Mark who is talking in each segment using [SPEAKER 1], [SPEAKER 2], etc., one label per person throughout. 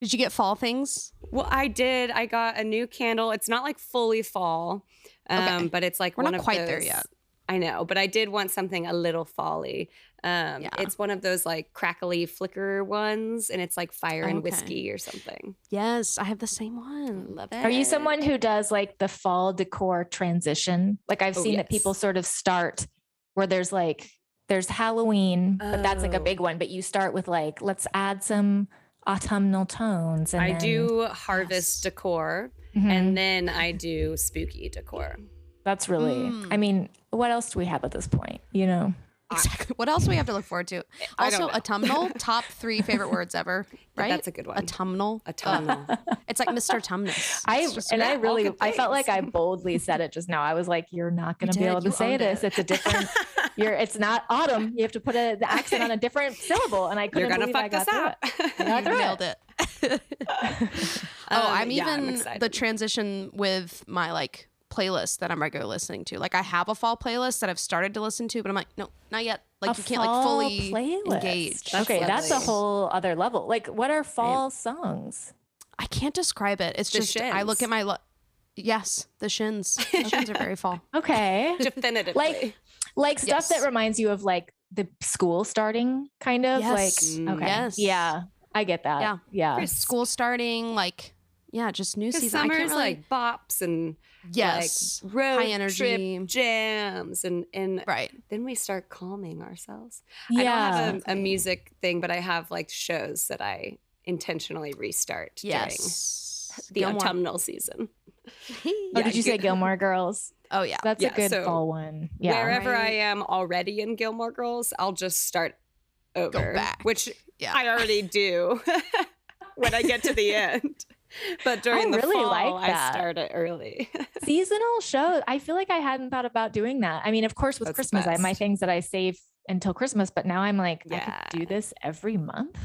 [SPEAKER 1] Did you get fall things?
[SPEAKER 2] Well, I did. I got a new candle. It's not like fully fall, um,
[SPEAKER 1] Okay.
[SPEAKER 2] but it's like
[SPEAKER 1] We're
[SPEAKER 2] one
[SPEAKER 1] not
[SPEAKER 2] of
[SPEAKER 1] quite there
[SPEAKER 2] those-
[SPEAKER 1] yet.
[SPEAKER 2] I know, but I did want something a little folly. Um,
[SPEAKER 1] Yeah.
[SPEAKER 2] It's one of those like crackly flicker ones, and it's like fire and
[SPEAKER 1] Okay.
[SPEAKER 2] whiskey or something.
[SPEAKER 1] Yes, I have the same one. Love it.
[SPEAKER 3] Are you someone who does like the fall decor transition? Like I've
[SPEAKER 2] Oh,
[SPEAKER 3] seen that
[SPEAKER 2] yes.
[SPEAKER 3] people sort of start where there's like there's Halloween, but that's like a
[SPEAKER 2] Oh.
[SPEAKER 3] big one. But you start with like let's add some autumnal tones. And
[SPEAKER 2] I
[SPEAKER 3] then-
[SPEAKER 2] do harvest decor,
[SPEAKER 3] Mhm.
[SPEAKER 2] and then I do spooky decor.
[SPEAKER 3] that's really.
[SPEAKER 1] Mm.
[SPEAKER 3] I mean, what else do we have at this point? You know,
[SPEAKER 1] Exactly. What else do we have to look forward to?
[SPEAKER 2] I don't
[SPEAKER 1] Also,
[SPEAKER 2] know.
[SPEAKER 1] autumnal. top three favorite words ever. Right.
[SPEAKER 2] That's a good one.
[SPEAKER 1] Autumnal.
[SPEAKER 2] A
[SPEAKER 1] Ugh,
[SPEAKER 2] tunnel.
[SPEAKER 1] it's like Mr. Tumnus.
[SPEAKER 3] I
[SPEAKER 1] It's just
[SPEAKER 3] and
[SPEAKER 1] great.
[SPEAKER 3] I
[SPEAKER 1] All
[SPEAKER 3] really
[SPEAKER 1] good
[SPEAKER 3] I felt like I
[SPEAKER 1] things.
[SPEAKER 3] boldly said it just now. I was like, you're not going to be
[SPEAKER 1] did.
[SPEAKER 3] able to
[SPEAKER 1] You
[SPEAKER 3] say
[SPEAKER 1] owned
[SPEAKER 3] this.
[SPEAKER 1] it.
[SPEAKER 3] It's a different. You're. It's not autumn. You have to put a, the accent on a different syllable, and I couldn't
[SPEAKER 2] You're gonna
[SPEAKER 3] believe I
[SPEAKER 2] fuck
[SPEAKER 3] got
[SPEAKER 2] this
[SPEAKER 3] through
[SPEAKER 2] up.
[SPEAKER 3] it.
[SPEAKER 1] You
[SPEAKER 3] That's right.
[SPEAKER 1] nailed it. oh,
[SPEAKER 2] Um,
[SPEAKER 1] I'm
[SPEAKER 2] yeah, I'm
[SPEAKER 1] even the
[SPEAKER 2] excited.
[SPEAKER 1] transition with my like playlist that I'm regularly listening to. Like I have a fall playlist that I've started to listen to, but I'm like, no, not yet. Like
[SPEAKER 3] A
[SPEAKER 1] you can't like
[SPEAKER 3] fall
[SPEAKER 1] fully engage.
[SPEAKER 2] That's
[SPEAKER 3] okay, that's a
[SPEAKER 2] lovely.
[SPEAKER 3] whole other level. Like, what are fall songs?
[SPEAKER 1] I can't describe it. It's
[SPEAKER 2] The
[SPEAKER 1] just I look at
[SPEAKER 2] shins.
[SPEAKER 1] my lo- yes, the shins. The shins are very fall.
[SPEAKER 3] Okay,
[SPEAKER 2] Definitively.
[SPEAKER 3] like, like stuff
[SPEAKER 1] Yes.
[SPEAKER 3] that reminds you of like the school starting, kind of
[SPEAKER 1] Yes.
[SPEAKER 3] like.
[SPEAKER 2] Mm.
[SPEAKER 3] Okay.
[SPEAKER 1] Yes.
[SPEAKER 3] Yeah, I get that.
[SPEAKER 1] Yeah.
[SPEAKER 3] Yeah. Yeah.
[SPEAKER 2] Chris,
[SPEAKER 1] School starting, like yeah, just new
[SPEAKER 2] 'cause
[SPEAKER 1] season. I
[SPEAKER 2] summer's
[SPEAKER 1] can't really,
[SPEAKER 2] like bops and
[SPEAKER 1] yes,
[SPEAKER 2] like road
[SPEAKER 1] high energy.
[SPEAKER 2] trip jams and and
[SPEAKER 1] right.
[SPEAKER 2] then we start calming ourselves. I don't have a, a music thing, but I have like shows that I intentionally restart
[SPEAKER 1] Yes,
[SPEAKER 2] during the
[SPEAKER 1] Gilmore.
[SPEAKER 2] autumnal season.
[SPEAKER 3] oh,
[SPEAKER 2] yeah,
[SPEAKER 3] did you say
[SPEAKER 2] good. Uh,
[SPEAKER 3] Gilmore Girls?
[SPEAKER 1] Oh yeah.
[SPEAKER 3] That's
[SPEAKER 2] Yeah,
[SPEAKER 3] a good
[SPEAKER 2] so
[SPEAKER 3] fall one. Yeah.
[SPEAKER 2] Wherever I
[SPEAKER 1] Right.
[SPEAKER 2] am already in Gilmore Girls, I'll just start over,
[SPEAKER 1] back.
[SPEAKER 2] which
[SPEAKER 1] Yeah.
[SPEAKER 2] I already do when I get to the end. But during the
[SPEAKER 3] really
[SPEAKER 2] fall,
[SPEAKER 3] like
[SPEAKER 2] I
[SPEAKER 3] that.
[SPEAKER 2] start it early.
[SPEAKER 3] seasonal shows. I feel like I hadn't thought about doing that. I mean, of course, with
[SPEAKER 2] That's the
[SPEAKER 3] Christmas, I have my
[SPEAKER 2] best.
[SPEAKER 3] things that I save until Christmas, but now I'm like, I could
[SPEAKER 2] Yeah.
[SPEAKER 3] do this every month.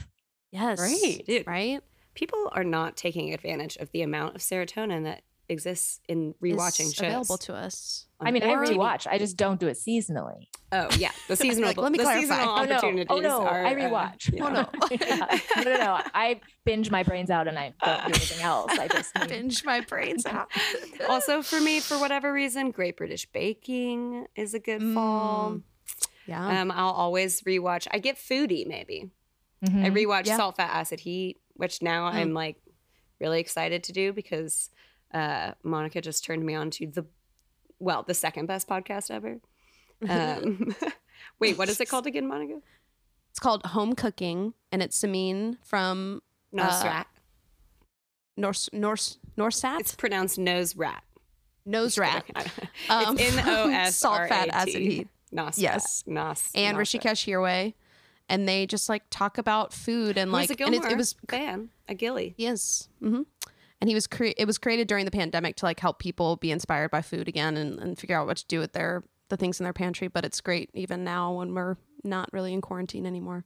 [SPEAKER 1] Yes.
[SPEAKER 3] Great.
[SPEAKER 2] Dude.
[SPEAKER 1] Right?
[SPEAKER 2] People are not taking advantage of the amount of serotonin that exists in rewatching
[SPEAKER 1] Is
[SPEAKER 2] shows.
[SPEAKER 1] available to us.
[SPEAKER 3] I mean, I
[SPEAKER 1] Or-
[SPEAKER 3] rewatch. I just don't do it seasonally.
[SPEAKER 2] Oh yeah, the seasonal.
[SPEAKER 1] Like, let me
[SPEAKER 2] the
[SPEAKER 1] clarify.
[SPEAKER 2] seasonal
[SPEAKER 3] Oh no!
[SPEAKER 2] opportunities
[SPEAKER 3] Oh no!
[SPEAKER 2] Are,
[SPEAKER 3] I
[SPEAKER 2] uh,
[SPEAKER 3] rewatch.
[SPEAKER 2] yeah.
[SPEAKER 1] Oh, no.
[SPEAKER 3] Yeah. no, no, no! I binge my brains out and I don't do anything else. I just need-
[SPEAKER 1] Binge my brains out.
[SPEAKER 2] also, for me, for whatever reason, Great British Baking is a
[SPEAKER 3] Mm.
[SPEAKER 2] good fall.
[SPEAKER 1] yeah.
[SPEAKER 2] Um, I'll always rewatch. I get foodie. Maybe I
[SPEAKER 3] Mhm.
[SPEAKER 2] rewatch
[SPEAKER 1] Yeah.
[SPEAKER 2] Salt, Fat, Acid, Heat, which
[SPEAKER 3] Mm.
[SPEAKER 2] now I'm like really excited to do because uh, Monica just turned me on to the well, the second best podcast ever. Um, wait, what is it called again, Monica?
[SPEAKER 1] it's called Home Cooking, and it's Samin from
[SPEAKER 3] Uh,
[SPEAKER 2] No, rat.
[SPEAKER 1] Norse Norse
[SPEAKER 2] It's
[SPEAKER 1] Norsat
[SPEAKER 2] pronounced nose rat.
[SPEAKER 1] Nose Rat. Um,
[SPEAKER 2] It's N O S
[SPEAKER 1] Salt, fat, acid, heat.
[SPEAKER 2] Nos.
[SPEAKER 1] Yes.
[SPEAKER 2] Nos.
[SPEAKER 1] and
[SPEAKER 2] Nos-
[SPEAKER 1] Rishikesh Hirway, and they just like talk about food and like
[SPEAKER 2] Who's a
[SPEAKER 1] and
[SPEAKER 2] Gilmore
[SPEAKER 1] it, it was
[SPEAKER 2] fan, a Gilly.
[SPEAKER 1] yes, hmm and he was cre- it was created during the pandemic to like help people be inspired by food again and, and figure out what to do with their the things in their pantry. But it's great even now when we're not really in quarantine anymore,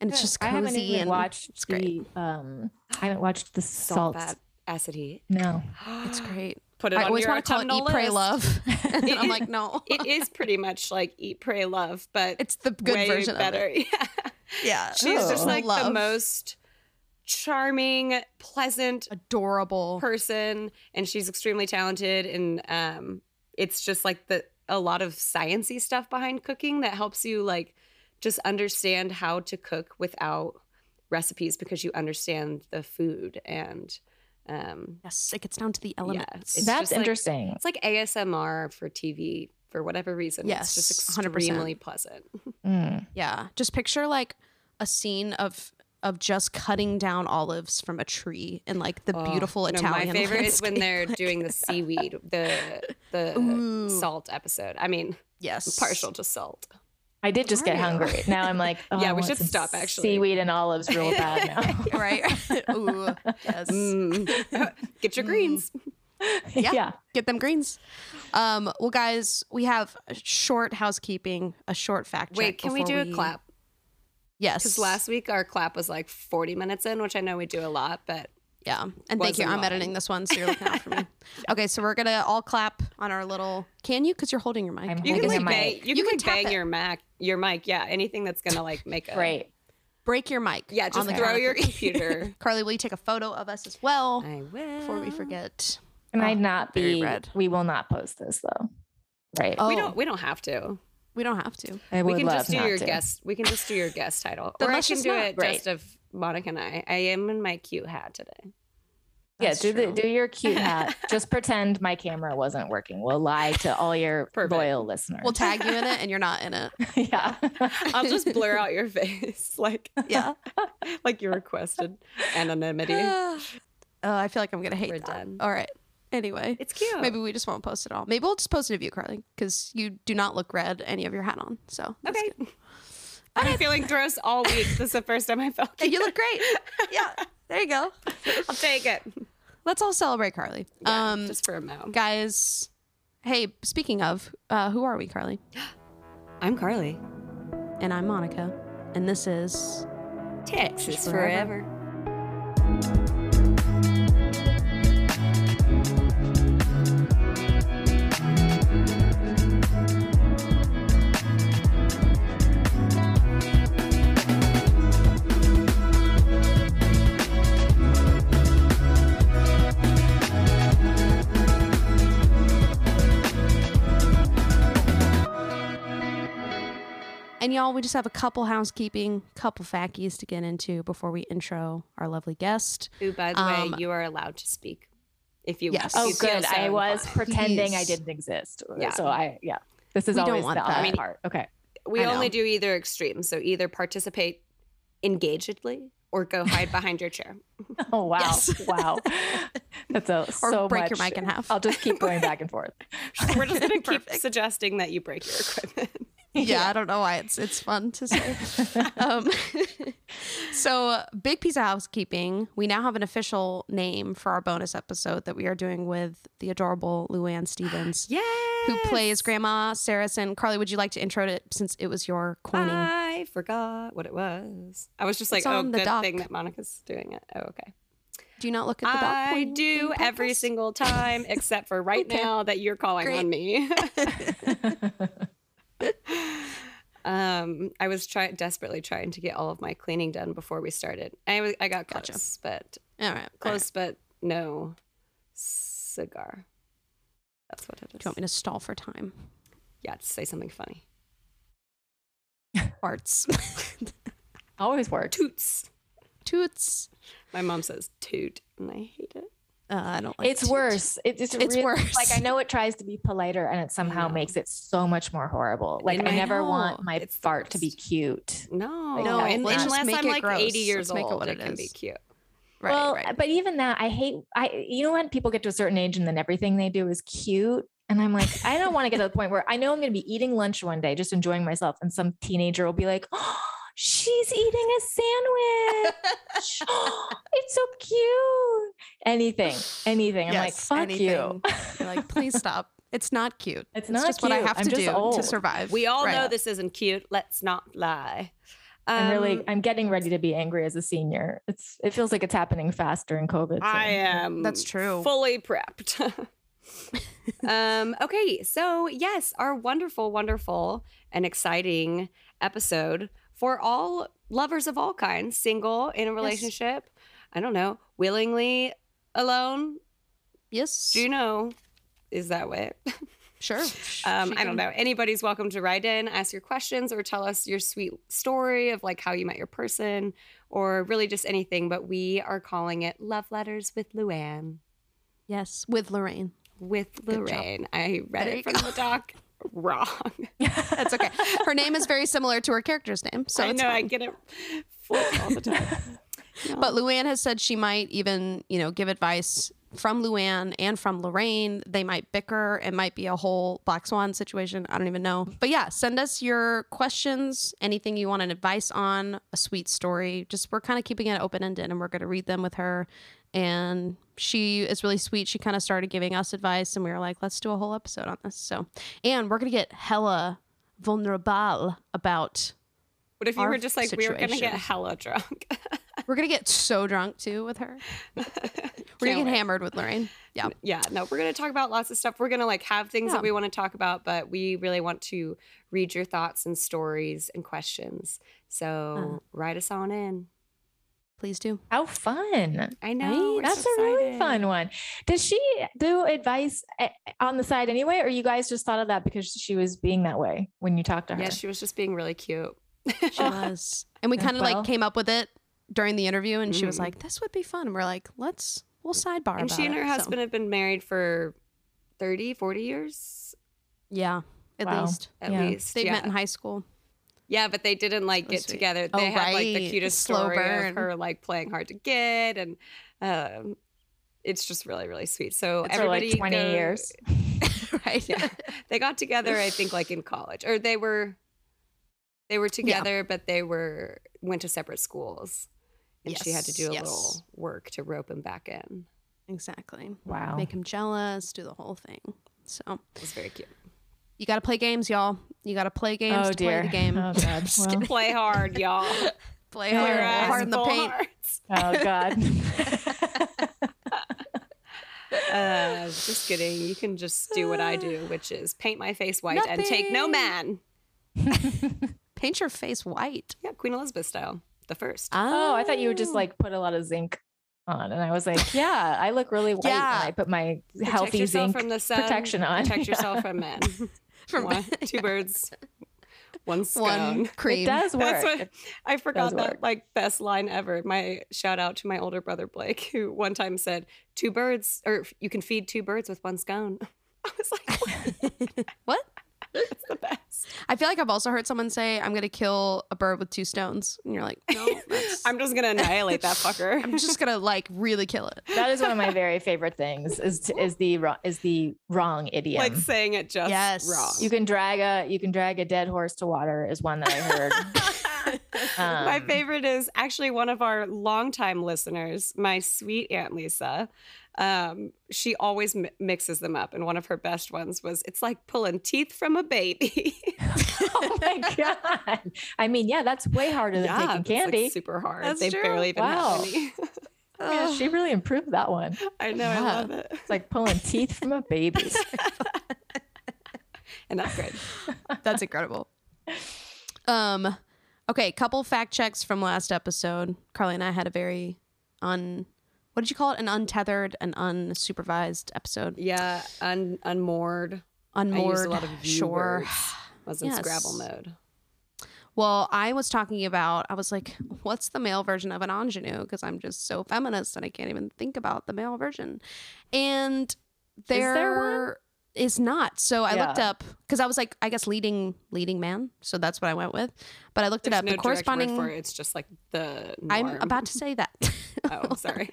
[SPEAKER 1] and it's just
[SPEAKER 3] I
[SPEAKER 1] cozy
[SPEAKER 3] haven't even
[SPEAKER 1] and
[SPEAKER 3] watched
[SPEAKER 1] it's great.
[SPEAKER 3] the. Um, I haven't watched the salt.
[SPEAKER 2] fat, acid, heat.
[SPEAKER 3] No.
[SPEAKER 1] It's great.
[SPEAKER 2] Put it
[SPEAKER 1] I
[SPEAKER 2] on
[SPEAKER 1] always
[SPEAKER 2] your
[SPEAKER 1] want to call it
[SPEAKER 2] autumnal
[SPEAKER 1] Eat, Pray,
[SPEAKER 2] list.
[SPEAKER 1] Love. and
[SPEAKER 2] It
[SPEAKER 1] I'm
[SPEAKER 2] is-
[SPEAKER 1] like, no.
[SPEAKER 2] It is pretty much like eat, pray, love, but
[SPEAKER 1] it's the good
[SPEAKER 2] way
[SPEAKER 1] version
[SPEAKER 2] better.
[SPEAKER 1] of it.
[SPEAKER 2] Yeah.
[SPEAKER 1] Yeah.
[SPEAKER 2] She's just
[SPEAKER 3] Oh.
[SPEAKER 2] like the
[SPEAKER 1] Love.
[SPEAKER 2] most charming, pleasant
[SPEAKER 1] adorable.
[SPEAKER 2] person, and she's extremely talented. And um, it's just like the a lot of sciency stuff behind cooking that helps you like just understand how to cook without recipes because you understand the food and um,
[SPEAKER 1] yes, it gets down to the elements.
[SPEAKER 2] It's
[SPEAKER 3] That's
[SPEAKER 2] just like-
[SPEAKER 3] interesting.
[SPEAKER 2] It's like ASMR for TV for whatever reason. it's
[SPEAKER 1] Yes,
[SPEAKER 2] just
[SPEAKER 1] 100%.
[SPEAKER 2] extremely pleasant.
[SPEAKER 3] Mm.
[SPEAKER 1] Yeah. Just picture like a scene of of just cutting down olives from a tree and like the
[SPEAKER 2] Oh,
[SPEAKER 1] beautiful
[SPEAKER 2] no,
[SPEAKER 1] Italian.
[SPEAKER 2] My favorite is when
[SPEAKER 1] landscape.
[SPEAKER 2] they're doing the seaweed, the the
[SPEAKER 1] Ooh.
[SPEAKER 2] salt episode. I mean,
[SPEAKER 1] yes
[SPEAKER 2] partial to salt.
[SPEAKER 3] I did just get
[SPEAKER 1] Mario.
[SPEAKER 3] hungry. Now I'm like, oh,
[SPEAKER 2] Yeah,
[SPEAKER 3] I
[SPEAKER 2] we
[SPEAKER 3] want
[SPEAKER 2] should
[SPEAKER 3] some
[SPEAKER 2] stop, actually.
[SPEAKER 3] Seaweed and olives, real bad now.
[SPEAKER 1] right. Ooh, yes.
[SPEAKER 2] Mm. Get your greens.
[SPEAKER 1] Yeah.
[SPEAKER 3] yeah.
[SPEAKER 1] Get them greens. Um, well, guys, we have a short housekeeping, a short fact check.
[SPEAKER 2] Wait, can we do
[SPEAKER 1] before
[SPEAKER 2] a clap?
[SPEAKER 1] Yes.
[SPEAKER 2] Because last week our clap was like 40 minutes in, which I know we do a lot, but
[SPEAKER 1] Yeah. And thank you.
[SPEAKER 2] wasn't
[SPEAKER 1] I'm
[SPEAKER 2] lying.
[SPEAKER 1] editing this one, so you're looking out for me. Okay, so we're gonna all clap on our little. Can you? Because you're holding your mic.
[SPEAKER 3] I'm
[SPEAKER 2] you
[SPEAKER 3] Holding
[SPEAKER 2] can
[SPEAKER 3] a
[SPEAKER 2] like
[SPEAKER 3] mic.
[SPEAKER 2] bang, you,
[SPEAKER 1] You can
[SPEAKER 2] can, like
[SPEAKER 1] tap
[SPEAKER 2] bang
[SPEAKER 1] it.
[SPEAKER 2] your mac your mic. Yeah, anything that's gonna like make a
[SPEAKER 3] Great.
[SPEAKER 1] break your mic.
[SPEAKER 2] Yeah, just
[SPEAKER 1] on the
[SPEAKER 2] throw
[SPEAKER 1] counter.
[SPEAKER 2] your computer.
[SPEAKER 1] Carly, will you take a photo of us as well
[SPEAKER 2] I will.
[SPEAKER 1] before we forget?
[SPEAKER 3] Can I
[SPEAKER 1] Oh,
[SPEAKER 3] not
[SPEAKER 1] very
[SPEAKER 3] be?
[SPEAKER 1] red.
[SPEAKER 3] We will not post this though, right?
[SPEAKER 1] Oh,
[SPEAKER 2] We don't. We don't have to.
[SPEAKER 1] we don't have to.
[SPEAKER 3] I
[SPEAKER 2] We
[SPEAKER 3] would
[SPEAKER 2] can
[SPEAKER 3] love
[SPEAKER 2] just do
[SPEAKER 3] not
[SPEAKER 2] your
[SPEAKER 3] to.
[SPEAKER 2] guest. We can just do your guest title,
[SPEAKER 1] Then
[SPEAKER 2] or I
[SPEAKER 1] let's
[SPEAKER 2] can
[SPEAKER 1] just
[SPEAKER 2] do
[SPEAKER 1] not-
[SPEAKER 2] it
[SPEAKER 3] right.
[SPEAKER 2] just of Monica and I. I am in my cute hat today.
[SPEAKER 3] Yeah,
[SPEAKER 1] That's
[SPEAKER 3] do the,
[SPEAKER 1] true.
[SPEAKER 3] do your cute hat. just pretend my camera wasn't working. We'll lie to all your
[SPEAKER 2] Perfect.
[SPEAKER 3] loyal listeners.
[SPEAKER 1] We'll tag you in it, and you're not in it.
[SPEAKER 3] yeah.
[SPEAKER 2] I'll just blur out your face, like
[SPEAKER 1] Yeah.
[SPEAKER 2] like you requested anonymity.
[SPEAKER 1] oh, I feel like I'm gonna hate
[SPEAKER 2] We're
[SPEAKER 1] that.
[SPEAKER 2] done.
[SPEAKER 1] All right. Anyway,
[SPEAKER 2] It's cute.
[SPEAKER 1] maybe we just won't post it all. Maybe we'll just post it of you, Carly, because you do not look red any of your hat on. So that's
[SPEAKER 2] Okay.
[SPEAKER 1] good.
[SPEAKER 2] I've been feeling gross all week. This is the first time I felt.
[SPEAKER 1] Hey, you look great. Yeah, there you go.
[SPEAKER 2] I'll take it.
[SPEAKER 1] Let's all celebrate Carly.
[SPEAKER 2] Yeah,
[SPEAKER 1] um,
[SPEAKER 2] just for a moment.
[SPEAKER 1] guys. Hey, speaking of, uh, who are we, Carly?
[SPEAKER 2] I'm Carly.
[SPEAKER 1] And I'm Monica, and this is
[SPEAKER 2] Texas
[SPEAKER 1] forever.
[SPEAKER 2] forever.
[SPEAKER 1] And y'all, we just have a couple housekeeping, couple fackies to get into before we intro our lovely guest.
[SPEAKER 2] Who, by the
[SPEAKER 1] Um,
[SPEAKER 2] way, you are allowed to speak if you.
[SPEAKER 1] Yes.
[SPEAKER 2] if
[SPEAKER 3] oh,
[SPEAKER 2] you feel
[SPEAKER 3] good.
[SPEAKER 2] so
[SPEAKER 3] I was
[SPEAKER 2] inclined.
[SPEAKER 3] pretending I
[SPEAKER 1] Please.
[SPEAKER 3] didn't exist.
[SPEAKER 2] Yeah.
[SPEAKER 3] So I yeah. This is
[SPEAKER 1] We don't
[SPEAKER 3] always
[SPEAKER 1] want
[SPEAKER 3] the
[SPEAKER 1] that.
[SPEAKER 3] odd
[SPEAKER 1] I mean-
[SPEAKER 3] part. Okay.
[SPEAKER 2] We
[SPEAKER 1] I
[SPEAKER 2] only
[SPEAKER 1] know.
[SPEAKER 2] do either extreme. So either participate engagedly or go hide behind your chair.
[SPEAKER 3] Oh wow.
[SPEAKER 1] Yes.
[SPEAKER 3] Wow. That's a
[SPEAKER 1] Or
[SPEAKER 3] so
[SPEAKER 1] break your
[SPEAKER 3] much-
[SPEAKER 1] mic in half.
[SPEAKER 3] I'll just keep going back and forth.
[SPEAKER 2] We're just going to keep
[SPEAKER 1] Perfect.
[SPEAKER 2] suggesting that you break your equipment.
[SPEAKER 1] yeah, I don't know why it's it's fun to say. um, so, uh, big piece of housekeeping. We now have an official name for our bonus episode that we are doing with the adorable Luann Stevens,
[SPEAKER 2] Yeah.
[SPEAKER 1] who plays Grandma Saracen. Carly, would you like to intro it since it was your coining?
[SPEAKER 2] I forgot what it was. I was just like,
[SPEAKER 1] It's
[SPEAKER 2] oh,
[SPEAKER 1] on the
[SPEAKER 2] good
[SPEAKER 1] doc.
[SPEAKER 2] thing that Monica's doing it. Oh, okay.
[SPEAKER 1] do you not look at the dog?
[SPEAKER 2] I
[SPEAKER 1] when you-
[SPEAKER 2] do
[SPEAKER 1] when you
[SPEAKER 2] every
[SPEAKER 1] podcast?
[SPEAKER 2] single time except for right
[SPEAKER 1] Okay.
[SPEAKER 2] now that you're calling
[SPEAKER 1] Great.
[SPEAKER 2] on me. um, I was try- desperately trying to get all of my cleaning done before we started. I, was- I got close,
[SPEAKER 1] Gotcha.
[SPEAKER 2] but
[SPEAKER 1] All right, all right.
[SPEAKER 2] close, but no cigar. That's what it
[SPEAKER 1] Do
[SPEAKER 2] is.
[SPEAKER 1] you want me to stall for time?
[SPEAKER 2] yeah, just say something funny.
[SPEAKER 1] Arts.
[SPEAKER 3] Always works.
[SPEAKER 2] Toots.
[SPEAKER 1] Toots.
[SPEAKER 2] My mom says toot, and I hate it.
[SPEAKER 1] Uh, I don't like
[SPEAKER 3] It's
[SPEAKER 1] toot.
[SPEAKER 3] worse. It, it's
[SPEAKER 1] It's
[SPEAKER 3] really-
[SPEAKER 1] worse.
[SPEAKER 3] Like I know it tries to be politer, and it somehow
[SPEAKER 2] know.
[SPEAKER 3] makes it so much more horrible. Like
[SPEAKER 2] And
[SPEAKER 3] I
[SPEAKER 2] I
[SPEAKER 3] never want
[SPEAKER 1] know.
[SPEAKER 3] my
[SPEAKER 2] It's the
[SPEAKER 3] fart to be
[SPEAKER 2] worst.
[SPEAKER 3] cute.
[SPEAKER 2] No,
[SPEAKER 3] No,
[SPEAKER 2] and,
[SPEAKER 3] let's just
[SPEAKER 2] unless
[SPEAKER 1] make
[SPEAKER 2] I'm
[SPEAKER 1] it
[SPEAKER 2] like
[SPEAKER 1] gross.
[SPEAKER 2] 80 years
[SPEAKER 1] Let's make it
[SPEAKER 2] old,
[SPEAKER 1] what
[SPEAKER 2] it,
[SPEAKER 1] it
[SPEAKER 2] can be
[SPEAKER 1] is.
[SPEAKER 2] cute.
[SPEAKER 1] Right,
[SPEAKER 3] well, uh,
[SPEAKER 1] right.
[SPEAKER 3] but even that, I hate. I you know when people get to a certain age and then everything they do is cute, and I'm like, I don't want to get to the point where I know I'm going to be eating lunch one day, just enjoying myself, and some teenager will be like, oh, she's eating a sandwich. Oh, it's so cute. Anything, anything. I'm like,
[SPEAKER 1] Yes,
[SPEAKER 3] fuck you.
[SPEAKER 1] anything. You're like, please stop. It's not cute.
[SPEAKER 3] It's not
[SPEAKER 1] just what I
[SPEAKER 3] cute.
[SPEAKER 1] have
[SPEAKER 3] I'm
[SPEAKER 1] to
[SPEAKER 3] just
[SPEAKER 1] do to
[SPEAKER 3] old.
[SPEAKER 1] survive.
[SPEAKER 2] We all
[SPEAKER 1] Right.
[SPEAKER 2] know this isn't cute. Let's not lie.
[SPEAKER 3] I'm really
[SPEAKER 2] Um,
[SPEAKER 3] I'm getting ready to be angry as a senior. It's it feels like it's happening fast during COVID. so-
[SPEAKER 2] I am.
[SPEAKER 1] That's true.
[SPEAKER 2] Fully prepped. um. Okay. So yes, our wonderful, wonderful, and exciting episode for all lovers of all kinds, single, in a relationship. I don't know, willingly alone.
[SPEAKER 1] Yes.
[SPEAKER 2] Do you know? Is that what?
[SPEAKER 1] Sure.
[SPEAKER 2] Um,
[SPEAKER 1] She
[SPEAKER 2] I
[SPEAKER 1] can-
[SPEAKER 2] don't know. Anybody's welcome to write in, ask your questions, or tell us your sweet story of like how you met your person, or really just anything. But we are calling it Love Letters with Luann.
[SPEAKER 1] Yes, with Lorraine.
[SPEAKER 2] With
[SPEAKER 1] Good job.
[SPEAKER 2] Lorraine. I read
[SPEAKER 1] There you
[SPEAKER 2] it from the doc wrong.
[SPEAKER 1] That's okay. Her name is very similar to her character's name, so
[SPEAKER 2] I
[SPEAKER 1] it's
[SPEAKER 2] know I
[SPEAKER 1] fine.
[SPEAKER 2] get it flipped all the time.
[SPEAKER 1] But Luann has said she might even, you know, give advice from Luann and from Lorraine. They might bicker. It might be a whole black swan situation. I don't even know. But yeah, send us your questions, anything you want an advice on, a sweet story. Just we're kind of keeping it open ended and we're going to read them with her. And she is really sweet. She kind of started giving us advice and we were like, let's do a whole episode on this. So, and we're going to get hella vulnerable about
[SPEAKER 2] What if you
[SPEAKER 1] Our
[SPEAKER 2] were just like, we were going to get
[SPEAKER 1] situation.
[SPEAKER 2] hella drunk?
[SPEAKER 1] We're gonna get so drunk too with her. We're gonna
[SPEAKER 2] Can't
[SPEAKER 1] get
[SPEAKER 2] wait.
[SPEAKER 1] hammered with Lorraine. Yeah.
[SPEAKER 2] yeah no we're going to talk about lots of stuff we're going to like have things
[SPEAKER 1] Yeah.
[SPEAKER 2] that we want to talk about but we really want to read your thoughts and stories and questions
[SPEAKER 1] Uh-huh.
[SPEAKER 2] So write us on in.
[SPEAKER 1] Please do.
[SPEAKER 3] How fun.
[SPEAKER 2] I know.
[SPEAKER 1] Right?
[SPEAKER 2] we're so
[SPEAKER 3] That's a really
[SPEAKER 2] excited.
[SPEAKER 3] fun one. Does she do advice eh, on the side anyway, or you guys just thought of that because she was being that way when you talked to her?
[SPEAKER 2] Yeah, she was just being really cute.
[SPEAKER 1] She was. And we
[SPEAKER 3] That's
[SPEAKER 1] kind of
[SPEAKER 3] Uh, well. Mm-hmm.
[SPEAKER 1] like came up with it during the interview and she was
[SPEAKER 2] Mhm.
[SPEAKER 1] like, this would be fun. And we're like, let's, we'll sidebar.
[SPEAKER 2] and she
[SPEAKER 1] about
[SPEAKER 2] and
[SPEAKER 1] it.
[SPEAKER 2] her
[SPEAKER 1] So,
[SPEAKER 2] husband have been married for 30, 40 years
[SPEAKER 1] yeah. At
[SPEAKER 3] Wow.
[SPEAKER 1] least
[SPEAKER 2] at
[SPEAKER 3] Yeah.
[SPEAKER 2] least.
[SPEAKER 1] they
[SPEAKER 2] yeah.
[SPEAKER 1] met in high school.
[SPEAKER 2] yeah, but they didn't like
[SPEAKER 1] Really
[SPEAKER 2] get
[SPEAKER 1] sweet.
[SPEAKER 2] together.
[SPEAKER 1] Oh,
[SPEAKER 2] They had like the
[SPEAKER 1] right.
[SPEAKER 2] cutest
[SPEAKER 1] Slow
[SPEAKER 2] story
[SPEAKER 1] burn.
[SPEAKER 2] of her like playing hard to get and um it's just really, really sweet. So
[SPEAKER 3] for
[SPEAKER 2] everybody
[SPEAKER 3] like 20
[SPEAKER 2] go-
[SPEAKER 3] years.
[SPEAKER 1] right.
[SPEAKER 2] Yeah. they got together, I think, like in college. Or they were they were together, but they were went to separate schools. And she had to
[SPEAKER 1] Yes,
[SPEAKER 2] do a
[SPEAKER 1] yes.
[SPEAKER 2] little work to rope him back in.
[SPEAKER 1] Exactly.
[SPEAKER 3] Wow.
[SPEAKER 1] Make him jealous, do the whole thing. So
[SPEAKER 2] It was very cute.
[SPEAKER 1] you got to play games, y'all. You got to play games
[SPEAKER 3] oh,
[SPEAKER 1] to
[SPEAKER 3] dear.
[SPEAKER 1] play the game.
[SPEAKER 3] Oh, God.
[SPEAKER 1] Just
[SPEAKER 3] Well,
[SPEAKER 2] Play hard, y'all.
[SPEAKER 1] Play
[SPEAKER 3] Yeah.
[SPEAKER 1] hard,
[SPEAKER 3] Yeah.
[SPEAKER 1] hard in the
[SPEAKER 2] Full
[SPEAKER 1] paint.
[SPEAKER 2] hearts.
[SPEAKER 3] oh, God.
[SPEAKER 2] Uh, just kidding. You can just do what I do, which is paint my face white and take no
[SPEAKER 1] Nothing.
[SPEAKER 2] man.
[SPEAKER 1] Paint your face white.
[SPEAKER 2] Yeah, Queen Elizabeth style, the first.
[SPEAKER 1] Uh,
[SPEAKER 3] oh, I thought you would just like put a lot of zinc on. And I was like, yeah, I look really white.
[SPEAKER 1] Yeah.
[SPEAKER 3] And I put my
[SPEAKER 2] Protect
[SPEAKER 3] healthy
[SPEAKER 2] yourself
[SPEAKER 3] zinc
[SPEAKER 2] from the sun.
[SPEAKER 3] protection on.
[SPEAKER 2] Protect yourself from men.
[SPEAKER 1] from
[SPEAKER 2] One- two birds, one scone.
[SPEAKER 1] one cream.
[SPEAKER 3] It does work.
[SPEAKER 2] That's what I forgot
[SPEAKER 3] does
[SPEAKER 2] that
[SPEAKER 3] work.
[SPEAKER 2] like best line ever. My shout out to my older brother Blake, who one time said, two birds, or you can feed two birds with one scone. I was like,
[SPEAKER 1] What?
[SPEAKER 2] that's the best.
[SPEAKER 1] I feel like I've also heard someone say, "I'm gonna kill a bird with two stones," and you're like, "No, that's,
[SPEAKER 2] I'm just gonna annihilate that fucker.
[SPEAKER 1] I'm just gonna like really kill it."
[SPEAKER 3] that is one of my very favorite things is to, is the wrong is the wrong idiom.
[SPEAKER 2] like saying it just
[SPEAKER 1] Yes.
[SPEAKER 2] wrong.
[SPEAKER 3] you can drag a you can drag a dead horse to water is one that I heard. Um,
[SPEAKER 2] my favorite is actually one of our longtime listeners, my sweet Aunt Lisa. Um, she always mi mixes them up, and one of her best ones was it's like pulling teeth from a baby.
[SPEAKER 3] oh my god! I mean, yeah, that's way harder than
[SPEAKER 2] Yeah,
[SPEAKER 3] taking
[SPEAKER 2] that's, like,
[SPEAKER 3] candy.
[SPEAKER 2] super hard.
[SPEAKER 1] That's
[SPEAKER 2] they
[SPEAKER 1] true.
[SPEAKER 2] barely even
[SPEAKER 3] Wow.
[SPEAKER 2] have any.
[SPEAKER 3] Yeah, she really improved that one.
[SPEAKER 2] I know, I
[SPEAKER 1] Yeah.
[SPEAKER 2] love it.
[SPEAKER 3] It's like pulling teeth from a baby.
[SPEAKER 2] An upgrade.
[SPEAKER 1] Ugh, that's incredible. Um, okay, couple fact checks from last episode. Carly and I had a very un, what did you call it? An untethered and unsupervised episode.
[SPEAKER 2] Yeah, un- unmoored. I used
[SPEAKER 1] Unmoored.
[SPEAKER 2] a lot of you
[SPEAKER 1] sure.
[SPEAKER 2] words. I was in
[SPEAKER 1] Yes.
[SPEAKER 2] Scrabble mode.
[SPEAKER 1] Well, I was talking about, I was like, what's the male version of an ingenue? Because I'm just so feminist and I can't even think about the male version. And
[SPEAKER 3] there
[SPEAKER 1] there, is not. So I looked
[SPEAKER 3] Yeah.
[SPEAKER 1] up because I was like, I guess leading leading man. So that's what I went with. But I looked it
[SPEAKER 2] There's
[SPEAKER 1] up.
[SPEAKER 2] no
[SPEAKER 1] the
[SPEAKER 2] direct
[SPEAKER 1] corresponding.
[SPEAKER 2] word for it. It's just like the.
[SPEAKER 1] I'm
[SPEAKER 2] norm.
[SPEAKER 1] about to say that.
[SPEAKER 2] Oh, sorry.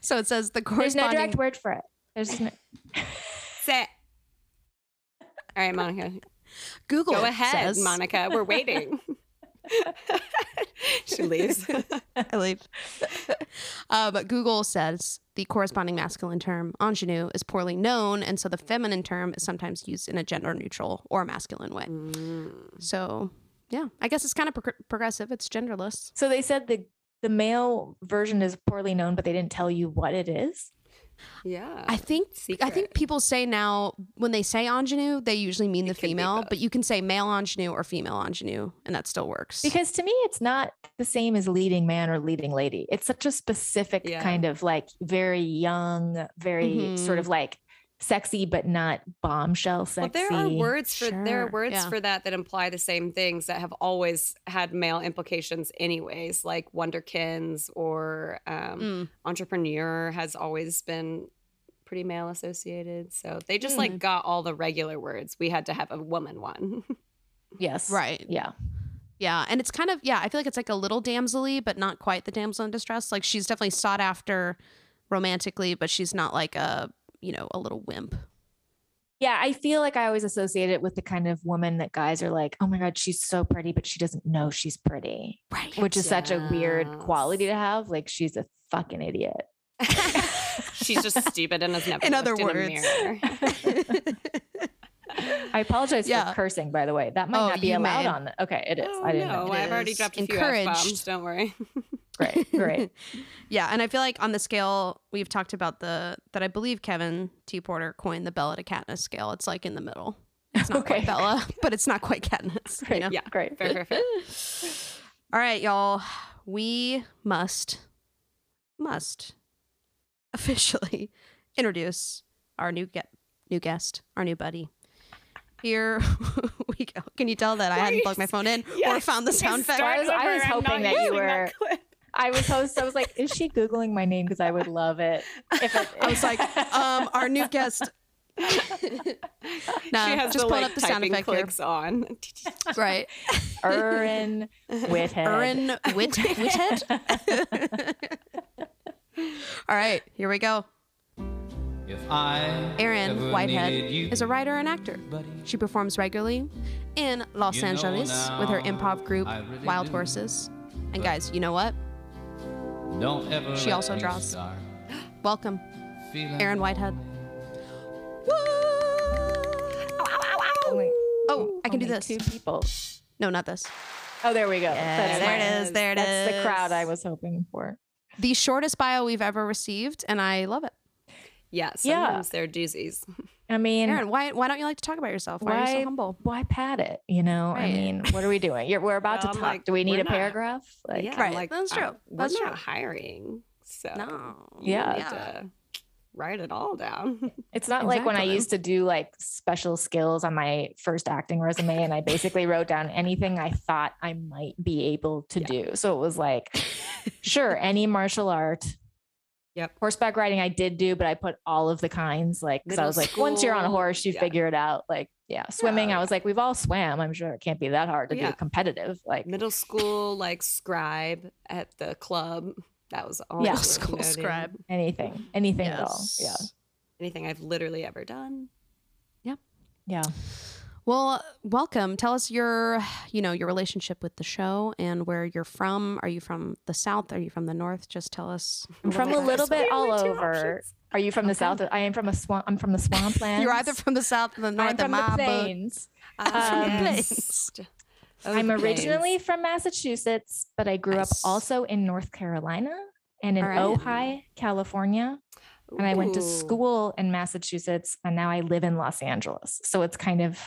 [SPEAKER 1] so it says the
[SPEAKER 3] There's no
[SPEAKER 1] corresponding.
[SPEAKER 3] direct word for it. There's no,
[SPEAKER 2] Say. it. All right, Monica.
[SPEAKER 1] Google
[SPEAKER 2] Go
[SPEAKER 1] it
[SPEAKER 2] ahead,
[SPEAKER 1] says-
[SPEAKER 2] Monica. We're waiting. she leaves.
[SPEAKER 1] I leave. um, Google says the corresponding masculine term ingenue is poorly known, and so the feminine term is sometimes used in a gender neutral or masculine way. So, yeah, I guess it's kind of pro- progressive. It's genderless.
[SPEAKER 3] so they said the the male version is poorly known, but they didn't tell you what it is.
[SPEAKER 2] yeah.
[SPEAKER 1] I think I
[SPEAKER 2] secret.
[SPEAKER 1] think people say now when they say ingenue, they usually mean the
[SPEAKER 2] could be
[SPEAKER 1] female,
[SPEAKER 2] both.
[SPEAKER 1] but you can say male ingenue or female ingenue, and that still works.
[SPEAKER 3] Because to me, it's not the same as leading man or leading lady. It's such a specific
[SPEAKER 2] Yeah. Mm-hmm.
[SPEAKER 3] kind of like very young, very sort of like sexy, but not bombshell
[SPEAKER 2] Well,
[SPEAKER 3] sexy.
[SPEAKER 2] there are words for there are
[SPEAKER 1] Sure,
[SPEAKER 2] words
[SPEAKER 1] yeah.
[SPEAKER 2] for that that imply the same things that have always had male implications, anyways. Like wonderkins or um,
[SPEAKER 1] Mm.
[SPEAKER 2] entrepreneur has always been pretty male associated. So they just like
[SPEAKER 1] Mm.
[SPEAKER 2] got all the regular words. We had to have a woman one.
[SPEAKER 3] yes.
[SPEAKER 1] right.
[SPEAKER 3] Yeah.
[SPEAKER 1] Yeah, and it's kind of yeah. I feel like it's like a little damselly, but not quite the damsel in distress. Like she's definitely sought after romantically, but she's not like a you know a little wimp.
[SPEAKER 3] Yeah. I feel like I always associate it with the kind of woman that guys are like, oh my God, she's so pretty, but she doesn't know she's pretty,
[SPEAKER 1] Right.
[SPEAKER 3] which is such a weird
[SPEAKER 2] Yes.
[SPEAKER 3] quality to have. Like she's a fucking idiot.
[SPEAKER 2] She's just stupid and has never
[SPEAKER 1] In
[SPEAKER 2] looked
[SPEAKER 1] other
[SPEAKER 2] in a
[SPEAKER 1] words.
[SPEAKER 2] mirror.
[SPEAKER 3] I apologize
[SPEAKER 1] Yeah.
[SPEAKER 3] for cursing, by the way. That might
[SPEAKER 1] Oh,
[SPEAKER 3] not be
[SPEAKER 1] you
[SPEAKER 3] allowed
[SPEAKER 1] may.
[SPEAKER 3] on. The- okay. It is.
[SPEAKER 2] Oh,
[SPEAKER 3] I didn't know.
[SPEAKER 2] no,
[SPEAKER 1] It
[SPEAKER 2] I've already
[SPEAKER 1] is
[SPEAKER 2] dropped a few
[SPEAKER 1] encouraged.
[SPEAKER 2] bombs. Don't worry.
[SPEAKER 3] Great. Great.
[SPEAKER 1] yeah, and I feel like on the scale we've talked about the that I believe Kevin T. Porter coined the Bella to Katniss scale. It's like in the middle. It's not
[SPEAKER 3] Okay.
[SPEAKER 1] quite Bella, but it's not quite Katniss. You
[SPEAKER 3] Great.
[SPEAKER 1] know?
[SPEAKER 2] Yeah.
[SPEAKER 3] Great.
[SPEAKER 2] Fair, fair, fair.
[SPEAKER 1] All right, y'all. We must, must officially introduce our new get new guest, our new buddy. Here we go. Can you tell that I hadn't plugged my phone in or
[SPEAKER 2] Yes.
[SPEAKER 1] found the sound effect?
[SPEAKER 3] I was- I was
[SPEAKER 2] I'm not
[SPEAKER 3] hoping that you
[SPEAKER 2] using
[SPEAKER 3] were-
[SPEAKER 2] clip.
[SPEAKER 3] I was host. I was like, is she googling my name? Because I would love it. If it
[SPEAKER 1] I was like, um, our new guest. Nah,
[SPEAKER 2] she
[SPEAKER 1] Uh,
[SPEAKER 2] has
[SPEAKER 1] just
[SPEAKER 2] the,
[SPEAKER 1] pull
[SPEAKER 2] like,
[SPEAKER 1] up the sound
[SPEAKER 2] typing
[SPEAKER 1] effect here.
[SPEAKER 2] clicks on.
[SPEAKER 1] Right.
[SPEAKER 3] Erin Whithead.
[SPEAKER 1] Erin Wit- Whithead. All right, here we go.
[SPEAKER 4] If I
[SPEAKER 1] Erin
[SPEAKER 4] ever needed you,
[SPEAKER 1] Whitehead is a writer and actor. She performs regularly in Los
[SPEAKER 4] You know
[SPEAKER 1] Angeles
[SPEAKER 4] now,
[SPEAKER 1] with her improv group
[SPEAKER 4] I really
[SPEAKER 1] Wild
[SPEAKER 4] do.
[SPEAKER 1] Horses. And guys, you know what?
[SPEAKER 4] don't ever
[SPEAKER 1] She
[SPEAKER 4] let
[SPEAKER 1] also
[SPEAKER 4] me
[SPEAKER 1] draws.
[SPEAKER 4] start
[SPEAKER 1] Welcome,
[SPEAKER 4] feeling
[SPEAKER 1] Erin Whitehead.
[SPEAKER 3] Only-
[SPEAKER 1] Oh, I can do
[SPEAKER 3] only
[SPEAKER 1] this.
[SPEAKER 3] Two people.
[SPEAKER 1] No, not this.
[SPEAKER 3] Oh, there we go. That's
[SPEAKER 1] there
[SPEAKER 3] my-
[SPEAKER 1] it is. There it is.
[SPEAKER 3] That's the crowd I was hoping for.
[SPEAKER 1] The shortest bio we've ever received, and I love it.
[SPEAKER 2] Yeah,
[SPEAKER 3] Yeah.
[SPEAKER 2] sometimes they're doozies.
[SPEAKER 3] I mean,
[SPEAKER 1] Erin, why why don't you like to talk about yourself? Why, are you so humble?
[SPEAKER 3] why pad it? You know, I
[SPEAKER 1] Right.
[SPEAKER 3] mean, what are we doing? You're, we're
[SPEAKER 2] Well,
[SPEAKER 3] about to
[SPEAKER 2] I'm
[SPEAKER 3] talk.
[SPEAKER 2] like,
[SPEAKER 3] Do we need
[SPEAKER 2] we're
[SPEAKER 3] a
[SPEAKER 2] not-
[SPEAKER 3] paragraph? Like,
[SPEAKER 2] yeah,
[SPEAKER 1] Right,
[SPEAKER 2] I'm like,
[SPEAKER 1] that's
[SPEAKER 2] uh,
[SPEAKER 1] true.
[SPEAKER 2] we're
[SPEAKER 1] That's
[SPEAKER 2] not
[SPEAKER 1] true.
[SPEAKER 2] hiring, so
[SPEAKER 1] No.
[SPEAKER 3] Uh, Yeah. uh,
[SPEAKER 2] I have to write it all down.
[SPEAKER 3] It's not like when I
[SPEAKER 1] Exactly.
[SPEAKER 3] used to do like special skills on my first acting resume and I basically wrote down anything I thought I might be able to do. So it was like, sure, any martial art.
[SPEAKER 2] Yep.
[SPEAKER 3] Horseback riding I did do, but I put all of the kinds like because I
[SPEAKER 2] Middle
[SPEAKER 3] was like, once you're on a
[SPEAKER 2] school,
[SPEAKER 3] horse, you
[SPEAKER 2] yeah.
[SPEAKER 3] figure it out. Like, yeah. Swimming, I was like, we've all swam. I'm sure it can't be that hard to
[SPEAKER 2] Yeah.
[SPEAKER 3] do competitive. Like
[SPEAKER 2] Middle school, like scribe at the club. That was all.
[SPEAKER 3] Yeah.
[SPEAKER 2] worth
[SPEAKER 1] School
[SPEAKER 2] noting.
[SPEAKER 1] scribe.
[SPEAKER 3] anything. Anything at all. Yeah.
[SPEAKER 2] Anything I've literally ever done.
[SPEAKER 3] Yeah.
[SPEAKER 1] Well, welcome. Tell us your, you know, your relationship with the show and where you're from. Are you from the South? Are you from the North? Just tell us.
[SPEAKER 3] I'm from a
[SPEAKER 1] bit.
[SPEAKER 3] little bit
[SPEAKER 2] Squeeze
[SPEAKER 3] all
[SPEAKER 2] my two
[SPEAKER 3] over.
[SPEAKER 2] options.
[SPEAKER 3] Are you from the south? I am from a swamp. I'm from the swampland.
[SPEAKER 1] You're either from the South or the North.
[SPEAKER 3] I'm from
[SPEAKER 1] and my
[SPEAKER 3] the
[SPEAKER 1] book-
[SPEAKER 3] plains.
[SPEAKER 2] Ah,
[SPEAKER 3] Um,
[SPEAKER 2] yes. Oh,
[SPEAKER 3] I'm
[SPEAKER 2] the plains.
[SPEAKER 3] originally from Massachusetts, but I grew
[SPEAKER 1] Nice.
[SPEAKER 3] up also in North Carolina and in
[SPEAKER 1] All right.
[SPEAKER 3] Ojai, California. And I went to
[SPEAKER 2] Ooh,
[SPEAKER 3] school in Massachusetts, and now I live in Los Angeles. So it's kind of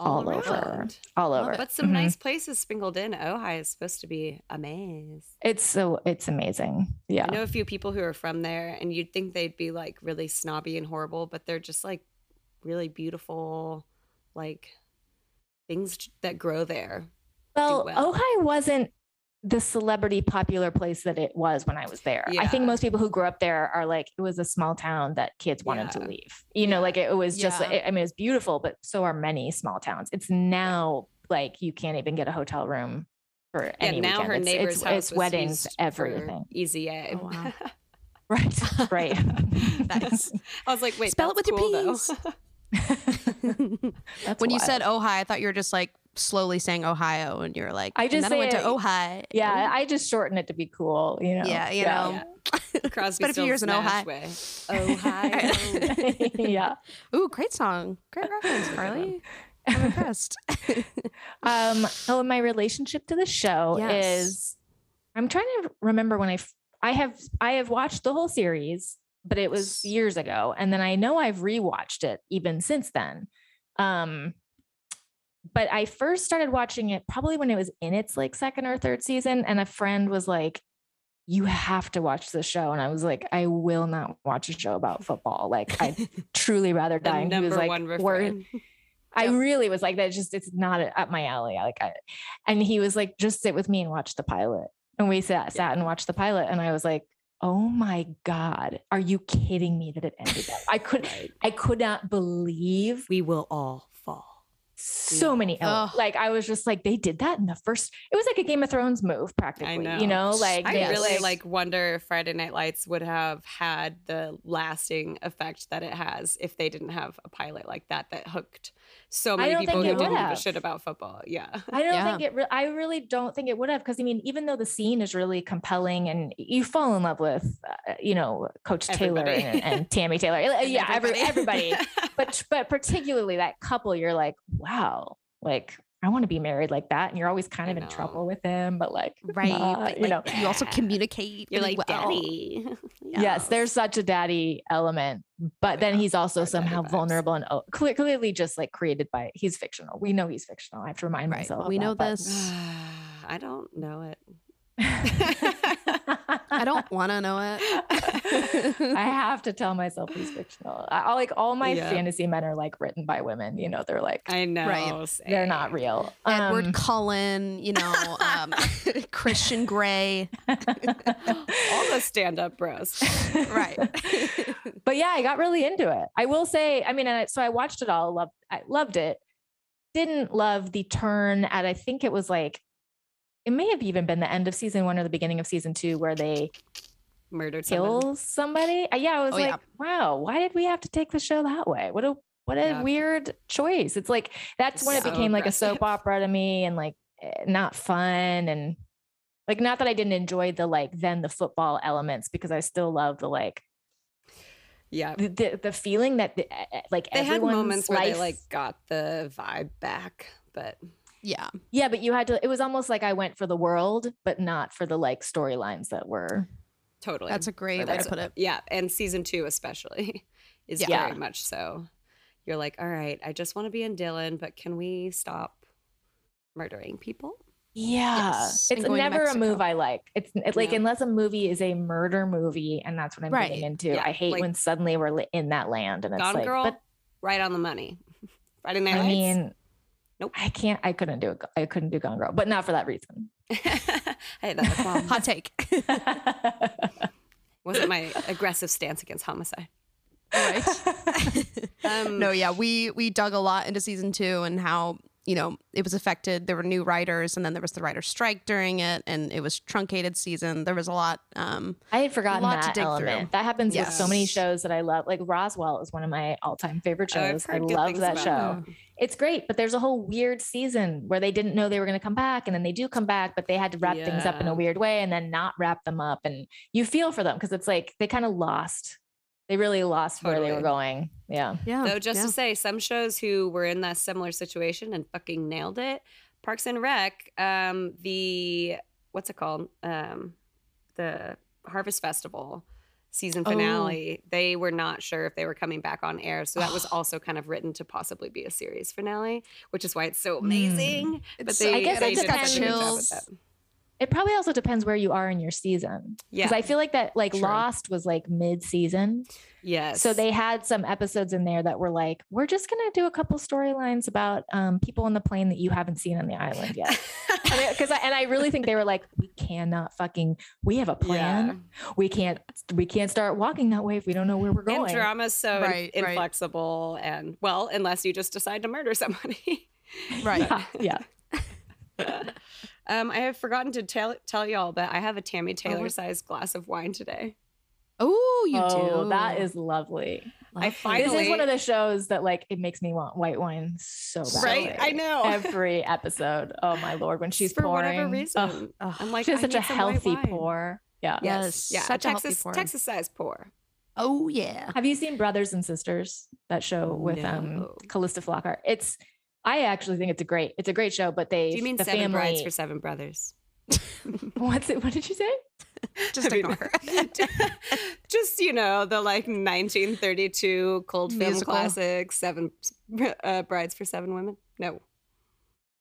[SPEAKER 3] all over.
[SPEAKER 2] around.
[SPEAKER 3] all
[SPEAKER 1] Love
[SPEAKER 3] over.
[SPEAKER 2] But some
[SPEAKER 3] Mhm.
[SPEAKER 2] nice places sprinkled in. Ojai is supposed to be a maze.
[SPEAKER 3] It's so it's amazing. Yeah.
[SPEAKER 2] I know a few people who are from there, and you'd think they'd be like really snobby and horrible, but they're just like really beautiful, like things j- that grow there.
[SPEAKER 3] Well,
[SPEAKER 2] well.
[SPEAKER 3] Ojai wasn't the celebrity popular place that it was when I was there. I think
[SPEAKER 2] Yeah.
[SPEAKER 3] most people who grew up there are like, it was a small town that kids wanted to
[SPEAKER 2] Yeah.
[SPEAKER 3] leave. You know, like it, was just,
[SPEAKER 1] Yeah.
[SPEAKER 3] I mean, it was beautiful, but so are many small towns. It's now like you can't even get a hotel room for any
[SPEAKER 2] yeah, now
[SPEAKER 3] weekend.
[SPEAKER 2] her
[SPEAKER 3] It's-
[SPEAKER 2] neighbor's
[SPEAKER 3] it's,
[SPEAKER 2] house
[SPEAKER 3] it's,
[SPEAKER 2] was
[SPEAKER 3] weddings,
[SPEAKER 2] used for
[SPEAKER 3] everything.
[SPEAKER 2] Easy A.
[SPEAKER 1] Oh, wow.
[SPEAKER 3] Right, right.
[SPEAKER 1] Nice.
[SPEAKER 2] I was like, wait,
[SPEAKER 1] Spell it
[SPEAKER 2] that's
[SPEAKER 1] with a
[SPEAKER 2] cool, though.
[SPEAKER 1] P's.
[SPEAKER 3] That's
[SPEAKER 1] when you
[SPEAKER 3] wild.
[SPEAKER 1] said
[SPEAKER 2] "Oh,
[SPEAKER 1] Ohio, I thought you were just like slowly saying Ohio, and you're like,
[SPEAKER 3] I
[SPEAKER 1] and
[SPEAKER 3] just
[SPEAKER 1] then I went
[SPEAKER 3] say
[SPEAKER 1] to
[SPEAKER 3] it-
[SPEAKER 1] Ohio.
[SPEAKER 3] yeah, I just shorten it to be cool, you know?
[SPEAKER 1] yeah, you
[SPEAKER 3] Oh.
[SPEAKER 1] know.
[SPEAKER 2] Crosby,
[SPEAKER 1] Spent a few
[SPEAKER 2] Stills,
[SPEAKER 1] years in Ohio.
[SPEAKER 2] Nash way. Ohio.
[SPEAKER 3] yeah.
[SPEAKER 1] Ooh, great song, great reference, Carly. I'm impressed.
[SPEAKER 3] um oh and my relationship to the show
[SPEAKER 1] Yes.
[SPEAKER 3] is i'm trying to remember when i f- i have i have watched the whole series but it was
[SPEAKER 1] Yes.
[SPEAKER 3] years ago and then i know i've rewatched it even since then um but i first started watching it probably when it was in its like second or third season and a friend was like you have to watch this show and i was like i will not watch a show about football like i'd truly rather
[SPEAKER 2] the
[SPEAKER 3] die And he was
[SPEAKER 2] number
[SPEAKER 3] like,
[SPEAKER 2] one
[SPEAKER 3] "We're-
[SPEAKER 2] refrain.
[SPEAKER 3] I
[SPEAKER 1] Yep.
[SPEAKER 3] really was like that. Just it's not up my alley. I like, I, and he was like, just sit with me and watch the pilot. And we sat, sat and watched the pilot, and I was like, oh my god, are you kidding me that it ended? That? I could,
[SPEAKER 2] Right.
[SPEAKER 3] I could not believe
[SPEAKER 2] We will all fall.
[SPEAKER 3] so many.
[SPEAKER 1] Ugh.
[SPEAKER 3] ele- Like I was just like, they did that in the first. It was like a Game of Thrones move, practically. You
[SPEAKER 2] know.
[SPEAKER 3] know, like
[SPEAKER 2] I
[SPEAKER 3] they-
[SPEAKER 1] Yes.
[SPEAKER 2] really like wonder if Friday Night Lights would have had the lasting effect that it has if they didn't have a pilot like that that hooked so many
[SPEAKER 3] don't
[SPEAKER 2] people
[SPEAKER 3] think Uh,
[SPEAKER 2] who
[SPEAKER 1] it would
[SPEAKER 2] didn't give a
[SPEAKER 3] have.
[SPEAKER 2] shit about football. Yeah.
[SPEAKER 3] I don't
[SPEAKER 1] Yeah.
[SPEAKER 3] think it. Re- I really don't think it would have because I mean, even though the scene is really compelling and you fall in love with, uh, you know, Coach
[SPEAKER 2] Everybody.
[SPEAKER 3] Taylor and, and Tammy Taylor, uh,
[SPEAKER 2] And
[SPEAKER 3] yeah, everybody, everybody.
[SPEAKER 2] everybody.
[SPEAKER 3] but but particularly that couple, you're like, wow, like I want to be married like that, and you're always kind
[SPEAKER 2] I
[SPEAKER 3] of in
[SPEAKER 2] know.
[SPEAKER 3] trouble with him, but like,
[SPEAKER 1] right,
[SPEAKER 3] not,
[SPEAKER 1] but
[SPEAKER 3] you
[SPEAKER 1] like,
[SPEAKER 3] know,
[SPEAKER 1] you also
[SPEAKER 2] yeah.
[SPEAKER 1] communicate.
[SPEAKER 2] You're
[SPEAKER 1] really
[SPEAKER 2] like,
[SPEAKER 1] well.
[SPEAKER 2] Daddy.
[SPEAKER 3] yes, there's such a daddy element, but then
[SPEAKER 2] yeah,
[SPEAKER 3] he's also
[SPEAKER 2] hard daddy
[SPEAKER 3] somehow
[SPEAKER 2] vibes.
[SPEAKER 3] vulnerable and oh, cle- clearly just like created by he's fictional. We know he's fictional. I have to remind
[SPEAKER 1] Right,
[SPEAKER 3] myself. of
[SPEAKER 1] we
[SPEAKER 3] that,
[SPEAKER 1] know
[SPEAKER 3] but-
[SPEAKER 1] this.
[SPEAKER 2] I don't know it.
[SPEAKER 1] I don't want to know it.
[SPEAKER 3] I have to tell myself he's fictional. I, I- like all my
[SPEAKER 2] Yeah.
[SPEAKER 3] fantasy men are like written by women. You know, they're like
[SPEAKER 2] I know.
[SPEAKER 3] they're not real.
[SPEAKER 1] Edward
[SPEAKER 3] Um,
[SPEAKER 1] Cullen, you know, um, Christian Grey.
[SPEAKER 3] Um,
[SPEAKER 2] All the stand up bros.
[SPEAKER 1] Right.
[SPEAKER 3] but yeah, I got really into it. I will say, I mean, and I, so I watched it all. Loved, I loved it. Didn't love the turn at. I think it was like, it may have even been the end of season one or the beginning of season two where they
[SPEAKER 2] Murdered someone.
[SPEAKER 3] kill somebody. Uh, yeah, I was
[SPEAKER 1] Oh,
[SPEAKER 3] like,
[SPEAKER 1] yeah.
[SPEAKER 3] wow, why did we have to take the show that way? What a what a
[SPEAKER 2] Yeah.
[SPEAKER 3] weird choice. It's like that's when
[SPEAKER 2] So
[SPEAKER 3] it became like a soap
[SPEAKER 2] aggressive.
[SPEAKER 3] opera to me and like eh, not fun and like not that I didn't enjoy the like then the football elements because I still love the like
[SPEAKER 2] Yeah.
[SPEAKER 3] the the, the feeling that the, eh, eh, like
[SPEAKER 2] They had
[SPEAKER 3] everyone's
[SPEAKER 2] moments
[SPEAKER 3] life,
[SPEAKER 2] where they like got the vibe back, but
[SPEAKER 1] Yeah.
[SPEAKER 3] yeah, but you had to. It was almost like I went for the world, but not for the like storylines that were
[SPEAKER 2] totally.
[SPEAKER 1] That's a great way
[SPEAKER 2] That's
[SPEAKER 1] to put it.
[SPEAKER 2] yeah. And season two, especially, is
[SPEAKER 1] Yeah.
[SPEAKER 2] very much so. You're like, all right, I just want to be in Dylan, but can we stop murdering people?
[SPEAKER 3] Yeah.
[SPEAKER 1] Yes, and
[SPEAKER 3] It's
[SPEAKER 1] going to
[SPEAKER 3] never a move
[SPEAKER 1] Mexico.
[SPEAKER 3] I like. It's it, like,
[SPEAKER 2] Yeah.
[SPEAKER 3] unless a movie is a murder movie, and that's what I'm
[SPEAKER 1] Right.
[SPEAKER 3] getting into.
[SPEAKER 2] Yeah,
[SPEAKER 3] I hate
[SPEAKER 2] like-
[SPEAKER 3] when suddenly we're li- in that land and it's
[SPEAKER 2] Gone
[SPEAKER 3] like,
[SPEAKER 2] Girl,
[SPEAKER 3] but
[SPEAKER 2] right on the money. Friday Night
[SPEAKER 3] I
[SPEAKER 2] Lights.
[SPEAKER 3] mean,
[SPEAKER 2] Nope.
[SPEAKER 3] I can't, I couldn't do it. I couldn't do Gone Girl, but not for that reason.
[SPEAKER 2] hey, that was mom.
[SPEAKER 1] Hot take.
[SPEAKER 2] wasn't my aggressive stance against homicide.
[SPEAKER 1] right.
[SPEAKER 2] Um,
[SPEAKER 1] no, yeah, we we dug a lot into season two and how you know it was affected. There were new writers, and then there was the writer strike during it, and it was truncated season. There was a lot. Um,
[SPEAKER 3] I had forgotten
[SPEAKER 1] Lot to
[SPEAKER 3] that
[SPEAKER 1] dig through.
[SPEAKER 3] element. That happens with so many
[SPEAKER 1] Yes.
[SPEAKER 3] shows that I love. Like Roswell is one of my all-time favorite
[SPEAKER 2] I've
[SPEAKER 3] shows. I
[SPEAKER 2] heard good
[SPEAKER 3] love
[SPEAKER 2] things
[SPEAKER 3] that
[SPEAKER 2] about
[SPEAKER 3] show.
[SPEAKER 2] that.
[SPEAKER 3] It's great, but there's a whole weird season where they didn't know they were going to come back, and then they do come back, but they had to wrap things up in
[SPEAKER 2] Yeah.
[SPEAKER 3] a weird way, and then not wrap them up. And you feel for them because it's like they kind of lost. They really lost where they were
[SPEAKER 2] Totally.
[SPEAKER 3] going. Oh, Yeah.
[SPEAKER 1] yeah,
[SPEAKER 2] Though, just to say, some shows who were in that similar situation and fucking nailed it. Parks and Rec, um, the what's it called? Um, the Harvest Festival season
[SPEAKER 1] Oh.
[SPEAKER 2] finale. They were not sure if they were coming back on air, so that was also kind of written to possibly be a series finale, which is why it's so amazing.
[SPEAKER 1] It's-
[SPEAKER 2] But they,
[SPEAKER 3] Hmm. I guess
[SPEAKER 2] they
[SPEAKER 3] it
[SPEAKER 2] did such a good job
[SPEAKER 1] depends.
[SPEAKER 2] with that.
[SPEAKER 3] It probably also depends where you are in your season.
[SPEAKER 2] Yeah.
[SPEAKER 3] Because I feel like that, like
[SPEAKER 1] True.
[SPEAKER 3] Lost was like mid season.
[SPEAKER 2] Yes.
[SPEAKER 3] So they had some episodes in there that were like, we're just going to do a couple storylines about um, people on the plane that you haven't seen on the island yet. Because I, and I really think they were like, we cannot fucking, we have a plan. We can't, we can't start walking that way if we don't know where we're
[SPEAKER 2] And
[SPEAKER 3] going.
[SPEAKER 2] drama's so in-
[SPEAKER 1] Right, right.
[SPEAKER 2] inflexible and well, unless you just decide to murder somebody.
[SPEAKER 1] right.
[SPEAKER 3] Yeah, yeah.
[SPEAKER 2] um, I have forgotten to tell tell y'all, but I have a
[SPEAKER 3] Oh,
[SPEAKER 2] Tammy Taylor
[SPEAKER 1] we're-
[SPEAKER 2] sized glass of wine today.
[SPEAKER 1] Oh, you
[SPEAKER 3] oh,
[SPEAKER 1] do.
[SPEAKER 3] That is lovely.
[SPEAKER 2] I
[SPEAKER 3] This
[SPEAKER 2] Finally.
[SPEAKER 3] is one of the shows that like it makes me want white wine Oh, so badly.
[SPEAKER 2] Right? I know.
[SPEAKER 3] Every episode. Oh my lord, when she's
[SPEAKER 2] For
[SPEAKER 3] pouring.
[SPEAKER 2] whatever
[SPEAKER 3] ugh,
[SPEAKER 2] reason,
[SPEAKER 1] Ugh.
[SPEAKER 2] I'm like
[SPEAKER 3] she has
[SPEAKER 2] I
[SPEAKER 3] such
[SPEAKER 2] need
[SPEAKER 3] a
[SPEAKER 2] some white
[SPEAKER 3] healthy
[SPEAKER 2] wine.
[SPEAKER 3] pour. Yeah.
[SPEAKER 1] Yeah. Yes,
[SPEAKER 2] yeah,
[SPEAKER 1] such a healthy
[SPEAKER 2] Texas
[SPEAKER 1] pour.
[SPEAKER 2] Texas size pour.
[SPEAKER 1] Oh yeah.
[SPEAKER 3] Have you seen Brothers and Sisters? That show with um
[SPEAKER 2] No.
[SPEAKER 3] Callista Flockhart. It's I actually think it's a great it's a great show, but they
[SPEAKER 2] Do you mean
[SPEAKER 3] the
[SPEAKER 2] seven
[SPEAKER 3] family
[SPEAKER 2] brides for seven brothers?
[SPEAKER 3] what's it what did you say?
[SPEAKER 1] Just
[SPEAKER 2] I mean,
[SPEAKER 1] ignore her.
[SPEAKER 2] Just you know the like 1932 cold film
[SPEAKER 1] Musical.
[SPEAKER 2] classic Seven uh, Brides for Seven Women. No,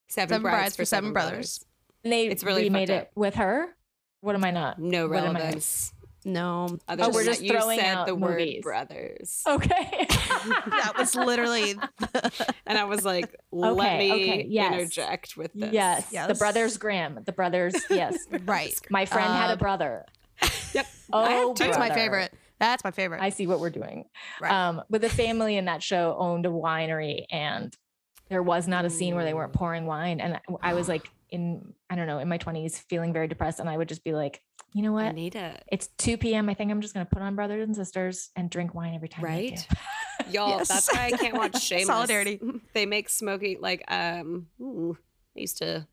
[SPEAKER 2] Seven,
[SPEAKER 1] Seven Brides for Seven Brothers.
[SPEAKER 3] And they
[SPEAKER 2] It's really
[SPEAKER 3] remade
[SPEAKER 2] fucked
[SPEAKER 3] it with her. What am I not?
[SPEAKER 2] No
[SPEAKER 3] What am I-
[SPEAKER 2] relevance.
[SPEAKER 1] No,
[SPEAKER 2] Other
[SPEAKER 3] Oh, we're
[SPEAKER 2] than that
[SPEAKER 3] just
[SPEAKER 2] you
[SPEAKER 3] throwing
[SPEAKER 2] said
[SPEAKER 3] out
[SPEAKER 2] the word
[SPEAKER 3] movies. Oh.
[SPEAKER 2] brothers,
[SPEAKER 3] Okay.
[SPEAKER 1] that was literally
[SPEAKER 2] and I was like, let
[SPEAKER 3] Okay,
[SPEAKER 2] me
[SPEAKER 3] okay, yes.
[SPEAKER 2] interject with this.
[SPEAKER 3] yes. The
[SPEAKER 1] Yes.
[SPEAKER 3] brothers Grimm. The brothers, yes.
[SPEAKER 1] right.
[SPEAKER 3] My friend had
[SPEAKER 1] Uh,
[SPEAKER 3] a brother.
[SPEAKER 2] Yep.
[SPEAKER 3] Oh,
[SPEAKER 2] I have two.
[SPEAKER 1] That's my
[SPEAKER 3] brother.
[SPEAKER 1] favorite. That's my favorite.
[SPEAKER 3] I see what we're doing.
[SPEAKER 1] Right.
[SPEAKER 3] Um, but the family in that show owned a winery, and there was not a scene where they weren't pouring wine. And I- I was like, in I don't know, in my twenties, feeling very depressed, and I would just be like, you know
[SPEAKER 2] I
[SPEAKER 3] what?
[SPEAKER 2] need it,
[SPEAKER 3] It's two p.m. I think I'm just gonna put on Brothers and Sisters and drink wine every time. I
[SPEAKER 2] right?
[SPEAKER 3] do."
[SPEAKER 2] Y'all,
[SPEAKER 1] Yes.
[SPEAKER 2] that's why I can't watch Shameless.
[SPEAKER 1] Solidarity.
[SPEAKER 2] They make smoking like um. ooh, I used to,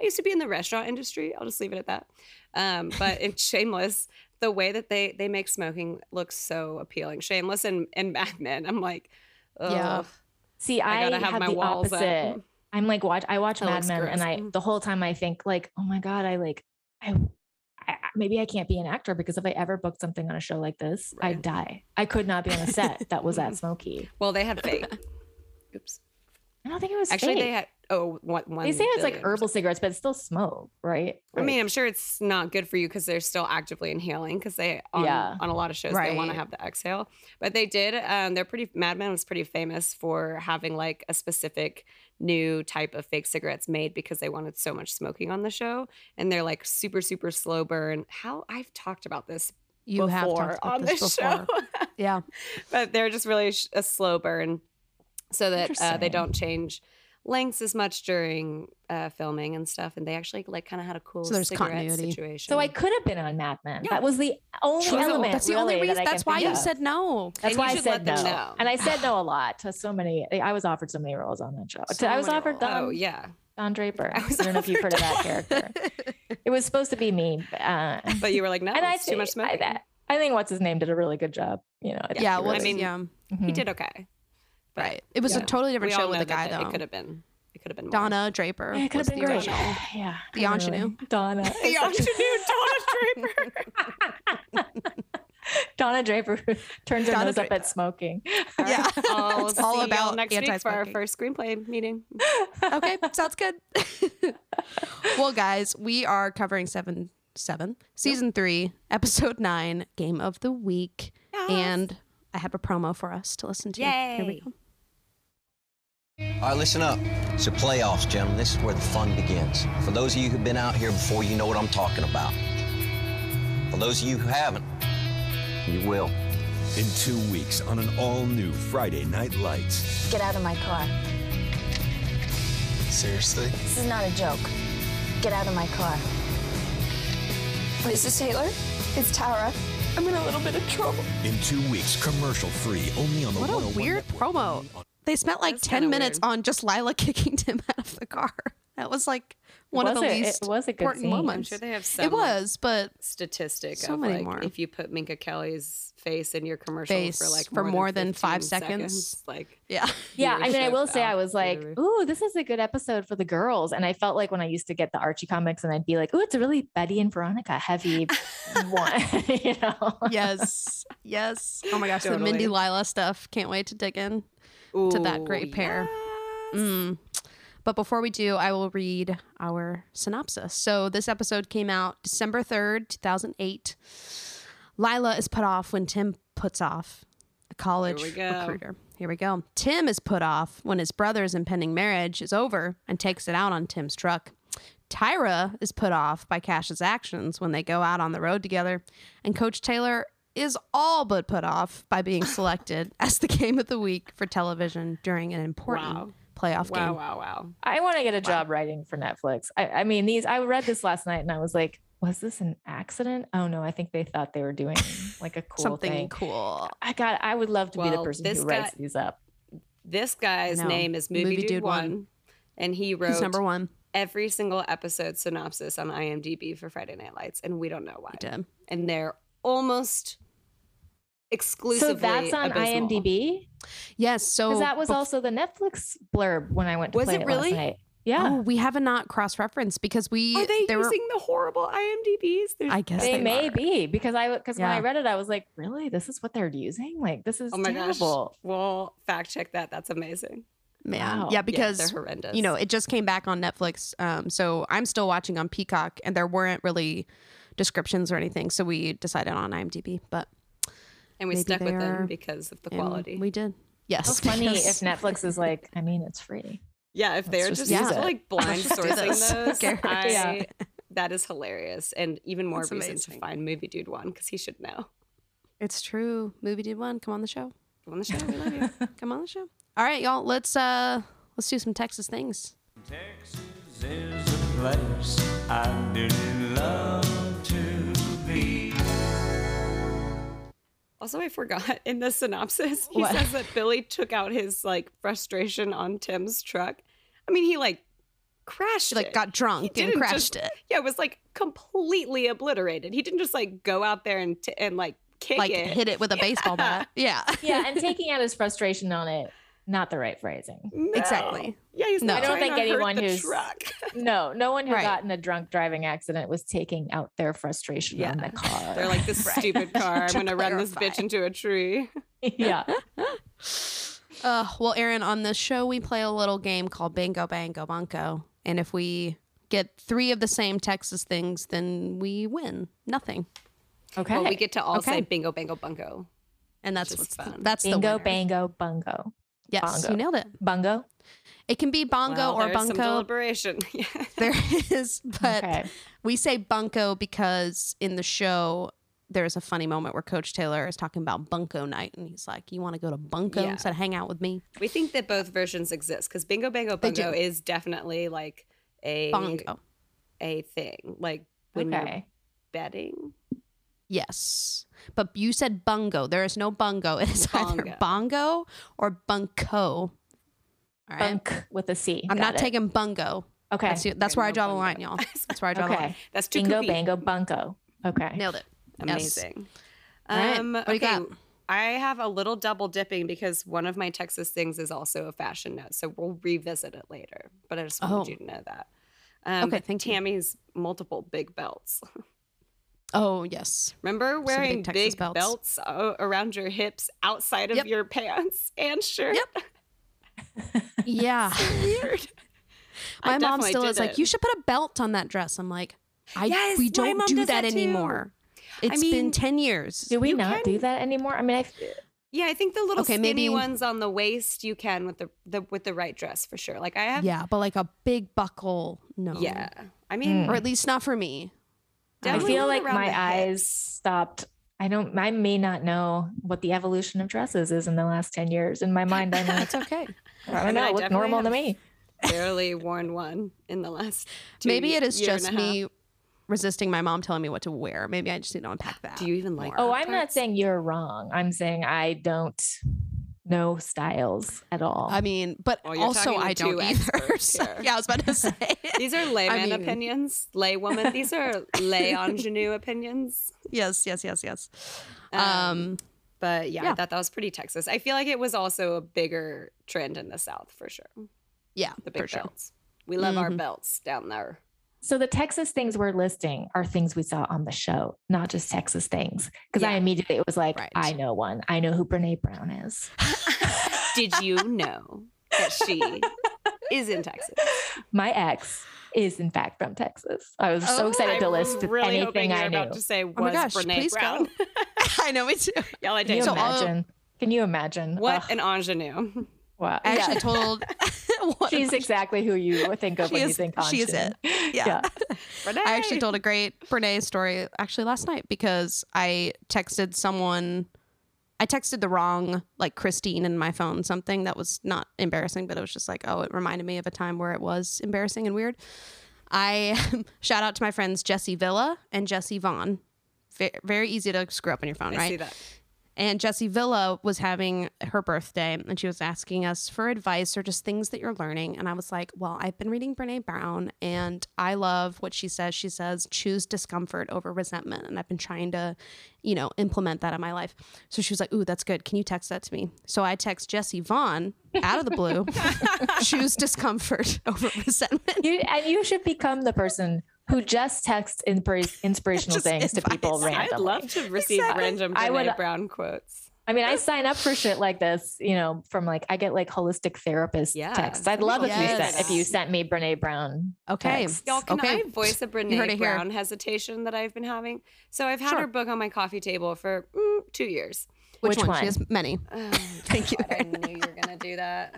[SPEAKER 2] I used to be in the restaurant industry. I'll just leave it at that. Um, but in Shameless, the way that they they make smoking look so appealing. Shameless and and Mad Men. I'm like, oh,
[SPEAKER 1] Yeah.
[SPEAKER 3] See,
[SPEAKER 2] I
[SPEAKER 3] I,
[SPEAKER 2] gotta have
[SPEAKER 3] have
[SPEAKER 2] my
[SPEAKER 3] the
[SPEAKER 2] walls up.
[SPEAKER 3] opposite. I'm like watch. I watch
[SPEAKER 2] That
[SPEAKER 3] Mad
[SPEAKER 2] looks
[SPEAKER 3] Men, and I
[SPEAKER 2] gross. Mm.
[SPEAKER 3] the whole time I think like, oh my god, I like, I, I I- maybe I can't be an actor because if I ever booked something on a show like this,
[SPEAKER 2] Right.
[SPEAKER 3] I'd die. I could not be on a set that was that smoky.
[SPEAKER 2] Well, they had fake. Oops.
[SPEAKER 3] I don't think it was
[SPEAKER 2] Actually, they
[SPEAKER 3] fake.
[SPEAKER 2] had oh one one.
[SPEAKER 3] They say it's like
[SPEAKER 2] billion
[SPEAKER 3] herbal cigarettes, but it's still smoke, right?
[SPEAKER 2] I mean,
[SPEAKER 3] Like,
[SPEAKER 2] I'm sure it's not good for you because they're still actively inhaling because they on,
[SPEAKER 3] Yeah.
[SPEAKER 2] on a lot of shows they
[SPEAKER 1] Right.
[SPEAKER 2] want to have the exhale. But they did. Um, they're pretty. Mad Men was pretty famous for having like a specific new type of fake cigarettes made because they wanted so much smoking on the show, and they're like super super slow burn. How I've talked about this
[SPEAKER 1] You
[SPEAKER 2] before
[SPEAKER 1] have talked about
[SPEAKER 2] on
[SPEAKER 1] this
[SPEAKER 2] this
[SPEAKER 1] before.
[SPEAKER 2] show.
[SPEAKER 1] Yeah.
[SPEAKER 2] but they're just really sh- a slow burn so that uh, they
[SPEAKER 3] Interesting.
[SPEAKER 2] don't change lengths as much during uh, filming and stuff and they actually like kind of had a cool
[SPEAKER 1] So there's
[SPEAKER 2] cigarette
[SPEAKER 1] continuity.
[SPEAKER 2] situation
[SPEAKER 3] so I could have been on Mad Men.
[SPEAKER 2] Yeah.
[SPEAKER 3] That was the only
[SPEAKER 2] True.
[SPEAKER 3] element.
[SPEAKER 1] That's the only
[SPEAKER 3] really,
[SPEAKER 1] reason.
[SPEAKER 3] that I
[SPEAKER 1] That's
[SPEAKER 3] can
[SPEAKER 1] why
[SPEAKER 3] think
[SPEAKER 1] you
[SPEAKER 3] of.
[SPEAKER 1] said no.
[SPEAKER 3] That's
[SPEAKER 2] And
[SPEAKER 3] why
[SPEAKER 2] you
[SPEAKER 3] I
[SPEAKER 2] should
[SPEAKER 3] said
[SPEAKER 2] let
[SPEAKER 3] no.
[SPEAKER 2] them know.
[SPEAKER 3] And I said no a lot to so many. I was offered so many roles on that show.
[SPEAKER 1] So
[SPEAKER 3] I was
[SPEAKER 1] many
[SPEAKER 3] offered
[SPEAKER 1] roles.
[SPEAKER 3] Don,
[SPEAKER 2] oh yeah
[SPEAKER 3] Don Draper.
[SPEAKER 2] I
[SPEAKER 3] I,
[SPEAKER 2] was
[SPEAKER 3] don't know if you've heard of that character. It was supposed to be me. but, Uh,
[SPEAKER 2] but you were like no
[SPEAKER 3] and I
[SPEAKER 2] it's too much
[SPEAKER 3] think- I-
[SPEAKER 2] smoking
[SPEAKER 3] that- I, think what's his name did a really good job. You know. I think
[SPEAKER 1] Yeah.
[SPEAKER 3] he
[SPEAKER 1] Well,
[SPEAKER 2] I
[SPEAKER 1] I
[SPEAKER 3] really-
[SPEAKER 1] mean,
[SPEAKER 2] mean,
[SPEAKER 1] yeah.
[SPEAKER 3] Mhm.
[SPEAKER 2] he did okay But
[SPEAKER 1] Right. It was a
[SPEAKER 3] yeah.
[SPEAKER 1] totally Hmm. different
[SPEAKER 2] we all
[SPEAKER 1] show
[SPEAKER 2] know
[SPEAKER 1] with a
[SPEAKER 2] that
[SPEAKER 1] guy
[SPEAKER 2] that
[SPEAKER 1] though.
[SPEAKER 2] it could have been it could have been more.
[SPEAKER 1] Donna Draper.
[SPEAKER 3] Yeah, It could
[SPEAKER 1] was
[SPEAKER 3] have been
[SPEAKER 1] the
[SPEAKER 3] great.
[SPEAKER 1] original.
[SPEAKER 3] Yeah.
[SPEAKER 1] The
[SPEAKER 3] I
[SPEAKER 1] ingenue.
[SPEAKER 3] Donna.
[SPEAKER 2] the
[SPEAKER 3] is such a-
[SPEAKER 2] afternoon Donna Draper
[SPEAKER 3] Donna Draper turns her
[SPEAKER 1] Donna
[SPEAKER 3] nose up
[SPEAKER 1] Dra-
[SPEAKER 3] at smoking.
[SPEAKER 1] Yeah.
[SPEAKER 2] I'll
[SPEAKER 1] It's
[SPEAKER 2] see
[SPEAKER 1] all
[SPEAKER 2] y'all
[SPEAKER 1] about
[SPEAKER 2] next week for our
[SPEAKER 1] anti-smoking.
[SPEAKER 2] first screenplay meeting
[SPEAKER 1] okay, sounds good. well, guys, we are covering seven, seven, season three, episode nine, game of the week,
[SPEAKER 2] Yes.
[SPEAKER 1] and I have a promo for us to listen to. Here we
[SPEAKER 2] Yay.
[SPEAKER 1] go.
[SPEAKER 5] All right, listen up. It's the playoffs, gentlemen. This is where the fun begins. For those of you who've been out here before, you know what I'm talking about. For those of you who haven't, you will.
[SPEAKER 6] In two weeks on an all new Friday Night Lights,
[SPEAKER 7] Get out of my car.
[SPEAKER 8] Seriously?
[SPEAKER 7] This is not a joke. Get out of my car.
[SPEAKER 9] This is Taylor. It's Tara. I'm in a little bit of trouble.
[SPEAKER 6] in two weeks, commercial free, only on the
[SPEAKER 1] What a
[SPEAKER 6] 101
[SPEAKER 1] weird
[SPEAKER 6] Network.
[SPEAKER 1] promo. They spent like
[SPEAKER 2] That's
[SPEAKER 1] ten
[SPEAKER 2] kinda
[SPEAKER 1] minutes
[SPEAKER 2] weird.
[SPEAKER 1] on just Lila kicking Tim out of the car. That was like one of
[SPEAKER 3] was
[SPEAKER 1] the
[SPEAKER 3] a- it
[SPEAKER 1] least
[SPEAKER 3] was a good
[SPEAKER 1] important
[SPEAKER 3] scene. I'm
[SPEAKER 1] moments.
[SPEAKER 2] sure they have some
[SPEAKER 1] it was, but
[SPEAKER 2] statistic
[SPEAKER 1] So
[SPEAKER 2] of
[SPEAKER 1] many
[SPEAKER 2] like
[SPEAKER 1] more.
[SPEAKER 2] if you put Minka Kelly's face in your commercial
[SPEAKER 1] Face
[SPEAKER 2] for like
[SPEAKER 1] for more than five
[SPEAKER 2] 15
[SPEAKER 1] seconds.
[SPEAKER 2] like
[SPEAKER 1] yeah,
[SPEAKER 3] Yeah, I mean, I
[SPEAKER 2] viewership
[SPEAKER 3] will say I
[SPEAKER 2] out
[SPEAKER 3] was
[SPEAKER 2] through the
[SPEAKER 3] like,
[SPEAKER 2] roof.
[SPEAKER 3] "Ooh, this is a good episode for the girls." And I felt like when I used to get the Archie comics, and I'd be like, "Ooh, it's a really Betty and Veronica heavy one," you know.
[SPEAKER 1] yes, yes. Oh my gosh, the Mindy
[SPEAKER 2] Totally.
[SPEAKER 1] Lila stuff. Can't wait to dig in. to that
[SPEAKER 2] Ooh,
[SPEAKER 1] great pair.
[SPEAKER 2] yes.
[SPEAKER 1] Mm. But before we do, I will read our synopsis. So this episode came out December 3rd, 2008. Lila is put off when Tim puts off a college
[SPEAKER 2] we go.
[SPEAKER 1] recruiter. Here we go. Tim is put off when his brother's impending marriage is over and takes it out on Tim's truck. Tyra is put off by Cash's actions when they go out on the road together. And Coach Taylor is all but put off by being selected as the game of the week for television during an important
[SPEAKER 2] Wow.
[SPEAKER 1] playoff
[SPEAKER 2] Wow,
[SPEAKER 1] game.
[SPEAKER 2] wow, wow.
[SPEAKER 3] I want to get a job writing for Netflix. I, I mean, these. I read this last night, and I was like, "Was this an accident?" Oh no, I think they thought they were doing like a cool
[SPEAKER 1] Something
[SPEAKER 3] thing.
[SPEAKER 1] cool.
[SPEAKER 3] I got. I would love to be the
[SPEAKER 2] Well,
[SPEAKER 3] person
[SPEAKER 2] this
[SPEAKER 3] who
[SPEAKER 2] guy-
[SPEAKER 3] writes these up.
[SPEAKER 2] This guy's
[SPEAKER 1] No.
[SPEAKER 2] name is Movie,
[SPEAKER 1] Movie
[SPEAKER 2] Dude,
[SPEAKER 1] Dude
[SPEAKER 2] One,
[SPEAKER 1] One.
[SPEAKER 2] and he
[SPEAKER 1] He's
[SPEAKER 2] wrote
[SPEAKER 1] number one.
[SPEAKER 2] every single episode synopsis on IMDb for Friday Night Lights, and we don't know why.
[SPEAKER 1] Did.
[SPEAKER 2] And they're almost exclusively.
[SPEAKER 3] So that's on
[SPEAKER 2] abysmal.
[SPEAKER 3] IMDb
[SPEAKER 1] Yes. So
[SPEAKER 3] because that was
[SPEAKER 1] bef-
[SPEAKER 3] also the Netflix blurb when I went to
[SPEAKER 2] Was
[SPEAKER 3] play
[SPEAKER 2] it
[SPEAKER 3] it,
[SPEAKER 2] really?
[SPEAKER 3] last night. Yeah.
[SPEAKER 1] Oh, we have not cross referenced because we
[SPEAKER 2] Are they
[SPEAKER 1] there were-
[SPEAKER 2] using the horrible IMDb's? There's
[SPEAKER 1] I guess
[SPEAKER 3] they
[SPEAKER 1] they
[SPEAKER 3] may
[SPEAKER 1] are.
[SPEAKER 3] be because I because when I
[SPEAKER 1] Yeah.
[SPEAKER 3] read it, I was like, really, this is what they're using? Like this is
[SPEAKER 2] Oh my
[SPEAKER 3] terrible.
[SPEAKER 2] gosh. Well, fact check that. That's amazing.
[SPEAKER 1] man.
[SPEAKER 3] Wow. Yeah,
[SPEAKER 1] Yeah,
[SPEAKER 2] yeah,
[SPEAKER 1] because
[SPEAKER 2] they're horrendous.
[SPEAKER 1] you know it just came back on Netflix. Um, so I'm still watching on Peacock, and there weren't really descriptions or anything, so we decided on IMDb. But
[SPEAKER 2] and we
[SPEAKER 1] maybe
[SPEAKER 2] stuck with
[SPEAKER 1] they
[SPEAKER 2] them
[SPEAKER 1] are-
[SPEAKER 2] because of the
[SPEAKER 1] and
[SPEAKER 2] quality.
[SPEAKER 1] we did.
[SPEAKER 3] How
[SPEAKER 1] Yes.
[SPEAKER 3] funny if
[SPEAKER 1] because-
[SPEAKER 3] Netflix is like, I mean, it's free.
[SPEAKER 2] Yeah, if they're
[SPEAKER 3] Let's
[SPEAKER 2] just,
[SPEAKER 3] just
[SPEAKER 1] use it.
[SPEAKER 2] like blind
[SPEAKER 1] just do this.
[SPEAKER 2] sourcing those,
[SPEAKER 1] Garrett.
[SPEAKER 2] I,
[SPEAKER 3] Yeah.
[SPEAKER 2] that is hilarious, and even more
[SPEAKER 1] That's
[SPEAKER 2] reason to
[SPEAKER 1] amazing.
[SPEAKER 2] find movie dude one because he should know.
[SPEAKER 1] It's true. Movie did one. Come on the show.
[SPEAKER 2] Come On the show, we love you.
[SPEAKER 1] Come on the show. All right, y'all. Let's uh let's do some Texas things.
[SPEAKER 10] Texas is a place I didn't love to be.
[SPEAKER 2] Also, I forgot in the synopsis, he
[SPEAKER 1] What?
[SPEAKER 2] says that Billy took out his like frustration on Tim's truck. I mean, he like crashed,
[SPEAKER 1] She like
[SPEAKER 2] it.
[SPEAKER 1] got drunk and
[SPEAKER 2] didn't
[SPEAKER 1] crashed
[SPEAKER 2] just-
[SPEAKER 1] it.
[SPEAKER 2] yeah, it was like completely obliterated. He didn't just like go out there and t- and like kick
[SPEAKER 1] Like
[SPEAKER 2] it.
[SPEAKER 1] hit it with a baseball bat. Yeah.
[SPEAKER 3] Yeah, and taking out his frustration on it, not the right phrasing.
[SPEAKER 2] No.
[SPEAKER 1] Exactly.
[SPEAKER 2] Yeah, he's
[SPEAKER 1] No.
[SPEAKER 2] not
[SPEAKER 1] I don't
[SPEAKER 2] trying
[SPEAKER 3] think
[SPEAKER 2] to hurt
[SPEAKER 3] anyone
[SPEAKER 2] the
[SPEAKER 3] who's-
[SPEAKER 2] truck.
[SPEAKER 3] No, no one who
[SPEAKER 1] Right.
[SPEAKER 3] got in a drunk driving accident was taking out their frustration on
[SPEAKER 2] Yeah.
[SPEAKER 3] the car.
[SPEAKER 2] They're like this stupid car. I'm
[SPEAKER 1] To
[SPEAKER 2] gonna run this bitch
[SPEAKER 1] clarify.
[SPEAKER 2] into a tree.
[SPEAKER 3] yeah.
[SPEAKER 1] Uh, well, Aaron, on this show, we play a little game called Bingo Bango Bunko. And if we get three of the same Texas things, then we win nothing.
[SPEAKER 3] Okay.
[SPEAKER 2] Well, we get to all say
[SPEAKER 3] Okay.
[SPEAKER 2] bingo, bango, bungo.
[SPEAKER 1] And that's
[SPEAKER 2] Which
[SPEAKER 1] what's
[SPEAKER 2] is
[SPEAKER 1] fun.
[SPEAKER 2] fun.
[SPEAKER 1] That's the
[SPEAKER 3] bingo,
[SPEAKER 1] winner.
[SPEAKER 3] bango, bungo.
[SPEAKER 1] Yes,
[SPEAKER 3] bongo.
[SPEAKER 1] you nailed it.
[SPEAKER 3] Bungo.
[SPEAKER 1] It can be bongo
[SPEAKER 2] Well,
[SPEAKER 1] or
[SPEAKER 2] there's some
[SPEAKER 1] bunko.
[SPEAKER 2] deliberation. Yeah.
[SPEAKER 1] There is, but
[SPEAKER 3] Okay.
[SPEAKER 1] we say bunko because in the show there's a funny moment where Coach Taylor is talking about bunko night, and he's like, "You want to go to bunko
[SPEAKER 2] Yeah.
[SPEAKER 1] instead of hang out with me?"
[SPEAKER 2] We think that both versions exist because bingo, bango,
[SPEAKER 1] They do.
[SPEAKER 2] bungo is definitely like a
[SPEAKER 1] Bunko.
[SPEAKER 2] a thing. Like when you're
[SPEAKER 3] Okay.
[SPEAKER 2] betting.
[SPEAKER 1] Yes. But you said bungo. There is no bungo. It is either
[SPEAKER 2] Bongo.
[SPEAKER 1] bongo or bunko. All right.
[SPEAKER 3] Bunk with a C.
[SPEAKER 1] I'm
[SPEAKER 3] Got
[SPEAKER 1] not
[SPEAKER 3] it.
[SPEAKER 1] taking bungo.
[SPEAKER 3] Okay.
[SPEAKER 1] That's, you- that's where I
[SPEAKER 2] no
[SPEAKER 1] draw the
[SPEAKER 2] bungo.
[SPEAKER 1] line, y'all. That's where I draw the line.
[SPEAKER 3] okay.
[SPEAKER 2] That's too
[SPEAKER 3] Bingo,
[SPEAKER 2] goofy.
[SPEAKER 3] bango, bunko. Okay.
[SPEAKER 1] Nailed it. Yes.
[SPEAKER 2] Amazing. Um,
[SPEAKER 1] All right. What do you got?
[SPEAKER 2] I have a little double dipping because one of my Texas things is also a fashion note. So we'll revisit it later. But I just wanted
[SPEAKER 1] Oh.
[SPEAKER 2] you to know that. Um,
[SPEAKER 1] Okay,
[SPEAKER 2] but
[SPEAKER 1] thank you.
[SPEAKER 2] Tammy's multiple big belts.
[SPEAKER 1] Oh, yes.
[SPEAKER 2] Remember wearing big,
[SPEAKER 1] Texas belts.
[SPEAKER 2] belts, o- around your hips, outside of
[SPEAKER 1] Yep.
[SPEAKER 2] your pants and shirt?
[SPEAKER 1] Yep. Yeah.
[SPEAKER 2] Weird. I
[SPEAKER 1] my mom
[SPEAKER 2] definitely
[SPEAKER 1] still
[SPEAKER 2] did
[SPEAKER 1] is like,
[SPEAKER 2] it.
[SPEAKER 1] you should put a belt on that dress. I'm like, I
[SPEAKER 2] Yes,
[SPEAKER 1] we
[SPEAKER 2] my
[SPEAKER 1] don't
[SPEAKER 2] mom
[SPEAKER 1] do
[SPEAKER 2] does
[SPEAKER 1] that,
[SPEAKER 2] that too.
[SPEAKER 1] anymore. It's been
[SPEAKER 2] mean-
[SPEAKER 1] ten years.
[SPEAKER 3] Do we
[SPEAKER 2] You
[SPEAKER 3] not
[SPEAKER 2] can-
[SPEAKER 3] do that anymore? I mean, I
[SPEAKER 2] Yeah, I think the little
[SPEAKER 1] Okay,
[SPEAKER 2] skinny
[SPEAKER 1] maybe-
[SPEAKER 2] ones on the waist you can with the, the with the right dress for sure. Like I have.
[SPEAKER 1] Yeah, but like a big buckle, no.
[SPEAKER 2] Yeah. I
[SPEAKER 3] Hmm.
[SPEAKER 2] mean,
[SPEAKER 1] Or at least not for me.
[SPEAKER 3] I
[SPEAKER 2] definitely
[SPEAKER 3] feel
[SPEAKER 2] one
[SPEAKER 3] like
[SPEAKER 2] around
[SPEAKER 3] my
[SPEAKER 2] the
[SPEAKER 3] eyes
[SPEAKER 2] hips.
[SPEAKER 3] stopped. I don't. I may not know what the evolution of dresses is in the last ten years. In my mind, I know it's okay. I don't
[SPEAKER 2] mean,
[SPEAKER 3] know.
[SPEAKER 2] I
[SPEAKER 3] It looked
[SPEAKER 2] definitely
[SPEAKER 3] normal to
[SPEAKER 2] have-
[SPEAKER 3] me.
[SPEAKER 2] barely worn one in the last. Two
[SPEAKER 1] Maybe it is
[SPEAKER 2] year and
[SPEAKER 1] just
[SPEAKER 2] a half.
[SPEAKER 1] me resisting my mom telling me what to wear. Maybe I just need to unpack that.
[SPEAKER 2] Do you even like?
[SPEAKER 3] Oh,
[SPEAKER 2] her
[SPEAKER 3] I'm not
[SPEAKER 2] parts?
[SPEAKER 3] saying you're wrong. I'm saying I don't know styles at all.
[SPEAKER 1] I mean, but
[SPEAKER 2] Well, you're
[SPEAKER 1] also
[SPEAKER 2] talking to
[SPEAKER 1] I don't
[SPEAKER 2] two
[SPEAKER 1] either.
[SPEAKER 2] experts
[SPEAKER 1] So,
[SPEAKER 2] here.
[SPEAKER 1] yeah, I was about to say.
[SPEAKER 2] These are layman
[SPEAKER 1] mean-
[SPEAKER 2] opinions, laywoman. These are lay ingenue opinions.
[SPEAKER 1] yes, yes, yes, yes. Um,
[SPEAKER 2] Um, But yeah,
[SPEAKER 1] Yeah.
[SPEAKER 2] I thought that was pretty Texas. I feel like it was also a bigger trend in the South for sure.
[SPEAKER 1] yeah,
[SPEAKER 2] The
[SPEAKER 1] for
[SPEAKER 2] big
[SPEAKER 1] sure.
[SPEAKER 2] belts. We love our
[SPEAKER 1] Mhm.
[SPEAKER 2] belts down there.
[SPEAKER 3] so the Texas things we're listing are things we saw on the show, not just Texas things. Because I
[SPEAKER 2] Yeah.
[SPEAKER 3] immediately was like,
[SPEAKER 1] Right.
[SPEAKER 3] I know one. I know who Brene Brown is.
[SPEAKER 2] Did you know that she is in Texas?
[SPEAKER 3] My ex is in fact from Texas. I was so
[SPEAKER 1] Oh,
[SPEAKER 3] excited to
[SPEAKER 2] I'm
[SPEAKER 3] list
[SPEAKER 2] really hoping
[SPEAKER 3] anything
[SPEAKER 2] you're
[SPEAKER 3] I knew.
[SPEAKER 2] about to say was
[SPEAKER 1] Oh my gosh,
[SPEAKER 2] Brene
[SPEAKER 1] please
[SPEAKER 2] Brown.
[SPEAKER 1] go. I know me too.
[SPEAKER 2] Y'all, I
[SPEAKER 3] Can you
[SPEAKER 2] did. uh,
[SPEAKER 1] So all-
[SPEAKER 3] imagine? Can you imagine?
[SPEAKER 2] What
[SPEAKER 3] Ugh,
[SPEAKER 2] an ingenue.
[SPEAKER 3] wow.
[SPEAKER 1] I
[SPEAKER 3] Yeah.
[SPEAKER 1] actually told one
[SPEAKER 3] She's exactly who you think of
[SPEAKER 1] She
[SPEAKER 3] when you
[SPEAKER 1] is-
[SPEAKER 3] think
[SPEAKER 1] she is
[SPEAKER 3] Anshin.
[SPEAKER 1] Yeah.
[SPEAKER 2] Brene.
[SPEAKER 1] I actually told a great Brene story actually last night because I texted someone. I texted the wrong like Christine in my phone something that was not embarrassing, but it was just like, oh, it reminded me of a time where it was embarrassing and weird. I shout out to my friends Jesse Villa and Jesse Vaughn. Ve- Very easy to screw up on your phone,
[SPEAKER 2] I
[SPEAKER 1] right?
[SPEAKER 2] see that.
[SPEAKER 1] And Jessie Villa was having her birthday and she was asking us for advice or just things that you're learning. And I was like, Well, I've been reading Brene Brown and I love what she says. She says, choose discomfort over resentment. And I've been trying to, you know, implement that in my life. So she was like, Ooh, that's good. Can you text that to me? So I text Jesse Vaughn out of the blue, choose discomfort over resentment.
[SPEAKER 3] You and you should become the person who just texts inspir- inspirational
[SPEAKER 1] Just
[SPEAKER 3] things to people
[SPEAKER 1] advice.
[SPEAKER 3] randomly.
[SPEAKER 2] I'd love to receive random Brene
[SPEAKER 3] I would-
[SPEAKER 2] Brown quotes.
[SPEAKER 3] I mean, I sign up for shit like this, you know, from like I get like holistic therapist
[SPEAKER 2] Yeah.
[SPEAKER 3] texts. I'd love if you
[SPEAKER 1] Yes.
[SPEAKER 3] sent if you sent me Brene Brown.
[SPEAKER 1] Okay.
[SPEAKER 3] texts.
[SPEAKER 2] Y'all, can
[SPEAKER 1] Okay.
[SPEAKER 2] I voice a
[SPEAKER 1] You heard it
[SPEAKER 2] Brene
[SPEAKER 1] here.
[SPEAKER 2] Brown hesitation that I've been having? So I've had
[SPEAKER 1] Sure.
[SPEAKER 2] her book on my coffee table for mm, two years.
[SPEAKER 3] Which one?
[SPEAKER 1] She has many.
[SPEAKER 2] Oh,
[SPEAKER 1] Thank you
[SPEAKER 2] God, I knew you were gonna do that.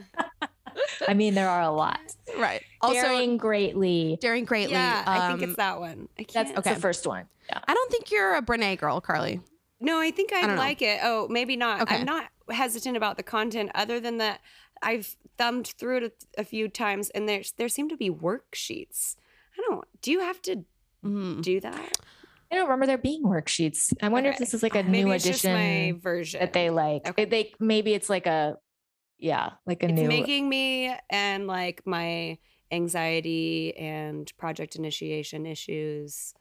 [SPEAKER 3] I mean, there are a lot.
[SPEAKER 1] Right.
[SPEAKER 3] Also,
[SPEAKER 1] Also, daring,
[SPEAKER 3] Daring greatly.
[SPEAKER 1] greatly.
[SPEAKER 2] yeah, I think
[SPEAKER 1] um,
[SPEAKER 2] it's that one. I
[SPEAKER 3] That's
[SPEAKER 2] can't.
[SPEAKER 1] Okay.
[SPEAKER 3] the first one. Yeah.
[SPEAKER 1] I don't think you're a Brene girl, Carly.
[SPEAKER 2] No, I think
[SPEAKER 1] don't
[SPEAKER 2] I,
[SPEAKER 1] know.
[SPEAKER 2] like it. Oh, maybe not.
[SPEAKER 1] Okay.
[SPEAKER 2] I'm not hesitant about the content, other than that I've thumbed through it a, a few times, and there's there seem to be worksheets. I don't. Do you have to
[SPEAKER 1] Mm.
[SPEAKER 2] do that?
[SPEAKER 3] I don't remember there being worksheets. I wonder if
[SPEAKER 2] Okay.
[SPEAKER 3] this is like a
[SPEAKER 2] Maybe
[SPEAKER 3] new
[SPEAKER 2] it's just
[SPEAKER 3] edition
[SPEAKER 2] my version
[SPEAKER 3] that they like.
[SPEAKER 2] Okay.
[SPEAKER 3] They maybe it's like a yeah, like a
[SPEAKER 2] it's
[SPEAKER 3] new
[SPEAKER 2] making me and like my anxiety and project initiation issues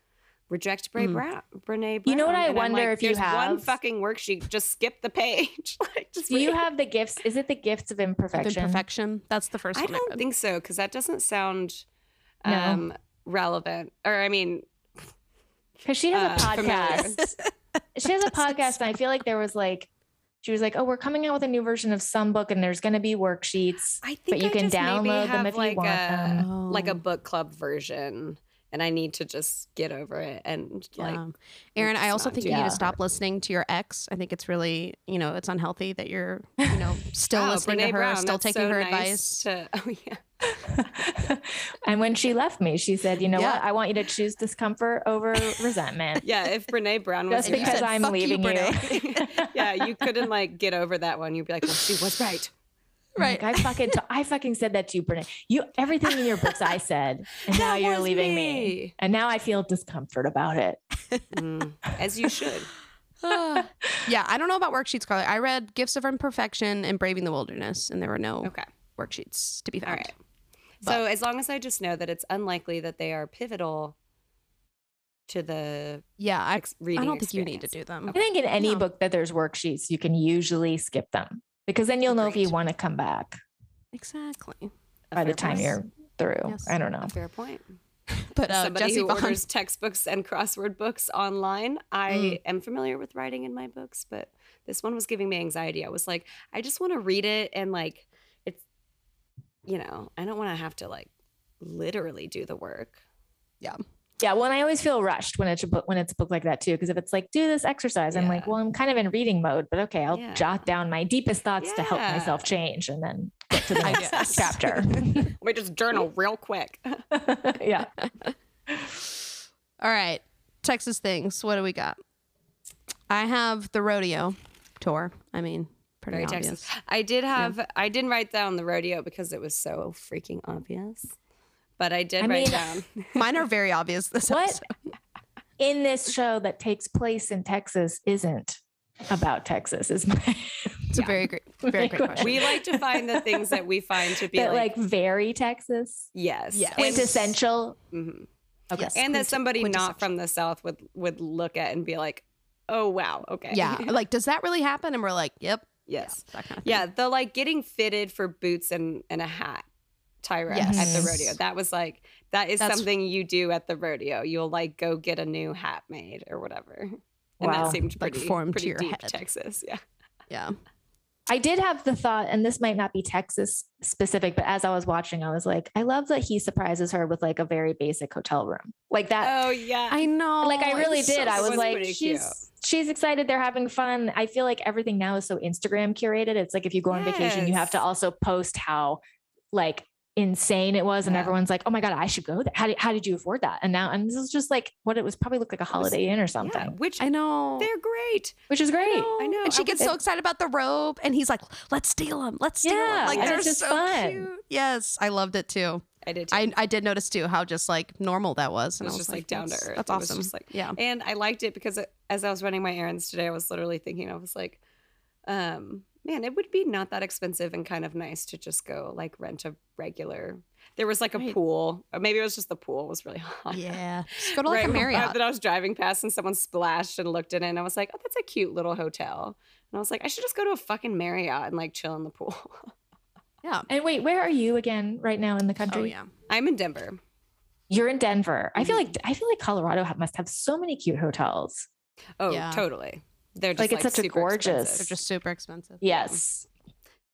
[SPEAKER 2] reject Brene
[SPEAKER 1] Mm.
[SPEAKER 2] Brown. Brene Brown.
[SPEAKER 3] You know what I
[SPEAKER 2] And I'm
[SPEAKER 3] wonder
[SPEAKER 2] like,
[SPEAKER 3] if you
[SPEAKER 2] "There's one
[SPEAKER 3] have-
[SPEAKER 2] fucking worksheet. Just skip the page. like, just
[SPEAKER 3] Do you
[SPEAKER 2] read it."
[SPEAKER 3] have the gifts? Is it the gifts of
[SPEAKER 1] Of
[SPEAKER 3] imperfection?
[SPEAKER 1] imperfection. That's the first
[SPEAKER 2] I
[SPEAKER 1] one I
[SPEAKER 2] don't
[SPEAKER 1] read.
[SPEAKER 2] think so because that doesn't sound
[SPEAKER 3] No.
[SPEAKER 2] um, relevant. Or I mean,
[SPEAKER 3] Because she has a
[SPEAKER 2] Uh, familiar.
[SPEAKER 3] podcast. she has a podcast, and I feel like there was like she was like, "Oh, we're coming out with a new version of some book, and there's going to be worksheets,
[SPEAKER 2] I think
[SPEAKER 3] but you
[SPEAKER 2] I
[SPEAKER 3] can
[SPEAKER 2] just maybe
[SPEAKER 3] download them
[SPEAKER 2] have,
[SPEAKER 3] if
[SPEAKER 2] like
[SPEAKER 3] you want
[SPEAKER 2] a,
[SPEAKER 3] them."
[SPEAKER 2] Like a
[SPEAKER 1] Oh.
[SPEAKER 2] book club version. And I need to just get over it and like
[SPEAKER 1] Yeah. Aaron, I
[SPEAKER 2] it's
[SPEAKER 1] also
[SPEAKER 2] not
[SPEAKER 1] think
[SPEAKER 2] too
[SPEAKER 1] you need to
[SPEAKER 2] bad.
[SPEAKER 1] stop listening to your ex. I think it's really, you know, it's unhealthy that you're, you know, still
[SPEAKER 2] wow,
[SPEAKER 1] listening
[SPEAKER 2] Ah, "Oh, Brene
[SPEAKER 1] to her,
[SPEAKER 2] Brown,
[SPEAKER 1] still
[SPEAKER 2] that's
[SPEAKER 1] taking
[SPEAKER 2] so
[SPEAKER 1] her
[SPEAKER 2] nice
[SPEAKER 1] advice.
[SPEAKER 2] to- oh yeah.
[SPEAKER 3] and when she left me, she said, "You know
[SPEAKER 1] Yeah.
[SPEAKER 3] what? I want you to choose discomfort over resentment."
[SPEAKER 2] Yeah, if Brene Brown was
[SPEAKER 3] Just
[SPEAKER 2] your
[SPEAKER 1] you
[SPEAKER 3] because
[SPEAKER 1] said,
[SPEAKER 2] ex-
[SPEAKER 3] I'm
[SPEAKER 1] "Fuck you,
[SPEAKER 3] leaving you.
[SPEAKER 2] Brene." yeah, you couldn't like get over that one. You'd be like, well, she was right.
[SPEAKER 1] Right.
[SPEAKER 3] Like, I fucking t- I fucking said that to you, Brene. You everything in your books I said, and now
[SPEAKER 2] That
[SPEAKER 3] you're
[SPEAKER 2] was
[SPEAKER 3] leaving me.
[SPEAKER 2] me.
[SPEAKER 3] and now I feel discomfort about it.
[SPEAKER 2] Mm, as you should.
[SPEAKER 1] Ah. yeah, I don't know about worksheets, Carly. I read Gifts of Imperfection and Braving the Wilderness, and there were no
[SPEAKER 2] Okay.
[SPEAKER 1] worksheets to be
[SPEAKER 2] All
[SPEAKER 1] found.
[SPEAKER 2] right. so as long as I just know that it's unlikely that they are pivotal to the
[SPEAKER 1] Yeah, I,
[SPEAKER 2] ex- reading.
[SPEAKER 1] I don't think you need to
[SPEAKER 2] experience.
[SPEAKER 1] do them.
[SPEAKER 3] I think in any
[SPEAKER 1] No.
[SPEAKER 3] book that there's worksheets, you can usually skip them because then you'll know if you
[SPEAKER 2] Agreed.
[SPEAKER 3] want to come back
[SPEAKER 1] Exactly.
[SPEAKER 2] A
[SPEAKER 3] by the
[SPEAKER 2] fair
[SPEAKER 3] time
[SPEAKER 2] point.
[SPEAKER 3] you're through.
[SPEAKER 1] Yes.
[SPEAKER 3] I don't know.
[SPEAKER 2] A fair point.
[SPEAKER 1] But uh,
[SPEAKER 2] Somebody
[SPEAKER 1] Jesse
[SPEAKER 2] who
[SPEAKER 1] Vaughn,
[SPEAKER 2] orders textbooks and crossword books online, I
[SPEAKER 3] Mm.
[SPEAKER 2] am familiar with writing in my books, but this one was giving me anxiety. I was like, I just want to read it and like it's you know, I don't want to have to like literally do the work.
[SPEAKER 3] Yeah, well, and I always feel rushed when it's a book when it's a book like that too, because if it's like do this exercise, I'm like,
[SPEAKER 2] Yeah.
[SPEAKER 3] well, I'm kind of in reading mode, but okay, I'll
[SPEAKER 2] Yeah.
[SPEAKER 3] jot down my deepest thoughts to help myself
[SPEAKER 2] Yeah.
[SPEAKER 3] change, and then get to the
[SPEAKER 1] I
[SPEAKER 3] next
[SPEAKER 1] guess.
[SPEAKER 3] chapter.
[SPEAKER 2] Let me just journal real quick.
[SPEAKER 3] yeah,
[SPEAKER 1] All right, Texas things. What do we got? I have the rodeo tour. I mean, pretty
[SPEAKER 2] Very
[SPEAKER 1] obvious.
[SPEAKER 2] Texas. I did have I didn't write down the rodeo because it was so freaking obvious. But I did
[SPEAKER 3] I
[SPEAKER 2] write
[SPEAKER 3] mean-
[SPEAKER 2] down
[SPEAKER 1] Mine are very obvious. This
[SPEAKER 3] what
[SPEAKER 1] episode.
[SPEAKER 3] in this show that takes place in Texas isn't about Texas? Is my
[SPEAKER 1] It's a very great, very great question.
[SPEAKER 2] we like to find the things that we find to be
[SPEAKER 3] that
[SPEAKER 2] like,
[SPEAKER 3] like very Texas
[SPEAKER 2] yes.
[SPEAKER 1] Yes.
[SPEAKER 2] And-
[SPEAKER 3] quintessential?
[SPEAKER 2] Mhm.
[SPEAKER 1] Okay.
[SPEAKER 2] and that somebody
[SPEAKER 1] quintessential.
[SPEAKER 2] not from the south would would look at and be like oh wow okay
[SPEAKER 1] yeah, like does that really happen? And we're like, yep,
[SPEAKER 2] yes
[SPEAKER 1] that kind of thing.
[SPEAKER 2] yeah the like getting fitted for boots and and a hat tyra
[SPEAKER 1] Yes.
[SPEAKER 2] at the rodeo that was like that is
[SPEAKER 1] That's-
[SPEAKER 2] something you do at the rodeo you'll like go get a new hat made or whatever and
[SPEAKER 3] Wow.
[SPEAKER 2] that seemed
[SPEAKER 1] Like,
[SPEAKER 2] pretty
[SPEAKER 1] formed to
[SPEAKER 2] pretty
[SPEAKER 1] your
[SPEAKER 2] deep
[SPEAKER 1] head.
[SPEAKER 2] texas yeah
[SPEAKER 1] yeah.
[SPEAKER 3] I did have the thought, and this might not be Texas specific, but as I was watching, I was like, I love that he surprises her with like a very basic hotel room. Like that.
[SPEAKER 2] oh yeah
[SPEAKER 1] Uh, I know.
[SPEAKER 3] like I
[SPEAKER 1] it's
[SPEAKER 3] really
[SPEAKER 1] so-
[SPEAKER 3] did. I
[SPEAKER 2] it
[SPEAKER 3] was,
[SPEAKER 2] was
[SPEAKER 3] like,
[SPEAKER 2] pretty
[SPEAKER 3] she's
[SPEAKER 2] cute.
[SPEAKER 3] she's excited. They're having fun. I feel like everything now is so Instagram curated. It's like if you go on vacation, you have to
[SPEAKER 2] Yes.
[SPEAKER 3] also post how like insane it was, and
[SPEAKER 2] Yeah.
[SPEAKER 3] everyone's like, "Oh my god, I should go there. How did how did you afford that?" And now, and this is just like what it was probably looked like a Holiday Inn or
[SPEAKER 2] Yeah,
[SPEAKER 3] something,
[SPEAKER 2] which
[SPEAKER 1] I know.
[SPEAKER 2] they're great
[SPEAKER 3] which is great.
[SPEAKER 2] I know.
[SPEAKER 1] And she
[SPEAKER 2] I
[SPEAKER 1] gets
[SPEAKER 2] was-
[SPEAKER 1] so excited about the robe, and he's like, "Let's steal him. Let's steal
[SPEAKER 3] Yeah,
[SPEAKER 1] him." Like
[SPEAKER 2] and
[SPEAKER 1] they're
[SPEAKER 3] it's just
[SPEAKER 1] so
[SPEAKER 3] fun.
[SPEAKER 1] cute. Yes, I loved it too.
[SPEAKER 2] i did too.
[SPEAKER 1] I I did notice too how just like normal that was, and I
[SPEAKER 2] It was
[SPEAKER 1] was
[SPEAKER 2] just, like, down to
[SPEAKER 1] "That's-
[SPEAKER 2] earth.
[SPEAKER 1] That's
[SPEAKER 2] It was
[SPEAKER 1] awesome.
[SPEAKER 2] just, like-
[SPEAKER 1] yeah,
[SPEAKER 2] And I liked it because it- as I was running my errands today, I was literally thinking, I was like, um, man, it would be not that expensive and kind of nice to just go like rent a regular. There was like a
[SPEAKER 1] Right.
[SPEAKER 2] pool, or maybe it was just the pool was really hot.
[SPEAKER 1] yeah. Just go to like
[SPEAKER 2] Right,
[SPEAKER 1] a
[SPEAKER 2] but
[SPEAKER 1] Marriott.
[SPEAKER 2] Then I was driving past and someone splashed and looked at it, and I was like, oh, that's a cute little hotel. And I was like, I should just go to a fucking Marriott and like chill in the pool.
[SPEAKER 1] Yeah.
[SPEAKER 3] And wait, where are you again right now in the country?
[SPEAKER 1] Oh yeah.
[SPEAKER 2] I'm in Denver.
[SPEAKER 3] You're in Denver. I feel like I feel like Colorado ha- must have so many cute hotels.
[SPEAKER 2] Oh,
[SPEAKER 1] Yeah.
[SPEAKER 2] totally. They're just
[SPEAKER 3] Like,
[SPEAKER 2] like,
[SPEAKER 3] it's such a
[SPEAKER 2] super
[SPEAKER 3] gorgeous-
[SPEAKER 2] expensive.
[SPEAKER 1] They're just super expensive.
[SPEAKER 3] Yes.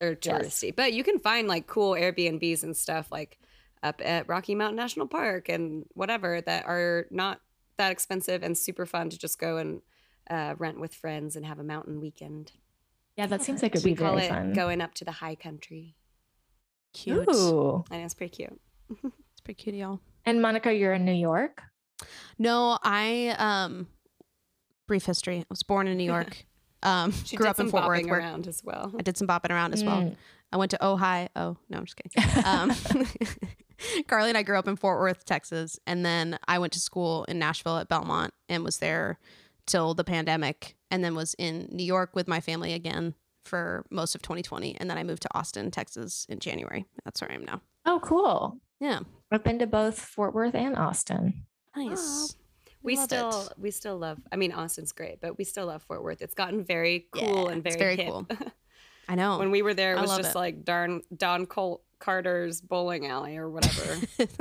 [SPEAKER 2] or
[SPEAKER 3] Yes.
[SPEAKER 2] touristy. But you can find like cool Airbnbs and stuff like up at Rocky Mountain National Park and whatever that are not that expensive and super fun to just go and uh, rent with friends and have a mountain weekend.
[SPEAKER 3] Mm-hmm. Yeah, that seems like it would
[SPEAKER 2] We
[SPEAKER 3] be
[SPEAKER 2] call
[SPEAKER 3] very
[SPEAKER 2] it
[SPEAKER 3] fun.
[SPEAKER 2] going up to the high country.
[SPEAKER 1] Cute.
[SPEAKER 3] Ooh.
[SPEAKER 2] I know it's pretty cute.
[SPEAKER 1] It's pretty cute, y'all.
[SPEAKER 3] And Monica, you're in New York.
[SPEAKER 1] No, I um brief history. I was born in New York. Um
[SPEAKER 2] She
[SPEAKER 1] grew
[SPEAKER 2] did
[SPEAKER 1] up in
[SPEAKER 2] some
[SPEAKER 1] Fort Worth
[SPEAKER 2] bopping
[SPEAKER 1] where
[SPEAKER 2] around as well.
[SPEAKER 1] I did some bopping around as well. I went to Ohio. Oh, no, I'm just kidding. Um Carly and I grew up in Fort Worth, Texas, and then I went to school in Nashville at Belmont and was there till the pandemic and then was in New York with my family again for most of 2020 and then I moved to Austin, Texas in January. That's where I am now.
[SPEAKER 3] Oh, cool.
[SPEAKER 1] Yeah.
[SPEAKER 3] I've been to both Fort Worth and Austin.
[SPEAKER 1] Nice.
[SPEAKER 2] we
[SPEAKER 1] love
[SPEAKER 2] still
[SPEAKER 1] it.
[SPEAKER 2] we still love I mean Austin's great, but we still love Fort Worth. It's gotten very cool
[SPEAKER 1] Yeah,
[SPEAKER 2] and
[SPEAKER 1] it's
[SPEAKER 2] very,
[SPEAKER 1] very
[SPEAKER 2] hip.
[SPEAKER 1] cool. I know.
[SPEAKER 2] when we were there, it
[SPEAKER 1] I
[SPEAKER 2] was
[SPEAKER 1] love
[SPEAKER 2] just
[SPEAKER 1] it.
[SPEAKER 2] like darn Don Col- Carter's bowling alley or whatever,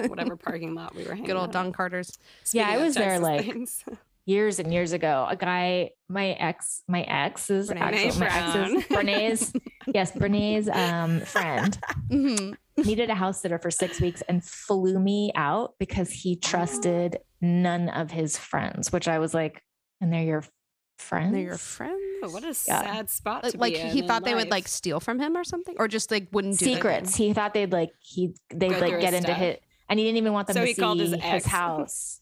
[SPEAKER 2] whatever parking lot we were hanging.
[SPEAKER 1] Good old
[SPEAKER 2] out
[SPEAKER 1] Don
[SPEAKER 2] at.
[SPEAKER 1] Carter's.
[SPEAKER 2] Speaking
[SPEAKER 3] I
[SPEAKER 2] of
[SPEAKER 3] was there,
[SPEAKER 2] Texas
[SPEAKER 3] like-
[SPEAKER 2] things.
[SPEAKER 3] years and years ago, a guy, my ex, my ex's,
[SPEAKER 1] Brene
[SPEAKER 3] actual- my ex's, Brene's, yes, Brene's um, friend
[SPEAKER 1] Mm-hmm.
[SPEAKER 3] needed a house sitter for six weeks and flew me out because he trusted none of his friends, which I was like, and they're your friends?
[SPEAKER 1] They're your friends.
[SPEAKER 2] What a
[SPEAKER 3] Yeah.
[SPEAKER 2] sad spot to
[SPEAKER 1] Like, like
[SPEAKER 2] be in
[SPEAKER 1] he
[SPEAKER 2] in
[SPEAKER 1] thought they would
[SPEAKER 2] life.
[SPEAKER 1] like steal from him or something, or just like wouldn't do
[SPEAKER 3] secrets. He thought they'd like he they'd
[SPEAKER 2] Go
[SPEAKER 3] like
[SPEAKER 2] through
[SPEAKER 3] get
[SPEAKER 2] his
[SPEAKER 3] into
[SPEAKER 2] stuff.
[SPEAKER 3] his and he didn't even want them
[SPEAKER 2] So
[SPEAKER 3] to
[SPEAKER 2] he
[SPEAKER 3] see
[SPEAKER 2] called his
[SPEAKER 3] his,
[SPEAKER 2] ex.
[SPEAKER 3] house.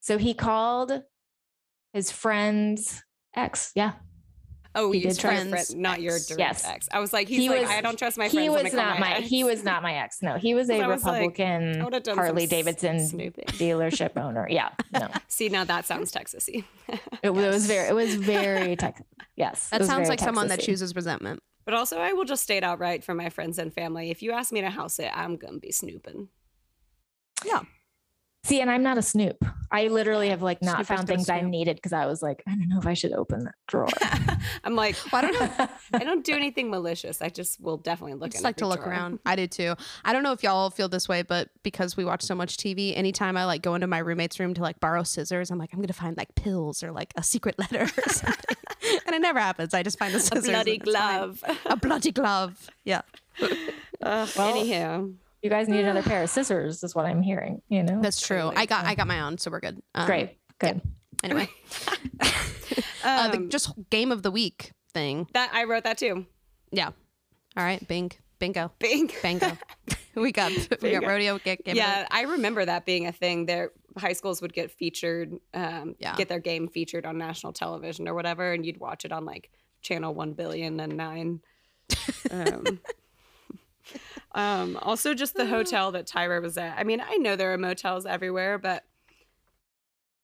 [SPEAKER 3] So he called his friend's ex. Yeah.
[SPEAKER 2] Oh,
[SPEAKER 3] He
[SPEAKER 2] you
[SPEAKER 3] did
[SPEAKER 2] did friend,
[SPEAKER 1] friends.
[SPEAKER 2] not your direct
[SPEAKER 3] Yes.
[SPEAKER 2] ex. I was like, he's
[SPEAKER 3] He
[SPEAKER 2] like,
[SPEAKER 3] was-
[SPEAKER 2] I don't trust my friends.
[SPEAKER 3] he
[SPEAKER 2] I'm
[SPEAKER 3] was
[SPEAKER 2] gonna call
[SPEAKER 3] not my,
[SPEAKER 2] ex.
[SPEAKER 3] he was not my ex. No, he was a
[SPEAKER 2] I was like,
[SPEAKER 3] Republican
[SPEAKER 2] I would've done some
[SPEAKER 3] Harley Davidson
[SPEAKER 2] snooping.
[SPEAKER 3] dealership owner. Yeah. No.
[SPEAKER 2] See, now that sounds Texasy.
[SPEAKER 3] It, was- it was very it was very tech. Yes. it
[SPEAKER 1] That
[SPEAKER 3] was
[SPEAKER 1] sounds
[SPEAKER 3] very
[SPEAKER 1] like someone that
[SPEAKER 3] Texas-y.
[SPEAKER 1] chooses resentment.
[SPEAKER 2] But also, I will just state outright for my friends and family: if you ask me to house it, I'm gonna be snooping.
[SPEAKER 3] See, and I'm not a snoop. I literally have like not
[SPEAKER 1] Snoopers
[SPEAKER 3] found
[SPEAKER 1] don't
[SPEAKER 3] things I
[SPEAKER 1] snoop.
[SPEAKER 3] needed because I was like, I don't know if I should open that drawer.
[SPEAKER 2] I'm like,
[SPEAKER 1] Well, I don't know.
[SPEAKER 2] I don't do anything malicious. I just will definitely look.
[SPEAKER 1] I
[SPEAKER 2] in
[SPEAKER 1] just like to
[SPEAKER 2] every
[SPEAKER 1] look
[SPEAKER 2] drawer.
[SPEAKER 1] around. I do too. I don't know if y'all feel this way, but because we watch so much TV, anytime I like go into my roommate's room to like borrow scissors, I'm like, I'm gonna find like pills or like a secret letter or something. and it never happens. I just find the
[SPEAKER 2] A
[SPEAKER 1] scissors.
[SPEAKER 2] bloody
[SPEAKER 1] and it's fine.
[SPEAKER 2] glove.
[SPEAKER 1] A bloody glove. Yeah.
[SPEAKER 2] Ugh,
[SPEAKER 3] Well-
[SPEAKER 2] Anywho,
[SPEAKER 3] you guys need another pair of scissors, is what I'm hearing. You know,
[SPEAKER 1] That's true. I
[SPEAKER 2] Totally.
[SPEAKER 1] got I got my own, so we're good. Um,
[SPEAKER 3] great. Good.
[SPEAKER 1] Anyway. uh, the just game of the week thing.
[SPEAKER 2] that I wrote that too.
[SPEAKER 1] Yeah. All right. Bing. Bingo.
[SPEAKER 2] Bing.
[SPEAKER 1] Bango. we got we got
[SPEAKER 2] Bingo.
[SPEAKER 1] rodeo get game. of the
[SPEAKER 2] yeah, I remember that being a thing. Their high schools would get featured, um,
[SPEAKER 1] Yeah.
[SPEAKER 2] get their game featured on national television or whatever, and you'd watch it on like channel one billion and nine. Um, um, also, just
[SPEAKER 3] Uh.
[SPEAKER 2] the hotel that Tyra was at. I mean, I know there are motels everywhere, but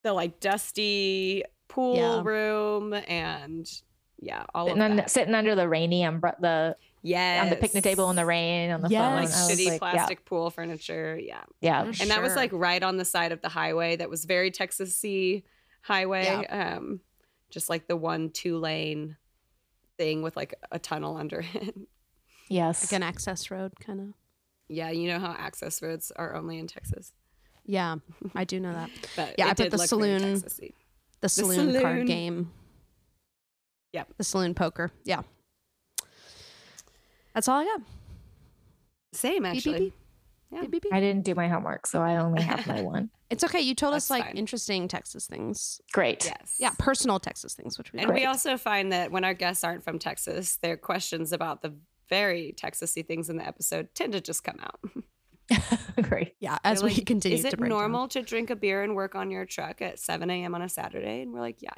[SPEAKER 2] the like dusty pool
[SPEAKER 1] Yeah.
[SPEAKER 2] room and yeah, all
[SPEAKER 3] Sitting,
[SPEAKER 2] of
[SPEAKER 3] un-
[SPEAKER 2] that.
[SPEAKER 3] sitting under the rainy umbrella, the
[SPEAKER 2] Yes,
[SPEAKER 3] on the picnic table in the rain on the
[SPEAKER 1] Yes.
[SPEAKER 3] phone.
[SPEAKER 2] like
[SPEAKER 3] I was
[SPEAKER 2] shitty
[SPEAKER 3] like,
[SPEAKER 2] plastic pool furniture. Yeah.
[SPEAKER 3] Yeah, yeah.
[SPEAKER 1] Gosh.
[SPEAKER 2] and that was
[SPEAKER 1] Sure.
[SPEAKER 2] like right on the side of the highway that was very texas sea highway um just like the one two lane thing with like a tunnel under it
[SPEAKER 3] Yes.
[SPEAKER 1] Like an access road kind of.
[SPEAKER 2] yeah you know how access roads are only in texas
[SPEAKER 1] Yeah, I do know that.
[SPEAKER 2] but
[SPEAKER 1] Yeah,
[SPEAKER 2] it
[SPEAKER 1] I put
[SPEAKER 2] did
[SPEAKER 1] the
[SPEAKER 2] look very
[SPEAKER 1] saloon-
[SPEAKER 2] Texas-y.
[SPEAKER 1] The saloon,
[SPEAKER 2] saloon.
[SPEAKER 1] card game.
[SPEAKER 2] Yep.
[SPEAKER 1] The saloon poker. Yeah. That's all I got.
[SPEAKER 2] same
[SPEAKER 1] Beep,
[SPEAKER 2] actually
[SPEAKER 1] beep,
[SPEAKER 2] Yeah.
[SPEAKER 1] Beep, beep, beep.
[SPEAKER 3] I didn't do my homework, so I only have my one.
[SPEAKER 1] It's okay. You told us
[SPEAKER 2] That's
[SPEAKER 1] like
[SPEAKER 2] fine.
[SPEAKER 1] interesting Texas things.
[SPEAKER 3] Great.
[SPEAKER 2] yes
[SPEAKER 1] Yeah, personal Texas things, which we
[SPEAKER 2] and
[SPEAKER 1] love.
[SPEAKER 2] we also find that when our guests aren't from texas their questions about the very texasy things in the episode tend to just come out
[SPEAKER 3] Great.
[SPEAKER 1] yeah, as
[SPEAKER 2] They're
[SPEAKER 1] we
[SPEAKER 2] like,
[SPEAKER 1] continue
[SPEAKER 2] is
[SPEAKER 1] to
[SPEAKER 2] it
[SPEAKER 1] break down.
[SPEAKER 2] normal to drink a beer and work on your truck at 7 a.m on a saturday and we're like yeah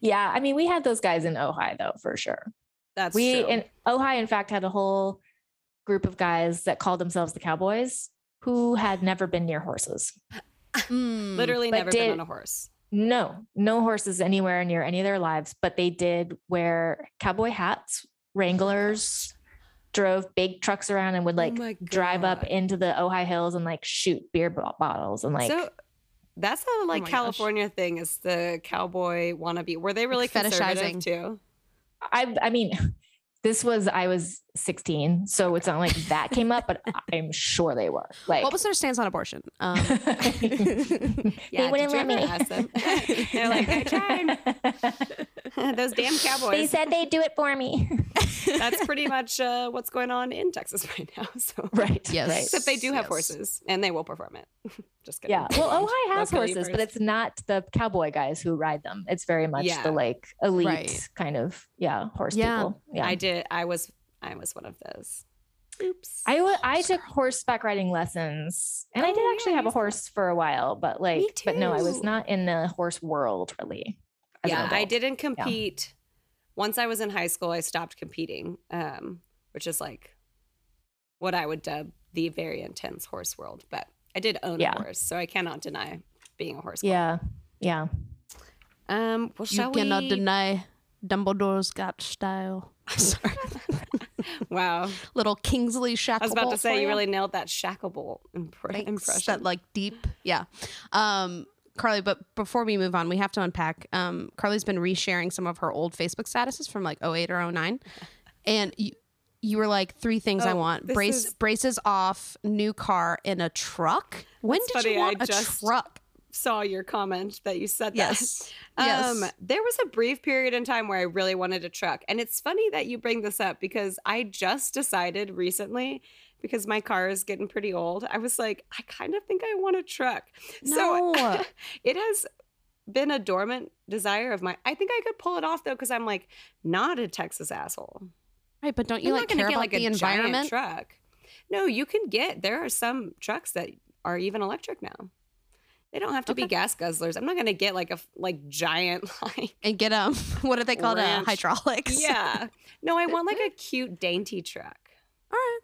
[SPEAKER 3] Yeah. I mean, we had those guys in Ojai though, for sure.
[SPEAKER 2] that's
[SPEAKER 3] we
[SPEAKER 2] true.
[SPEAKER 3] in Ojai, in fact, had a whole group of guys that called themselves the Cowboys who had never been near horses.
[SPEAKER 1] Mm,
[SPEAKER 2] literally
[SPEAKER 3] But
[SPEAKER 2] never
[SPEAKER 3] did-
[SPEAKER 2] been on a horse.
[SPEAKER 3] No, no horses anywhere near any of their lives, but they did wear cowboy hats, Wranglers, drove big trucks around and would like
[SPEAKER 2] Oh my
[SPEAKER 3] drive up
[SPEAKER 2] God.
[SPEAKER 3] into the Ojai Hills and like shoot beer bo- bottles and like Oh
[SPEAKER 2] so that's a
[SPEAKER 1] my
[SPEAKER 2] like
[SPEAKER 1] gosh.
[SPEAKER 2] California thing is the cowboy wannabe. Were they really
[SPEAKER 1] Like
[SPEAKER 2] conservative
[SPEAKER 1] fetishizing.
[SPEAKER 2] too?
[SPEAKER 3] I I mean this was I was 16, so it's not like that came up, but I'm sure they were. Like
[SPEAKER 1] What was their stance on abortion? Um,
[SPEAKER 3] they wouldn't let me.
[SPEAKER 2] Ask them? They're like, I tried. Those damn
[SPEAKER 3] They
[SPEAKER 2] cowboys.
[SPEAKER 3] said they'd do it for me.
[SPEAKER 2] that's pretty much uh, what's going on in Texas right now. So
[SPEAKER 3] right.
[SPEAKER 1] Yes.
[SPEAKER 3] Right.
[SPEAKER 2] except they do have
[SPEAKER 1] Yes.
[SPEAKER 2] horses and they will perform it. Just kidding.
[SPEAKER 3] Yeah. Well, Ojai has
[SPEAKER 2] Locally
[SPEAKER 3] horses, but
[SPEAKER 2] first.
[SPEAKER 3] it's not the cowboy guys who ride them. It's very much
[SPEAKER 2] Yeah.
[SPEAKER 3] the like elite
[SPEAKER 1] Right.
[SPEAKER 3] kind of yeah horse
[SPEAKER 1] Yeah.
[SPEAKER 3] people. Yeah.
[SPEAKER 2] I
[SPEAKER 3] I,
[SPEAKER 2] did. I was. I was one of those. Oops.
[SPEAKER 3] wa- I took horseback riding lessons, and
[SPEAKER 2] Oh,
[SPEAKER 3] I
[SPEAKER 2] yeah,
[SPEAKER 3] did actually
[SPEAKER 2] I
[SPEAKER 3] have a
[SPEAKER 2] used to-
[SPEAKER 3] horse for a while, but like, but no, I was
[SPEAKER 2] too.
[SPEAKER 3] not in the horse world really. as an
[SPEAKER 2] yeah i
[SPEAKER 3] adult.
[SPEAKER 2] didn't compete once i was in high school i stopped competing um which is like what i would dub the very intense horse world but i did own
[SPEAKER 3] Yeah.
[SPEAKER 2] a horse so i cannot deny being a horse girl.
[SPEAKER 3] Yeah. Yeah.
[SPEAKER 2] um well
[SPEAKER 1] you
[SPEAKER 2] shall
[SPEAKER 1] cannot
[SPEAKER 2] we
[SPEAKER 1] deny Dumbledore's got style. Sorry.
[SPEAKER 2] wow
[SPEAKER 1] Little Kingsley Shacklebolt.
[SPEAKER 2] i was about to
[SPEAKER 1] for
[SPEAKER 2] say you
[SPEAKER 1] ya.
[SPEAKER 2] really nailed that shackable impr-
[SPEAKER 1] Thanks.
[SPEAKER 2] impression
[SPEAKER 1] That like deep, yeah. Um, Carly, but before we move on, we have to unpack. Um, Carly's been resharing some of her old Facebook statuses from like 08 or 09. and you, you were like three things I
[SPEAKER 2] Oh,
[SPEAKER 1] want:
[SPEAKER 2] this
[SPEAKER 1] brace
[SPEAKER 2] is-
[SPEAKER 1] braces off, new car, and a truck. When
[SPEAKER 2] That's
[SPEAKER 1] did you
[SPEAKER 2] funny, I
[SPEAKER 1] want a
[SPEAKER 2] just-
[SPEAKER 1] truck?
[SPEAKER 2] saw your comment that you said that.
[SPEAKER 1] Yes.
[SPEAKER 2] Um,
[SPEAKER 1] Yes.
[SPEAKER 2] There was a brief period in time where I really wanted a truck. And it's funny that you bring this up because I just decided recently, because my car is getting pretty old, I was like, I kind of think I want a truck. So
[SPEAKER 1] No.
[SPEAKER 2] it has been a dormant desire of mine. I think I could pull it off though, because I'm like, not a Texas asshole.
[SPEAKER 1] Right, but don't you
[SPEAKER 2] I'm
[SPEAKER 1] like
[SPEAKER 2] not gonna
[SPEAKER 1] care
[SPEAKER 2] get
[SPEAKER 1] about
[SPEAKER 2] like
[SPEAKER 1] the
[SPEAKER 2] a giant
[SPEAKER 1] environment?
[SPEAKER 2] truck. No, you can get. There are some trucks that are even electric now. They don't have to be gas guzzlers. I'm not gonna get like a f- like giant like
[SPEAKER 1] And get um, what are they called? Uh,
[SPEAKER 2] Ranch.
[SPEAKER 1] hydraulics.
[SPEAKER 2] yeah. No, I want like a cute dainty truck.
[SPEAKER 1] All right.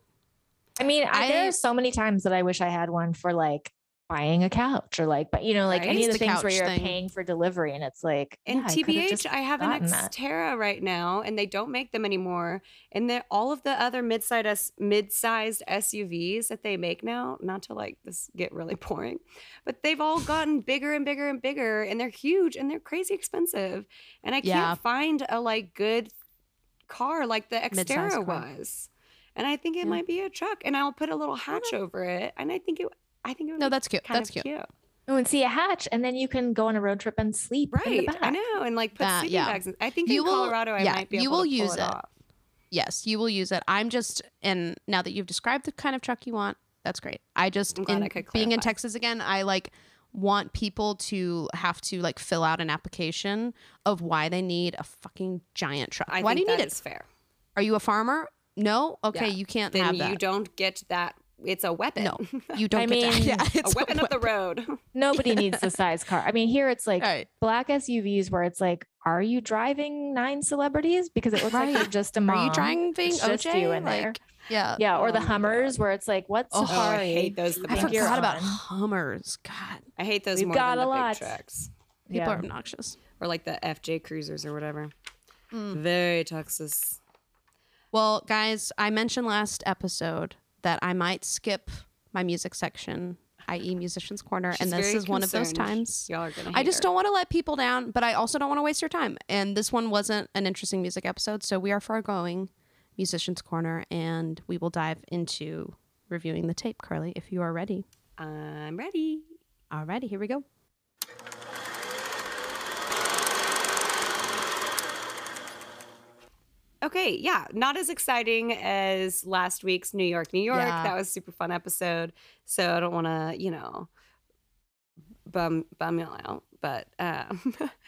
[SPEAKER 3] I mean, I,
[SPEAKER 1] I-
[SPEAKER 3] there are so many times that I wish I had one for like buying a couch or like, but you know, like
[SPEAKER 1] Right?
[SPEAKER 3] any of
[SPEAKER 1] It's
[SPEAKER 3] the,
[SPEAKER 1] the
[SPEAKER 3] things where
[SPEAKER 1] couch
[SPEAKER 3] you're
[SPEAKER 1] thing.
[SPEAKER 3] paying for delivery and it's like,
[SPEAKER 2] And
[SPEAKER 3] yeah, I could've
[SPEAKER 2] TBH,
[SPEAKER 3] just
[SPEAKER 2] I, have an
[SPEAKER 3] gotten that.
[SPEAKER 2] Xterra right now, and they don't make them anymore. And then all of the other mid-sized S- mid-sized SUVs that they make now, not to like this get really boring, but they've all gotten bigger and bigger and bigger, and they're huge and they're crazy expensive. And I
[SPEAKER 1] Yeah.
[SPEAKER 2] can't find a like good car like the
[SPEAKER 1] Mid-sized
[SPEAKER 2] Xterra
[SPEAKER 1] car.
[SPEAKER 2] was. And I think it
[SPEAKER 1] Yeah.
[SPEAKER 2] might be a truck, and I'll put a little hatch over it, and I think it. I think it would
[SPEAKER 1] No,
[SPEAKER 2] be
[SPEAKER 1] that's cute.
[SPEAKER 2] kind
[SPEAKER 1] That's
[SPEAKER 2] of
[SPEAKER 1] cute.
[SPEAKER 3] Oh, and see a hatch, and then you can go on a road trip and sleep. In the
[SPEAKER 2] Right,
[SPEAKER 3] back.
[SPEAKER 2] I know, and like put
[SPEAKER 1] That-
[SPEAKER 2] sleeping
[SPEAKER 1] yeah.
[SPEAKER 2] bags. In. I think
[SPEAKER 1] You
[SPEAKER 2] in
[SPEAKER 1] will-
[SPEAKER 2] Colorado, I
[SPEAKER 1] yeah,
[SPEAKER 2] might be
[SPEAKER 1] you
[SPEAKER 2] able
[SPEAKER 1] will
[SPEAKER 2] to pull
[SPEAKER 1] use
[SPEAKER 2] it,
[SPEAKER 1] it.
[SPEAKER 2] off.
[SPEAKER 1] Yes, you will use it. I'm just, and now that you've described the kind of truck you want, that's great. I just,
[SPEAKER 2] I'm glad
[SPEAKER 1] in-
[SPEAKER 2] I could
[SPEAKER 1] being in
[SPEAKER 2] clarify.
[SPEAKER 1] Texas again, I like want people to have to like fill out an application of why they need a fucking giant truck.
[SPEAKER 2] I
[SPEAKER 1] why do
[SPEAKER 2] think
[SPEAKER 1] you need
[SPEAKER 2] that
[SPEAKER 1] it?
[SPEAKER 2] is fair.
[SPEAKER 1] Are you a farmer? No. Okay,
[SPEAKER 2] Yeah.
[SPEAKER 1] you can't
[SPEAKER 2] Then
[SPEAKER 1] have that.
[SPEAKER 2] you don't get that. It's a weapon.
[SPEAKER 1] no, you don't.
[SPEAKER 3] I
[SPEAKER 1] get to-
[SPEAKER 3] mean,
[SPEAKER 1] yeah,
[SPEAKER 2] a
[SPEAKER 1] it's
[SPEAKER 2] weapon of the road. Oh,
[SPEAKER 3] Nobody needs the size car. I mean, here it's like
[SPEAKER 1] Right.
[SPEAKER 3] black SUVs where it's like, are you driving nine celebrities? Because it looks like you're
[SPEAKER 1] Right.
[SPEAKER 3] just a
[SPEAKER 1] Are
[SPEAKER 3] mom.
[SPEAKER 1] you driving
[SPEAKER 3] It's just
[SPEAKER 1] OJ?
[SPEAKER 3] you in
[SPEAKER 1] like, uh,
[SPEAKER 3] there.
[SPEAKER 1] yeah.
[SPEAKER 3] Yeah, or the
[SPEAKER 2] Oh my
[SPEAKER 3] Hummers where it's like, what's
[SPEAKER 1] Oh, I
[SPEAKER 2] Oh, I hate
[SPEAKER 3] Safari?
[SPEAKER 2] those. The
[SPEAKER 1] I
[SPEAKER 3] I
[SPEAKER 2] big
[SPEAKER 3] think
[SPEAKER 2] trucks.
[SPEAKER 3] you're
[SPEAKER 1] forgot about
[SPEAKER 3] on.
[SPEAKER 1] Hummers. God,
[SPEAKER 2] I hate those
[SPEAKER 3] We've
[SPEAKER 2] more
[SPEAKER 3] got
[SPEAKER 2] than
[SPEAKER 3] a
[SPEAKER 2] the big
[SPEAKER 3] lot.
[SPEAKER 2] trucks
[SPEAKER 1] people
[SPEAKER 3] Yeah.
[SPEAKER 1] are obnoxious.
[SPEAKER 2] or like the FJ cruisers or whatever.
[SPEAKER 1] Mm.
[SPEAKER 2] Very Texas.
[SPEAKER 1] Well, guys, I mentioned last episode that I might skip my music section, i.e., Musicians Corner,
[SPEAKER 2] She's
[SPEAKER 1] and this
[SPEAKER 2] very
[SPEAKER 1] is one of those
[SPEAKER 2] concerned.
[SPEAKER 1] times.
[SPEAKER 2] Y'all are gonna.
[SPEAKER 1] I
[SPEAKER 2] hate
[SPEAKER 1] just
[SPEAKER 2] her.
[SPEAKER 1] don't want to let people down, but I also don't want to waste your time. And this one wasn't an interesting music episode, so we are foregoing Musicians Corner, and we will dive into reviewing the tape, Carly, if you are ready.
[SPEAKER 2] I'm ready.
[SPEAKER 1] Alrighty, here we go.
[SPEAKER 2] Okay, yeah, not as exciting as last week's New York, New York.
[SPEAKER 1] Yeah.
[SPEAKER 2] That was a super fun episode. So I don't want to, you know, bum bum y'all out. But um,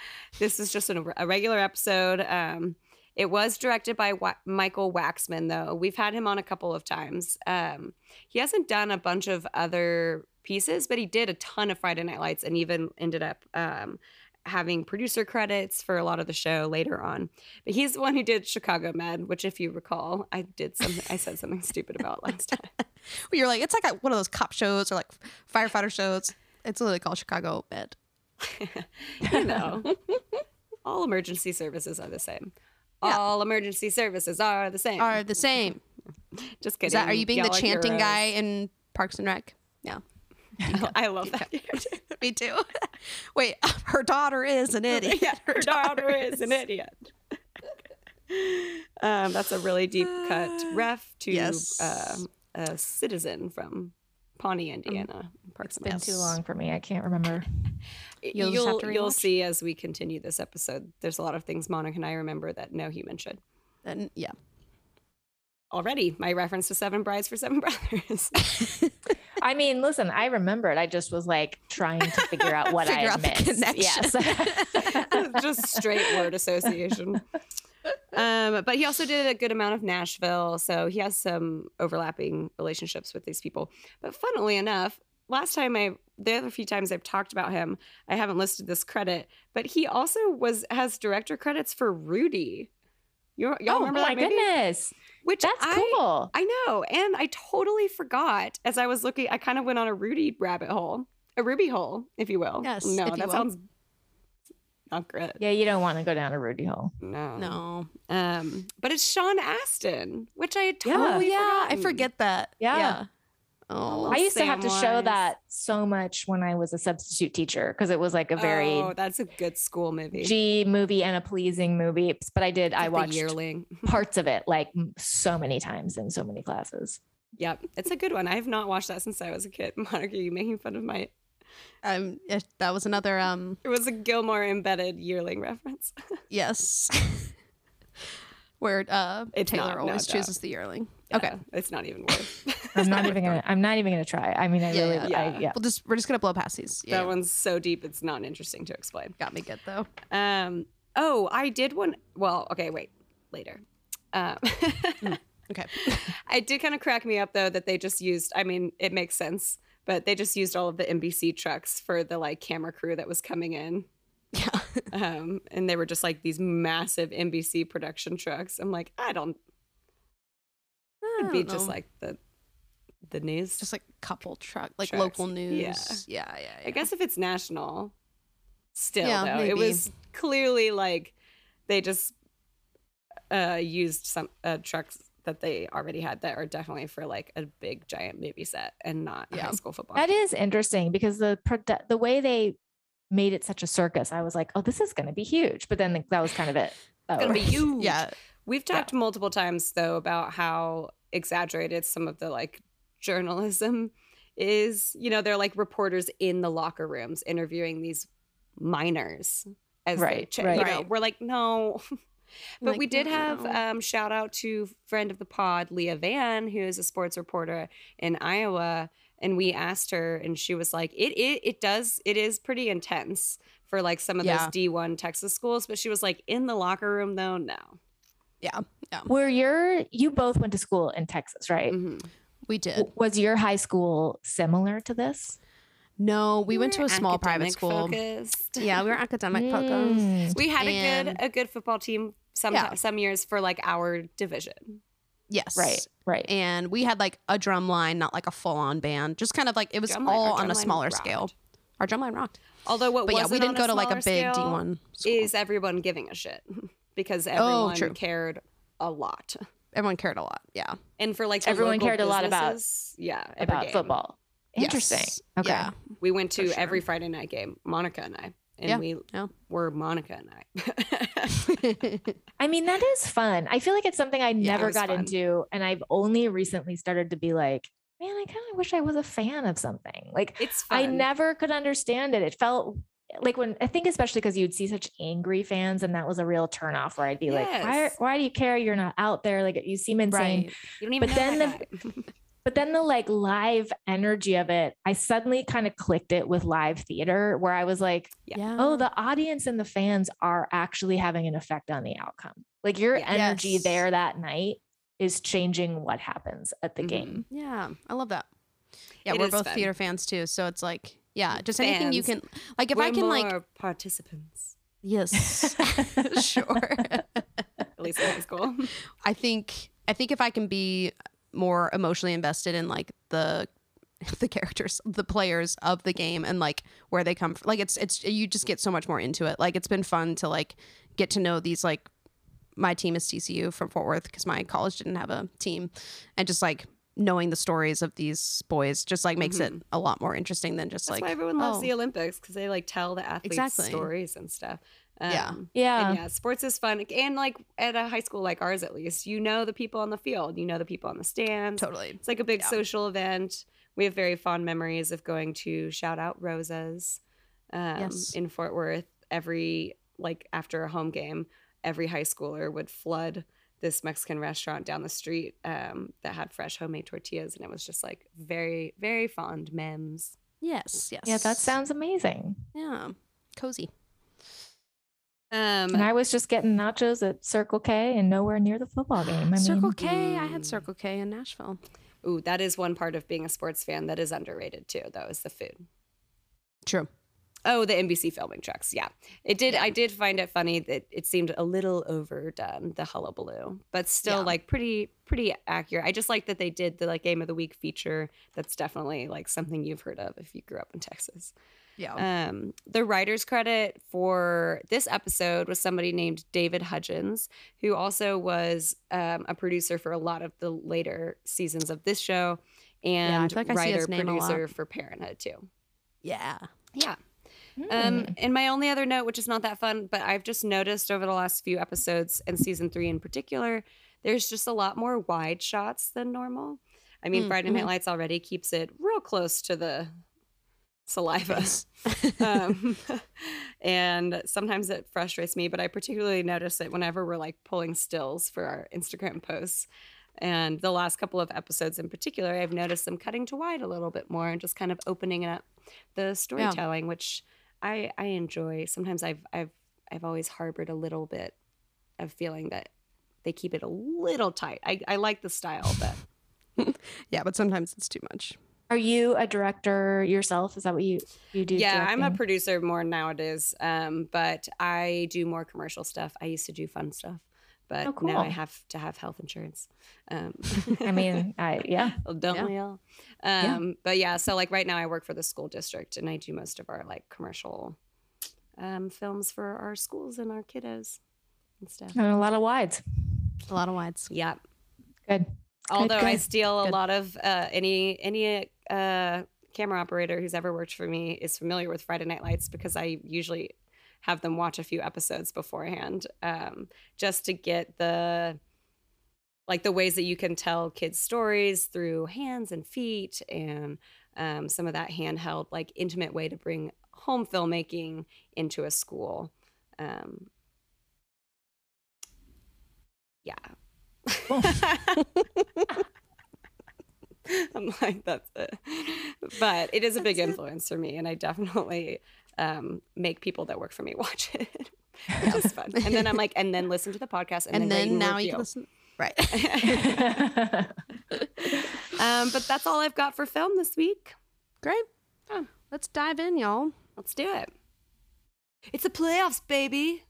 [SPEAKER 2] this is just an, a regular episode. Um, it was directed by Wa- Michael Waxman, though. We've had him on a couple of times. Um, he hasn't done a bunch of other pieces, but he did a ton of Friday Night Lights and even ended up um, having producer credits for a lot of the show later on. But he's the one who did Chicago Med, which, if you recall, I did something. I said something stupid about last time.
[SPEAKER 1] Well, you're like, it's like a, one of those cop shows or like firefighter shows. It's literally called Chicago Med.
[SPEAKER 2] You know, all emergency services are the same.
[SPEAKER 1] Yeah.
[SPEAKER 2] All emergency services are the same.
[SPEAKER 1] Are the same.
[SPEAKER 2] Just kidding.
[SPEAKER 1] Is that, are you being the
[SPEAKER 2] Y'all are
[SPEAKER 1] chanting
[SPEAKER 2] heroes.
[SPEAKER 1] guy in Parks and Rec? Yeah,
[SPEAKER 2] I love that. character.
[SPEAKER 1] me too. Wait, her daughter is an idiot.
[SPEAKER 2] yeah, her daughter is an idiot. um, that's a really deep cut ref to
[SPEAKER 1] Yes.
[SPEAKER 2] um, a citizen from Pawnee, Indiana. Parks
[SPEAKER 3] It's
[SPEAKER 2] and
[SPEAKER 3] been
[SPEAKER 2] Rec.
[SPEAKER 3] too long for me. I can't remember.
[SPEAKER 1] You'll
[SPEAKER 2] You'll
[SPEAKER 1] just have
[SPEAKER 2] you'll,
[SPEAKER 1] to
[SPEAKER 2] you'll
[SPEAKER 1] rewatch.
[SPEAKER 2] see as we continue this episode. There's a lot of things Monica and I remember that no human should.
[SPEAKER 1] And- yeah.
[SPEAKER 2] Already, my reference to Seven Brides for Seven Brothers.
[SPEAKER 3] I mean, listen, I remember it. I just was like trying to figure out what
[SPEAKER 1] Figure
[SPEAKER 3] I
[SPEAKER 1] out
[SPEAKER 3] had
[SPEAKER 1] the
[SPEAKER 3] missed. Yes.
[SPEAKER 1] oh,
[SPEAKER 2] just straight word association. Um, but he also did a good amount of Nashville, so he has some overlapping relationships with these people. But funnily enough, last time I the other few times I've talked about him, I haven't listed this credit, but he also was has director credits for Rudy. You y'all
[SPEAKER 3] oh
[SPEAKER 2] remember
[SPEAKER 3] my
[SPEAKER 2] that movie?
[SPEAKER 3] goodness,
[SPEAKER 2] Which
[SPEAKER 3] that's
[SPEAKER 2] I,
[SPEAKER 3] cool.
[SPEAKER 2] I know, and I totally forgot as I was looking. I kind of went on a Rudy rabbit hole, a Ruby hole, if you will.
[SPEAKER 1] Yes,
[SPEAKER 2] No,
[SPEAKER 1] if you
[SPEAKER 2] that
[SPEAKER 1] will.
[SPEAKER 2] sounds not good.
[SPEAKER 3] Yeah, you don't want to go down a Rudy hole.
[SPEAKER 2] No.
[SPEAKER 1] No.
[SPEAKER 2] Um, but it's Sean Astin, which I had
[SPEAKER 3] Yeah.
[SPEAKER 1] Oh
[SPEAKER 2] totally
[SPEAKER 1] yeah, I
[SPEAKER 2] forgotten.
[SPEAKER 1] forget that.
[SPEAKER 3] Yeah.
[SPEAKER 1] Oh.
[SPEAKER 3] I used to have to show
[SPEAKER 2] Samwise.
[SPEAKER 3] that so much when I was a substitute teacher because it was like a very
[SPEAKER 2] Oh, that's a good school movie.
[SPEAKER 3] G movie and a pleasing movie. But I did. I
[SPEAKER 2] The
[SPEAKER 3] watched
[SPEAKER 2] Yearling.
[SPEAKER 3] parts of it like m- so many times in so many classes.
[SPEAKER 2] Yep, it's a good one. I have not watched that since I was a kid. Monica, you making fun of my
[SPEAKER 1] Um, it- that was another um,
[SPEAKER 2] It was a Gilmore embedded yearling reference.
[SPEAKER 1] yes, where uh,
[SPEAKER 2] It's
[SPEAKER 1] Taylor
[SPEAKER 2] not, no
[SPEAKER 1] always
[SPEAKER 2] doubt.
[SPEAKER 1] chooses the yearling. Okay,
[SPEAKER 2] Yeah, it's not even worth.
[SPEAKER 3] I'm not even gonna. I'm not even gonna try. I mean, I
[SPEAKER 1] Yeah,
[SPEAKER 3] really.
[SPEAKER 1] yeah.
[SPEAKER 3] I, yeah.
[SPEAKER 1] we'll just we're just gonna blow past these. Yeah,
[SPEAKER 2] That one's so deep, it's not interesting to explain.
[SPEAKER 1] got me good though.
[SPEAKER 2] Um, oh, I did one. Well, okay, wait, later. Um,
[SPEAKER 1] Okay,
[SPEAKER 2] it did kind of crack me up though that they just used. I mean, it makes sense, but they just used all of the NBC trucks for the like camera crew that was coming in.
[SPEAKER 1] yeah.
[SPEAKER 2] Um, and they were just like these massive NBC production trucks. I'm like, I don't. It'd be just like the the news.
[SPEAKER 1] Oh. just like couple truck like
[SPEAKER 2] Trucks.
[SPEAKER 1] local
[SPEAKER 2] Yeah.
[SPEAKER 1] news. Yeah, yeah. yeah,
[SPEAKER 2] I guess if it's national, still
[SPEAKER 1] Yeah,
[SPEAKER 2] though it
[SPEAKER 1] maybe.
[SPEAKER 2] was clearly like they just uh, used some uh, trucks that they already had that are definitely for like a big giant movie set and not a
[SPEAKER 1] Yeah.
[SPEAKER 2] high school football.
[SPEAKER 3] That is interesting because the produ- the way they made it such a circus, I was like, oh, this is gonna be huge. But then that was kind of it. Oh,
[SPEAKER 2] gonna be huge.
[SPEAKER 1] yeah.
[SPEAKER 2] We've talked multiple times though about how exaggerated some of the like journalism is. You know, they're like reporters in the locker rooms interviewing these minors as they
[SPEAKER 3] Right,
[SPEAKER 2] che-
[SPEAKER 3] right.
[SPEAKER 2] you know,
[SPEAKER 1] Right.
[SPEAKER 2] we're like, no. but
[SPEAKER 1] Like,
[SPEAKER 2] we did
[SPEAKER 1] no,
[SPEAKER 2] have
[SPEAKER 1] no.
[SPEAKER 2] um, shout out to friend of the pod, Leah Van, who is a sports reporter in Iowa. And we asked her, and she was like, "It it it does. It is pretty intense for like some of
[SPEAKER 1] Yeah.
[SPEAKER 2] those D one Texas schools." But she was like, "In the locker room, though, no."
[SPEAKER 1] Yeah.
[SPEAKER 3] Were your you both went to school in Texas, right?
[SPEAKER 2] Mhm.
[SPEAKER 1] We did.
[SPEAKER 3] Was your high school similar to this?
[SPEAKER 1] No, we went to a
[SPEAKER 2] We're
[SPEAKER 1] small private
[SPEAKER 2] academic
[SPEAKER 1] school.
[SPEAKER 2] focused.
[SPEAKER 1] Yeah, we were academic focused.
[SPEAKER 3] Mm.
[SPEAKER 2] We had a
[SPEAKER 1] And-
[SPEAKER 2] good a good football team some
[SPEAKER 1] Yeah.
[SPEAKER 2] some years for like our division.
[SPEAKER 1] Yes.
[SPEAKER 3] Right, right.
[SPEAKER 1] And we had like a drum line, not like a full on band. Just kind of like it was
[SPEAKER 2] Drumline-
[SPEAKER 1] all
[SPEAKER 2] our
[SPEAKER 1] on a
[SPEAKER 2] drumline
[SPEAKER 1] smaller
[SPEAKER 2] rocked.
[SPEAKER 1] scale. Our drum line rocked.
[SPEAKER 2] Although what
[SPEAKER 1] But yeah,
[SPEAKER 2] wasn't
[SPEAKER 1] we didn't
[SPEAKER 2] on
[SPEAKER 1] go to like a
[SPEAKER 2] smaller
[SPEAKER 1] big D
[SPEAKER 2] scale
[SPEAKER 1] one school.
[SPEAKER 2] Is everyone giving a shit? Because everyone
[SPEAKER 1] true.
[SPEAKER 2] cared a lot.
[SPEAKER 1] Everyone cared a lot. Yeah.
[SPEAKER 2] And for like the
[SPEAKER 3] Everyone
[SPEAKER 2] local
[SPEAKER 3] cared a lot about-
[SPEAKER 2] businesses, yeah, every
[SPEAKER 3] about
[SPEAKER 2] game.
[SPEAKER 3] football. Interesting.
[SPEAKER 1] Yes.
[SPEAKER 3] Okay.
[SPEAKER 1] Yeah.
[SPEAKER 2] We went to
[SPEAKER 1] For sure.
[SPEAKER 2] every Friday night game, Monica and I. And
[SPEAKER 1] Yeah,
[SPEAKER 2] we
[SPEAKER 1] yeah.
[SPEAKER 2] were Monica and I.
[SPEAKER 3] I mean, that is fun. I feel like it's something I never
[SPEAKER 2] was
[SPEAKER 3] got
[SPEAKER 2] fun.
[SPEAKER 3] into. And I've only recently started to be like, man, I kind of wish I was a fan of something. Like,
[SPEAKER 2] it's fun.
[SPEAKER 3] I never could understand it. It felt like when I think, especially because you'd see such angry fans, and that was a real turnoff where I'd be like, why,
[SPEAKER 2] Yes.
[SPEAKER 3] why do you care? You're not out there. Like, you seem insane.
[SPEAKER 1] Right.
[SPEAKER 2] You don't even know
[SPEAKER 3] but then
[SPEAKER 2] that guy.
[SPEAKER 3] But then the like live energy of it, I suddenly kind of clicked it with live theater where I was like,
[SPEAKER 2] Yeah.
[SPEAKER 3] oh, the audience and the fans are actually having an effect on the outcome. Like your
[SPEAKER 2] Yeah.
[SPEAKER 3] energy
[SPEAKER 1] Yes.
[SPEAKER 3] there that night is changing what happens at the
[SPEAKER 2] Mhm.
[SPEAKER 3] game.
[SPEAKER 1] Yeah, I love that. Yeah,
[SPEAKER 2] It
[SPEAKER 1] we're
[SPEAKER 2] is
[SPEAKER 1] both
[SPEAKER 2] fun.
[SPEAKER 1] theater fans too, so it's like, yeah, just anything you
[SPEAKER 2] Fans.
[SPEAKER 1] can like. If I
[SPEAKER 2] We're
[SPEAKER 1] can like,
[SPEAKER 2] more participants,
[SPEAKER 1] yes, sure.
[SPEAKER 2] at least in high school.
[SPEAKER 1] I think I think if I can be more emotionally invested in like the the characters, the players of the game, and like where they come from, like it's it's you just get so much more into it. Like it's been fun to like get to know these like my team is TCU from Fort Worth because my college didn't have a team, and just like knowing the stories of these boys just like makes it a lot more interesting than just
[SPEAKER 2] That's
[SPEAKER 1] like
[SPEAKER 2] why everyone loves
[SPEAKER 1] oh,
[SPEAKER 2] the Olympics because they like tell the athletes
[SPEAKER 1] Exactly.
[SPEAKER 2] stories and stuff. Um,
[SPEAKER 1] Yeah.
[SPEAKER 3] Yeah.
[SPEAKER 2] And yeah, sports is fun. And like at a high school like ours, at least, you know the people on the field, you know the people on the stands.
[SPEAKER 1] totally
[SPEAKER 2] It's like a big
[SPEAKER 1] Yeah.
[SPEAKER 2] social event. We have very fond memories of going to shout out Rosa's um,
[SPEAKER 1] Yes.
[SPEAKER 2] in Fort Worth every, like after a home game, every high schooler would flood this Mexican restaurant down the street um, that had fresh homemade tortillas. And it was just like very, very fond memes.
[SPEAKER 1] yes yes
[SPEAKER 3] Yeah, that sounds amazing.
[SPEAKER 1] yeah cozy
[SPEAKER 2] Um,
[SPEAKER 3] And I was just getting nachos at Circle K and nowhere near the football game. I
[SPEAKER 1] Circle
[SPEAKER 3] mean,
[SPEAKER 1] K I had Circle K in Nashville
[SPEAKER 2] Ooh, that is one part of being a sports fan that is underrated too, though, is the food.
[SPEAKER 1] true
[SPEAKER 2] Oh, the NBC filming trucks. Yeah. It did I did find it funny that it seemed a little overdone, the hullabaloo, but still
[SPEAKER 1] Yeah.
[SPEAKER 2] like pretty pretty accurate. I just like that they did the like game of the week feature. That's definitely like something you've heard of if you grew up in Texas.
[SPEAKER 1] yeah
[SPEAKER 2] Um, the writer's credit for this episode was somebody named David Hudgens, who also was um, a producer for a lot of the later seasons of this show
[SPEAKER 1] Yeah, I
[SPEAKER 2] and
[SPEAKER 1] feel like I see
[SPEAKER 2] writer
[SPEAKER 1] his name a lot.
[SPEAKER 2] producer for Parenthood, too.
[SPEAKER 1] yeah
[SPEAKER 2] Yeah.
[SPEAKER 3] mm.
[SPEAKER 2] Um, and my only other note, which is not that fun, but I've just noticed over the last few episodes and season three in particular, there's just a lot more wide shots than normal. I mean,
[SPEAKER 1] Mm,
[SPEAKER 2] Friday Night
[SPEAKER 1] mhm.
[SPEAKER 2] Lights already keeps it real close to the saliva. um, and sometimes it frustrates me, but I particularly notice it whenever we're like pulling stills for our Instagram posts. And the last couple of episodes in particular, I've noticed them cutting to wide a little bit more and just kind of opening up the storytelling, which I I enjoy. Sometimes I've I've I've always harbored a little bit of feeling that they keep it a little tight. I, I like the style, but
[SPEAKER 1] Yeah, but sometimes it's too much.
[SPEAKER 3] Are you a director yourself? Is that what you you do?
[SPEAKER 2] yeah i'm a
[SPEAKER 3] directing?
[SPEAKER 2] producer more nowadays um, but i do more commercial stuff i used to do fun stuff but
[SPEAKER 3] Oh,
[SPEAKER 2] now i
[SPEAKER 3] cool.
[SPEAKER 2] have to have health insurance um,
[SPEAKER 3] I mean, I yeah.
[SPEAKER 2] well, don't
[SPEAKER 1] Yeah.
[SPEAKER 2] we all um, but yeah so like right now i work for the school district and i do most of our like commercial um, films for our schools and our kiddos and stuff
[SPEAKER 3] And a lot of wides.
[SPEAKER 1] A lot of wides.
[SPEAKER 2] yeah
[SPEAKER 3] Good.
[SPEAKER 2] although I
[SPEAKER 3] good.
[SPEAKER 2] steal a
[SPEAKER 1] Good.
[SPEAKER 2] lot of uh, any any uh, camera operator who's ever worked for me is familiar with Friday Night Lights because I usually have them watch a few episodes beforehand um, just to get the like the ways that you can tell kids stories through hands and feet and um, some of that handheld like intimate way to bring home filmmaking into a school um, yeah I'm like, that's it. But it is a big influence for me, and I definitely um, make people that work for me watch it. Which is fun. And then I'm like, and then listen to the podcast, and,
[SPEAKER 1] And,
[SPEAKER 2] then,
[SPEAKER 1] then,
[SPEAKER 2] rate and
[SPEAKER 1] now you
[SPEAKER 2] review.
[SPEAKER 1] can listen. Right.
[SPEAKER 2] um, but that's all I've got for film this week.
[SPEAKER 1] Great.
[SPEAKER 2] Oh.
[SPEAKER 1] Let's dive in, y'all.
[SPEAKER 2] Let's do it. It's the playoffs, baby.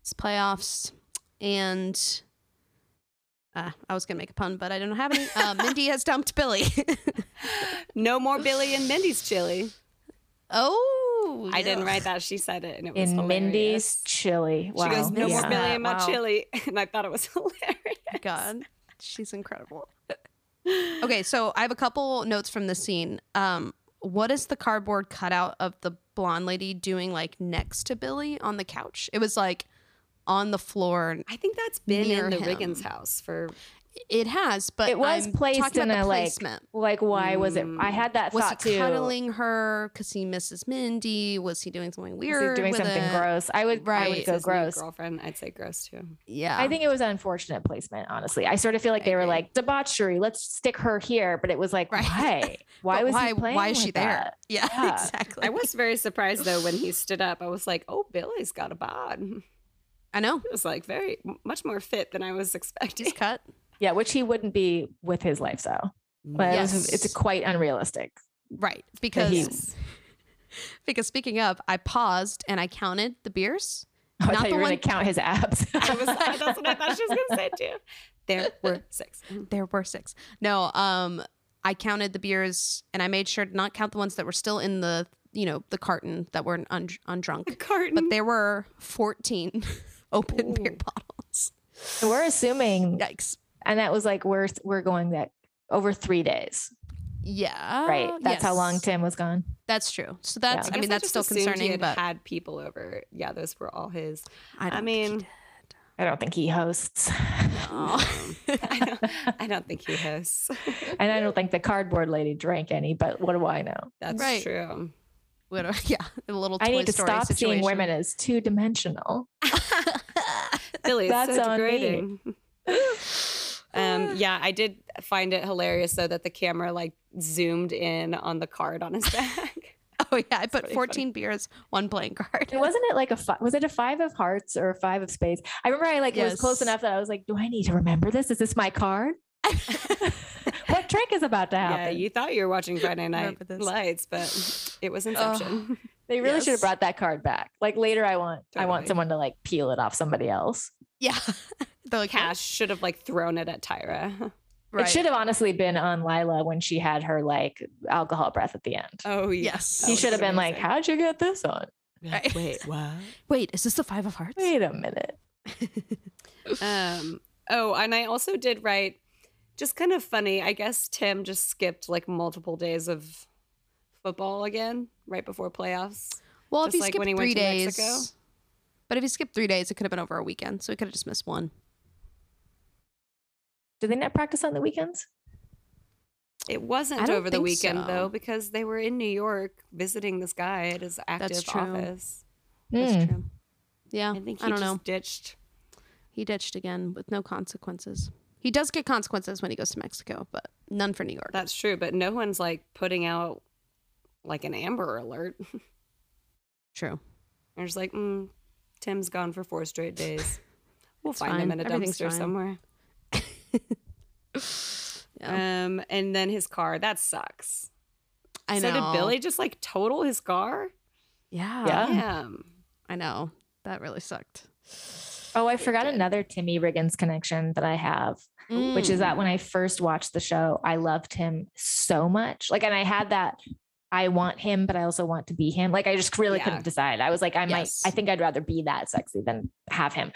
[SPEAKER 1] It's playoffs. And uh, I was going to make a pun, but I don't have any. Uh, Mindy has dumped Billy.
[SPEAKER 2] No more Billy and Mindy's chili.
[SPEAKER 1] oh.
[SPEAKER 2] I didn't
[SPEAKER 1] yeah.
[SPEAKER 2] write that. She said it, and it was
[SPEAKER 3] In
[SPEAKER 2] hilarious.
[SPEAKER 3] Mindy's chili. Wow.
[SPEAKER 2] She goes, no
[SPEAKER 1] Yeah.
[SPEAKER 2] more Billy in my
[SPEAKER 1] Wow.
[SPEAKER 2] chili, and I thought it was hilarious.
[SPEAKER 1] God, she's incredible. Okay, so I have a couple notes from this scene. Um, what is the cardboard cutout of the blonde lady doing like next to Billy on the couch? It was like on the floor.
[SPEAKER 2] I think that's been
[SPEAKER 1] Near
[SPEAKER 2] in the
[SPEAKER 1] him.
[SPEAKER 2] Riggins house for
[SPEAKER 1] It has, but
[SPEAKER 3] it was
[SPEAKER 1] I'm
[SPEAKER 3] placed
[SPEAKER 1] talking
[SPEAKER 3] in
[SPEAKER 1] about
[SPEAKER 3] a
[SPEAKER 1] the
[SPEAKER 3] like
[SPEAKER 1] placement.
[SPEAKER 3] like why was it? I had that
[SPEAKER 1] Was he
[SPEAKER 3] thought too.
[SPEAKER 1] cuddling her because he misses Mindy? Was he doing something
[SPEAKER 3] Was he
[SPEAKER 1] weird?
[SPEAKER 3] doing
[SPEAKER 1] with
[SPEAKER 3] something
[SPEAKER 1] it?
[SPEAKER 3] gross? I would I
[SPEAKER 1] Right.
[SPEAKER 3] would go
[SPEAKER 2] his new
[SPEAKER 3] gross.
[SPEAKER 2] girlfriend. I'd say gross too.
[SPEAKER 1] Yeah,
[SPEAKER 3] I think it was an unfortunate placement, honestly. I sort of feel like they were
[SPEAKER 1] agree.
[SPEAKER 3] like debauchery. Let's stick her here, but it was like
[SPEAKER 1] Right.
[SPEAKER 3] why? Why
[SPEAKER 1] But
[SPEAKER 3] was
[SPEAKER 1] why?
[SPEAKER 3] he playing
[SPEAKER 1] why is she
[SPEAKER 3] with
[SPEAKER 1] there?
[SPEAKER 3] that?
[SPEAKER 1] Yeah,
[SPEAKER 3] Yeah.
[SPEAKER 1] exactly.
[SPEAKER 2] I was very surprised though when he stood up. I was like, "Oh, Billy's got a bod." He
[SPEAKER 1] I know.
[SPEAKER 2] was like very much more fit than I was expecting.
[SPEAKER 1] He's cut.
[SPEAKER 3] Yeah, which he wouldn't be with his lifestyle. But it was-
[SPEAKER 1] Yes.
[SPEAKER 3] it's quite unrealistic.
[SPEAKER 1] Right.
[SPEAKER 3] that
[SPEAKER 1] Because
[SPEAKER 3] he-
[SPEAKER 1] because speaking of, I paused and I counted the beers.
[SPEAKER 3] I
[SPEAKER 1] Not
[SPEAKER 3] thought
[SPEAKER 1] the
[SPEAKER 3] you were
[SPEAKER 1] one
[SPEAKER 3] going to count his abs.
[SPEAKER 2] I was like, "That's what I thought she was gonna say too." There were six.
[SPEAKER 1] there were six. No, um, I counted the beers and I made sure to not count the ones that were still in the you know the carton that were un- undrunk.
[SPEAKER 2] Carton.
[SPEAKER 1] But there were fourteen open beer bottles.
[SPEAKER 3] So we're assuming,
[SPEAKER 1] Yikes.
[SPEAKER 3] and that was like we're we're going that over three days,
[SPEAKER 1] Yeah.
[SPEAKER 3] right? That's how long
[SPEAKER 1] Oh, yes.
[SPEAKER 3] Tim was gone.
[SPEAKER 1] That's true. So that's
[SPEAKER 3] Yeah.
[SPEAKER 1] I,
[SPEAKER 2] guess
[SPEAKER 1] mean that's
[SPEAKER 2] just
[SPEAKER 1] still
[SPEAKER 2] assumed he
[SPEAKER 1] concerning,
[SPEAKER 2] had
[SPEAKER 1] but
[SPEAKER 2] had people over. Yeah, those were all his.
[SPEAKER 1] I, don't
[SPEAKER 2] I
[SPEAKER 1] think he
[SPEAKER 2] mean,
[SPEAKER 1] did.
[SPEAKER 3] I don't think he hosts,
[SPEAKER 1] Oh.
[SPEAKER 2] I don't, I don't think he has.
[SPEAKER 3] and I don't think the cardboard lady drank any. But what do I know?
[SPEAKER 2] That's
[SPEAKER 1] Right.
[SPEAKER 2] true.
[SPEAKER 1] What a- yeah, a little.
[SPEAKER 3] I
[SPEAKER 1] Toy
[SPEAKER 3] need to
[SPEAKER 1] Story
[SPEAKER 3] stop
[SPEAKER 1] situation.
[SPEAKER 3] seeing women as two dimensional.
[SPEAKER 2] Billy is
[SPEAKER 3] That's
[SPEAKER 2] so
[SPEAKER 3] on me.
[SPEAKER 2] degrading. um, yeah, I did find it hilarious though that the camera like zoomed in on the card on his back.
[SPEAKER 1] Oh yeah, I put
[SPEAKER 2] pretty funny.
[SPEAKER 1] fourteen beers, one playing card.
[SPEAKER 3] And wasn't it like a fi- was it a five of hearts or a five of spades? I remember I like was close
[SPEAKER 1] Yes.
[SPEAKER 3] enough that I was like, do I need to remember this? Is this my card? what trick is about to happen?
[SPEAKER 2] yeah, you thought you were watching Friday Night
[SPEAKER 1] Remember this.
[SPEAKER 2] Lights, but it was Inception.
[SPEAKER 3] They really should
[SPEAKER 1] Yes.
[SPEAKER 3] have brought that card back. Like later, I want I want
[SPEAKER 2] Totally.
[SPEAKER 3] someone to like peel it off somebody else.
[SPEAKER 1] Yeah, the like,
[SPEAKER 2] Cash should have like thrown it at Tyra.
[SPEAKER 1] Right.
[SPEAKER 3] It should have honestly been on Lila when she had her like alcohol breath at the end.
[SPEAKER 2] Oh
[SPEAKER 1] Yes.
[SPEAKER 3] he
[SPEAKER 1] was
[SPEAKER 3] should have been like, "How'd you get this on?
[SPEAKER 1] Right.
[SPEAKER 2] Wait, what?
[SPEAKER 1] Wait, is this the Five of Hearts?
[SPEAKER 3] Wait a minute."
[SPEAKER 2] um. Oh, and I also did write. Just kind of funny. I guess Tim just skipped like multiple days of football again right before playoffs.
[SPEAKER 1] Well, if
[SPEAKER 2] Just
[SPEAKER 1] you
[SPEAKER 2] like
[SPEAKER 1] skip
[SPEAKER 2] when he went
[SPEAKER 1] three
[SPEAKER 2] to
[SPEAKER 1] days,
[SPEAKER 2] Mexico?
[SPEAKER 1] but if you skip three days, it could have been over a weekend, so we could have just missed one.
[SPEAKER 3] Do they not practice on the weekends?
[SPEAKER 2] It wasn't
[SPEAKER 1] don't
[SPEAKER 2] over the
[SPEAKER 1] think
[SPEAKER 2] weekend
[SPEAKER 1] so.
[SPEAKER 2] though because they were in New York visiting this guy at his active
[SPEAKER 1] true.
[SPEAKER 2] office.
[SPEAKER 3] Mm.
[SPEAKER 1] true. Yeah,
[SPEAKER 2] Hmm. I think he
[SPEAKER 1] I don't
[SPEAKER 2] just
[SPEAKER 1] know.
[SPEAKER 2] ditched.
[SPEAKER 1] He ditched again with no consequences. He does get consequences when he goes to Mexico, but none for New York.
[SPEAKER 2] That's true, but no one's like putting out like an Amber Alert.
[SPEAKER 1] true.
[SPEAKER 2] They're just like, mm, Tim's gone for four straight days. We'll
[SPEAKER 1] It's
[SPEAKER 2] find him
[SPEAKER 1] fine.
[SPEAKER 2] in a
[SPEAKER 1] Everything's
[SPEAKER 2] dumpster
[SPEAKER 1] fine.
[SPEAKER 2] somewhere. Um, and then his car. That sucks.
[SPEAKER 1] I
[SPEAKER 2] so
[SPEAKER 1] know.
[SPEAKER 2] did Billy just like total his car?
[SPEAKER 1] Yeah.
[SPEAKER 2] Damn.
[SPEAKER 1] I know. That really sucked.
[SPEAKER 3] Oh, I forgot another Timmy Riggins connection that I have,
[SPEAKER 2] Mm.
[SPEAKER 3] which is that when I first watched the show, I loved him so much. Like, and I had that I want him, but I also want to be him. Like, I just really
[SPEAKER 2] Yeah.
[SPEAKER 3] couldn't decide. I was like, I
[SPEAKER 1] Yes.
[SPEAKER 3] might, I think I'd rather be that sexy than have him.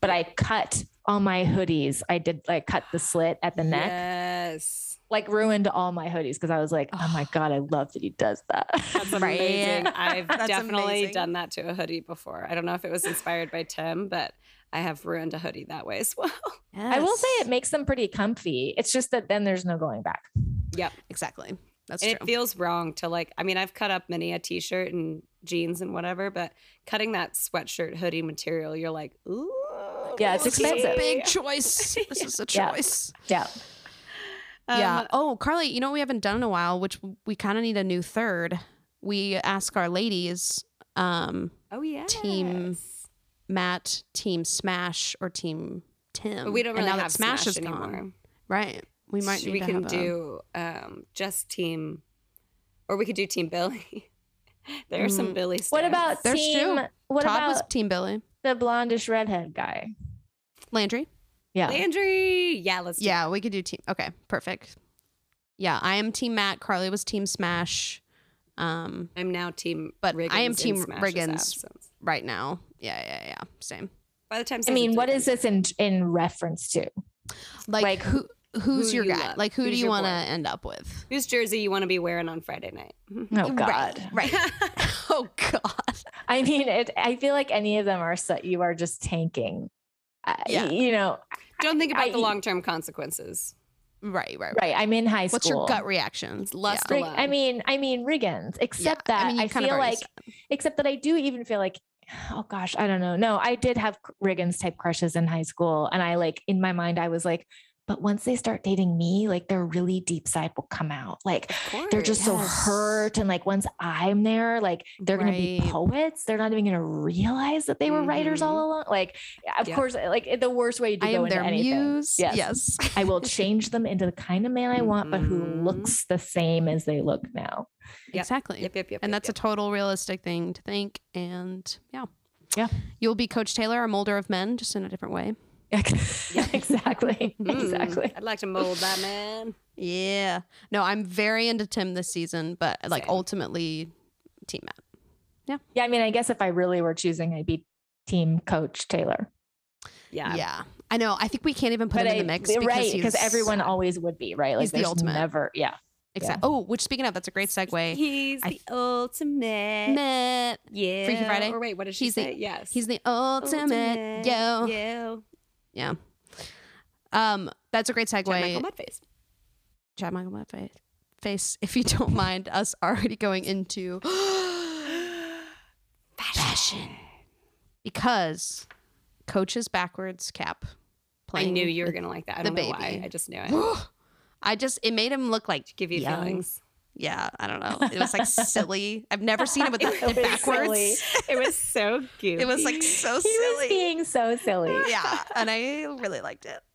[SPEAKER 3] But I cut all my hoodies. I did like cut the slit at the neck,
[SPEAKER 2] Yes.
[SPEAKER 3] like ruined all my hoodies because I was like, oh my God, I love that he does that.
[SPEAKER 2] That's amazing. I've
[SPEAKER 1] That's
[SPEAKER 2] definitely
[SPEAKER 1] amazing.
[SPEAKER 2] done that to a hoodie before. I don't know if it was inspired by Tim, but I have ruined a hoodie that way as well.
[SPEAKER 3] I will say it makes them pretty comfy. It's just that then there's no going back.
[SPEAKER 2] yep.
[SPEAKER 1] Exactly. That's
[SPEAKER 2] And
[SPEAKER 1] true.
[SPEAKER 2] it feels wrong to like, I mean, I've cut up many a t shirt and jeans and whatever, but cutting that sweatshirt hoodie material, you're like, ooh.
[SPEAKER 3] Yeah, it's
[SPEAKER 2] this is
[SPEAKER 3] expensive.
[SPEAKER 1] Big choice. This is a
[SPEAKER 3] Yeah.
[SPEAKER 1] choice.
[SPEAKER 3] Yeah.
[SPEAKER 2] Um,
[SPEAKER 1] yeah. Oh, Carly, you know what we haven't done in a while, which we kind of need a new third. We ask our ladies, um,
[SPEAKER 2] Oh, yeah.
[SPEAKER 1] Team Matt, Team Smash, or Team Tim.
[SPEAKER 2] But we don't
[SPEAKER 1] um, and
[SPEAKER 2] really
[SPEAKER 1] now
[SPEAKER 2] have
[SPEAKER 1] that Smash,
[SPEAKER 2] Smash,
[SPEAKER 1] is
[SPEAKER 2] anymore.
[SPEAKER 1] gone, right? We might need
[SPEAKER 2] we
[SPEAKER 1] to
[SPEAKER 2] can
[SPEAKER 1] have a-
[SPEAKER 2] do um, just team, or we could do team Billy. there are
[SPEAKER 1] Mm.
[SPEAKER 2] some Billy.
[SPEAKER 3] What
[SPEAKER 2] stats.
[SPEAKER 3] about
[SPEAKER 1] There's
[SPEAKER 3] team?
[SPEAKER 1] two.
[SPEAKER 3] What
[SPEAKER 1] Todd
[SPEAKER 3] about
[SPEAKER 1] was Team Billy.
[SPEAKER 3] the blondish redhead guy?
[SPEAKER 1] Landry.
[SPEAKER 3] Yeah.
[SPEAKER 2] Landry? Yeah, let's. do
[SPEAKER 1] Yeah, we could do team. Okay, perfect. Yeah, I am Team Matt. Carly was Team Smash. Um,
[SPEAKER 2] it. I'm now team,
[SPEAKER 1] But
[SPEAKER 2] Riggins
[SPEAKER 1] I am
[SPEAKER 2] in
[SPEAKER 1] team
[SPEAKER 2] Smash's
[SPEAKER 1] Riggins.
[SPEAKER 2] absence.
[SPEAKER 1] right now. Yeah, yeah, yeah. Same.
[SPEAKER 2] By the time
[SPEAKER 3] I mean,
[SPEAKER 2] season
[SPEAKER 3] what
[SPEAKER 2] three
[SPEAKER 3] is this in in reference to?
[SPEAKER 1] Oh, Like,
[SPEAKER 3] Like,
[SPEAKER 1] who? Who's
[SPEAKER 2] who
[SPEAKER 1] your
[SPEAKER 2] you
[SPEAKER 1] guy?
[SPEAKER 2] love?
[SPEAKER 1] Like, who
[SPEAKER 2] Who's
[SPEAKER 1] do you
[SPEAKER 2] your
[SPEAKER 1] want to
[SPEAKER 2] boy?
[SPEAKER 1] end up with?
[SPEAKER 2] comes- whose jersey you want to be wearing on Friday night?
[SPEAKER 3] Oh God.
[SPEAKER 1] Right. right. oh God.
[SPEAKER 3] I mean, it, I feel like any of them are so you are just tanking. Uh,
[SPEAKER 1] Yeah.
[SPEAKER 3] You know,
[SPEAKER 2] Don't think about
[SPEAKER 3] I- e-
[SPEAKER 2] the long term consequences.
[SPEAKER 1] Right. Right. Right.
[SPEAKER 3] right? I'm in high school.
[SPEAKER 1] What's your gut reaction?
[SPEAKER 2] lust
[SPEAKER 1] Yeah.
[SPEAKER 3] Rig- I mean, I mean Riggins. Except
[SPEAKER 1] Yeah, I
[SPEAKER 3] that I,
[SPEAKER 1] mean, you kind of
[SPEAKER 3] feel
[SPEAKER 1] already
[SPEAKER 3] like,
[SPEAKER 1] said
[SPEAKER 3] except that I do even feel like, oh gosh, I don't know. No, I did have c- Riggins type crushes in high school, and I like in my mind I was like, but once they start dating me, like their really deep side will come out. Like they're just so
[SPEAKER 1] Yes.
[SPEAKER 3] hurt, and like once I'm there, like they're gonna be
[SPEAKER 1] Right. Mm-hmm.
[SPEAKER 3] poets. They're not even gonna realize that they were writers all along. Like, of
[SPEAKER 2] Yeah.
[SPEAKER 3] course, like the worst way to
[SPEAKER 1] I
[SPEAKER 3] go
[SPEAKER 1] am
[SPEAKER 3] into
[SPEAKER 1] their
[SPEAKER 3] anything.
[SPEAKER 1] muse.
[SPEAKER 3] Yes.
[SPEAKER 1] yes.
[SPEAKER 3] I will change them into the kind of man I want, but who
[SPEAKER 1] Mm-hmm.
[SPEAKER 2] Mhm.
[SPEAKER 3] looks the same as they look now.
[SPEAKER 2] Yep.
[SPEAKER 1] Exactly.
[SPEAKER 2] Yep, yep, yep.
[SPEAKER 1] and
[SPEAKER 2] yep,
[SPEAKER 1] that's a total realistic thing to think. And yeah.
[SPEAKER 3] Yeah.
[SPEAKER 1] You'll be Coach Taylor, a molder of men, just in a different way.
[SPEAKER 3] exactly.
[SPEAKER 1] Hmm.
[SPEAKER 2] yep. Mm,
[SPEAKER 3] Exactly.
[SPEAKER 2] I'd like to mold that man.
[SPEAKER 1] Yeah. No, I'm very into Tim this season, but like
[SPEAKER 2] Same.
[SPEAKER 1] ultimately, Team Matt.
[SPEAKER 3] Yeah. I mean, I guess if I really were choosing, I'd be team coach Taylor.
[SPEAKER 2] Yeah.
[SPEAKER 1] Yeah. I know. I think we can't even put him
[SPEAKER 3] I,
[SPEAKER 1] in the mix.
[SPEAKER 3] th- right. Because
[SPEAKER 1] he's-
[SPEAKER 3] everyone always would be, right? Like
[SPEAKER 1] he's the
[SPEAKER 3] there's
[SPEAKER 1] ultimate.
[SPEAKER 3] never, yeah.
[SPEAKER 1] Exa-
[SPEAKER 3] yeah.
[SPEAKER 1] Oh, which speaking of, that's a great segue.
[SPEAKER 2] He's
[SPEAKER 1] I-
[SPEAKER 2] the ultimate.
[SPEAKER 1] Matt.
[SPEAKER 2] Yeah.
[SPEAKER 1] Friday.
[SPEAKER 2] Or wait, what did she
[SPEAKER 1] He's the-
[SPEAKER 2] say? yes.
[SPEAKER 1] He's the ultimate, Oh, yo. Yeah.
[SPEAKER 2] Yo.
[SPEAKER 1] Um, that's a great segue.
[SPEAKER 2] Chad Michael Mudface.
[SPEAKER 1] Chad Michael Murray face, face if you don't mind us already going into fashion. Because coach's backwards cap
[SPEAKER 2] I
[SPEAKER 1] playing.
[SPEAKER 2] knew you were gonna like that. I
[SPEAKER 1] the
[SPEAKER 2] don't know why.
[SPEAKER 1] baby.
[SPEAKER 2] I just knew it.
[SPEAKER 1] I just it made him look like
[SPEAKER 2] Give you
[SPEAKER 1] young.
[SPEAKER 2] feelings.
[SPEAKER 1] Yeah, I don't know. It was like silly. I've never seen him with that
[SPEAKER 3] It was
[SPEAKER 1] backwards.
[SPEAKER 3] silly.
[SPEAKER 2] It was so cute.
[SPEAKER 1] It was like so
[SPEAKER 3] He was
[SPEAKER 1] silly.
[SPEAKER 3] being so silly.
[SPEAKER 1] yeah, and I really liked it.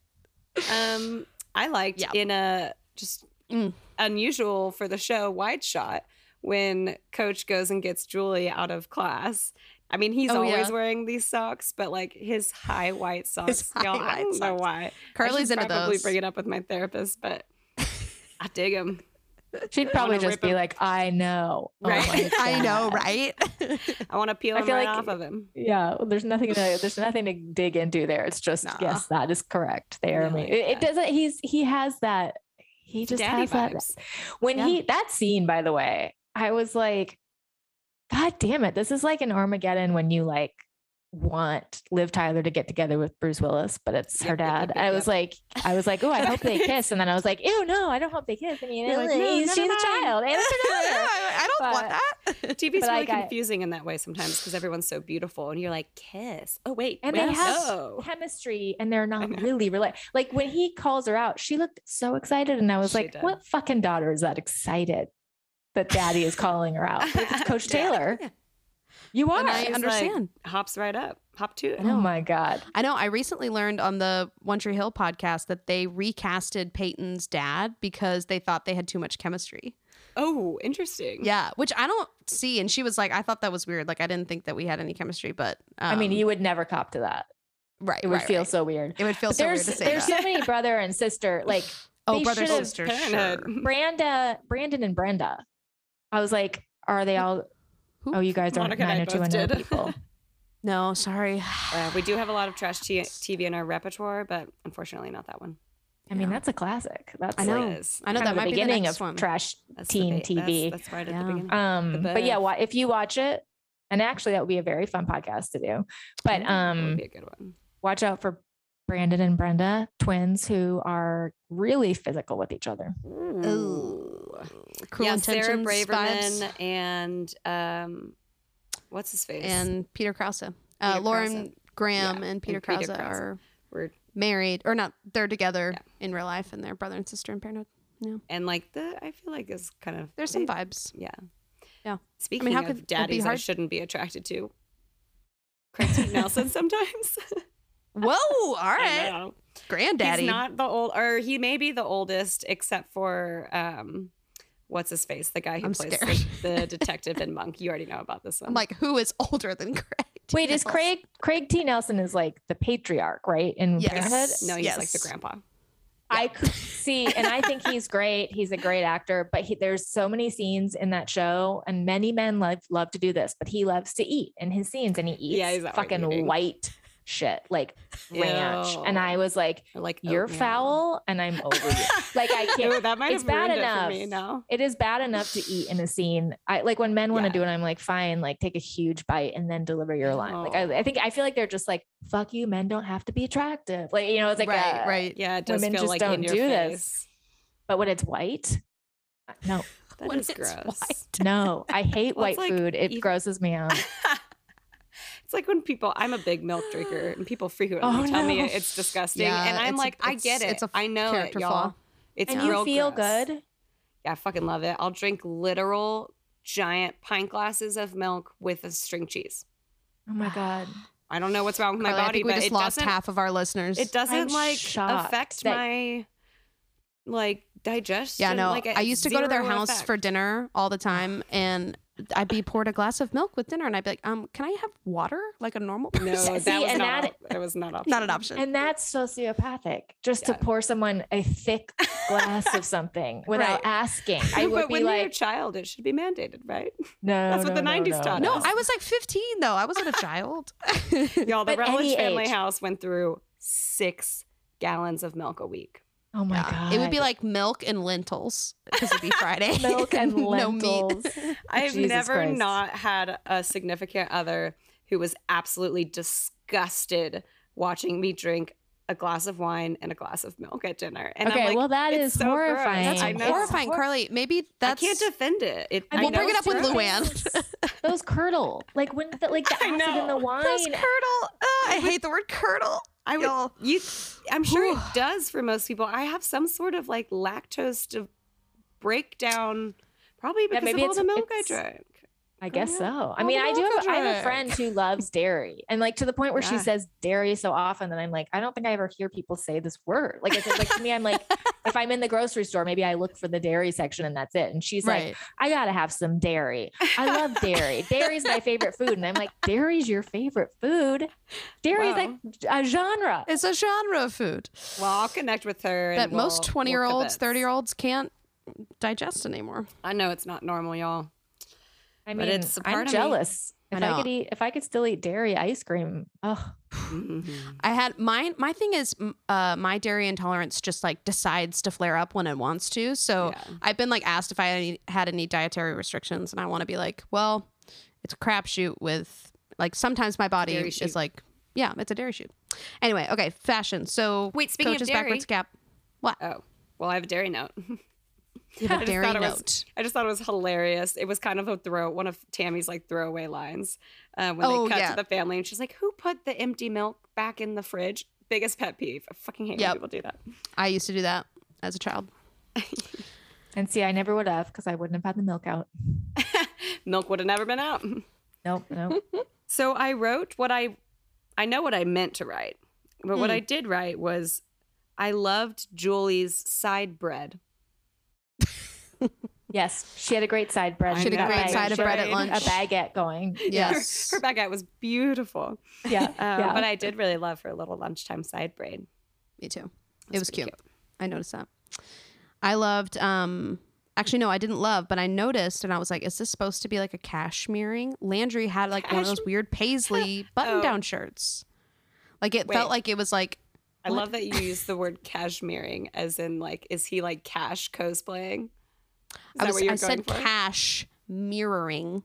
[SPEAKER 2] um I liked
[SPEAKER 1] Yeah.
[SPEAKER 2] in a just
[SPEAKER 1] Mm.
[SPEAKER 2] unusual for the show wide shot when coach goes and gets Julie out of class. I mean, he's
[SPEAKER 1] Oh,
[SPEAKER 2] always
[SPEAKER 1] yeah.
[SPEAKER 2] wearing these socks, but like his high white socks.
[SPEAKER 1] high
[SPEAKER 2] y'all, I
[SPEAKER 1] white
[SPEAKER 2] don't know
[SPEAKER 1] socks.
[SPEAKER 2] why.
[SPEAKER 1] Carly's
[SPEAKER 2] I should
[SPEAKER 1] into
[SPEAKER 2] probably
[SPEAKER 1] those.
[SPEAKER 2] bring it up with my therapist, but I dig him.
[SPEAKER 3] She'd probably just
[SPEAKER 2] rip
[SPEAKER 3] be
[SPEAKER 2] him.
[SPEAKER 3] like, I know. Oh
[SPEAKER 2] Right?
[SPEAKER 3] my
[SPEAKER 1] I know,
[SPEAKER 3] God.
[SPEAKER 1] right?
[SPEAKER 2] I want to peel
[SPEAKER 3] I
[SPEAKER 2] him
[SPEAKER 3] feel
[SPEAKER 2] right
[SPEAKER 3] like-
[SPEAKER 2] off of him.
[SPEAKER 3] Yeah, there's nothing. To, there's nothing to dig into there. It's just
[SPEAKER 1] Nah.
[SPEAKER 3] yes, that is correct. They
[SPEAKER 2] I
[SPEAKER 3] are
[SPEAKER 2] like
[SPEAKER 3] amazing. It, it
[SPEAKER 2] that.
[SPEAKER 3] doesn't. He's he has that. He just
[SPEAKER 2] Daddy
[SPEAKER 3] has
[SPEAKER 2] vibes.
[SPEAKER 3] that. When
[SPEAKER 1] Yeah.
[SPEAKER 3] he that scene, by the way, I was like, God damn it! This is like an Armageddon when you like want Liv Tyler to get together with Bruce Willis, but it's her
[SPEAKER 2] Yep, yep,
[SPEAKER 3] dad.
[SPEAKER 2] yep, yep,
[SPEAKER 3] I was like, I was like, oh, I hope they kiss. And then I was like, ew, no, I don't hope they kiss. I mean,
[SPEAKER 1] You're like,
[SPEAKER 3] like,
[SPEAKER 1] "No,
[SPEAKER 3] he's-
[SPEAKER 1] none
[SPEAKER 3] she's
[SPEAKER 1] of
[SPEAKER 3] a
[SPEAKER 1] mine."
[SPEAKER 3] child. And it's another one.
[SPEAKER 1] I don't want that.
[SPEAKER 2] TV's
[SPEAKER 3] But I
[SPEAKER 2] really
[SPEAKER 3] got-
[SPEAKER 2] confusing in that way sometimes because everyone's so beautiful and you're like, kiss. Oh, wait.
[SPEAKER 3] and
[SPEAKER 2] wait,
[SPEAKER 3] they have
[SPEAKER 2] no.
[SPEAKER 3] chemistry and they're not really related. Like when he calls her out, she looked so excited. And I was
[SPEAKER 2] She
[SPEAKER 3] like,
[SPEAKER 2] did.
[SPEAKER 3] what fucking daughter is that excited that daddy is calling her out? But it's Coach Taylor,
[SPEAKER 1] Yeah.
[SPEAKER 3] you are.
[SPEAKER 1] And I
[SPEAKER 2] She's like,
[SPEAKER 1] understand.
[SPEAKER 2] hops right up. Hop to it.
[SPEAKER 3] oh my God.
[SPEAKER 1] I know. I recently learned on the One Tree Hill podcast that they recasted Peyton's dad because they thought they had too much chemistry.
[SPEAKER 2] Oh, interesting.
[SPEAKER 1] Yeah, which I don't see. And she was like, I thought that was weird. Like, I didn't think that we had any chemistry, but um,
[SPEAKER 3] I mean, you would never cop to that.
[SPEAKER 1] right?
[SPEAKER 3] It would
[SPEAKER 1] right,
[SPEAKER 3] feel
[SPEAKER 1] right.
[SPEAKER 3] so weird.
[SPEAKER 1] It would feel
[SPEAKER 3] But
[SPEAKER 1] so weird
[SPEAKER 3] there's
[SPEAKER 1] to say
[SPEAKER 3] there's
[SPEAKER 1] that.
[SPEAKER 3] so many brother and sister. Like
[SPEAKER 1] oh,
[SPEAKER 3] they
[SPEAKER 1] brother,
[SPEAKER 3] should've-
[SPEAKER 1] sister,
[SPEAKER 2] Parenthood.
[SPEAKER 1] sure.
[SPEAKER 3] Branda, Brandon and Brenda. I was like, are they all?
[SPEAKER 1] Who?
[SPEAKER 3] Oh, you guys aren't
[SPEAKER 2] Monica and I
[SPEAKER 3] nine or two
[SPEAKER 2] both
[SPEAKER 3] and oh
[SPEAKER 2] did.
[SPEAKER 3] people.
[SPEAKER 1] No, sorry.
[SPEAKER 2] Uh, we do have a lot of trash t- TV in our repertoire, but unfortunately, not that one.
[SPEAKER 3] I mean, that's a classic. That's
[SPEAKER 1] I
[SPEAKER 3] like,
[SPEAKER 1] know.
[SPEAKER 2] It is.
[SPEAKER 1] I know
[SPEAKER 3] kind
[SPEAKER 1] that
[SPEAKER 3] of
[SPEAKER 1] might
[SPEAKER 3] the
[SPEAKER 1] be the
[SPEAKER 3] beginning
[SPEAKER 1] next
[SPEAKER 3] of
[SPEAKER 1] one.
[SPEAKER 3] trash
[SPEAKER 2] That's the
[SPEAKER 3] teen
[SPEAKER 2] ba-
[SPEAKER 3] TV.
[SPEAKER 2] That's, that's right at
[SPEAKER 1] Yeah.
[SPEAKER 2] the beginning.
[SPEAKER 3] um,
[SPEAKER 2] the
[SPEAKER 3] but yeah,
[SPEAKER 2] best.
[SPEAKER 3] why, if you watch it, and actually that would be a very fun podcast to do. But
[SPEAKER 2] Ooh, that would
[SPEAKER 3] um,
[SPEAKER 2] be a good one.
[SPEAKER 3] watch out for Brandon and Brenda, twins who are really physical with each other.
[SPEAKER 1] Ooh. Cruel
[SPEAKER 2] yeah,
[SPEAKER 1] Intentions
[SPEAKER 2] Sarah
[SPEAKER 1] vibes.
[SPEAKER 2] Braverman and um, what's his face?
[SPEAKER 1] and Peter Krause. Uh,
[SPEAKER 2] Peter
[SPEAKER 1] Lauren
[SPEAKER 2] Krause.
[SPEAKER 1] Graham
[SPEAKER 2] Yeah,
[SPEAKER 1] and Peter
[SPEAKER 2] and Peter
[SPEAKER 1] Krause
[SPEAKER 2] Krause.
[SPEAKER 1] are
[SPEAKER 2] We're,
[SPEAKER 1] married, or not? They're together in real life, and they're brother and sister in Parenthood. Yeah,
[SPEAKER 2] and like the, I feel like is kind of
[SPEAKER 1] there's some
[SPEAKER 2] they-
[SPEAKER 1] vibes.
[SPEAKER 2] Yeah.
[SPEAKER 1] Yeah.
[SPEAKER 2] Speaking
[SPEAKER 1] how
[SPEAKER 2] of
[SPEAKER 1] could it be
[SPEAKER 2] daddies I
[SPEAKER 1] hard-
[SPEAKER 2] shouldn't be attracted to, Craig Nelson sometimes.
[SPEAKER 1] Whoa! All
[SPEAKER 2] I
[SPEAKER 1] right,
[SPEAKER 2] know.
[SPEAKER 1] granddaddy.
[SPEAKER 2] He's not the old, or he may be the oldest, except for um, what's his face, the guy who
[SPEAKER 1] I'm
[SPEAKER 2] plays
[SPEAKER 1] scared.
[SPEAKER 2] the, the detective in Monk. You already know about this one.
[SPEAKER 1] I'm like, who is older than Craig?
[SPEAKER 3] Wait, is
[SPEAKER 1] Nelson?
[SPEAKER 3] Craig Craig T. Nelson is like the patriarch, right? In
[SPEAKER 1] Yes.
[SPEAKER 3] Parenthood,
[SPEAKER 2] no, he's like
[SPEAKER 1] yes.
[SPEAKER 2] the grandpa.
[SPEAKER 3] I could see, and I think he's great. He's a great actor, but he, there's so many scenes in that show, and many men love love to do this, but he loves to eat in his scenes, and he eats
[SPEAKER 2] Yeah, he's always
[SPEAKER 3] fucking
[SPEAKER 2] eating.
[SPEAKER 3] white shit like ranch. And I
[SPEAKER 2] Ew.
[SPEAKER 3] was like,
[SPEAKER 2] Or like
[SPEAKER 3] "You're
[SPEAKER 2] oatmeal.
[SPEAKER 3] foul, and I'm over you." Like I can't.
[SPEAKER 2] Ew, that might
[SPEAKER 3] it's
[SPEAKER 2] have ruined
[SPEAKER 3] bad
[SPEAKER 2] it
[SPEAKER 3] enough.
[SPEAKER 2] for me now.
[SPEAKER 3] It is bad enough to eat in a scene. I like when men want to
[SPEAKER 2] Yeah.
[SPEAKER 3] do it. I'm like, fine, like take a huge bite and then deliver your line. Like
[SPEAKER 2] Oh.
[SPEAKER 3] I, I think I feel like they're just like, fuck you, men don't have to be attractive. Like you know, it's like
[SPEAKER 1] right,
[SPEAKER 3] a-
[SPEAKER 1] right.
[SPEAKER 2] Yeah, it does
[SPEAKER 3] Women
[SPEAKER 2] feel
[SPEAKER 3] just
[SPEAKER 2] like
[SPEAKER 3] don't
[SPEAKER 2] in your
[SPEAKER 3] do this.
[SPEAKER 2] face.
[SPEAKER 3] But when it's white, uh, no,
[SPEAKER 2] That
[SPEAKER 1] When
[SPEAKER 2] is
[SPEAKER 1] it's
[SPEAKER 2] gross.
[SPEAKER 1] white.
[SPEAKER 3] no, I hate
[SPEAKER 2] Well,
[SPEAKER 3] white
[SPEAKER 2] it's like
[SPEAKER 3] food. It
[SPEAKER 2] even-
[SPEAKER 3] grosses me out.
[SPEAKER 2] It's like when people, I'm a big milk drinker, and people frequently
[SPEAKER 3] Oh,
[SPEAKER 2] tell me
[SPEAKER 3] no.
[SPEAKER 2] it's disgusting,
[SPEAKER 1] Yeah,
[SPEAKER 2] and
[SPEAKER 1] it's
[SPEAKER 2] I'm
[SPEAKER 1] a-
[SPEAKER 2] like, I get
[SPEAKER 1] it's-
[SPEAKER 2] it.
[SPEAKER 1] it's a
[SPEAKER 2] I know it,
[SPEAKER 1] character
[SPEAKER 2] y'all.
[SPEAKER 1] flaw.
[SPEAKER 2] It's
[SPEAKER 3] and
[SPEAKER 2] real
[SPEAKER 3] you feel
[SPEAKER 2] gross.
[SPEAKER 3] good.
[SPEAKER 2] Yeah, I fucking love it. I'll drink literal giant pint glasses of milk with a string cheese.
[SPEAKER 3] Oh my god,
[SPEAKER 2] I don't know what's wrong with my
[SPEAKER 1] Carly, I
[SPEAKER 2] body,
[SPEAKER 1] think we
[SPEAKER 2] but
[SPEAKER 1] just
[SPEAKER 2] it
[SPEAKER 1] lost
[SPEAKER 2] doesn't.
[SPEAKER 1] half of our listeners.
[SPEAKER 2] It doesn't
[SPEAKER 3] I'm
[SPEAKER 2] like
[SPEAKER 3] shocked
[SPEAKER 2] affect
[SPEAKER 3] that-
[SPEAKER 2] my like digestion.
[SPEAKER 1] Yeah, no.
[SPEAKER 2] like,
[SPEAKER 1] I used to go to their
[SPEAKER 2] zero
[SPEAKER 1] house
[SPEAKER 2] effect.
[SPEAKER 1] for dinner all the time, and I'd be poured a glass of milk with dinner, and I'd be like, "Um, can I have water like a normal person?"
[SPEAKER 2] No, that
[SPEAKER 3] See,
[SPEAKER 2] was
[SPEAKER 3] and
[SPEAKER 2] not.
[SPEAKER 3] that-
[SPEAKER 2] op- That was not option.
[SPEAKER 1] Not an option.
[SPEAKER 3] and that's sociopathic. Just to pour someone a thick glass of something without
[SPEAKER 1] Right.
[SPEAKER 3] asking, I
[SPEAKER 2] but
[SPEAKER 3] would be
[SPEAKER 2] when you're a
[SPEAKER 3] like,
[SPEAKER 2] child, it should be mandated, right?
[SPEAKER 3] no,
[SPEAKER 2] that's what
[SPEAKER 3] no,
[SPEAKER 2] the
[SPEAKER 3] no,
[SPEAKER 2] 90s taught
[SPEAKER 3] no.
[SPEAKER 1] no,
[SPEAKER 2] us.
[SPEAKER 1] I was like 15 though. I wasn't a child.
[SPEAKER 2] Y'all, the
[SPEAKER 3] But any
[SPEAKER 2] Rutledge family
[SPEAKER 3] age.
[SPEAKER 2] house went through six gallons of milk a week.
[SPEAKER 3] Oh my god,
[SPEAKER 1] It would be like milk and lentils because it'd be Friday.
[SPEAKER 3] milk and
[SPEAKER 1] no
[SPEAKER 3] lentils.
[SPEAKER 1] meat.
[SPEAKER 2] I've
[SPEAKER 3] Jesus
[SPEAKER 2] never
[SPEAKER 3] Christ.
[SPEAKER 2] not had a significant other who was absolutely disgusted watching me drink a glass of wine and a glass of milk at dinner. And
[SPEAKER 3] okay,
[SPEAKER 2] I'm like,
[SPEAKER 3] well that
[SPEAKER 2] it's
[SPEAKER 3] is
[SPEAKER 2] so gross.
[SPEAKER 3] horrifying.
[SPEAKER 1] That's
[SPEAKER 2] I know.
[SPEAKER 1] horrifying, Carly. Maybe that's.
[SPEAKER 2] I can't defend it. it
[SPEAKER 3] I
[SPEAKER 2] I
[SPEAKER 1] We'll
[SPEAKER 3] mean,
[SPEAKER 2] know
[SPEAKER 1] bring it up
[SPEAKER 2] it's
[SPEAKER 1] with
[SPEAKER 2] gross.
[SPEAKER 1] Luann.
[SPEAKER 3] Those curdle, like when the, like the
[SPEAKER 2] I
[SPEAKER 3] acid in the
[SPEAKER 2] know.
[SPEAKER 3] wine.
[SPEAKER 1] Those curdle. Oh, I hate the word curdle.
[SPEAKER 2] I would,
[SPEAKER 1] Y'all.
[SPEAKER 2] you, I'm sure it does for most people. I have some sort of like lactose to breakdown, probably because
[SPEAKER 3] maybe
[SPEAKER 2] of all the
[SPEAKER 3] it's-
[SPEAKER 2] milk I
[SPEAKER 3] it's-
[SPEAKER 2] drank.
[SPEAKER 3] I guess
[SPEAKER 2] Girl,
[SPEAKER 3] so. I
[SPEAKER 2] all
[SPEAKER 3] mean,
[SPEAKER 2] the
[SPEAKER 3] I do.
[SPEAKER 2] milk
[SPEAKER 3] Have,
[SPEAKER 2] I
[SPEAKER 3] I have a
[SPEAKER 2] drank.
[SPEAKER 3] friend who loves dairy, and like to the point where she
[SPEAKER 2] Yeah.
[SPEAKER 3] says dairy so often that I'm like, I don't think I ever hear people say this word. Like, it's like to me, I'm like, if I'm in the grocery store, maybe I look for the dairy section and that's it. And she's like,
[SPEAKER 1] Right.
[SPEAKER 3] I gotta have some dairy. I love dairy. Dairy's my favorite food, and I'm like, dairy's your favorite food. Dairy
[SPEAKER 2] Wow.
[SPEAKER 3] is like a genre.
[SPEAKER 1] It's a genre of food
[SPEAKER 2] Well, I'll connect with her. and
[SPEAKER 1] that most
[SPEAKER 2] we'll-
[SPEAKER 1] 20 year
[SPEAKER 2] we'll
[SPEAKER 1] olds,
[SPEAKER 2] kibitz.
[SPEAKER 1] 30 year olds can't digest anymore.
[SPEAKER 2] I know it's not normal, y'all.
[SPEAKER 3] I
[SPEAKER 2] but
[SPEAKER 3] mean,
[SPEAKER 2] it's a part
[SPEAKER 3] I'm
[SPEAKER 2] of me.
[SPEAKER 3] jealous.
[SPEAKER 1] I
[SPEAKER 3] If I,
[SPEAKER 1] know.
[SPEAKER 3] could eat, if I could still eat dairy ice cream, oh,
[SPEAKER 1] I had mine. My thing is, m- uh, my dairy intolerance just like decides to flare up when it wants to. So I've been like asked if I had any, had any dietary restrictions, and I want to be like, well, it's a crapshoot with Like sometimes my body
[SPEAKER 2] Dairy
[SPEAKER 1] is
[SPEAKER 2] chute.
[SPEAKER 1] like, yeah, it's a dairy shoot. Anyway, okay, fashion. So
[SPEAKER 2] Wait, speaking of
[SPEAKER 1] coach's
[SPEAKER 2] dairy-
[SPEAKER 1] backwards cap. What?
[SPEAKER 2] Oh, well, I have a dairy note.
[SPEAKER 1] You have
[SPEAKER 2] I
[SPEAKER 1] a
[SPEAKER 2] just
[SPEAKER 1] dairy
[SPEAKER 2] thought it
[SPEAKER 1] note.
[SPEAKER 2] was- I just thought it was hilarious. It was kind of a throw one of Tammy's like throwaway lines uh, when
[SPEAKER 1] Oh,
[SPEAKER 2] they cut
[SPEAKER 1] yeah.
[SPEAKER 2] to the family, and she's like, "Who put the empty milk back in the fridge?" Biggest pet peeve. I fucking hate
[SPEAKER 1] Yep.
[SPEAKER 2] when people do that.
[SPEAKER 1] I used to do that as a child.
[SPEAKER 3] And see, I never would have because I wouldn't have had the milk out.
[SPEAKER 2] Milk would have never been out.
[SPEAKER 3] Nope, nope.
[SPEAKER 2] So I wrote what I, I know what I meant to write, but
[SPEAKER 1] Hmm.
[SPEAKER 2] what I did write was, I loved Julie's side bread.
[SPEAKER 3] yes, she had a great side bread.
[SPEAKER 2] I
[SPEAKER 1] She had a
[SPEAKER 2] know.
[SPEAKER 1] great
[SPEAKER 2] I
[SPEAKER 1] side of bread at lunch.
[SPEAKER 3] A baguette going.
[SPEAKER 1] Yes.
[SPEAKER 2] Her baguette was beautiful,
[SPEAKER 3] Yeah,
[SPEAKER 2] um,
[SPEAKER 3] yeah.
[SPEAKER 2] but I did really love her little lunchtime side bread.
[SPEAKER 1] Me too. it
[SPEAKER 2] That's
[SPEAKER 1] was
[SPEAKER 2] pretty
[SPEAKER 1] cute. I noticed that. I loved um actually no, I didn't love, but I noticed and I was like, is this supposed to be like a cashmere ring? Landry had like one of those
[SPEAKER 2] Cash- Oh.
[SPEAKER 1] weird paisley button down shirts. Like it
[SPEAKER 2] Wait.
[SPEAKER 1] felt like it was like
[SPEAKER 2] I love that you use the word cashmereing, as in like, is he like cash cosplaying? Is
[SPEAKER 1] I was
[SPEAKER 2] you
[SPEAKER 1] I
[SPEAKER 2] were
[SPEAKER 1] said cash mirroring,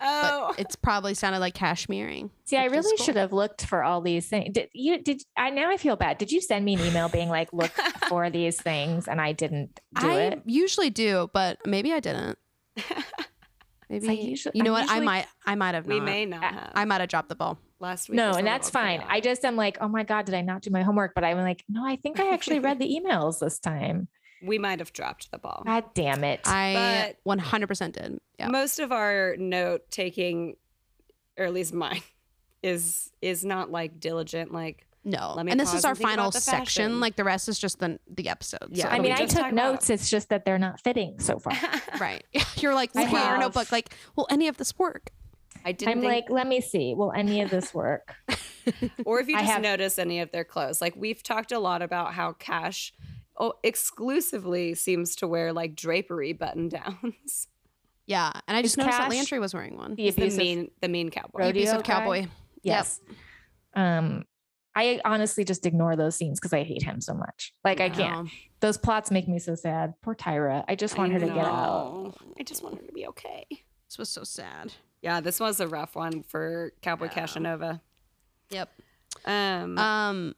[SPEAKER 1] but
[SPEAKER 2] Oh,
[SPEAKER 1] it's probably sounded like cashmereing.
[SPEAKER 3] See, I
[SPEAKER 1] which is
[SPEAKER 3] really
[SPEAKER 1] cool.
[SPEAKER 3] should have looked for all these things. Did you did I now I feel bad. Did you send me an email being like, look for these things and I didn't do
[SPEAKER 1] I
[SPEAKER 3] it?
[SPEAKER 1] usually do, but maybe I didn't. Maybe
[SPEAKER 3] usually-
[SPEAKER 1] you know
[SPEAKER 3] I
[SPEAKER 1] what? I
[SPEAKER 3] usually-
[SPEAKER 1] might I might have
[SPEAKER 2] we
[SPEAKER 1] not.
[SPEAKER 2] may not have.
[SPEAKER 1] I might have dropped the ball.
[SPEAKER 2] Last week,
[SPEAKER 3] No,
[SPEAKER 2] was a
[SPEAKER 3] and that's
[SPEAKER 2] little
[SPEAKER 3] fine.
[SPEAKER 2] chaotic.
[SPEAKER 3] I just am like, oh my God, did I not do my homework? But I'm like, no, I think I actually read the emails this time.
[SPEAKER 2] we might have dropped the ball.
[SPEAKER 3] God damn it.
[SPEAKER 1] I 100% did. Yeah.
[SPEAKER 2] Most of our note taking, or at least mine, is is not like diligent. Like
[SPEAKER 1] No.
[SPEAKER 2] Let me
[SPEAKER 1] And this
[SPEAKER 2] pause
[SPEAKER 1] is our
[SPEAKER 2] and think
[SPEAKER 1] final
[SPEAKER 2] about the
[SPEAKER 1] section.
[SPEAKER 2] fashion.
[SPEAKER 1] Like the rest is just the the episode.
[SPEAKER 2] Yeah,
[SPEAKER 1] So
[SPEAKER 2] but
[SPEAKER 3] I
[SPEAKER 1] it'll
[SPEAKER 2] we
[SPEAKER 3] mean,
[SPEAKER 1] be
[SPEAKER 3] I
[SPEAKER 2] just
[SPEAKER 3] took
[SPEAKER 2] talked about-
[SPEAKER 3] notes. It's just that they're not fitting so far.
[SPEAKER 1] just- right. You're like
[SPEAKER 3] I
[SPEAKER 1] looking at your
[SPEAKER 3] have-
[SPEAKER 1] notebook, like, will any of this work?
[SPEAKER 2] I didn't.
[SPEAKER 3] I'm
[SPEAKER 2] think-
[SPEAKER 3] like, let me see. Will any of this work?
[SPEAKER 2] or if you
[SPEAKER 3] I
[SPEAKER 2] just
[SPEAKER 3] have-
[SPEAKER 2] notice any of their clothes. Like we've talked a lot about how Cash oh, exclusively seems to wear like drapery button downs.
[SPEAKER 1] Yeah. And I just
[SPEAKER 3] Is
[SPEAKER 1] noticed that
[SPEAKER 3] Cash-
[SPEAKER 1] Lantry was wearing one.
[SPEAKER 3] The
[SPEAKER 2] the
[SPEAKER 3] abusive.
[SPEAKER 2] mean, the mean cowboy.
[SPEAKER 3] Rodeo
[SPEAKER 1] Abusive
[SPEAKER 3] guy?
[SPEAKER 1] cowboy.
[SPEAKER 3] yes. Um, I honestly just ignore those scenes because I hate him so much. Like I can't.
[SPEAKER 1] Um,
[SPEAKER 3] Those plots make me so sad. Poor Tyra. I just want her to get out.
[SPEAKER 2] know. I just want her to be okay.
[SPEAKER 1] This was so sad.
[SPEAKER 2] Yeah, this was a rough one for Cowboy Casanova.
[SPEAKER 1] Yep.
[SPEAKER 2] Um,
[SPEAKER 1] Um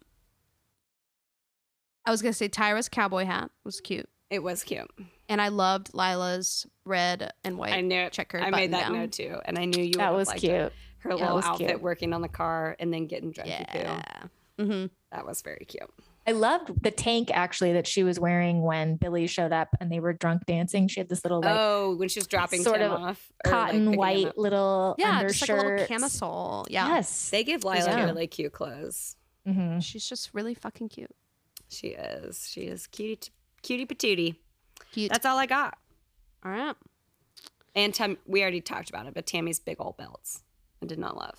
[SPEAKER 1] I was gonna say Tyra's cowboy hat was cute.
[SPEAKER 2] it was cute.
[SPEAKER 1] And I loved Lila's red and white
[SPEAKER 2] I knew it.
[SPEAKER 1] checkered
[SPEAKER 2] I
[SPEAKER 1] button
[SPEAKER 2] made that
[SPEAKER 1] down.
[SPEAKER 2] note too, and I knew you.
[SPEAKER 3] That
[SPEAKER 2] would've
[SPEAKER 3] was
[SPEAKER 2] liked
[SPEAKER 3] cute.
[SPEAKER 2] It. Her
[SPEAKER 3] Yeah, it
[SPEAKER 2] little
[SPEAKER 3] was
[SPEAKER 2] outfit
[SPEAKER 3] cute.
[SPEAKER 2] working on the car and then getting drunk.
[SPEAKER 1] Yeah.
[SPEAKER 2] Yeah.
[SPEAKER 1] Mm-hmm.
[SPEAKER 2] That was very cute.
[SPEAKER 3] I loved the tank actually that she was wearing when Billy showed up and they were drunk dancing. She had this little like
[SPEAKER 2] oh, when she was dropping
[SPEAKER 3] sort
[SPEAKER 2] Tim
[SPEAKER 3] of
[SPEAKER 2] off, or, like,
[SPEAKER 3] cotton
[SPEAKER 2] picking him
[SPEAKER 3] white
[SPEAKER 2] up.
[SPEAKER 3] little
[SPEAKER 1] Yeah, just
[SPEAKER 3] undershirt.
[SPEAKER 1] like a little camisole. Yeah.
[SPEAKER 3] Yes.
[SPEAKER 2] They give Lila
[SPEAKER 1] Yeah.
[SPEAKER 2] really cute clothes.
[SPEAKER 3] Mhm.
[SPEAKER 1] She's just really fucking cute.
[SPEAKER 2] She is. She is cutie, cutie patootie.
[SPEAKER 1] Cute.
[SPEAKER 2] That's all I got.
[SPEAKER 1] all right.
[SPEAKER 2] And Tam- we already talked about it, but Tammy's big old belts. I did not love.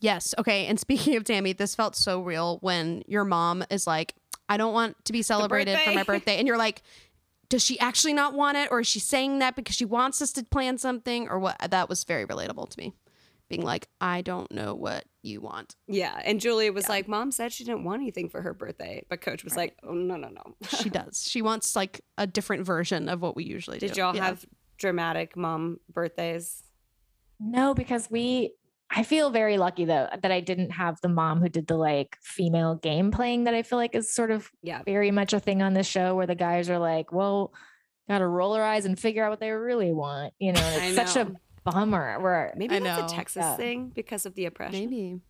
[SPEAKER 1] Yes. Okay. And speaking of Tammy, this felt so real when your mom is like, I don't want to be celebrated for my
[SPEAKER 2] birthday.
[SPEAKER 1] birthday. And you're like, does she actually not want it? Or is she saying that because she wants us to plan something or what? That was very relatable to me. Being like, I don't know what you want.
[SPEAKER 2] Yeah. And Julia was like, Mom said she didn't want anything for her birthday. But Coach was like, Oh, no, no, no.
[SPEAKER 1] She does. She wants like a different version of what we usually do.
[SPEAKER 2] Did y'all
[SPEAKER 1] Yeah.
[SPEAKER 2] have dramatic mom birthdays?
[SPEAKER 3] No, because we, I feel very lucky though that I didn't have the mom who did the like female game playing that I feel like is sort of
[SPEAKER 2] Yeah.
[SPEAKER 3] very much a thing on this show where the guys are like, well, got to roll their eyes and figure out what they really want. You know, and
[SPEAKER 2] I
[SPEAKER 3] it's such a
[SPEAKER 2] know.
[SPEAKER 3] bummer. Where
[SPEAKER 2] Maybe
[SPEAKER 1] I
[SPEAKER 2] that's
[SPEAKER 1] know.
[SPEAKER 2] a Texas
[SPEAKER 3] Yeah.
[SPEAKER 2] thing because of the oppression.
[SPEAKER 1] Maybe.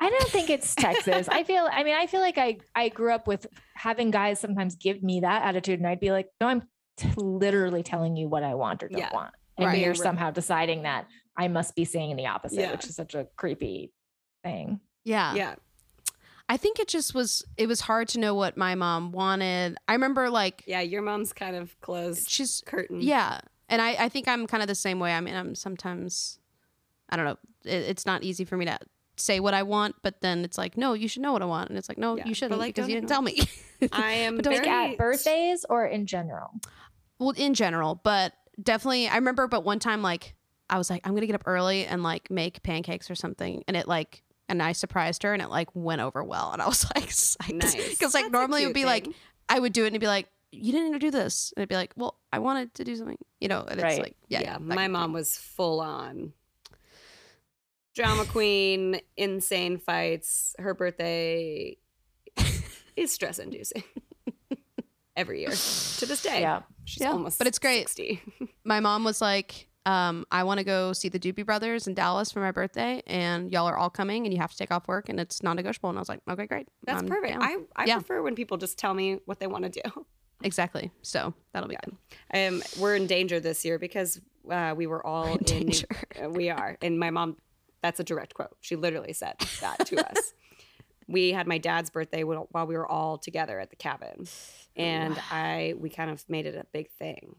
[SPEAKER 3] I don't think it's Texas. I feel, I mean, I feel like I, I grew up with having guys sometimes give me that attitude and I'd be like, no, I'm t- literally telling you what I want or don't
[SPEAKER 2] Yeah.
[SPEAKER 3] want. And
[SPEAKER 1] Right.
[SPEAKER 3] we are
[SPEAKER 2] Right.
[SPEAKER 3] somehow deciding that I must be saying the opposite,
[SPEAKER 2] Yeah.
[SPEAKER 3] which is such a creepy thing.
[SPEAKER 1] Yeah.
[SPEAKER 2] Yeah.
[SPEAKER 1] I think it just was, it was hard to know what my mom wanted. I remember like,
[SPEAKER 2] Yeah. Your mom's kind of closed
[SPEAKER 1] she's,
[SPEAKER 2] curtain.
[SPEAKER 1] Yeah. And I, I think I'm kind of the same way. I mean, I'm sometimes, I don't know, it, it's not easy for me to say what I want, but then it's like, no, you should know what I want. And it's like, no,
[SPEAKER 2] Yeah.
[SPEAKER 1] you
[SPEAKER 2] But,
[SPEAKER 1] shouldn't
[SPEAKER 2] like,
[SPEAKER 1] because you
[SPEAKER 2] don't
[SPEAKER 1] didn't tell me.
[SPEAKER 2] I am
[SPEAKER 1] But don't
[SPEAKER 2] very
[SPEAKER 3] like at birthdays or in general.
[SPEAKER 1] well, in general, but definitely, I remember, but one time, like, I was like, I'm going to get up early and like make pancakes or something. And it like, and I surprised her and it like went over well. And I was like, psyched.
[SPEAKER 2] Nice.
[SPEAKER 1] Because like
[SPEAKER 2] That's a
[SPEAKER 1] normally it would
[SPEAKER 2] cute
[SPEAKER 1] be like,
[SPEAKER 2] thing.
[SPEAKER 1] I would do it and it'd be like, you didn't even do this. And it'd be like, well, I wanted to do something, you know, and it's
[SPEAKER 3] Right.
[SPEAKER 1] like, yeah. yeah,
[SPEAKER 2] yeah,
[SPEAKER 1] that
[SPEAKER 2] my
[SPEAKER 1] kind of
[SPEAKER 2] mom was full on drama queen, insane fights. Her birthday is stress inducing every year to this day.
[SPEAKER 3] Yeah.
[SPEAKER 2] She's
[SPEAKER 1] Yeah,
[SPEAKER 2] almost
[SPEAKER 1] but it's great. Um,
[SPEAKER 2] 60.
[SPEAKER 1] my mom was like, um, I want to go see the Doobie Brothers in Dallas for my birthday, and y'all are all coming, and you have to take off work, and it's non negotiable. And I was like, okay, great.
[SPEAKER 2] That's
[SPEAKER 1] I'm
[SPEAKER 2] perfect.
[SPEAKER 1] down."
[SPEAKER 2] I, I
[SPEAKER 1] Yeah.
[SPEAKER 2] prefer when people just tell me what they want to do.
[SPEAKER 1] exactly. So that'll be good.
[SPEAKER 2] Um, we're in danger this year because uh, we were all in,
[SPEAKER 1] danger.
[SPEAKER 2] uh, we are, and my mom. That's a direct quote. She literally said that to us. We had my dad's birthday wh- while we were all together at the cabin, and I we kind of made it a big thing.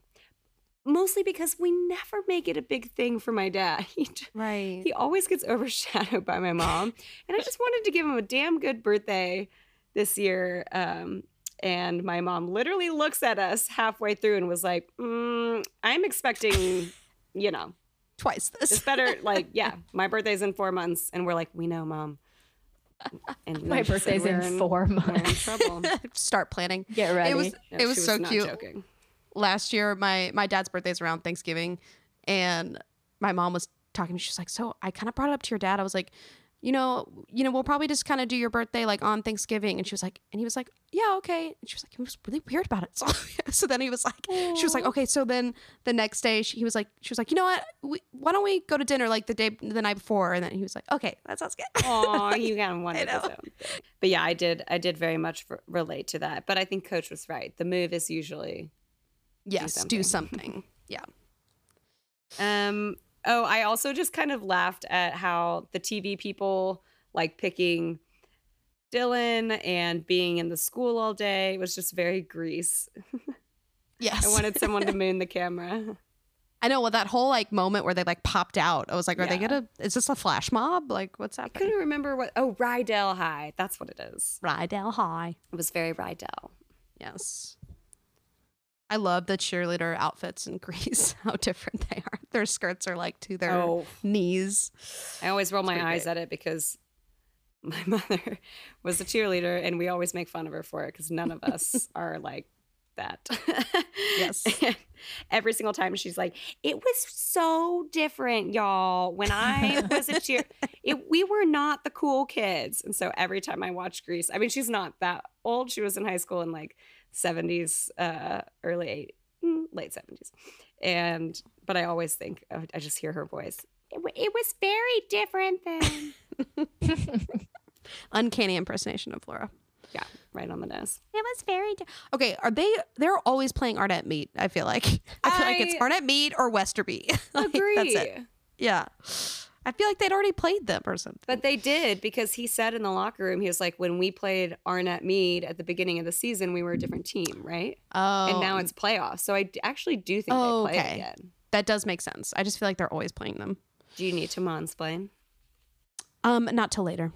[SPEAKER 2] Mostly because we never make it a big thing for my dad. He j-
[SPEAKER 1] Right.
[SPEAKER 2] he always gets overshadowed by my mom. and I just wanted to give him a damn good birthday this year. Um, and my mom literally looks at us halfway through and was like, mm, I'm expecting, you know,
[SPEAKER 1] Twice this.
[SPEAKER 2] it's better. Like, yeah, my birthday's in four months. And we're like, we know, mom. And we
[SPEAKER 3] My
[SPEAKER 2] said
[SPEAKER 3] birthday's
[SPEAKER 2] we're
[SPEAKER 3] in four
[SPEAKER 2] We're in
[SPEAKER 3] months.
[SPEAKER 2] trouble. No,
[SPEAKER 1] Start planning.
[SPEAKER 3] Get ready.
[SPEAKER 1] It was
[SPEAKER 2] she
[SPEAKER 1] it was, so
[SPEAKER 2] not
[SPEAKER 1] cute.
[SPEAKER 2] Joking.
[SPEAKER 1] last year my my dad's birthday is around thanksgiving and my mom was talking to me she was like so i kind of brought it up to your dad i was like you know you know we'll probably just kind of do your birthday like on thanksgiving and she was like and he was like yeah okay and she was like he was really weird about it so, so then he was like she was like okay so then the next day she, he was like she was like you know what we, why don't we go to dinner like the day the night before and then he was like okay that sounds good
[SPEAKER 2] Oh, you got one
[SPEAKER 1] I
[SPEAKER 2] of his
[SPEAKER 1] know.
[SPEAKER 2] own. thing. But yeah, I did. I did very much r- relate to that. But I think Coach was right. The move is usually
[SPEAKER 1] yes do
[SPEAKER 2] something.
[SPEAKER 1] something yeah
[SPEAKER 2] Um. Oh, I also just kind of laughed at how the TV people like picking Dylan and being in the school all day. It was just very grease.
[SPEAKER 1] yes
[SPEAKER 2] I wanted someone to moon the camera.
[SPEAKER 1] I know. Well, that whole like moment where they like popped out, I was like, are they
[SPEAKER 2] Yeah.
[SPEAKER 1] gonna? Is this a flash mob? Like, what's
[SPEAKER 2] I couldn't
[SPEAKER 1] happening?
[SPEAKER 2] remember what. Oh, Rydell High. That's what it is.
[SPEAKER 1] Rydell High.
[SPEAKER 2] It was very Rydell.
[SPEAKER 1] Yes. I love the cheerleader outfits in Greece. How different they are. Their skirts are like to their
[SPEAKER 2] Oh.
[SPEAKER 1] knees.
[SPEAKER 2] I always roll my eyes at it because my mother was a cheerleader, and we always make fun of her for it because none of us are like that.
[SPEAKER 1] Yes.
[SPEAKER 2] And every single time she's like, "It was so different, y'all. When I was a cheer, it, we were not the cool kids." And so every time I watch Grease, I mean, she's not that old. She was in high school in like seventies, uh, early eight, mm, late seventies, and but I always think I I just hear her voice. It, wa- it was very different than.
[SPEAKER 1] Uncanny impersonation of Laura.
[SPEAKER 2] Yeah, right on the nose.
[SPEAKER 1] It was very di- okay. Are they? They're always playing Arnett Meat. I feel like. I feel like it's
[SPEAKER 2] I-
[SPEAKER 1] Arnett Meat or Westerby. Like, That's it. Yeah. I feel like they'd already played them or something.
[SPEAKER 2] But they did because he said in the locker room, he was like, when we played Arnett Mead at the beginning of the season, we were a different team, right?
[SPEAKER 1] oh,
[SPEAKER 2] And now it's playoffs. So I d- actually do think
[SPEAKER 1] Oh,
[SPEAKER 2] they play
[SPEAKER 1] okay.
[SPEAKER 2] again.
[SPEAKER 1] that does make sense. I just feel like they're always playing them.
[SPEAKER 2] Do you need to mansplain?
[SPEAKER 1] Um, not till later.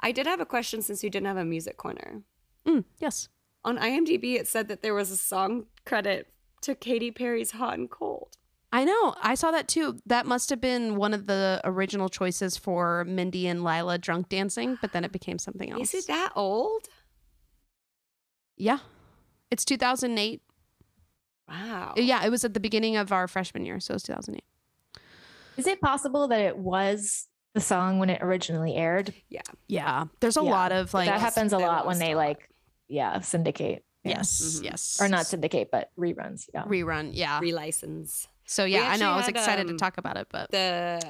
[SPEAKER 2] I did have a question since you didn't have a music corner.
[SPEAKER 1] Mm, yes.
[SPEAKER 2] On IMDb, it said that there was a song credit to Katy Perry's Hot and Cold.
[SPEAKER 1] I know. I saw that too. That must have been one of the original choices for Mindy and Lila drunk dancing, but then it became something else.
[SPEAKER 2] Is it that old?
[SPEAKER 1] Yeah. It's 2008.
[SPEAKER 2] Wow.
[SPEAKER 1] Yeah, it was at the beginning of our freshman year, so it's 2008.
[SPEAKER 3] Is it possible that it was the song when it originally aired?
[SPEAKER 1] Yeah. There's a
[SPEAKER 3] Yeah.
[SPEAKER 1] lot of like
[SPEAKER 3] that
[SPEAKER 2] lost-
[SPEAKER 3] happens a
[SPEAKER 2] they
[SPEAKER 3] lot when
[SPEAKER 2] lost
[SPEAKER 3] they
[SPEAKER 2] a lot.
[SPEAKER 3] like, yeah, syndicate. Yeah. Mm-hmm.
[SPEAKER 1] yes,
[SPEAKER 2] Mhm.
[SPEAKER 1] yes.
[SPEAKER 3] Or not syndicate, but reruns. Yeah.
[SPEAKER 1] rerun. Yeah.
[SPEAKER 2] Relicense.
[SPEAKER 1] So
[SPEAKER 2] We
[SPEAKER 1] yeah, I
[SPEAKER 2] actually
[SPEAKER 1] know. I was
[SPEAKER 2] had,
[SPEAKER 1] excited
[SPEAKER 2] um,
[SPEAKER 1] to talk about it, but
[SPEAKER 2] the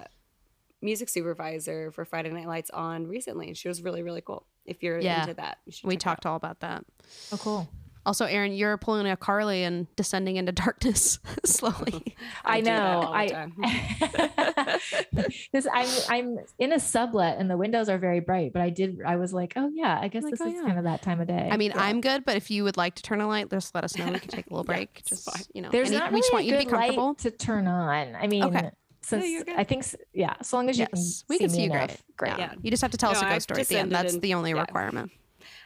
[SPEAKER 2] music supervisor for Friday Night Lights on recently, and she was really really cool. If you're
[SPEAKER 1] Yeah.
[SPEAKER 2] into that, you should
[SPEAKER 1] we
[SPEAKER 2] check her
[SPEAKER 1] talked all about that.
[SPEAKER 3] Oh, cool.
[SPEAKER 1] Also, Aaron, you're pulling a Carly and descending into darkness slowly.
[SPEAKER 2] out.
[SPEAKER 3] I
[SPEAKER 2] do that
[SPEAKER 3] know,
[SPEAKER 2] all the
[SPEAKER 3] I-
[SPEAKER 2] time.
[SPEAKER 3] this I'm I'm in a sublet and the windows are very bright, but I did I was like, oh yeah, I guess
[SPEAKER 1] Like,
[SPEAKER 3] this
[SPEAKER 1] oh,
[SPEAKER 3] is
[SPEAKER 1] yeah.
[SPEAKER 3] kind of that time of day.
[SPEAKER 1] I mean,
[SPEAKER 3] Yeah.
[SPEAKER 1] I'm good, but if you would like to turn a light, just let us know. We can take a little
[SPEAKER 2] Yeah,
[SPEAKER 1] break.
[SPEAKER 2] it's
[SPEAKER 1] just
[SPEAKER 2] fine.
[SPEAKER 1] you know,
[SPEAKER 3] there's
[SPEAKER 1] any-
[SPEAKER 3] not
[SPEAKER 1] we
[SPEAKER 3] really
[SPEAKER 1] just want
[SPEAKER 3] a
[SPEAKER 1] you to be
[SPEAKER 3] good light
[SPEAKER 1] comfortable.
[SPEAKER 3] to turn on. I mean, since
[SPEAKER 2] you're good.
[SPEAKER 3] I think s- yeah, as long as you
[SPEAKER 1] Yes,
[SPEAKER 3] can
[SPEAKER 1] we
[SPEAKER 3] see
[SPEAKER 1] can see
[SPEAKER 3] me
[SPEAKER 1] you
[SPEAKER 3] enough,
[SPEAKER 1] great.
[SPEAKER 3] great.
[SPEAKER 2] Yeah.
[SPEAKER 1] You just have to tell
[SPEAKER 2] No,
[SPEAKER 1] us a
[SPEAKER 2] I've
[SPEAKER 1] ghost story at the end.
[SPEAKER 2] descended
[SPEAKER 1] That's
[SPEAKER 2] in-
[SPEAKER 1] the only
[SPEAKER 2] yeah.
[SPEAKER 1] requirement.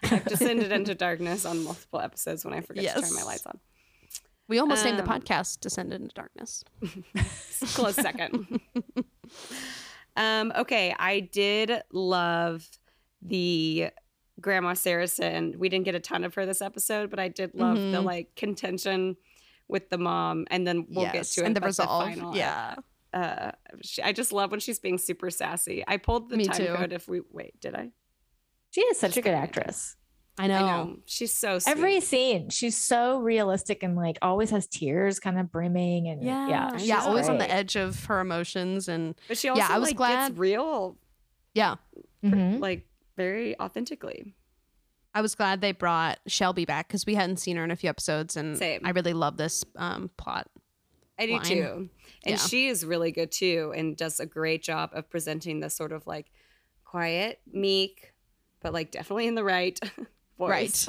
[SPEAKER 2] I've descended into darkness on multiple episodes when I forget to turn my
[SPEAKER 1] Yes.
[SPEAKER 2] lights on.
[SPEAKER 1] We almost named the
[SPEAKER 2] Um,
[SPEAKER 1] podcast "Descended into Darkness."
[SPEAKER 2] It's a Close second. um, okay, I did love the Grandma Saracen. We didn't get a ton of her this episode, but I did love the
[SPEAKER 1] Mhm.
[SPEAKER 2] like contention with the mom, and then we'll get
[SPEAKER 1] Yes,
[SPEAKER 2] to it.
[SPEAKER 1] and the
[SPEAKER 2] but
[SPEAKER 1] resolve.
[SPEAKER 2] final
[SPEAKER 1] yeah,
[SPEAKER 2] uh, she, I just love when she's being super sassy. I pulled the
[SPEAKER 1] Me
[SPEAKER 2] time
[SPEAKER 1] too.
[SPEAKER 2] code. If we wait, did I?
[SPEAKER 3] She is such a good actress.
[SPEAKER 1] I know.
[SPEAKER 2] I know Um, she's so sweet.
[SPEAKER 3] Every scene, she's so realistic and like always has tears kind of brimming and yeah,
[SPEAKER 2] Oh,
[SPEAKER 1] Yeah.
[SPEAKER 3] she's
[SPEAKER 1] Yeah. Always on the
[SPEAKER 3] great.
[SPEAKER 1] edge of her emotions. And
[SPEAKER 2] but she also
[SPEAKER 1] I was
[SPEAKER 2] like,
[SPEAKER 1] glad- Mm-hmm.
[SPEAKER 2] gets real,
[SPEAKER 1] yeah,
[SPEAKER 3] Mhm.
[SPEAKER 2] like very authentically.
[SPEAKER 1] I was glad they brought Shelby back because we hadn't seen her in a few episodes. And
[SPEAKER 2] Same.
[SPEAKER 1] I really love this um, plot.
[SPEAKER 2] I do
[SPEAKER 1] line.
[SPEAKER 2] too. And
[SPEAKER 1] Yeah.
[SPEAKER 2] she is really good too and does a great job of presenting this sort of like quiet, meek, but like definitely in the right
[SPEAKER 1] Right.
[SPEAKER 2] voice.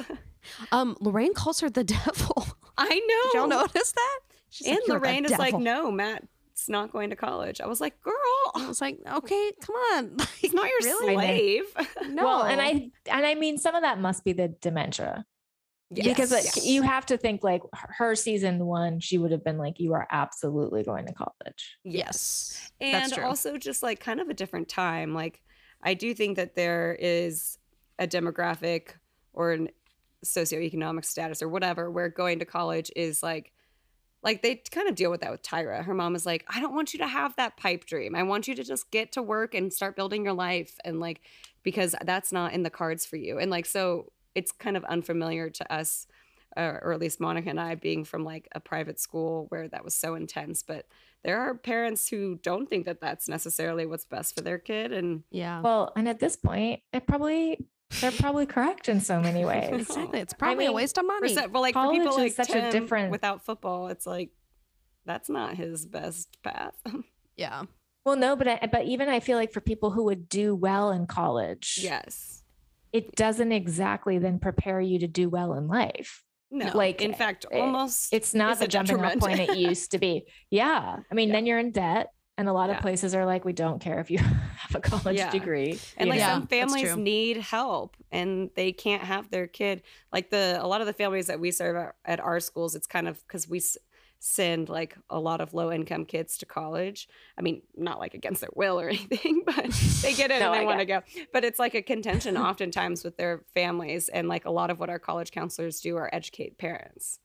[SPEAKER 1] Um, Lorraine calls her the devil.
[SPEAKER 2] I know.
[SPEAKER 1] Did y'all notice that? She's
[SPEAKER 2] and
[SPEAKER 1] "You are the
[SPEAKER 2] Lorraine is like,
[SPEAKER 1] devil."
[SPEAKER 2] no, Matt's not going to college. I was like,
[SPEAKER 1] I
[SPEAKER 2] girl,
[SPEAKER 1] was like, okay, come on.
[SPEAKER 2] he's not your
[SPEAKER 1] Really?
[SPEAKER 2] slave.
[SPEAKER 1] no.
[SPEAKER 3] Well, and I and I mean some of that must be the dementia. Because like,
[SPEAKER 2] Yes.
[SPEAKER 3] you have to think like her her season one, she would have been like, You are absolutely going to college.
[SPEAKER 1] yes, that's
[SPEAKER 2] and
[SPEAKER 1] true.
[SPEAKER 2] also just like kind of a different time like i do think that there is a demographic or an socioeconomic status or whatever where going to college is like like they kind of deal with that with tyra her mom is like i don't want you to have that pipe dream i want you to just get to work and start building your life and like because that's not in the cards for you and like so it's kind of unfamiliar to us uh, or, or at least monica and i being from like a private school where that was so intense but there are parents who don't think that that's necessarily what's best for their kid and
[SPEAKER 1] yeah,
[SPEAKER 3] Well, and at this point, it probably they're probably correct in so many ways.
[SPEAKER 1] exactly. It's probably a
[SPEAKER 3] mean,
[SPEAKER 1] waste of
[SPEAKER 2] for,
[SPEAKER 1] money.
[SPEAKER 2] se- well, like for
[SPEAKER 3] college
[SPEAKER 2] people
[SPEAKER 3] is
[SPEAKER 2] like
[SPEAKER 3] such a
[SPEAKER 2] Tim
[SPEAKER 3] different-
[SPEAKER 2] without football it's like that's not his best path
[SPEAKER 1] yeah,
[SPEAKER 3] Well, no, but I, but even I feel like for people who would do well in college,
[SPEAKER 2] yes
[SPEAKER 3] it doesn't exactly then prepare you to do well in life.
[SPEAKER 2] no
[SPEAKER 3] Like, eh,
[SPEAKER 2] like in fact
[SPEAKER 3] it-
[SPEAKER 2] almost
[SPEAKER 3] It's not
[SPEAKER 2] is
[SPEAKER 3] the
[SPEAKER 2] a
[SPEAKER 3] jumping off
[SPEAKER 2] detriment.
[SPEAKER 3] point it used to be. Yeah, I mean,
[SPEAKER 2] Yeah.
[SPEAKER 3] then you're in debt, and a lot of
[SPEAKER 2] Yeah.
[SPEAKER 3] places are like, we don't care if you have a college
[SPEAKER 2] Yeah.
[SPEAKER 3] degree.
[SPEAKER 2] and
[SPEAKER 3] you
[SPEAKER 2] like
[SPEAKER 3] know?
[SPEAKER 1] Yeah,
[SPEAKER 2] some
[SPEAKER 1] that's
[SPEAKER 2] families
[SPEAKER 1] true.
[SPEAKER 2] need help and they can't have their kid like the a lot of the families that we serve at, at our schools it's kind of because we s- send like a lot of low income kids to college i mean not like against their will or anything but they get in
[SPEAKER 3] No,
[SPEAKER 2] and
[SPEAKER 3] I
[SPEAKER 2] they want to go but it's like a contention oftentimes with their families and like a lot of what our college counselors do are educate parents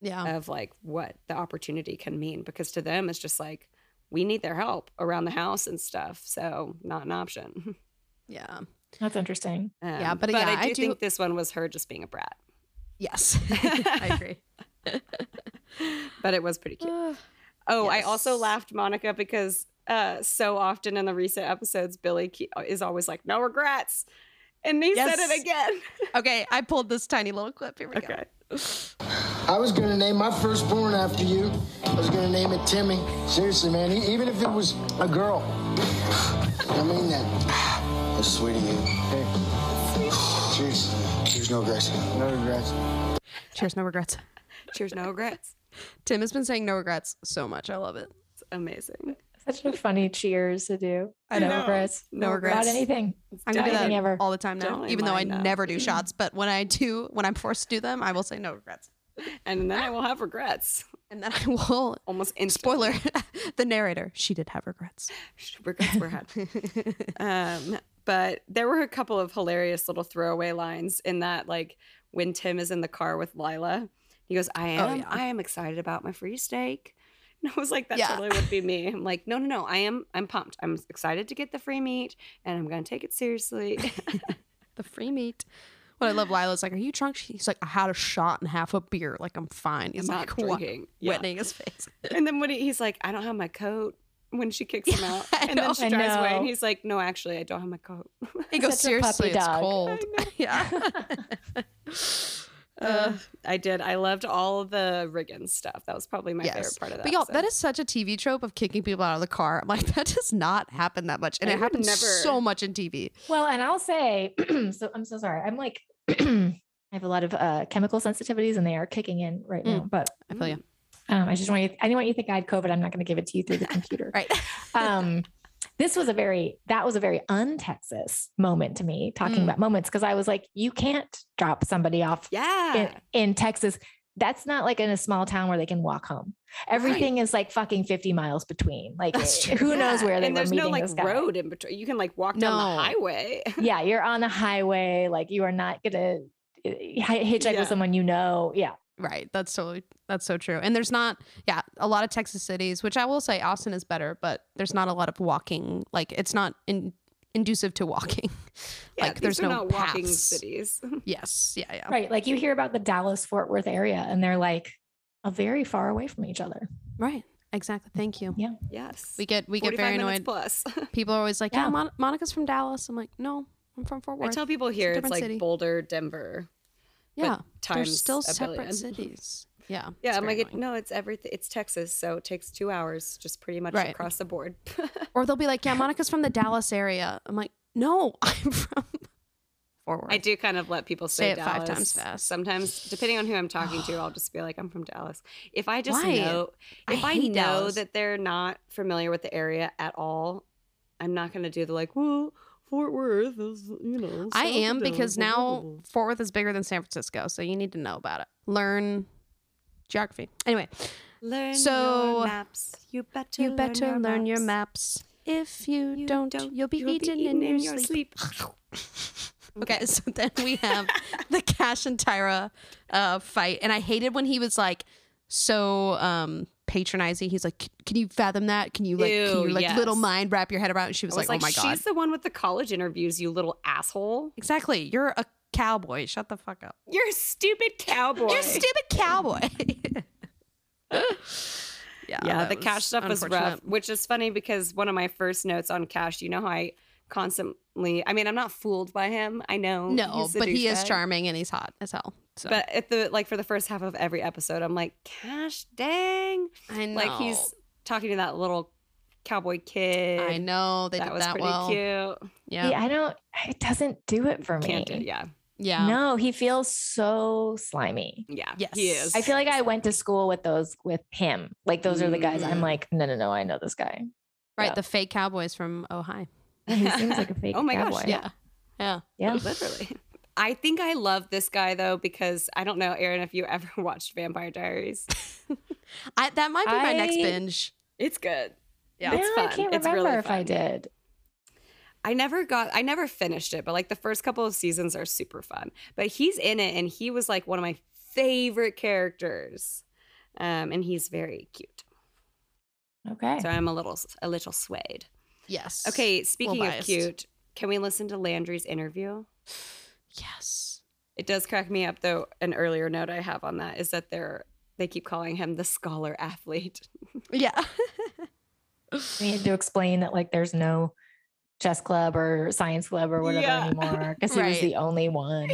[SPEAKER 1] yeah.
[SPEAKER 2] of like what the opportunity can mean because to them it's just like we need their help around the house and stuff so not an option
[SPEAKER 1] Yeah.
[SPEAKER 3] that's interesting.
[SPEAKER 1] Yeah,
[SPEAKER 2] um,
[SPEAKER 1] but uh, yeah,
[SPEAKER 2] I, do
[SPEAKER 1] I do-
[SPEAKER 2] think this one was her just being a brat,
[SPEAKER 1] Yes. I agree.
[SPEAKER 2] but it was pretty cute. Oh, I also
[SPEAKER 1] yes.
[SPEAKER 2] laughed, Monica, because uh, so often in the recent episodes, Billy ke- uh, is always like, "No regrets," and he said
[SPEAKER 1] Yes.
[SPEAKER 2] it again.
[SPEAKER 1] okay, I pulled this tiny little clip. Here we go.
[SPEAKER 2] Okay,
[SPEAKER 8] I was gonna name my firstborn after you. I was gonna name it Timmy. Seriously, man, e- even if it was a girl. I mean that. I swear to you. Hey. Cheers. There's no regrets. No regrets.
[SPEAKER 1] Cheers, no regrets.
[SPEAKER 2] cheers, no regrets.
[SPEAKER 1] Tim has been saying no regrets so much. I love it.
[SPEAKER 2] It's amazing.
[SPEAKER 3] Such a funny cheers to do. I know, regrets.
[SPEAKER 1] No
[SPEAKER 3] About
[SPEAKER 1] regrets.
[SPEAKER 3] anything.
[SPEAKER 1] I'm gonna do that
[SPEAKER 3] Dieting ever.
[SPEAKER 1] all the time now,
[SPEAKER 2] Definitely
[SPEAKER 1] even though I
[SPEAKER 2] mine now.
[SPEAKER 1] never do shots. But when I do, when I'm forced to do them, I will say no regrets,
[SPEAKER 2] And then I will have regrets.
[SPEAKER 1] and then I will.
[SPEAKER 2] Almost instantly.
[SPEAKER 1] Spoiler: the narrator, she did have regrets.
[SPEAKER 2] regrets were had. um, but there were a couple of hilarious little throwaway lines in that, like when Tim is in the car with Lila, he goes, "I
[SPEAKER 1] Oh,
[SPEAKER 2] am,
[SPEAKER 1] yeah.
[SPEAKER 2] I am excited about my free steak." And I was like, "That
[SPEAKER 1] Yeah.
[SPEAKER 2] totally would be me." I'm like, "No, no, no, I am, I'm pumped. I'm excited to get the free meat, and I'm gonna take it seriously."
[SPEAKER 1] The free meat. What I love, Lila's like, "Are you drunk?" She's like, "I had a shot and half a beer. Like I'm fine." He's
[SPEAKER 2] Not
[SPEAKER 1] like, "What?"
[SPEAKER 2] drinking. Yeah.
[SPEAKER 1] wetting his face.
[SPEAKER 2] and then when he, he's like, "I don't have my coat." When she kicks him out,
[SPEAKER 1] I
[SPEAKER 2] and
[SPEAKER 1] know.
[SPEAKER 2] then she
[SPEAKER 3] I
[SPEAKER 2] drives away,
[SPEAKER 3] know.
[SPEAKER 2] and he's like, "No, actually, I don't have my coat."
[SPEAKER 1] He goes,
[SPEAKER 3] Such a puppy
[SPEAKER 1] seriously, it's
[SPEAKER 3] dog."
[SPEAKER 1] cold. Yeah.
[SPEAKER 2] Uh, I did. I loved all the Riggins stuff. That was probably my favorite part of that.
[SPEAKER 1] But y'all, that
[SPEAKER 2] episode.
[SPEAKER 1] is such a TV trope of kicking people out of the car. I'm like, that does not happen that much. And
[SPEAKER 2] I
[SPEAKER 1] it
[SPEAKER 2] would
[SPEAKER 1] happens
[SPEAKER 2] never-
[SPEAKER 1] so much in TV.
[SPEAKER 3] Well, and I'll say, so I'm so sorry. I'm like, I have a lot of uh, chemical sensitivities, and they are kicking in right now. But
[SPEAKER 1] I
[SPEAKER 2] Mm.
[SPEAKER 1] feel you.
[SPEAKER 3] um, I just want you. Anyone you think I had COVID, I'm not going to give it to you through the computer.
[SPEAKER 1] Right.
[SPEAKER 3] um, this was a very that was a very un-Texas moment to me talking
[SPEAKER 1] Mm.
[SPEAKER 3] about moments because I was like, you can't drop somebody off
[SPEAKER 2] yeah.
[SPEAKER 3] in, in Texas. That's not like in a small town where they can walk home. Everything is like fucking 50 miles between. Like eh,
[SPEAKER 1] That's
[SPEAKER 3] who knows
[SPEAKER 2] Yeah.
[SPEAKER 3] where they
[SPEAKER 2] and
[SPEAKER 3] were
[SPEAKER 2] there's
[SPEAKER 3] meeting
[SPEAKER 2] no like
[SPEAKER 3] this guy.
[SPEAKER 2] road in between. You can like walk down
[SPEAKER 1] No.
[SPEAKER 2] the highway.
[SPEAKER 3] yeah, you're on the highway. Like you are not gonna uh, hi- hitchhike
[SPEAKER 2] Yeah.
[SPEAKER 3] with someone you know. Yeah,
[SPEAKER 1] Right. That's totally that's so true. And there's not yeah, a lot of Texas cities, which I will say Austin is better, but there's not a lot of walking. Like it's not in, inducive to walking.
[SPEAKER 2] Yeah,
[SPEAKER 1] like
[SPEAKER 2] these
[SPEAKER 1] there's
[SPEAKER 2] are
[SPEAKER 1] no
[SPEAKER 2] not walking
[SPEAKER 1] paths.
[SPEAKER 2] cities.
[SPEAKER 1] Yes. Yeah, yeah.
[SPEAKER 3] Right. Like you hear about the Dallas Fort Worth area and they're like a very far away from each other.
[SPEAKER 1] Right. Exactly. Thank you.
[SPEAKER 3] Yeah.
[SPEAKER 2] Yes.
[SPEAKER 1] We get we get
[SPEAKER 2] 45
[SPEAKER 1] very
[SPEAKER 2] minutes
[SPEAKER 1] annoyed.
[SPEAKER 2] Plus,
[SPEAKER 1] People are always like, "Yeah,
[SPEAKER 3] Yeah.
[SPEAKER 1] Mon- Monica's from Dallas." I'm like, "No, I'm from Fort
[SPEAKER 2] I
[SPEAKER 1] Worth."
[SPEAKER 2] tell people here it's,
[SPEAKER 1] different
[SPEAKER 2] like
[SPEAKER 1] city.
[SPEAKER 2] Boulder, Denver.
[SPEAKER 1] yeah, they're
[SPEAKER 2] times
[SPEAKER 1] still
[SPEAKER 2] a
[SPEAKER 1] separate
[SPEAKER 2] billion.
[SPEAKER 1] cities. Yeah.
[SPEAKER 2] Yeah,
[SPEAKER 1] it's
[SPEAKER 2] I'm
[SPEAKER 1] very
[SPEAKER 2] like, it,
[SPEAKER 1] annoying.
[SPEAKER 2] no, it's everything. It's Texas, so it takes two hours, just pretty much
[SPEAKER 1] Right.
[SPEAKER 2] across the board.
[SPEAKER 1] Or they'll be like, "Yeah, Monica's from the Dallas area." I'm like, "No, I'm from Fort Worth."
[SPEAKER 2] I do kind of let people say,
[SPEAKER 1] Say it
[SPEAKER 2] Dallas.
[SPEAKER 1] five times fast.
[SPEAKER 2] Sometimes, depending on who I'm talking to, I'll just be like, I'm from Dallas. If I just
[SPEAKER 1] Why?
[SPEAKER 2] know,
[SPEAKER 1] I
[SPEAKER 2] if I,
[SPEAKER 1] hate
[SPEAKER 2] know
[SPEAKER 1] Dallas.
[SPEAKER 2] that they're not familiar with the area at all, I'm not going to do the like, well, Fort Worth is, you know.
[SPEAKER 1] I
[SPEAKER 2] south of
[SPEAKER 1] am because
[SPEAKER 2] Dallas, blah, blah,
[SPEAKER 1] now
[SPEAKER 2] blah.
[SPEAKER 1] Fort Worth is bigger than San Francisco, so you need to know about it. Learn geography. Anyway,
[SPEAKER 2] Learn
[SPEAKER 1] So,
[SPEAKER 2] your maps. You better,
[SPEAKER 1] you better learn, your,
[SPEAKER 2] maps.
[SPEAKER 1] maps. If you,
[SPEAKER 2] You
[SPEAKER 1] don't,
[SPEAKER 2] don't,
[SPEAKER 1] you'll be
[SPEAKER 2] you'll be
[SPEAKER 1] eaten,
[SPEAKER 2] eaten
[SPEAKER 1] in, your
[SPEAKER 2] in your
[SPEAKER 1] sleep. okay, so then we have the Cash and Tyra uh, fight, and I hated when he was like so um patronizing. He's like, "C- "Can you fathom that? Can you like, can
[SPEAKER 2] Ew,
[SPEAKER 1] your like little
[SPEAKER 2] yes.
[SPEAKER 1] mind wrap your head around?" it?" And she
[SPEAKER 2] I
[SPEAKER 1] was, like, "Oh my god,
[SPEAKER 2] she's the one with the college interviews, you little asshole.
[SPEAKER 1] exactly. You're a cowboy. Shut the fuck up.
[SPEAKER 2] You're a stupid cowboy.
[SPEAKER 1] You're a stupid cowboy." yeah,
[SPEAKER 2] yeah
[SPEAKER 1] that
[SPEAKER 2] the
[SPEAKER 1] was
[SPEAKER 2] cash stuff was rough
[SPEAKER 1] unfortunate.
[SPEAKER 2] which is funny because one of my first notes on cash you know how i constantly i mean i'm not fooled by him i know
[SPEAKER 1] No,
[SPEAKER 2] he's a
[SPEAKER 1] but he is
[SPEAKER 2] douchebag.
[SPEAKER 1] charming and he's hot as hell. So
[SPEAKER 2] but at the like for the first half of every episode i'm like cash dang
[SPEAKER 1] I know.
[SPEAKER 2] like he's talking to that little cowboy kid
[SPEAKER 1] I know they
[SPEAKER 2] that
[SPEAKER 1] did
[SPEAKER 2] was
[SPEAKER 1] that
[SPEAKER 2] pretty
[SPEAKER 1] well.
[SPEAKER 2] cute
[SPEAKER 1] Yeah.
[SPEAKER 3] Yeah, I don't, it doesn't do it for me.
[SPEAKER 2] can't do yeah
[SPEAKER 1] Yeah.
[SPEAKER 3] No, he feels so slimy.
[SPEAKER 2] yeah
[SPEAKER 1] Yes.
[SPEAKER 2] he is
[SPEAKER 3] I feel like I went to school with those with him. Like those are the guys I'm
[SPEAKER 2] Mm.
[SPEAKER 3] like, no, no, no, I know this guy.
[SPEAKER 1] Right.
[SPEAKER 3] Yeah.
[SPEAKER 1] The fake cowboys from Ohio.
[SPEAKER 3] He seems like a fake
[SPEAKER 2] oh my gosh
[SPEAKER 3] cowboy.
[SPEAKER 2] yeah
[SPEAKER 1] Yeah. Yeah.
[SPEAKER 3] Yeah.
[SPEAKER 2] literally. I think I love this guy though because I don't know, Aaron, if you ever watched Vampire Diaries.
[SPEAKER 1] I, that might be my next
[SPEAKER 3] I-
[SPEAKER 1] binge.
[SPEAKER 2] It's good. Yeah,
[SPEAKER 3] Now
[SPEAKER 2] it's
[SPEAKER 3] I
[SPEAKER 2] fun.
[SPEAKER 3] can't
[SPEAKER 2] it's
[SPEAKER 3] remember
[SPEAKER 2] really
[SPEAKER 3] if I
[SPEAKER 2] fun.
[SPEAKER 3] did.
[SPEAKER 2] I never got, I never finished it, but like the first couple of seasons are super fun. But he's in it, and he was like one of my favorite characters, um, and he's very cute.
[SPEAKER 3] Okay.
[SPEAKER 2] So I'm a little, a little swayed.
[SPEAKER 1] Yes.
[SPEAKER 2] Okay, speaking of
[SPEAKER 1] biased.
[SPEAKER 2] cute, can we listen to Landry's interview?
[SPEAKER 1] Yes.
[SPEAKER 2] It does crack me up though. An earlier note I have on that is that they're they keep calling him the scholar athlete.
[SPEAKER 1] Yeah.
[SPEAKER 3] We need to explain that like there's no chess club or science club or whatever
[SPEAKER 2] Yeah.
[SPEAKER 3] anymore because he was
[SPEAKER 1] Right.
[SPEAKER 3] the only one.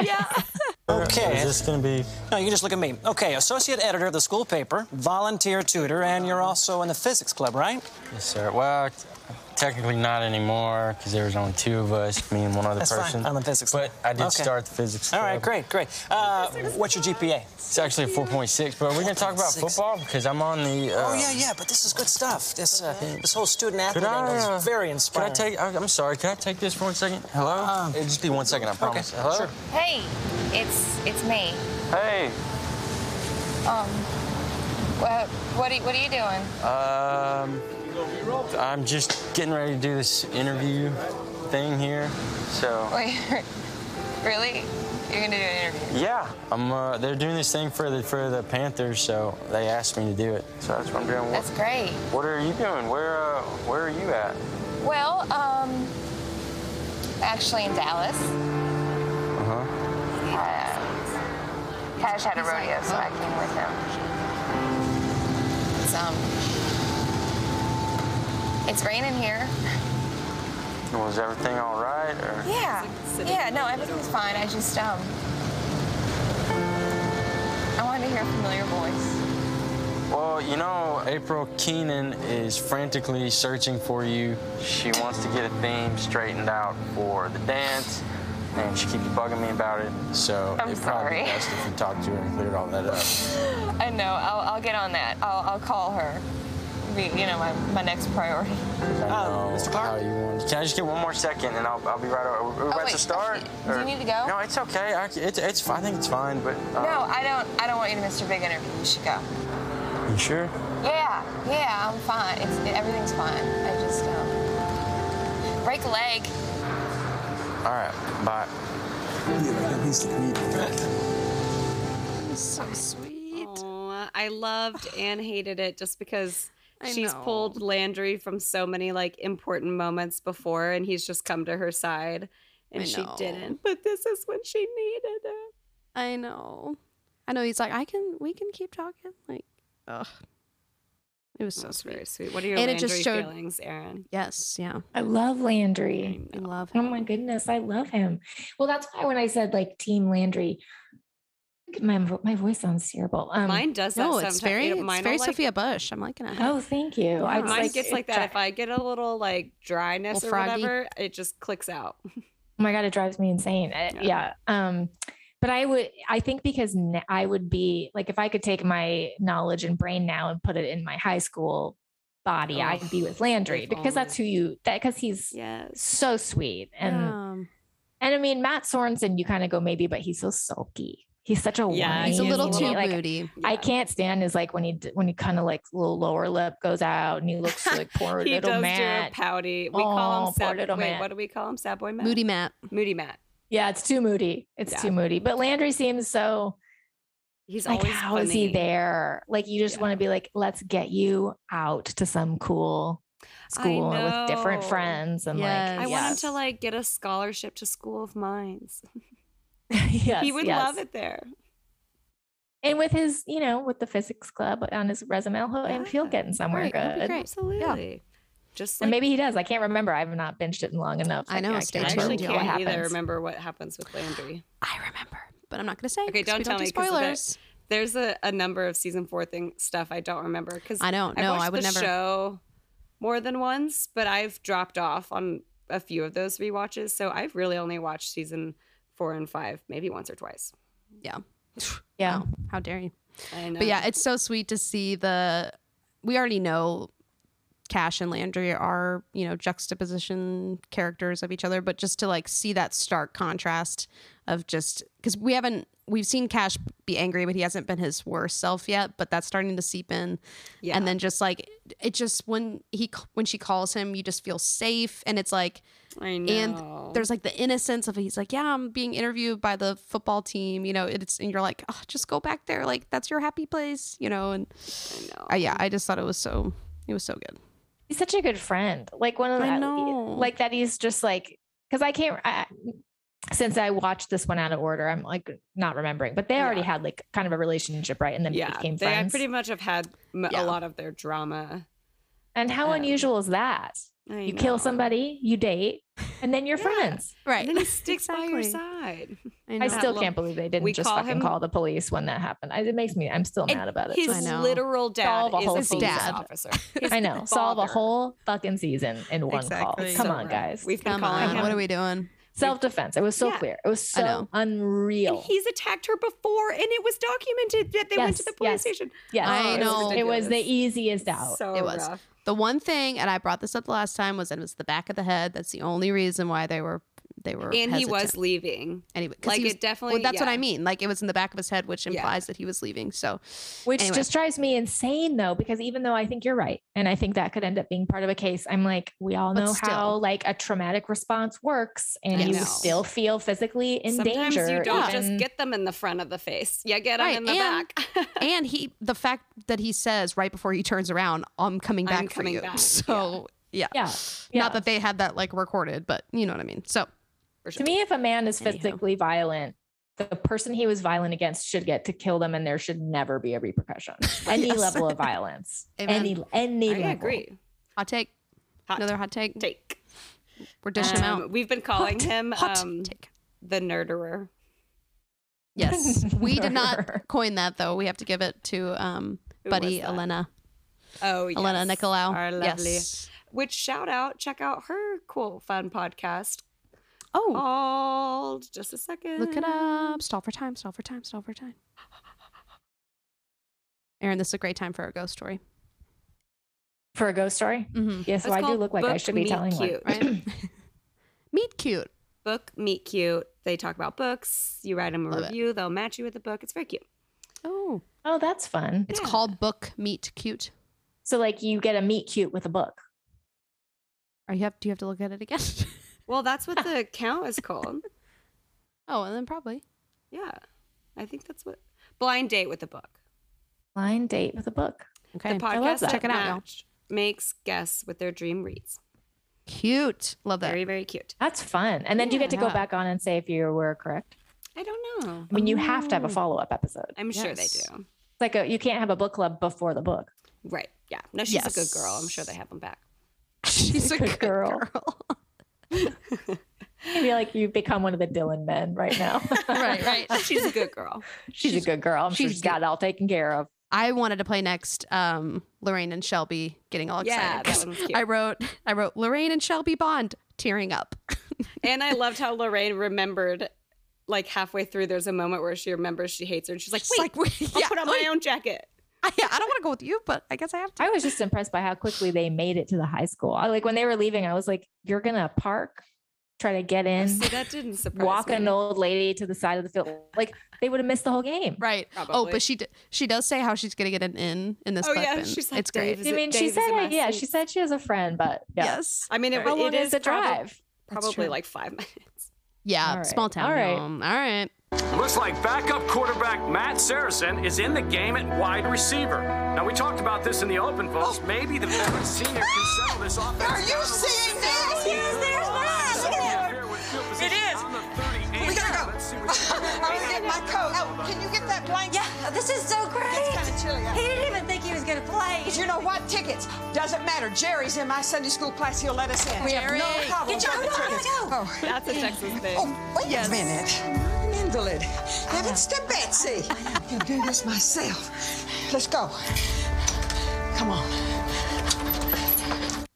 [SPEAKER 1] yeah.
[SPEAKER 11] Okay.
[SPEAKER 12] Is this going to be?
[SPEAKER 11] No, you just look at me. Okay, associate editor of the school paper, volunteer tutor, and you're also in the physics club, right?
[SPEAKER 12] Yes, sir. Well, t- technically not anymore because there was only two of us, me and one other
[SPEAKER 11] That's fine.
[SPEAKER 12] person.
[SPEAKER 11] I'm in physics
[SPEAKER 12] But I did
[SPEAKER 11] Okay.
[SPEAKER 12] start the physics.
[SPEAKER 11] All
[SPEAKER 12] club.
[SPEAKER 11] right, great, great. Uh, what's your GPA?
[SPEAKER 12] It's actually a 4.6, but we're going to talk about
[SPEAKER 11] 4.6.
[SPEAKER 12] football because I'm on the. Uh,
[SPEAKER 11] Oh yeah, yeah, but this is good stuff. This uh, this whole student athlete
[SPEAKER 12] Could I,
[SPEAKER 11] angle
[SPEAKER 12] uh,
[SPEAKER 11] is very inspiring.
[SPEAKER 12] Could I take? I- I'm sorry. Can I take this for one second? Hello.
[SPEAKER 10] Uh-uh.
[SPEAKER 11] Um,
[SPEAKER 12] It'll just be one second. I promise.
[SPEAKER 11] okay,
[SPEAKER 12] Hello.
[SPEAKER 11] sure.
[SPEAKER 13] Hey, it's it's me.
[SPEAKER 12] Hey.
[SPEAKER 13] Um, what what are, you- what are you doing?
[SPEAKER 12] Um, I'm just getting ready to do this interview thing here. So.
[SPEAKER 13] Wait, really? You're gonna do an interview?
[SPEAKER 12] Yeah, I'm. Uh, they're doing this thing for the for the Panthers, so they asked me to do it. So that's what I'm doing.
[SPEAKER 13] That's great.
[SPEAKER 12] What are you doing? Where uh, Where are you at?
[SPEAKER 13] Well, um, actually in Dallas,
[SPEAKER 12] Uh huh.
[SPEAKER 13] uh, Cash had a rodeo, so I came with him. It's um, it's raining here.
[SPEAKER 12] Was everything all right? Or
[SPEAKER 13] Yeah. Yeah. No, everything's fine. I just um, I wanted to hear a familiar voice.
[SPEAKER 12] well, you know, April Keenan is frantically searching for you. She wants to get a theme straightened out for the dance, and she keeps bugging me about it. So
[SPEAKER 13] I'm
[SPEAKER 12] it'd probably
[SPEAKER 13] sorry.
[SPEAKER 12] be best if you talked to her and cleared all that up.
[SPEAKER 13] I know. I'll, I'll get on that. I'll, I'll call her. Be, you know, my, my next priority.
[SPEAKER 12] I
[SPEAKER 11] Uh,
[SPEAKER 12] know
[SPEAKER 11] Mr. Clark?
[SPEAKER 12] how you want- Can I just get one more second and I'll, I'll be right over?
[SPEAKER 14] Oh,
[SPEAKER 12] We're about
[SPEAKER 13] wait,
[SPEAKER 12] to start.
[SPEAKER 13] do you need to go?
[SPEAKER 12] No, it's okay. I, c- it's, it's, I think it's fine, but. uh,
[SPEAKER 13] No, I don't. I don't want you to miss your big interview. You should go.
[SPEAKER 12] You sure?
[SPEAKER 13] Yeah, yeah. I'm fine. It's it, everything's fine. I just um, break a leg.
[SPEAKER 12] All right, bye.
[SPEAKER 11] Yeah, he's like me.
[SPEAKER 1] was so sweet.
[SPEAKER 2] Aw, I loved and hated it just because she's pulled Landry from so many like important moments before, and he's just come to her side, and
[SPEAKER 1] I
[SPEAKER 2] she
[SPEAKER 1] know.
[SPEAKER 2] didn't. But this is when she needed him.
[SPEAKER 1] I know. I know he's like, I can we can keep talking. Like Ugh. It was so sweet.
[SPEAKER 2] Very sweet. What are your
[SPEAKER 1] And it
[SPEAKER 2] Landry
[SPEAKER 1] just showed-
[SPEAKER 2] feelings, Aaron?
[SPEAKER 1] Yes, yeah.
[SPEAKER 3] I love Landry.
[SPEAKER 1] I love
[SPEAKER 3] Oh my goodness, I love him. Well, that's why when I said like Team Landry, my vo- my voice sounds terrible. Um,
[SPEAKER 2] Mine does that
[SPEAKER 1] No, it's
[SPEAKER 2] sometimes.
[SPEAKER 1] very
[SPEAKER 2] You know,
[SPEAKER 1] it's
[SPEAKER 2] mine will,
[SPEAKER 1] very
[SPEAKER 2] like-
[SPEAKER 1] Sophia Bush. I'm liking it.
[SPEAKER 3] Oh, thank you. I was
[SPEAKER 2] Mine
[SPEAKER 3] like,
[SPEAKER 2] gets like that. If I get a little like dryness
[SPEAKER 3] Little
[SPEAKER 2] or
[SPEAKER 3] froggy.
[SPEAKER 2] whatever, it just clicks out.
[SPEAKER 3] oh my god, it drives me insane. Uh, yeah. Um, but I would, I think because n- I would be like, if I could take my knowledge and brain now and put it in my high school
[SPEAKER 2] Oh,
[SPEAKER 3] body, I'd be with Landry because that's who you that because he's so sweet and and I mean Matt Sorensen, you kind of go maybe, but he's so sulky. He's such a
[SPEAKER 1] Yeah,
[SPEAKER 3] whiny,
[SPEAKER 1] he's a little too
[SPEAKER 3] like,
[SPEAKER 1] moody.
[SPEAKER 3] I can't stand is like when he d- when he kind of like little lower lip goes out and he looks like poor
[SPEAKER 2] he
[SPEAKER 3] little
[SPEAKER 2] does
[SPEAKER 3] Matt.
[SPEAKER 2] do a pouty. We call
[SPEAKER 3] Oh,
[SPEAKER 2] him
[SPEAKER 3] poor
[SPEAKER 2] sad.
[SPEAKER 3] little
[SPEAKER 2] Wait,
[SPEAKER 3] Matt.
[SPEAKER 2] what do we call him? Sad boy Matt.
[SPEAKER 1] Moody Matt.
[SPEAKER 2] Moody Matt.
[SPEAKER 3] Yeah, it's too moody. It's
[SPEAKER 2] Yeah.
[SPEAKER 3] too moody. But Landry seems so
[SPEAKER 2] He's
[SPEAKER 3] like,
[SPEAKER 2] always
[SPEAKER 3] how is he
[SPEAKER 2] funny.
[SPEAKER 3] there? Like you just want to be like, let's get you out to some cool
[SPEAKER 2] I
[SPEAKER 3] school or with different
[SPEAKER 2] know.
[SPEAKER 3] friends and like
[SPEAKER 2] I want him
[SPEAKER 3] yes.
[SPEAKER 2] to like get a scholarship to School of Mines.
[SPEAKER 3] Yes,
[SPEAKER 2] he would
[SPEAKER 3] yes.
[SPEAKER 2] love it there.
[SPEAKER 3] And with his, you know, with the physics club on his resume, he'll, and he'll getting somewhere
[SPEAKER 2] Right, that'd be
[SPEAKER 3] good.
[SPEAKER 2] great. Absolutely. Just
[SPEAKER 3] and
[SPEAKER 2] like-
[SPEAKER 3] maybe he does. I can't remember. I have not binged it in long enough.
[SPEAKER 1] I know,
[SPEAKER 3] can't
[SPEAKER 1] stay
[SPEAKER 2] I
[SPEAKER 3] remember
[SPEAKER 2] actually
[SPEAKER 3] what
[SPEAKER 2] can't either
[SPEAKER 3] happens.
[SPEAKER 2] remember what happens with Landry.
[SPEAKER 1] I remember, but I'm not going to say.
[SPEAKER 2] Okay,
[SPEAKER 1] 'cause
[SPEAKER 2] don't
[SPEAKER 1] we
[SPEAKER 2] tell
[SPEAKER 1] do
[SPEAKER 2] me 'cause
[SPEAKER 1] spoilers.
[SPEAKER 2] There, there's a, a number of season four thing stuff I don't remember because
[SPEAKER 1] I don't.
[SPEAKER 2] I've
[SPEAKER 1] No, I
[SPEAKER 2] watched
[SPEAKER 1] would
[SPEAKER 2] the
[SPEAKER 1] never.
[SPEAKER 2] Show more than once, but I've dropped off on a few of those rewatches, so I've really only watched season four and five maybe once or twice.
[SPEAKER 1] Yeah.
[SPEAKER 3] Yeah.
[SPEAKER 1] Oh, How dare you?
[SPEAKER 2] I know.
[SPEAKER 1] But yeah, it's so sweet to see the. We already know Cash and Landry are, you know, juxtaposition characters of each other, but just to like see that stark contrast of just because we haven't, we've seen Cash be angry, but he hasn't been his worst self yet, but that's starting to seep in.
[SPEAKER 2] Yeah.
[SPEAKER 1] And then just like, it just, when he, when she calls him, you just feel safe. And it's like,
[SPEAKER 2] I know.
[SPEAKER 1] and there's like the innocence of he's like yeah i'm being interviewed by the football team you know it's and you're like oh, just go back there like that's your happy place you know and
[SPEAKER 2] I
[SPEAKER 1] yeah i just thought it was so it was so good
[SPEAKER 3] He's such a good friend. Like one of
[SPEAKER 1] I
[SPEAKER 3] that,
[SPEAKER 1] know.
[SPEAKER 3] like that. He's just like because I can't. I, since I watched this one out of order, I'm like not remembering. But they already had like kind of a relationship, right? And then
[SPEAKER 2] yeah,
[SPEAKER 3] became
[SPEAKER 2] they
[SPEAKER 3] friends.
[SPEAKER 2] pretty much have had m- a lot of their drama.
[SPEAKER 3] and how unusual is that?
[SPEAKER 2] I
[SPEAKER 3] You kill
[SPEAKER 2] know.
[SPEAKER 3] somebody, you date, and then you're friends.
[SPEAKER 1] Right.
[SPEAKER 2] And then he sticks by your side.
[SPEAKER 3] I still can't believe they didn't
[SPEAKER 2] We
[SPEAKER 3] just
[SPEAKER 2] call
[SPEAKER 3] fucking
[SPEAKER 2] him-
[SPEAKER 3] call the police when that happened. I, it makes me. I'm still mad about it.
[SPEAKER 2] His
[SPEAKER 3] Just
[SPEAKER 2] literal dad
[SPEAKER 3] solve a
[SPEAKER 2] is
[SPEAKER 3] whole
[SPEAKER 2] a police
[SPEAKER 3] season.
[SPEAKER 2] officer.
[SPEAKER 3] I know. Solve a
[SPEAKER 2] father.
[SPEAKER 3] whole fucking season in one
[SPEAKER 1] Exactly.
[SPEAKER 3] call. Come
[SPEAKER 1] So
[SPEAKER 3] on,
[SPEAKER 1] wrong.
[SPEAKER 3] guys.
[SPEAKER 2] We've been
[SPEAKER 1] come
[SPEAKER 2] calling
[SPEAKER 1] on
[SPEAKER 2] him.
[SPEAKER 1] what are we doing
[SPEAKER 3] Self defense. It was so
[SPEAKER 2] Yeah.
[SPEAKER 3] clear. It was
[SPEAKER 1] I
[SPEAKER 3] so
[SPEAKER 1] know.
[SPEAKER 3] unreal.
[SPEAKER 2] He's attacked her before, and it was documented that they went to
[SPEAKER 3] Yes,
[SPEAKER 2] the police
[SPEAKER 3] yes,
[SPEAKER 2] station.
[SPEAKER 3] Yes.
[SPEAKER 1] I
[SPEAKER 3] It was
[SPEAKER 1] know.
[SPEAKER 3] It was the easiest out.
[SPEAKER 2] So
[SPEAKER 1] it was
[SPEAKER 2] rough.
[SPEAKER 1] the one thing and i brought this up the last time was that it was the back of the head that's the only reason why they were they were
[SPEAKER 2] and he was
[SPEAKER 1] hesitant.
[SPEAKER 2] leaving.
[SPEAKER 1] anyway 'cause
[SPEAKER 2] like
[SPEAKER 1] he was-
[SPEAKER 2] it definitely.
[SPEAKER 1] well, that's what
[SPEAKER 2] yeah.
[SPEAKER 1] i mean like it was in the back of his head which
[SPEAKER 2] Yeah.
[SPEAKER 1] implies that he was leaving so
[SPEAKER 3] Which
[SPEAKER 1] anyway.
[SPEAKER 3] just drives me insane though, because even though I think you're right, and I think that could end up being part of a case, I'm like, we all
[SPEAKER 1] But
[SPEAKER 3] know how
[SPEAKER 1] still.
[SPEAKER 3] like a traumatic response works, and
[SPEAKER 1] I
[SPEAKER 3] you
[SPEAKER 1] know.
[SPEAKER 3] still feel physically in
[SPEAKER 2] Sometimes
[SPEAKER 3] danger.
[SPEAKER 2] you don't
[SPEAKER 3] even-
[SPEAKER 2] just get them in the front of the face. You get them in the
[SPEAKER 1] and,
[SPEAKER 2] back.
[SPEAKER 1] and he the fact that he says right before he turns around, I'm coming
[SPEAKER 2] I'm
[SPEAKER 1] back for
[SPEAKER 2] coming
[SPEAKER 1] you.
[SPEAKER 2] back,
[SPEAKER 1] So yeah.
[SPEAKER 3] Yeah, yeah.
[SPEAKER 1] Not that they had that like recorded, but you know what I mean. So
[SPEAKER 3] To me, if a man is physically violent, the person he was violent against should get to kill them, and there should never be a repercussion. Any
[SPEAKER 1] Yes.
[SPEAKER 3] level of violence,
[SPEAKER 1] Amen.
[SPEAKER 3] any any level.
[SPEAKER 2] I agree.
[SPEAKER 1] hot take. Another hot take.
[SPEAKER 2] Take.
[SPEAKER 1] We're dishing
[SPEAKER 2] Um,
[SPEAKER 1] out.
[SPEAKER 2] We've been calling him
[SPEAKER 1] hot
[SPEAKER 2] um, the nerderer.
[SPEAKER 1] Yes. We did not coin that though. We have to give it to um
[SPEAKER 2] Who
[SPEAKER 1] Buddy
[SPEAKER 2] was that?
[SPEAKER 1] Elena.
[SPEAKER 2] Oh, yes.
[SPEAKER 1] Elena Nicolau.
[SPEAKER 2] Our lovely.
[SPEAKER 1] Yes.
[SPEAKER 2] Which shout out, check out her cool, fun podcast.
[SPEAKER 1] Oh.
[SPEAKER 2] Called just a second.
[SPEAKER 1] Look it up. Stall for time, stall for time, stall for time. Aaron, this is a great time for a ghost story.
[SPEAKER 3] for a ghost story. Yeah,
[SPEAKER 2] It's
[SPEAKER 3] so I do
[SPEAKER 2] called
[SPEAKER 3] look like I
[SPEAKER 2] Book
[SPEAKER 3] should be
[SPEAKER 2] Meet
[SPEAKER 3] telling
[SPEAKER 2] Cute.
[SPEAKER 3] one.
[SPEAKER 1] Right? Meet cute.
[SPEAKER 2] Book Meet Cute. They talk about books. You write them a
[SPEAKER 1] Love it.
[SPEAKER 2] review. They'll match you with a book. It's very cute.
[SPEAKER 1] Oh.
[SPEAKER 3] Oh, that's fun.
[SPEAKER 1] It's called Book Meet Cute.
[SPEAKER 3] So like you get a meet cute with a book.
[SPEAKER 1] Are you have do you have to look at it again?
[SPEAKER 2] Well, that's what the account is called.
[SPEAKER 1] oh, and then probably.
[SPEAKER 2] Yeah, I think that's what. Blind date with a book.
[SPEAKER 3] Blind date with a book.
[SPEAKER 1] Okay.
[SPEAKER 2] The
[SPEAKER 1] I love
[SPEAKER 2] podcast
[SPEAKER 1] that. Check it out now.
[SPEAKER 2] Matched makes guests with their dream reads.
[SPEAKER 1] Cute. Love that.
[SPEAKER 2] Very, very cute.
[SPEAKER 3] That's fun. And then do you get to go
[SPEAKER 2] Yeah.
[SPEAKER 3] back on and say if you were correct?
[SPEAKER 2] I don't know.
[SPEAKER 3] I mean, you have to have a follow up episode.
[SPEAKER 2] I'm sure they
[SPEAKER 3] Yes.
[SPEAKER 2] do.
[SPEAKER 3] It's like a, you can't have a book club before the book.
[SPEAKER 2] Right. Yeah. No, she's a good
[SPEAKER 3] Yes.
[SPEAKER 2] girl. I'm sure they have them back.
[SPEAKER 3] She's a good girl. Maybe like you become one of the Dylan men right now.
[SPEAKER 1] right, right.
[SPEAKER 2] She's a good girl.
[SPEAKER 3] she's, a good girl. I'm sure she's got it all taken care of.
[SPEAKER 1] I wanted to play next um, Lorraine and Shelby getting all
[SPEAKER 2] Yeah,
[SPEAKER 1] excited.
[SPEAKER 2] that one was cute.
[SPEAKER 1] I wrote I wrote Lorraine and Shelby Bond tearing up.
[SPEAKER 2] And I loved how Lorraine remembered, like halfway through, there's a moment where she remembers she hates her, and she's like, "Wait, I'll put on my own jacket."
[SPEAKER 1] yeah, I don't want to go with you, but I guess I have to.
[SPEAKER 3] I was just impressed by how quickly they made it to the high school. I, like when they were leaving, I was like, "You're gonna park, try to get in,
[SPEAKER 2] See, that didn't surprise
[SPEAKER 3] walk
[SPEAKER 2] me.
[SPEAKER 3] an old lady to the side of the field." Like they would have missed the whole game,
[SPEAKER 1] right? Oh, but she d- she does say how she's gonna get an in in this.
[SPEAKER 2] Oh,
[SPEAKER 1] clip,
[SPEAKER 2] yeah,
[SPEAKER 1] and
[SPEAKER 2] she's like,
[SPEAKER 1] it's great.
[SPEAKER 2] "Dave is
[SPEAKER 3] I mean, she said, I, "Yeah, she said she has a friend, but yeah.
[SPEAKER 1] yes.
[SPEAKER 2] I mean, it,
[SPEAKER 3] How
[SPEAKER 2] it
[SPEAKER 3] long is the
[SPEAKER 2] prob-
[SPEAKER 3] drive? That's
[SPEAKER 2] Probably
[SPEAKER 3] true.
[SPEAKER 2] like five minutes.
[SPEAKER 1] yeah,
[SPEAKER 3] All right.
[SPEAKER 1] small town.
[SPEAKER 3] All right.
[SPEAKER 1] um, all right.
[SPEAKER 15] Looks like backup quarterback Matt Saracen is in the game at wide receiver. Now, we talked about this in the open, folks.
[SPEAKER 1] Oh.
[SPEAKER 15] Maybe the veteran senior can settle this offense.
[SPEAKER 10] Are you seeing this? Yes, there's Matt. It is. We gotta go.
[SPEAKER 14] I need my coat. can you get that blanket? Yeah, this is so great. It's kind of chilly. He didn't even think he was going to play. You know what? Tickets doesn't matter. Jerry's in my Sunday school class. He'll let us in. We have no
[SPEAKER 2] Jerry.
[SPEAKER 14] problem
[SPEAKER 2] Get your-
[SPEAKER 14] with the
[SPEAKER 2] no, no,
[SPEAKER 14] tickets. Oh.
[SPEAKER 2] That's a Texas thing.
[SPEAKER 14] Oh, wait a minute. I'm an invalid. Give it to Betsy. I can do this myself. Let's go. Come on.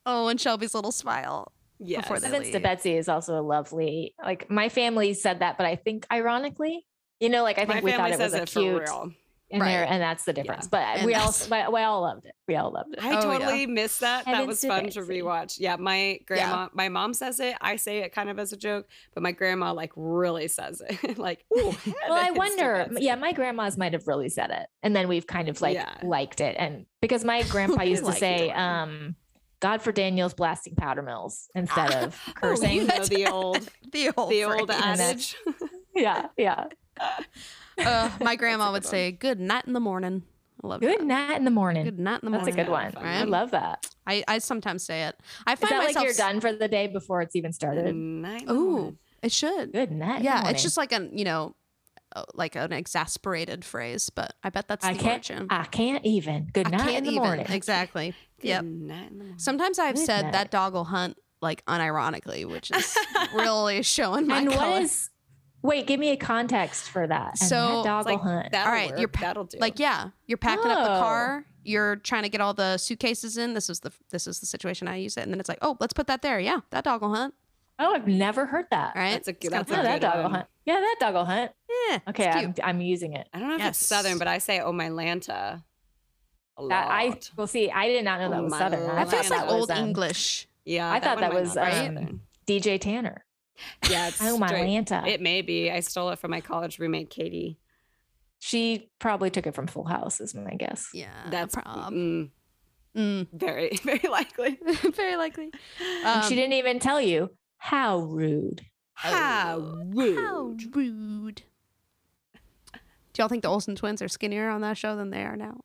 [SPEAKER 1] Oh, and Shelby's little smile.
[SPEAKER 2] Yes.
[SPEAKER 1] Before they
[SPEAKER 3] Vince
[SPEAKER 1] leave.
[SPEAKER 3] to Betsy is also a lovely. Like my family said that, but I think ironically, you know, like I
[SPEAKER 2] My
[SPEAKER 3] think we thought
[SPEAKER 2] family
[SPEAKER 3] it was
[SPEAKER 2] says
[SPEAKER 3] a
[SPEAKER 2] it for
[SPEAKER 3] cute.
[SPEAKER 2] real.
[SPEAKER 3] And, there, and that's the difference. But
[SPEAKER 2] And
[SPEAKER 3] we all
[SPEAKER 2] that's-
[SPEAKER 3] but we all loved it. We all loved it.
[SPEAKER 2] I totally missed that.
[SPEAKER 3] Heaven
[SPEAKER 2] that was
[SPEAKER 3] to
[SPEAKER 2] fun to rewatch. Yeah, my grandma,
[SPEAKER 3] Yeah.
[SPEAKER 2] my mom says it. I say it kind of as a joke, but my grandma like really says it. like, ooh,
[SPEAKER 3] well, I
[SPEAKER 2] heavens to
[SPEAKER 3] wonder.
[SPEAKER 2] Betsy.
[SPEAKER 3] Yeah, my grandmas might have really said it, and then we've kind of like
[SPEAKER 2] Yeah.
[SPEAKER 3] liked it, and because my grandpa used to
[SPEAKER 2] Liked
[SPEAKER 3] say,
[SPEAKER 2] it.
[SPEAKER 3] um, "God for Daniel's blasting powder mills" instead of
[SPEAKER 2] Oh,
[SPEAKER 3] cursing.
[SPEAKER 2] you know the old,
[SPEAKER 1] the old,
[SPEAKER 2] the old
[SPEAKER 3] phrase.
[SPEAKER 2] adage.
[SPEAKER 3] yeah, yeah.
[SPEAKER 1] Uh, my grandma would say, "Good night in the morning." I love
[SPEAKER 3] Good
[SPEAKER 1] that.
[SPEAKER 3] night in the morning.
[SPEAKER 1] Good night in the
[SPEAKER 3] That's a
[SPEAKER 1] morning.
[SPEAKER 3] good one. I
[SPEAKER 1] Right?
[SPEAKER 3] love that.
[SPEAKER 1] I, I sometimes say it. I
[SPEAKER 3] Is
[SPEAKER 1] find
[SPEAKER 3] that
[SPEAKER 1] myself
[SPEAKER 3] like you're done for the day before it's even started?
[SPEAKER 2] Night in the
[SPEAKER 1] Ooh,
[SPEAKER 2] morning.
[SPEAKER 1] it should.
[SPEAKER 3] Good night.
[SPEAKER 1] yeah, it's just like an you know, uh, like an exasperated phrase, but I bet that's
[SPEAKER 3] I
[SPEAKER 1] the
[SPEAKER 3] can't.
[SPEAKER 1] origin.
[SPEAKER 3] I can't even. Good
[SPEAKER 1] I
[SPEAKER 3] night in the
[SPEAKER 1] even.
[SPEAKER 3] morning.
[SPEAKER 1] Exactly. yep.
[SPEAKER 2] night in the morning.
[SPEAKER 1] Sometimes I've
[SPEAKER 3] Good
[SPEAKER 1] said
[SPEAKER 3] night.
[SPEAKER 1] that dog will hunt like unironically, which is really showing my
[SPEAKER 3] And what is?
[SPEAKER 1] color.
[SPEAKER 3] Wait, give me a context for that. And
[SPEAKER 1] so
[SPEAKER 3] that dog will
[SPEAKER 1] like,
[SPEAKER 3] hunt.
[SPEAKER 1] all right, you're pa- like yeah, you're packing up the
[SPEAKER 3] Oh.
[SPEAKER 1] car. You're trying to get all the suitcases in. This is the this is the situation I use it, and then it's like, oh, let's put that there. Yeah, that dog will hunt.
[SPEAKER 3] Oh, I've never heard that.
[SPEAKER 1] Right?
[SPEAKER 2] That's a good.
[SPEAKER 1] kinda "Eh,
[SPEAKER 2] That's a
[SPEAKER 3] Oh, that
[SPEAKER 2] good
[SPEAKER 3] dog will
[SPEAKER 2] one.
[SPEAKER 3] hunt. Yeah, that dog will hunt.
[SPEAKER 1] Yeah.
[SPEAKER 3] Okay,
[SPEAKER 2] it's
[SPEAKER 3] I'm, I'm using it.
[SPEAKER 2] I don't know if it's southern, but I say "Oh my Lanta." A lot.
[SPEAKER 3] That I well see. I did not know that was
[SPEAKER 2] my
[SPEAKER 3] southern. I
[SPEAKER 1] That feels
[SPEAKER 3] thought
[SPEAKER 1] like
[SPEAKER 3] that
[SPEAKER 1] old
[SPEAKER 3] was, um,
[SPEAKER 1] English.
[SPEAKER 2] yeah,
[SPEAKER 3] I thought
[SPEAKER 2] one
[SPEAKER 3] that
[SPEAKER 2] might
[SPEAKER 3] was
[SPEAKER 2] not be southern.
[SPEAKER 3] um, DJ Tanner.
[SPEAKER 2] Yeah, it's
[SPEAKER 3] Oh, my
[SPEAKER 2] straight-
[SPEAKER 3] Lanta.
[SPEAKER 2] It may be. I stole it from my college roommate Katie.
[SPEAKER 3] She probably took it from Full House, is my guess.
[SPEAKER 1] Yeah,
[SPEAKER 2] That's
[SPEAKER 1] Uh, prob.
[SPEAKER 2] mm,
[SPEAKER 1] Mm.
[SPEAKER 2] very, very likely. Um,
[SPEAKER 1] Very likely.
[SPEAKER 3] And
[SPEAKER 1] Um,
[SPEAKER 3] she didn't even tell you how rude.
[SPEAKER 2] How rude.
[SPEAKER 1] How rude. Do y'all think the Olsen twins are skinnier on that show than they are now?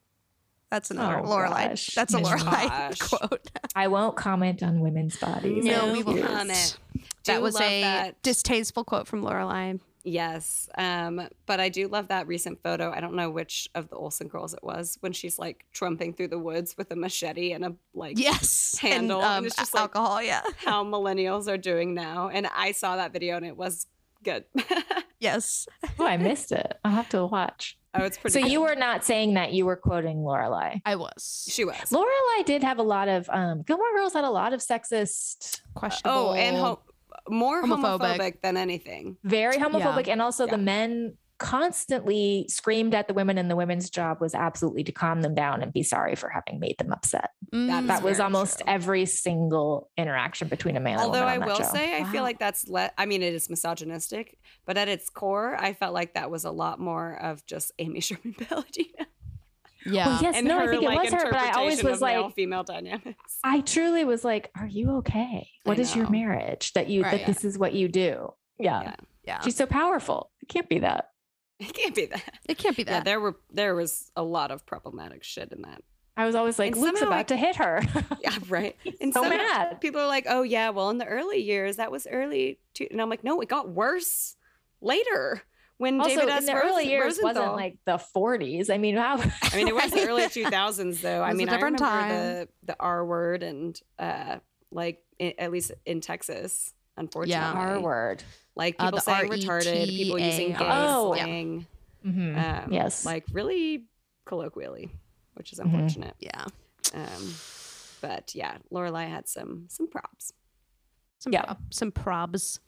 [SPEAKER 1] That's another
[SPEAKER 3] Oh,
[SPEAKER 1] Lorelai.
[SPEAKER 3] gosh.
[SPEAKER 1] That's a
[SPEAKER 3] Oh,
[SPEAKER 1] Lorelai
[SPEAKER 2] gosh.
[SPEAKER 1] quote.
[SPEAKER 3] I won't comment on women's bodies. I refuse.
[SPEAKER 1] That
[SPEAKER 2] Do
[SPEAKER 1] was
[SPEAKER 2] love
[SPEAKER 1] a
[SPEAKER 2] that.
[SPEAKER 1] distasteful quote from Lorelai.
[SPEAKER 2] Yes. Um, but I do love that recent photo. I don't know which of the Olsen girls it was when she's like trumping through the woods with a machete and a like
[SPEAKER 1] Yes, and,
[SPEAKER 2] handle. And,
[SPEAKER 1] um,
[SPEAKER 2] it's just like
[SPEAKER 1] alcohol, yeah.
[SPEAKER 2] How millennials are doing now. And I saw that video and it was good.
[SPEAKER 1] Yes.
[SPEAKER 3] Oh, I missed it. I'll have to watch.
[SPEAKER 2] Oh, it's pretty
[SPEAKER 3] So
[SPEAKER 2] good.
[SPEAKER 3] you were not saying that you were quoting Lorelai.
[SPEAKER 1] I was.
[SPEAKER 2] she was.
[SPEAKER 3] Lorelai did have a lot of um Gilmore Girls had a lot of sexist
[SPEAKER 1] Questionable.
[SPEAKER 2] Oh, and ho- more
[SPEAKER 1] Homophobic.
[SPEAKER 2] homophobic. than anything.
[SPEAKER 3] very homophobic and also
[SPEAKER 2] Yeah.
[SPEAKER 3] the men constantly screamed at the women and the women's job was absolutely to calm them down and be sorry for having made them upset.
[SPEAKER 2] That,
[SPEAKER 3] that
[SPEAKER 2] is
[SPEAKER 3] was
[SPEAKER 2] very
[SPEAKER 3] almost every single interaction between a man
[SPEAKER 2] Although I
[SPEAKER 3] and a woman on that
[SPEAKER 2] will
[SPEAKER 3] show.
[SPEAKER 2] say, I feel like that's le- I mean, it is misogynistic, but at its core, I felt like that was a lot more of just Amy Sherman Palladino.
[SPEAKER 1] Oh, yeah.
[SPEAKER 3] Well, yes,
[SPEAKER 2] and
[SPEAKER 3] no,
[SPEAKER 2] her,
[SPEAKER 3] I think it
[SPEAKER 2] like,
[SPEAKER 3] was her, but I always
[SPEAKER 2] interpretation
[SPEAKER 3] was
[SPEAKER 2] of male,
[SPEAKER 3] like,
[SPEAKER 2] female dynamics.
[SPEAKER 3] I truly was like, are you okay? What is your marriage that you
[SPEAKER 2] Right.
[SPEAKER 3] that this is what you do? Yeah.
[SPEAKER 1] Yeah.
[SPEAKER 3] She's so powerful. It can't be that.
[SPEAKER 2] It can't be that.
[SPEAKER 1] It can't be
[SPEAKER 2] that. Yeah, there were there was a lot of problematic shit in that.
[SPEAKER 3] I was always like,
[SPEAKER 2] And
[SPEAKER 3] Luke's
[SPEAKER 2] somehow
[SPEAKER 3] about
[SPEAKER 2] I-
[SPEAKER 3] to hit her.
[SPEAKER 2] Yeah, right. And
[SPEAKER 3] so
[SPEAKER 2] some
[SPEAKER 3] mad.
[SPEAKER 2] people are like, "Oh yeah, well in the early years that was early," too. and I'm like, "No, it got worse later when
[SPEAKER 3] also,
[SPEAKER 2] David S.
[SPEAKER 3] in the
[SPEAKER 2] Rose-
[SPEAKER 3] early years, wasn't
[SPEAKER 2] Rosenthal-
[SPEAKER 3] like the 40s. I mean, how?
[SPEAKER 2] I mean, it was the early 2000s, though. I
[SPEAKER 3] was a
[SPEAKER 2] mean,
[SPEAKER 3] different
[SPEAKER 2] I
[SPEAKER 3] time.
[SPEAKER 2] remember the the R word and uh, like i at least in Texas, unfortunately,
[SPEAKER 3] R word.
[SPEAKER 2] Like
[SPEAKER 3] Uh,
[SPEAKER 2] people
[SPEAKER 3] the
[SPEAKER 2] saying retarded, people using gay
[SPEAKER 3] R E T A R. Oh.
[SPEAKER 2] slang.
[SPEAKER 3] Mhm.
[SPEAKER 2] Um,
[SPEAKER 3] Yes.
[SPEAKER 2] like really colloquially, which is
[SPEAKER 3] Mhm.
[SPEAKER 2] unfortunate.
[SPEAKER 1] Yeah.
[SPEAKER 2] Um, but yeah, Lorelai had some some props.
[SPEAKER 1] Some prob- some probs.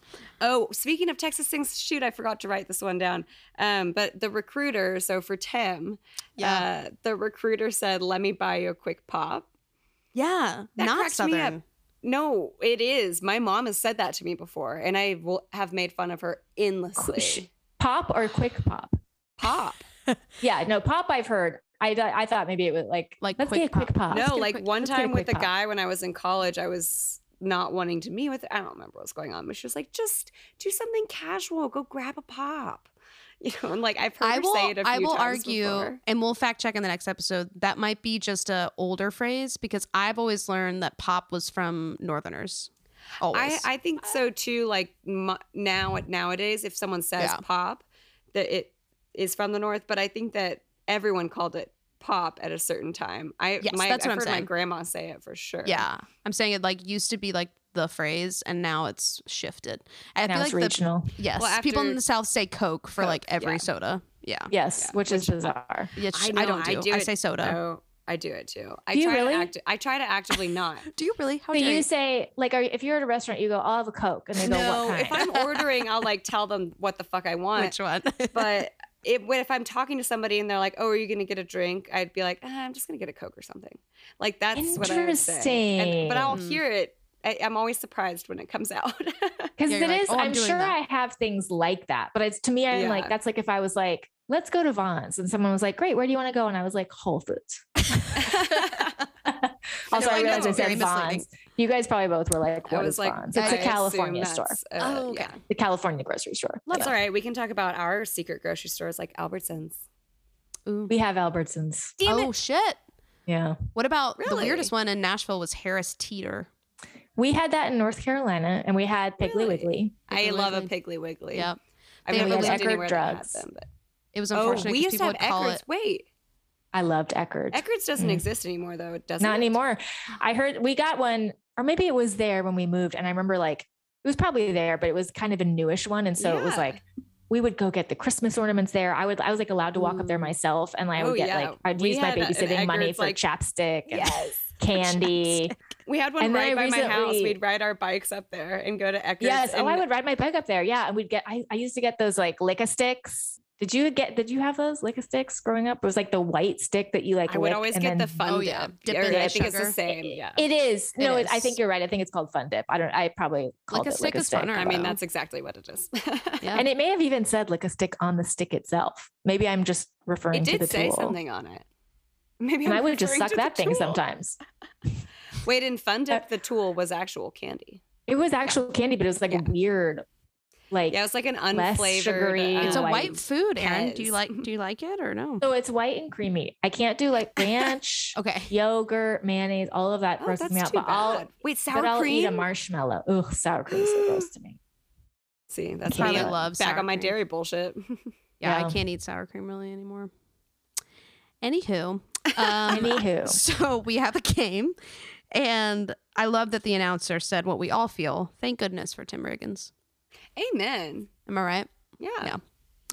[SPEAKER 2] Oh, speaking of Texas things, shoot, I forgot to write this one down. Um, but the recruiter, so for Tim, uh, the recruiter said, "Let me buy you a quick pop."
[SPEAKER 1] Yeah,
[SPEAKER 2] That
[SPEAKER 1] not
[SPEAKER 2] cracks me up.
[SPEAKER 1] southern.
[SPEAKER 2] No, it is. My mom has said that to me before, and I will have made fun of her endlessly.
[SPEAKER 3] Pop or quick pop?
[SPEAKER 2] Pop.
[SPEAKER 3] yeah, no, pop I've heard. I, I thought maybe it was like, like let's get a quick pop. Let's
[SPEAKER 2] No,
[SPEAKER 3] get a
[SPEAKER 2] like
[SPEAKER 3] quick-
[SPEAKER 2] one
[SPEAKER 3] let's get a
[SPEAKER 2] time with
[SPEAKER 3] quick
[SPEAKER 2] a
[SPEAKER 3] pop.
[SPEAKER 2] guy when I was in college, I was not wanting to meet with. I don't remember what was going on, but she was like, "Just do something casual. Go grab a pop." You know, and like I've heard
[SPEAKER 1] I
[SPEAKER 2] her
[SPEAKER 1] will.
[SPEAKER 2] say it a few
[SPEAKER 1] I will
[SPEAKER 2] times
[SPEAKER 1] argue,
[SPEAKER 2] before.
[SPEAKER 1] and we'll fact check in the next episode. That might be just a older phrase because I've always learned that pop was from Northerners. Always.
[SPEAKER 2] I, I think so too. Like mo- now, nowadays, if someone says
[SPEAKER 1] Yeah.
[SPEAKER 2] pop, that it is from the north. But I think that everyone called it pop at a certain time. I
[SPEAKER 1] Yes,
[SPEAKER 2] my,
[SPEAKER 1] that's what
[SPEAKER 2] I've
[SPEAKER 1] I'm
[SPEAKER 2] heard my
[SPEAKER 1] saying.
[SPEAKER 2] grandma say it for sure.
[SPEAKER 1] Yeah, I'm saying it like used to be like the phrase, and now it's shifted. I
[SPEAKER 3] Now it's
[SPEAKER 1] like the-
[SPEAKER 3] regional.
[SPEAKER 1] yes,
[SPEAKER 3] Well,
[SPEAKER 1] people
[SPEAKER 3] after-
[SPEAKER 1] in the South say Coke for like
[SPEAKER 3] Coke,
[SPEAKER 1] every
[SPEAKER 3] yeah.
[SPEAKER 1] soda. Yeah.
[SPEAKER 3] Yes, which is bizarre.
[SPEAKER 1] Yeah, sh- I, don't do. I,
[SPEAKER 2] it-
[SPEAKER 1] say soda.
[SPEAKER 2] no, I do it too. I
[SPEAKER 3] Do you
[SPEAKER 2] try
[SPEAKER 3] really?
[SPEAKER 2] to act. I try to actively not.
[SPEAKER 1] Do you really? How
[SPEAKER 3] So
[SPEAKER 1] do
[SPEAKER 3] you say like, are, if you're at a restaurant, you go, "I'll have a coke," and they go,
[SPEAKER 2] no,
[SPEAKER 3] "What
[SPEAKER 2] if
[SPEAKER 3] kind?"
[SPEAKER 2] I'm ordering, I'll like tell them what the fuck I want.
[SPEAKER 1] Which one?
[SPEAKER 2] but it, when- if I'm talking to somebody and they're like, "Oh, are you gonna get a drink?" I'd be like, ah, "I'm just gonna get a coke or something." Like that's what I would say. And- but I'll
[SPEAKER 3] Interesting.
[SPEAKER 2] hear it. I, I'm always surprised when it comes out.
[SPEAKER 3] Because
[SPEAKER 2] Yeah,
[SPEAKER 3] it
[SPEAKER 2] you're like,
[SPEAKER 3] is-
[SPEAKER 2] "Oh, I'm
[SPEAKER 3] I'm,
[SPEAKER 2] doing
[SPEAKER 3] sure
[SPEAKER 2] that."
[SPEAKER 3] I have things like that, but it's to me, I'm
[SPEAKER 2] Yeah.
[SPEAKER 3] like, that's like if I was like, "Let's go to Vaughn's," and someone was like, "Great, where do you want to go?" and I was like, "Whole Foods."
[SPEAKER 2] No,
[SPEAKER 3] also, I
[SPEAKER 2] I know,
[SPEAKER 3] realized I
[SPEAKER 2] very
[SPEAKER 3] said
[SPEAKER 2] misleading.
[SPEAKER 3] Vaughn's. You guys probably both were like,
[SPEAKER 2] I
[SPEAKER 3] "What
[SPEAKER 2] was
[SPEAKER 3] is
[SPEAKER 2] like,
[SPEAKER 3] Vaughn's?" It's
[SPEAKER 2] I
[SPEAKER 3] a
[SPEAKER 2] assume
[SPEAKER 3] California
[SPEAKER 2] that's,
[SPEAKER 3] store.
[SPEAKER 2] uh, Oh, okay. yeah.
[SPEAKER 3] The California grocery store.
[SPEAKER 2] That's
[SPEAKER 3] Yeah.
[SPEAKER 2] all right. We can talk about our secret grocery stores like Albertsons.
[SPEAKER 3] We have Albertsons.
[SPEAKER 1] oh shit!
[SPEAKER 3] Yeah.
[SPEAKER 1] What about the
[SPEAKER 3] Really?
[SPEAKER 1] weirdest one in Nashville was Harris Teeter.
[SPEAKER 3] We had that in North Carolina and we had Piggly Wiggly.
[SPEAKER 2] I love a Piggly Wiggly.
[SPEAKER 1] Yep.
[SPEAKER 2] I've
[SPEAKER 1] They
[SPEAKER 2] never
[SPEAKER 1] had
[SPEAKER 2] lived
[SPEAKER 1] Eckerd
[SPEAKER 2] anywhere that had
[SPEAKER 3] drugs.
[SPEAKER 2] them, but
[SPEAKER 1] It was
[SPEAKER 2] oh,
[SPEAKER 1] unfortunate.
[SPEAKER 2] we
[SPEAKER 1] 'cause
[SPEAKER 2] used to
[SPEAKER 1] people
[SPEAKER 2] have
[SPEAKER 1] would call
[SPEAKER 2] Eckerd's.
[SPEAKER 1] it.
[SPEAKER 2] Wait,
[SPEAKER 3] I loved Eckerd.
[SPEAKER 2] Eckerd's doesn't
[SPEAKER 3] Mm.
[SPEAKER 2] exist anymore though. It doesn't.
[SPEAKER 3] Not anymore. I heard we got one, or maybe it was there when we moved. And I remember like it was probably there, but it was kind of a newish one. And so it was
[SPEAKER 2] Yeah.
[SPEAKER 3] like we would go get the Christmas ornaments there. I would I was like allowed to walk up there myself and I
[SPEAKER 2] Oh,
[SPEAKER 3] would get
[SPEAKER 2] yeah.
[SPEAKER 3] like I'd
[SPEAKER 2] We
[SPEAKER 3] use my
[SPEAKER 2] had a- an
[SPEAKER 3] babysitting money
[SPEAKER 2] Eckerd's,
[SPEAKER 3] for
[SPEAKER 2] like-
[SPEAKER 3] chapstick and
[SPEAKER 2] Yes.
[SPEAKER 3] candy.
[SPEAKER 2] We had one
[SPEAKER 3] And then
[SPEAKER 2] right
[SPEAKER 3] I
[SPEAKER 2] by my house.
[SPEAKER 3] recently-
[SPEAKER 2] We'd ride our bikes up there and go to Eckerd's.
[SPEAKER 3] Yes. Oh,
[SPEAKER 2] and-
[SPEAKER 3] I would ride my bike up there. Yeah. And we'd get, I, I used to get those like lick sticks. Did you get, did you have those lick sticks growing up? It was like the white stick that you like,
[SPEAKER 2] I would
[SPEAKER 3] lick
[SPEAKER 2] always
[SPEAKER 3] and
[SPEAKER 2] get the
[SPEAKER 3] then-
[SPEAKER 2] fun Oh, dip. Or
[SPEAKER 3] in
[SPEAKER 2] I
[SPEAKER 3] the
[SPEAKER 2] think it's the
[SPEAKER 3] sugar.
[SPEAKER 2] same. Yeah.
[SPEAKER 3] It is.
[SPEAKER 2] It
[SPEAKER 3] No, it I
[SPEAKER 2] is.
[SPEAKER 3] think you're right. I think it's called fun dip. I don't, I probably called
[SPEAKER 2] Like a
[SPEAKER 3] it
[SPEAKER 2] stick
[SPEAKER 3] lick
[SPEAKER 2] is fun. I mean,
[SPEAKER 3] though.
[SPEAKER 2] that's exactly what it is.
[SPEAKER 3] and it may have even said lick a stick on the stick itself. Maybe I'm just referring
[SPEAKER 2] It
[SPEAKER 3] to the
[SPEAKER 2] did say
[SPEAKER 3] tool.
[SPEAKER 2] something on it. Maybe
[SPEAKER 3] and
[SPEAKER 2] I'm
[SPEAKER 3] I would just
[SPEAKER 2] referring
[SPEAKER 3] suck
[SPEAKER 2] to the
[SPEAKER 3] that thing
[SPEAKER 2] tool.
[SPEAKER 3] sometimes.
[SPEAKER 2] Wait, in Fun Dip, the tool was actual candy.
[SPEAKER 3] It was actual candy, but it was like a weird, like
[SPEAKER 2] Yeah, it was like an
[SPEAKER 3] less
[SPEAKER 2] unflavored. uh,
[SPEAKER 3] sugary,
[SPEAKER 1] It's a
[SPEAKER 3] white
[SPEAKER 1] white food, Aaron. Do you
[SPEAKER 2] Pez.
[SPEAKER 1] like? Do you like it or no?
[SPEAKER 3] So it's white and creamy. I can't do like ranch,
[SPEAKER 1] okay,
[SPEAKER 3] yogurt, mayonnaise, all of that
[SPEAKER 2] Oh,
[SPEAKER 3] grosses me
[SPEAKER 2] that's
[SPEAKER 3] out.
[SPEAKER 2] too
[SPEAKER 3] But I'll
[SPEAKER 2] bad. Wait, sour
[SPEAKER 3] but I'll eat a
[SPEAKER 2] cream?
[SPEAKER 3] marshmallow. Ugh, sour cream is so gross to me.
[SPEAKER 2] See, that's
[SPEAKER 3] Can't
[SPEAKER 2] me
[SPEAKER 3] do it.
[SPEAKER 1] Love
[SPEAKER 2] back
[SPEAKER 1] sour
[SPEAKER 2] on my
[SPEAKER 1] cream.
[SPEAKER 2] dairy bullshit.
[SPEAKER 1] Yeah,
[SPEAKER 3] Yeah.
[SPEAKER 1] I can't eat sour cream really anymore. Anywho, um,
[SPEAKER 3] Anywho.
[SPEAKER 1] so we have a game, and I love that the announcer said what we all feel. Thank goodness for Tim Riggins.
[SPEAKER 2] Amen.
[SPEAKER 1] Am I right?
[SPEAKER 2] Yeah.
[SPEAKER 1] Yeah,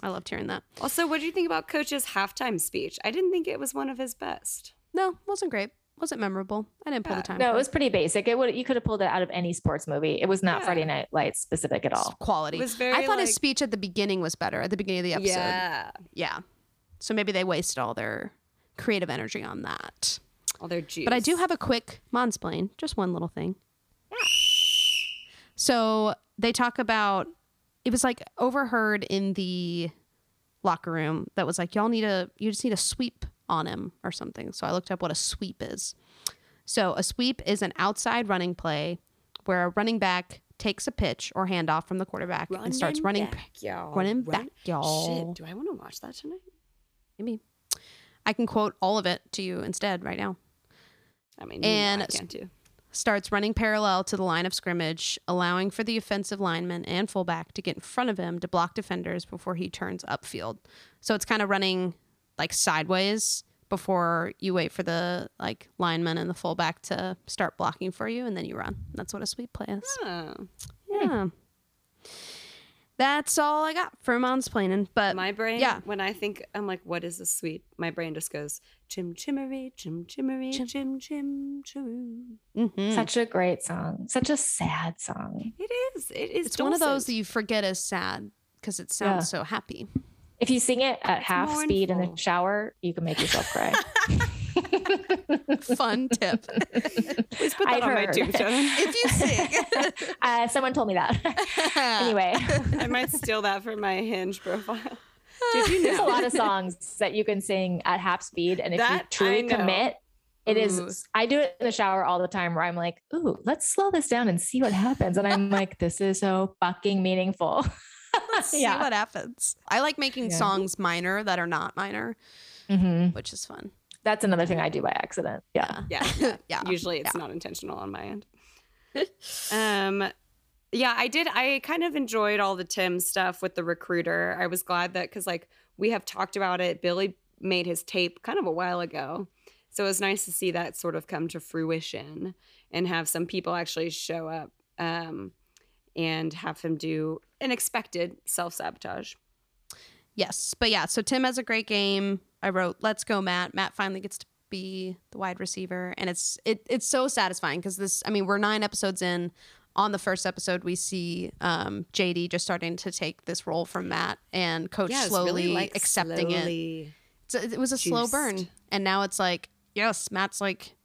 [SPEAKER 1] I loved hearing that.
[SPEAKER 2] Also, what do you think about Coach's halftime speech? I didn't think it was one of his best.
[SPEAKER 1] No, wasn't great. Wasn't memorable. I didn't pull the time.
[SPEAKER 3] No, it
[SPEAKER 1] card.
[SPEAKER 3] was pretty basic. It would you could have pulled it out of any sports movie. It was not Friday Night Lights specific at all.
[SPEAKER 1] quality.
[SPEAKER 2] It was very,
[SPEAKER 1] I thought
[SPEAKER 2] like-
[SPEAKER 1] his speech at the beginning was better at the beginning of the episode.
[SPEAKER 2] Yeah.
[SPEAKER 1] Yeah. So maybe they wasted all their creative energy on that.
[SPEAKER 2] All their juice.
[SPEAKER 1] But I do have a quick monsplain, just one little thing. So they talk about it was like overheard in the locker room that was like y'all need a you just need a sweep on him or something. So I looked up what a sweep is. So a sweep is an outside running play where a running back takes a pitch or handoff from the quarterback and starts running
[SPEAKER 2] back, y'all.
[SPEAKER 1] running
[SPEAKER 2] Run-
[SPEAKER 1] back, y'all.
[SPEAKER 2] Shit, do I want to watch that tonight?
[SPEAKER 1] Maybe. I can quote all of it to you instead right now.
[SPEAKER 2] I mean, you know
[SPEAKER 1] and
[SPEAKER 2] I can't
[SPEAKER 1] s-
[SPEAKER 2] do.
[SPEAKER 1] starts running parallel to the line of scrimmage, allowing for the offensive lineman and fullback to get in front of him to block defenders before he turns upfield. So it's kind of running like sideways before you wait for the like lineman and the fullback to start blocking for you, and then you run. That's what a sweep play is.
[SPEAKER 2] Ah,
[SPEAKER 1] Yeah. That's all I got for mansplaining. But
[SPEAKER 2] my brain,
[SPEAKER 1] yeah.
[SPEAKER 2] when I think I'm like, what is this sweet? My brain just goes chim chimmery, chim chimmery, chim chim chim.
[SPEAKER 3] Such a great song. Such a sad song.
[SPEAKER 2] It is. It is.
[SPEAKER 1] It's one of those
[SPEAKER 2] dulcet.
[SPEAKER 1] that you forget is sad because it
[SPEAKER 3] Yeah.
[SPEAKER 1] sounds so happy.
[SPEAKER 3] If you sing it at half
[SPEAKER 1] mournful.
[SPEAKER 3] speed in the shower, you can make yourself cry.
[SPEAKER 1] Fun tip.
[SPEAKER 2] Please put that on my tombstone.
[SPEAKER 1] If you
[SPEAKER 3] sing, uh, someone told me that. anyway,
[SPEAKER 2] I might steal that from my Hinge profile. Did you know?
[SPEAKER 3] there's a lot of songs that you can sing at half speed, and if you
[SPEAKER 2] That I
[SPEAKER 3] truly
[SPEAKER 2] know.
[SPEAKER 3] commit, it is.
[SPEAKER 2] Ooh.
[SPEAKER 3] I do it in the shower all the time, where I'm like, "Ooh, let's slow this down and see what happens," and I'm like, "This is so fucking meaningful."
[SPEAKER 1] See what happens. I like making
[SPEAKER 3] Yeah.
[SPEAKER 1] songs minor that are not minor,
[SPEAKER 3] Mhm.
[SPEAKER 1] which is fun.
[SPEAKER 3] That's another thing I do by accident. Yeah.
[SPEAKER 2] yeah,
[SPEAKER 1] yeah.
[SPEAKER 2] Usually it's not intentional on my end. um, yeah, I did. I kind of enjoyed all the Tim stuff with the recruiter. I was glad that because like we have talked about it. Billy made his tape kind of a while ago, so it was nice to see that sort of come to fruition and have some people actually show up um, and have him do an expected self sabotage.
[SPEAKER 1] Yes. But yeah, so Tim has a great game. I wrote, "Let's go, Matt." Matt finally gets to be the wide receiver, and it's it it's so satisfying because this. I mean, we're nine episodes in. On the first episode, we see um, JD just starting to take this role from Matt, and Coach
[SPEAKER 2] Yeah, it's really,
[SPEAKER 1] slowly
[SPEAKER 2] like,
[SPEAKER 1] accepting it.
[SPEAKER 2] slowly
[SPEAKER 1] So it was a slow burn,
[SPEAKER 2] juiced.
[SPEAKER 1] and now it's like, yes, Matt's like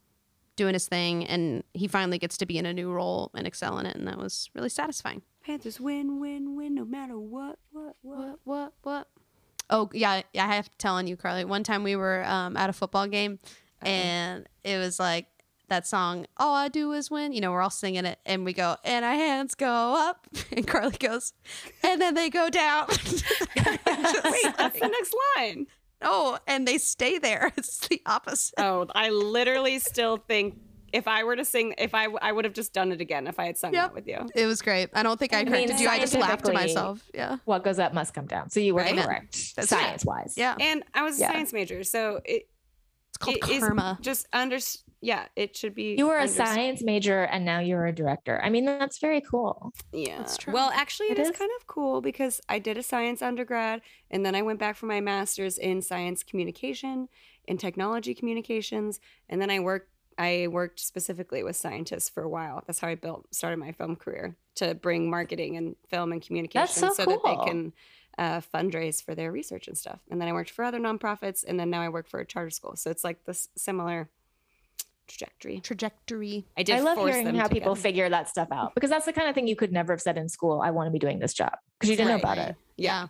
[SPEAKER 1] doing his thing, and he finally gets to be in a new role and excel in it, and that was really satisfying.
[SPEAKER 2] Panthers win, win, win, no matter what, what, what,
[SPEAKER 1] what, what. Oh yeah, yeah, I have to tell on you, Carly. One time we were um, at a football game, and it was like that song. All I do is win. You know, we're all singing it, and we go, and our hands go up, and Carly goes, and then they go down.
[SPEAKER 2] Wait, that's the next line.
[SPEAKER 1] Oh, and they stay there. It's the opposite.
[SPEAKER 2] Oh, I literally still think if I were to sing, if I I would have just done it again if I had sung that with you.
[SPEAKER 1] It was great. I don't think I corrected you. I just laughed to
[SPEAKER 3] scientifically,
[SPEAKER 1] myself. Yeah.
[SPEAKER 3] What goes up must come down. So you were
[SPEAKER 1] Right.
[SPEAKER 3] correct,
[SPEAKER 1] That's right.
[SPEAKER 3] science wise.
[SPEAKER 1] Yeah.
[SPEAKER 2] And I was a
[SPEAKER 3] Yeah.
[SPEAKER 2] science major, so it
[SPEAKER 1] it's called
[SPEAKER 3] karma.
[SPEAKER 2] just under, yeah, it should be.
[SPEAKER 3] You were a
[SPEAKER 2] unders-
[SPEAKER 3] science major and now you're a director. I mean, that's very cool.
[SPEAKER 2] Yeah, Well, actually,
[SPEAKER 3] It
[SPEAKER 2] it is,
[SPEAKER 3] is.
[SPEAKER 2] kind of cool because I did a science undergrad, and then I went back for my master's in science communication and technology communications, and then I worked. I worked specifically with scientists for a while. That's how I built started my film career to bring marketing and film and communication
[SPEAKER 3] so
[SPEAKER 2] that
[SPEAKER 3] cool.
[SPEAKER 2] they can uh, fundraise for their research and stuff. And then I worked for other nonprofits, and then now I work for a charter school. So it's like this similar trajectory.
[SPEAKER 1] Trajectory.
[SPEAKER 2] I did.
[SPEAKER 3] love
[SPEAKER 2] force
[SPEAKER 3] hearing
[SPEAKER 2] them
[SPEAKER 3] how
[SPEAKER 2] to
[SPEAKER 3] people
[SPEAKER 2] get-
[SPEAKER 3] figure that stuff out because that's the kind of thing you could never have said in school. I want to be doing this job because you didn't know
[SPEAKER 2] Right.
[SPEAKER 3] about it.
[SPEAKER 1] Yeah.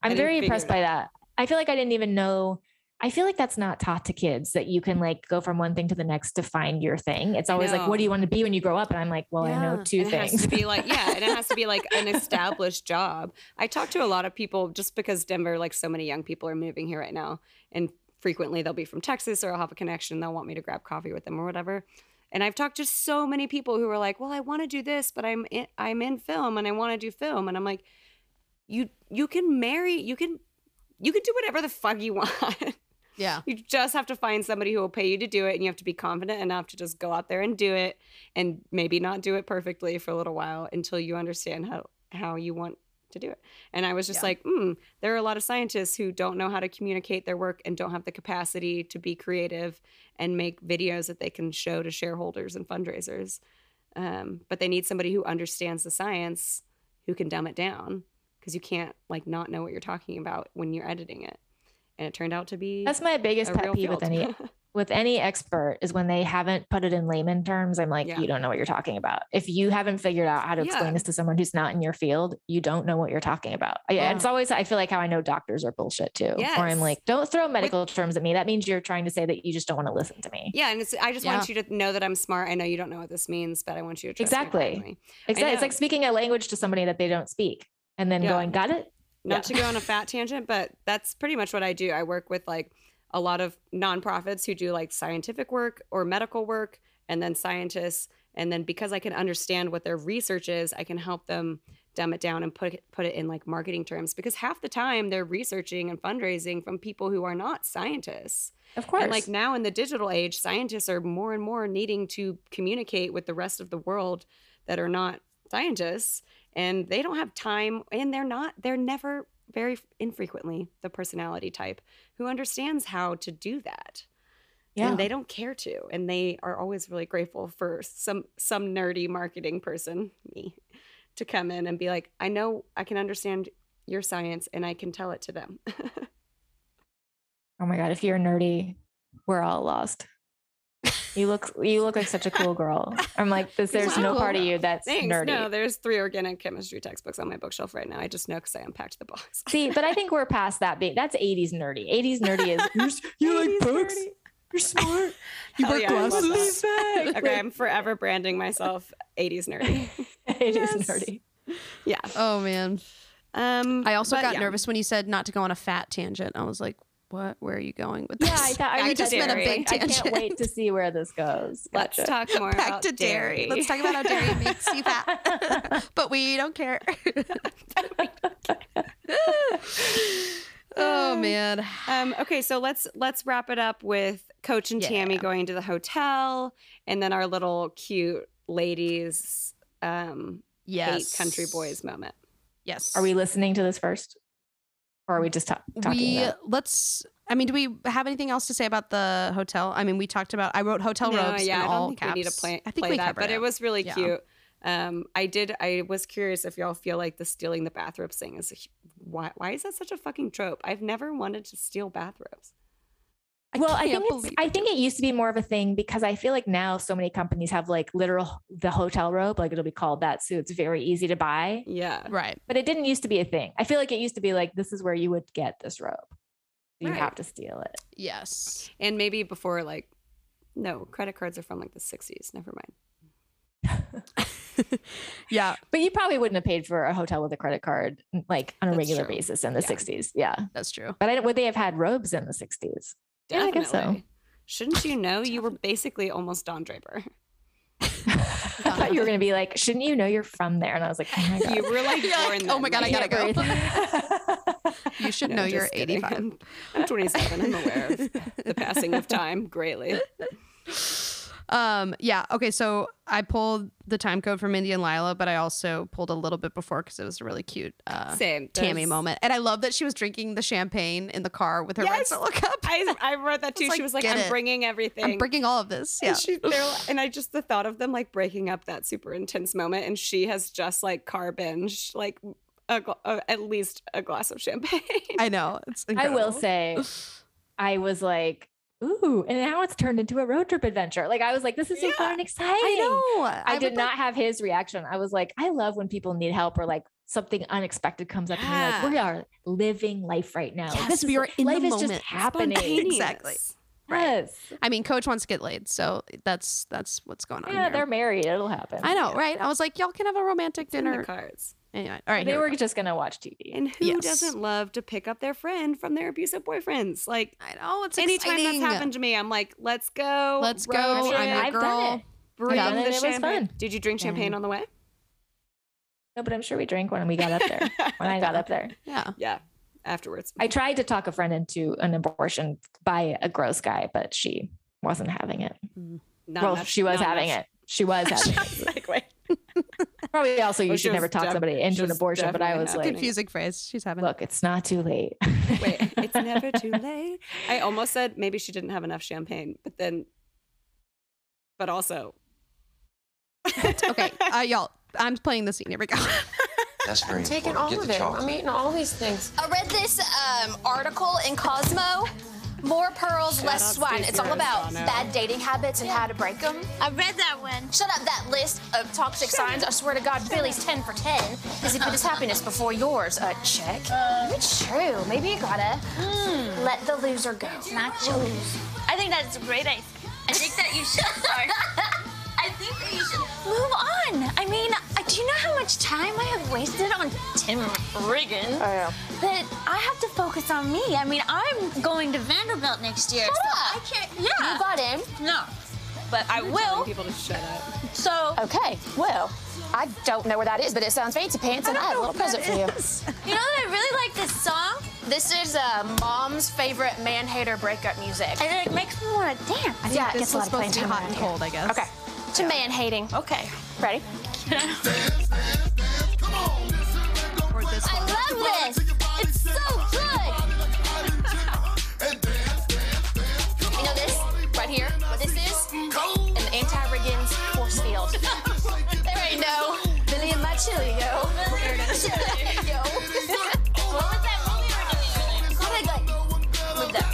[SPEAKER 3] I'm
[SPEAKER 2] didn't
[SPEAKER 3] very
[SPEAKER 2] figure
[SPEAKER 3] impressed
[SPEAKER 2] it
[SPEAKER 3] by that. I feel like I didn't even know. I feel like that's not taught to kids that you can like go from one thing to the next to find your thing. It's
[SPEAKER 2] I
[SPEAKER 3] always like,
[SPEAKER 2] know.
[SPEAKER 3] what do you want to be when you grow up? And I'm like, well, I know
[SPEAKER 2] Yeah.
[SPEAKER 3] two
[SPEAKER 2] and It has
[SPEAKER 3] things.
[SPEAKER 2] to be like yeah, and it has to be like an established job. I talk to a lot of people just because Denver, like so many young people, are moving here right now, and frequently they'll be from Texas or I'll have a connection. They'll want me to grab coffee with them or whatever. And I've talked to so many people who are like, "Well, I want to do this, but I'm in, I'm in film and I want to do film," and I'm like, "You you can marry you can you can do whatever the fuck you want."
[SPEAKER 1] Yeah.
[SPEAKER 2] You just have to find somebody who will pay you to do it, and you have to be confident enough to just go out there and do it, and maybe not do it perfectly for a little while until you understand how how you want to do it. And I was just
[SPEAKER 1] Yeah.
[SPEAKER 2] like, hmm, there are a lot of scientists who don't know how to communicate their work and don't have the capacity to be creative and make videos that they can show to shareholders and fundraisers. Um, but they need somebody who understands the science, who can dumb it down, because you can't like not know what you're talking about when you're editing it. And it turned out to be
[SPEAKER 3] That's my biggest
[SPEAKER 2] a
[SPEAKER 3] pet
[SPEAKER 2] real
[SPEAKER 3] peeve with
[SPEAKER 2] field.
[SPEAKER 3] any with any expert is when they haven't put it in layman terms. I'm like, you don't know what you're talking about. If you haven't figured out how to
[SPEAKER 2] Yeah.
[SPEAKER 3] explain this to someone who's not in your field, you don't know what you're talking about. I-
[SPEAKER 2] Yeah.
[SPEAKER 3] It's always, I feel like how I know doctors are bullshit too. Or
[SPEAKER 2] Yes.
[SPEAKER 3] I'm like, don't throw medical terms at me. That means you're trying to say that you just don't want to listen to me.
[SPEAKER 2] Yeah, and it's, I just want
[SPEAKER 3] Yeah.
[SPEAKER 2] you to know that I'm smart. I know you don't know what this means, but I want you to trust me blindly.
[SPEAKER 3] Exactly.
[SPEAKER 2] I
[SPEAKER 3] Exactly.
[SPEAKER 2] know.
[SPEAKER 3] It's like speaking a language to somebody that they don't speak and then
[SPEAKER 2] Yeah.
[SPEAKER 3] going, got it?
[SPEAKER 2] Not
[SPEAKER 3] Yeah.
[SPEAKER 2] to go on a fat tangent, but that's pretty much what I do. I work with like a lot of nonprofits who do like scientific work or medical work, and then scientists. And then because I can understand what their research is, I can help them dumb it down and put it, put it in like marketing terms. Because half the time they're researching and fundraising from people who are not scientists.
[SPEAKER 3] Of
[SPEAKER 2] And like
[SPEAKER 3] course.
[SPEAKER 2] now in the digital age, scientists are more and more needing to communicate with the rest of the world that are not scientists and they don't have time and they're not they're never very infrequently the personality type who understands how to do that.
[SPEAKER 3] Yeah.
[SPEAKER 2] And they don't care to and they are always really grateful for some some nerdy marketing person, me, to come in and be like, "I know I can understand your science and I can tell it to them."
[SPEAKER 3] Oh my God. If you're nerdy, we're all lost. You look, you look like such a cool girl. I'm like, this, there's no part of you that's
[SPEAKER 2] Thanks.
[SPEAKER 3] nerdy.
[SPEAKER 2] No, there's three organic chemistry textbooks on my bookshelf right now. I just know because I unpacked the box.
[SPEAKER 3] See, but I think we're past that. Being that's '80s nerdy. '80s nerdy is you're, s- you like books. You're smart. You
[SPEAKER 2] Hell
[SPEAKER 3] wear
[SPEAKER 2] yeah, I love
[SPEAKER 3] glasses.
[SPEAKER 2] that. okay, I'm forever branding myself 80s nerdy.
[SPEAKER 3] 80s nerdy.
[SPEAKER 2] Yeah.
[SPEAKER 1] Oh man.
[SPEAKER 2] Um,
[SPEAKER 1] I also
[SPEAKER 2] but
[SPEAKER 1] got
[SPEAKER 2] yeah.
[SPEAKER 1] nervous when you said not to go on a fat tangent. I was like, "What? Where are you going with
[SPEAKER 3] Yeah,
[SPEAKER 1] this?"
[SPEAKER 3] I thought I, read
[SPEAKER 1] just
[SPEAKER 3] that
[SPEAKER 1] meant a
[SPEAKER 3] dairy.
[SPEAKER 1] big
[SPEAKER 3] I
[SPEAKER 1] tangent.
[SPEAKER 3] can't wait to see where this goes.
[SPEAKER 2] Let's
[SPEAKER 3] Gotcha.
[SPEAKER 2] talk more
[SPEAKER 1] Back
[SPEAKER 2] about
[SPEAKER 1] to dairy.
[SPEAKER 2] dairy.
[SPEAKER 1] Let's talk about how dairy makes you fat, but we don't care.
[SPEAKER 2] oh man. Um, okay, so let's let's wrap it up with Coach and Tammy going to the hotel, and then our little cute ladies. Um,
[SPEAKER 1] Yes.
[SPEAKER 2] hate country boys moment.
[SPEAKER 1] Yes.
[SPEAKER 3] Are we listening to this first, or are we just ta- talking?
[SPEAKER 1] we
[SPEAKER 3] about-
[SPEAKER 1] let's. I mean, do we have anything else to say about the hotel? I mean, we talked about. I wrote hotel
[SPEAKER 2] No,
[SPEAKER 1] robes.
[SPEAKER 2] yeah,
[SPEAKER 1] in
[SPEAKER 2] I don't
[SPEAKER 1] all
[SPEAKER 2] think
[SPEAKER 1] caps.
[SPEAKER 2] we need to play,
[SPEAKER 1] I think
[SPEAKER 2] play
[SPEAKER 1] we
[SPEAKER 2] that,
[SPEAKER 1] covered
[SPEAKER 2] but it. was really
[SPEAKER 1] Yeah.
[SPEAKER 2] cute. Um, I did. I was curious if y'all feel like the stealing the bathrobes thing is a hu- why. Why is that such a fucking trope? I've never wanted to steal bathrobes.
[SPEAKER 3] well, I
[SPEAKER 2] can't
[SPEAKER 3] think it's,
[SPEAKER 2] believe
[SPEAKER 3] I think it used to be more of a thing because I feel like now so many companies have like literal the hotel robe, like it'll be called that, so it's very easy to buy.
[SPEAKER 2] Yeah,
[SPEAKER 1] right.
[SPEAKER 3] But it didn't used to be a thing. I feel like it used to be like this is where you would get this robe. You
[SPEAKER 2] Right.
[SPEAKER 3] have to steal it.
[SPEAKER 1] Yes,
[SPEAKER 2] and maybe before like, no, credit cards are from like the '60s. Never mind.
[SPEAKER 1] Yeah.
[SPEAKER 3] But you probably wouldn't have paid for a hotel with a credit card like on a regular
[SPEAKER 2] true.
[SPEAKER 3] basis in the
[SPEAKER 2] Yeah.
[SPEAKER 3] 60s. Yeah.
[SPEAKER 1] That's true.
[SPEAKER 3] But I, don't- would they have had robes in the 60s? Yeah, I guess so.
[SPEAKER 2] Definitely. Shouldn't you know you were basically almost Don Draper?
[SPEAKER 3] I thought you were going to be like, shouldn't you know you're from there? And I was like, oh my God.
[SPEAKER 2] You were like, born
[SPEAKER 1] oh my
[SPEAKER 2] then,
[SPEAKER 1] god, I
[SPEAKER 2] like,
[SPEAKER 1] gotta go. you should
[SPEAKER 2] No,
[SPEAKER 1] know you're
[SPEAKER 2] just kidding.
[SPEAKER 1] 85.
[SPEAKER 2] I'm 27. I'm aware of the passing of time greatly.
[SPEAKER 1] Um, yeah. Okay. So I pulled the time code from Indy and Lila, but I also pulled a little bit before because it was a really cute uh,
[SPEAKER 2] Same.
[SPEAKER 1] Tammy
[SPEAKER 2] There's-
[SPEAKER 1] moment. And I love that she was drinking the champagne in the car with her red
[SPEAKER 2] Yes.
[SPEAKER 1] solo cup.
[SPEAKER 2] I, I wrote that
[SPEAKER 1] I was
[SPEAKER 2] too.
[SPEAKER 1] like,
[SPEAKER 2] she was like,
[SPEAKER 1] "Get
[SPEAKER 2] I'm
[SPEAKER 1] it.
[SPEAKER 2] bringing everything.
[SPEAKER 1] I'm bringing all of this. Yeah.
[SPEAKER 2] And, she, they're- and I just the thought of them like breaking up that super intense moment, and she has just like car binge like a, gl- uh, at least a glass of champagne.
[SPEAKER 1] I know. It's
[SPEAKER 3] I will
[SPEAKER 1] incredible.
[SPEAKER 3] say, I was like, ooh, and now it's turned into a road trip adventure. Like, I was like, this is so fun and exciting. I
[SPEAKER 1] know.
[SPEAKER 3] I, did not have his reaction. I was like, I love when people need help or like something unexpected comes up and you're like, we are living life right now. Like, this
[SPEAKER 1] we are
[SPEAKER 3] is,
[SPEAKER 1] in the
[SPEAKER 3] life is
[SPEAKER 1] moment.
[SPEAKER 3] just happening.
[SPEAKER 1] Exactly.
[SPEAKER 3] Yes.
[SPEAKER 1] I mean, Coach wants to get laid, so that's that's what's going on.
[SPEAKER 3] Yeah,
[SPEAKER 1] here.
[SPEAKER 3] they're married. It'll happen.
[SPEAKER 1] I know, right? I was like, y'all can have a romantic dinner.
[SPEAKER 2] cards.
[SPEAKER 1] Anyway, all right.
[SPEAKER 3] They
[SPEAKER 1] here we
[SPEAKER 3] were
[SPEAKER 1] go.
[SPEAKER 3] just gonna watch TV.
[SPEAKER 2] And who
[SPEAKER 1] Yes.
[SPEAKER 2] doesn't love to pick up their friend from their abusive boyfriends? Like
[SPEAKER 1] I know Ah, it's
[SPEAKER 2] anytime
[SPEAKER 1] exciting.
[SPEAKER 2] that's happened to me, I'm like, let's go,
[SPEAKER 1] Let's
[SPEAKER 2] road
[SPEAKER 1] go.
[SPEAKER 2] trip.
[SPEAKER 1] I'm your I've done girl. it.
[SPEAKER 2] Bring
[SPEAKER 3] I've done it.
[SPEAKER 2] the
[SPEAKER 3] It was
[SPEAKER 2] champagne.
[SPEAKER 3] fun.
[SPEAKER 2] Did you drink champagne
[SPEAKER 3] Yeah.
[SPEAKER 2] on the way?
[SPEAKER 3] No, but I'm sure we drank when we got up there. When I got up there.
[SPEAKER 1] Yeah.
[SPEAKER 2] Yeah. Afterwards.
[SPEAKER 3] I tried to talk a friend into an abortion by a gross guy, but she wasn't having it.
[SPEAKER 2] Not
[SPEAKER 3] well,
[SPEAKER 2] much-
[SPEAKER 3] she was
[SPEAKER 2] not
[SPEAKER 3] having
[SPEAKER 2] much.
[SPEAKER 3] it. She was having it. Probably also you
[SPEAKER 2] Well, she
[SPEAKER 3] should never
[SPEAKER 2] was
[SPEAKER 3] talk
[SPEAKER 2] def-
[SPEAKER 3] somebody
[SPEAKER 2] she
[SPEAKER 3] into an
[SPEAKER 2] was
[SPEAKER 3] abortion, but I
[SPEAKER 2] definitely
[SPEAKER 3] was like
[SPEAKER 2] having it.
[SPEAKER 1] Confusing phrase. She's having.
[SPEAKER 3] Look, it's not too late.
[SPEAKER 2] Wait, it's never too late. I almost said maybe she didn't have enough champagne, but then, but also,
[SPEAKER 1] okay, uh, y'all. I'm playing the scene. Here we go.
[SPEAKER 5] That's very
[SPEAKER 16] Taking
[SPEAKER 5] important.
[SPEAKER 16] all
[SPEAKER 5] Get
[SPEAKER 16] of
[SPEAKER 5] the
[SPEAKER 16] it.
[SPEAKER 5] chocolate.
[SPEAKER 16] I'm eating all these things. I read this um, article in Cosmo More pearls,
[SPEAKER 10] Shout
[SPEAKER 16] less
[SPEAKER 10] out
[SPEAKER 16] swine.
[SPEAKER 10] Stacey
[SPEAKER 16] It's all about
[SPEAKER 10] Arizona.
[SPEAKER 16] bad dating habits and how to break them. I read that one. Shut up, that list of toxic signs. I swear to God, Billy's 10 for 10 because he put his happiness before yours. Uh, check. it's true. Maybe you gotta let the loser go. Not
[SPEAKER 17] I think that's a great idea. I think that you should start. I think that you should move on. I mean, uh, do you know how much time I have wasted on Tim Riggin? That I have to focus on me. I mean, I'm going to Vanderbilt next year. so I can't. Yeah. You got him. No, but I will.
[SPEAKER 2] People to shut up.
[SPEAKER 16] So okay, well, I don't know where that is, but it sounds fancy pants, and I, have a little present for you.
[SPEAKER 17] You know that I really like this song.
[SPEAKER 16] This is uh, mom's favorite man hater breakup music.
[SPEAKER 17] And it makes me want to dance.
[SPEAKER 16] I think Yeah, it this gets a lot one's of playing supposed to be time hot around and here. cold, I guess. Okay.
[SPEAKER 17] To man hating. Okay.
[SPEAKER 16] Ready?
[SPEAKER 17] I love this. It's so good.
[SPEAKER 16] You know this right here? What this is? An anti-Riggins force field. there ain't no Billy and my chili yo. There it is. Yo. What was that movie we're doing? What did I go? Move that.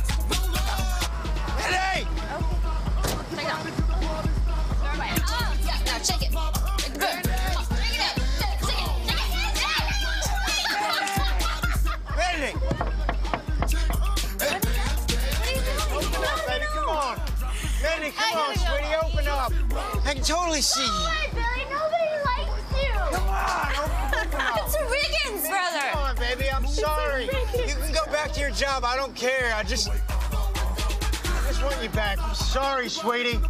[SPEAKER 16] Take it off. Everybody, oh, yeah, now shake it. Good. Shake it up. Shake it.
[SPEAKER 10] Ready? Come on. Ready, come on, sweetie, open up. I can totally see you.
[SPEAKER 17] Billy, nobody likes you. Come
[SPEAKER 10] on, open up.
[SPEAKER 17] It's a Riggins, brother.
[SPEAKER 10] Come on, baby, I'm sorry. You can go back to your job. I don't care. I just, I just want you back. I'm sorry, sweetie.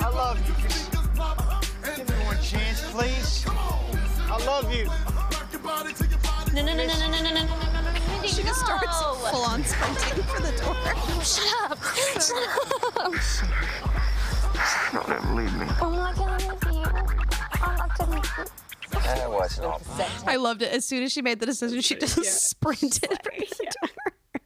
[SPEAKER 10] I love you. Just give me one chance, please. I love you.
[SPEAKER 17] No, no, no, no, no, no, no, no, no, no, no.
[SPEAKER 10] She just starts full-on
[SPEAKER 17] sprinting for the door.
[SPEAKER 16] Oh,
[SPEAKER 17] shut up. Shut up.
[SPEAKER 12] Don't ever leave me.
[SPEAKER 17] Oh my god, I love you. I love to meet you.
[SPEAKER 5] That was not.
[SPEAKER 1] I loved it. As soon as she made the decision, she just sprinted right to her.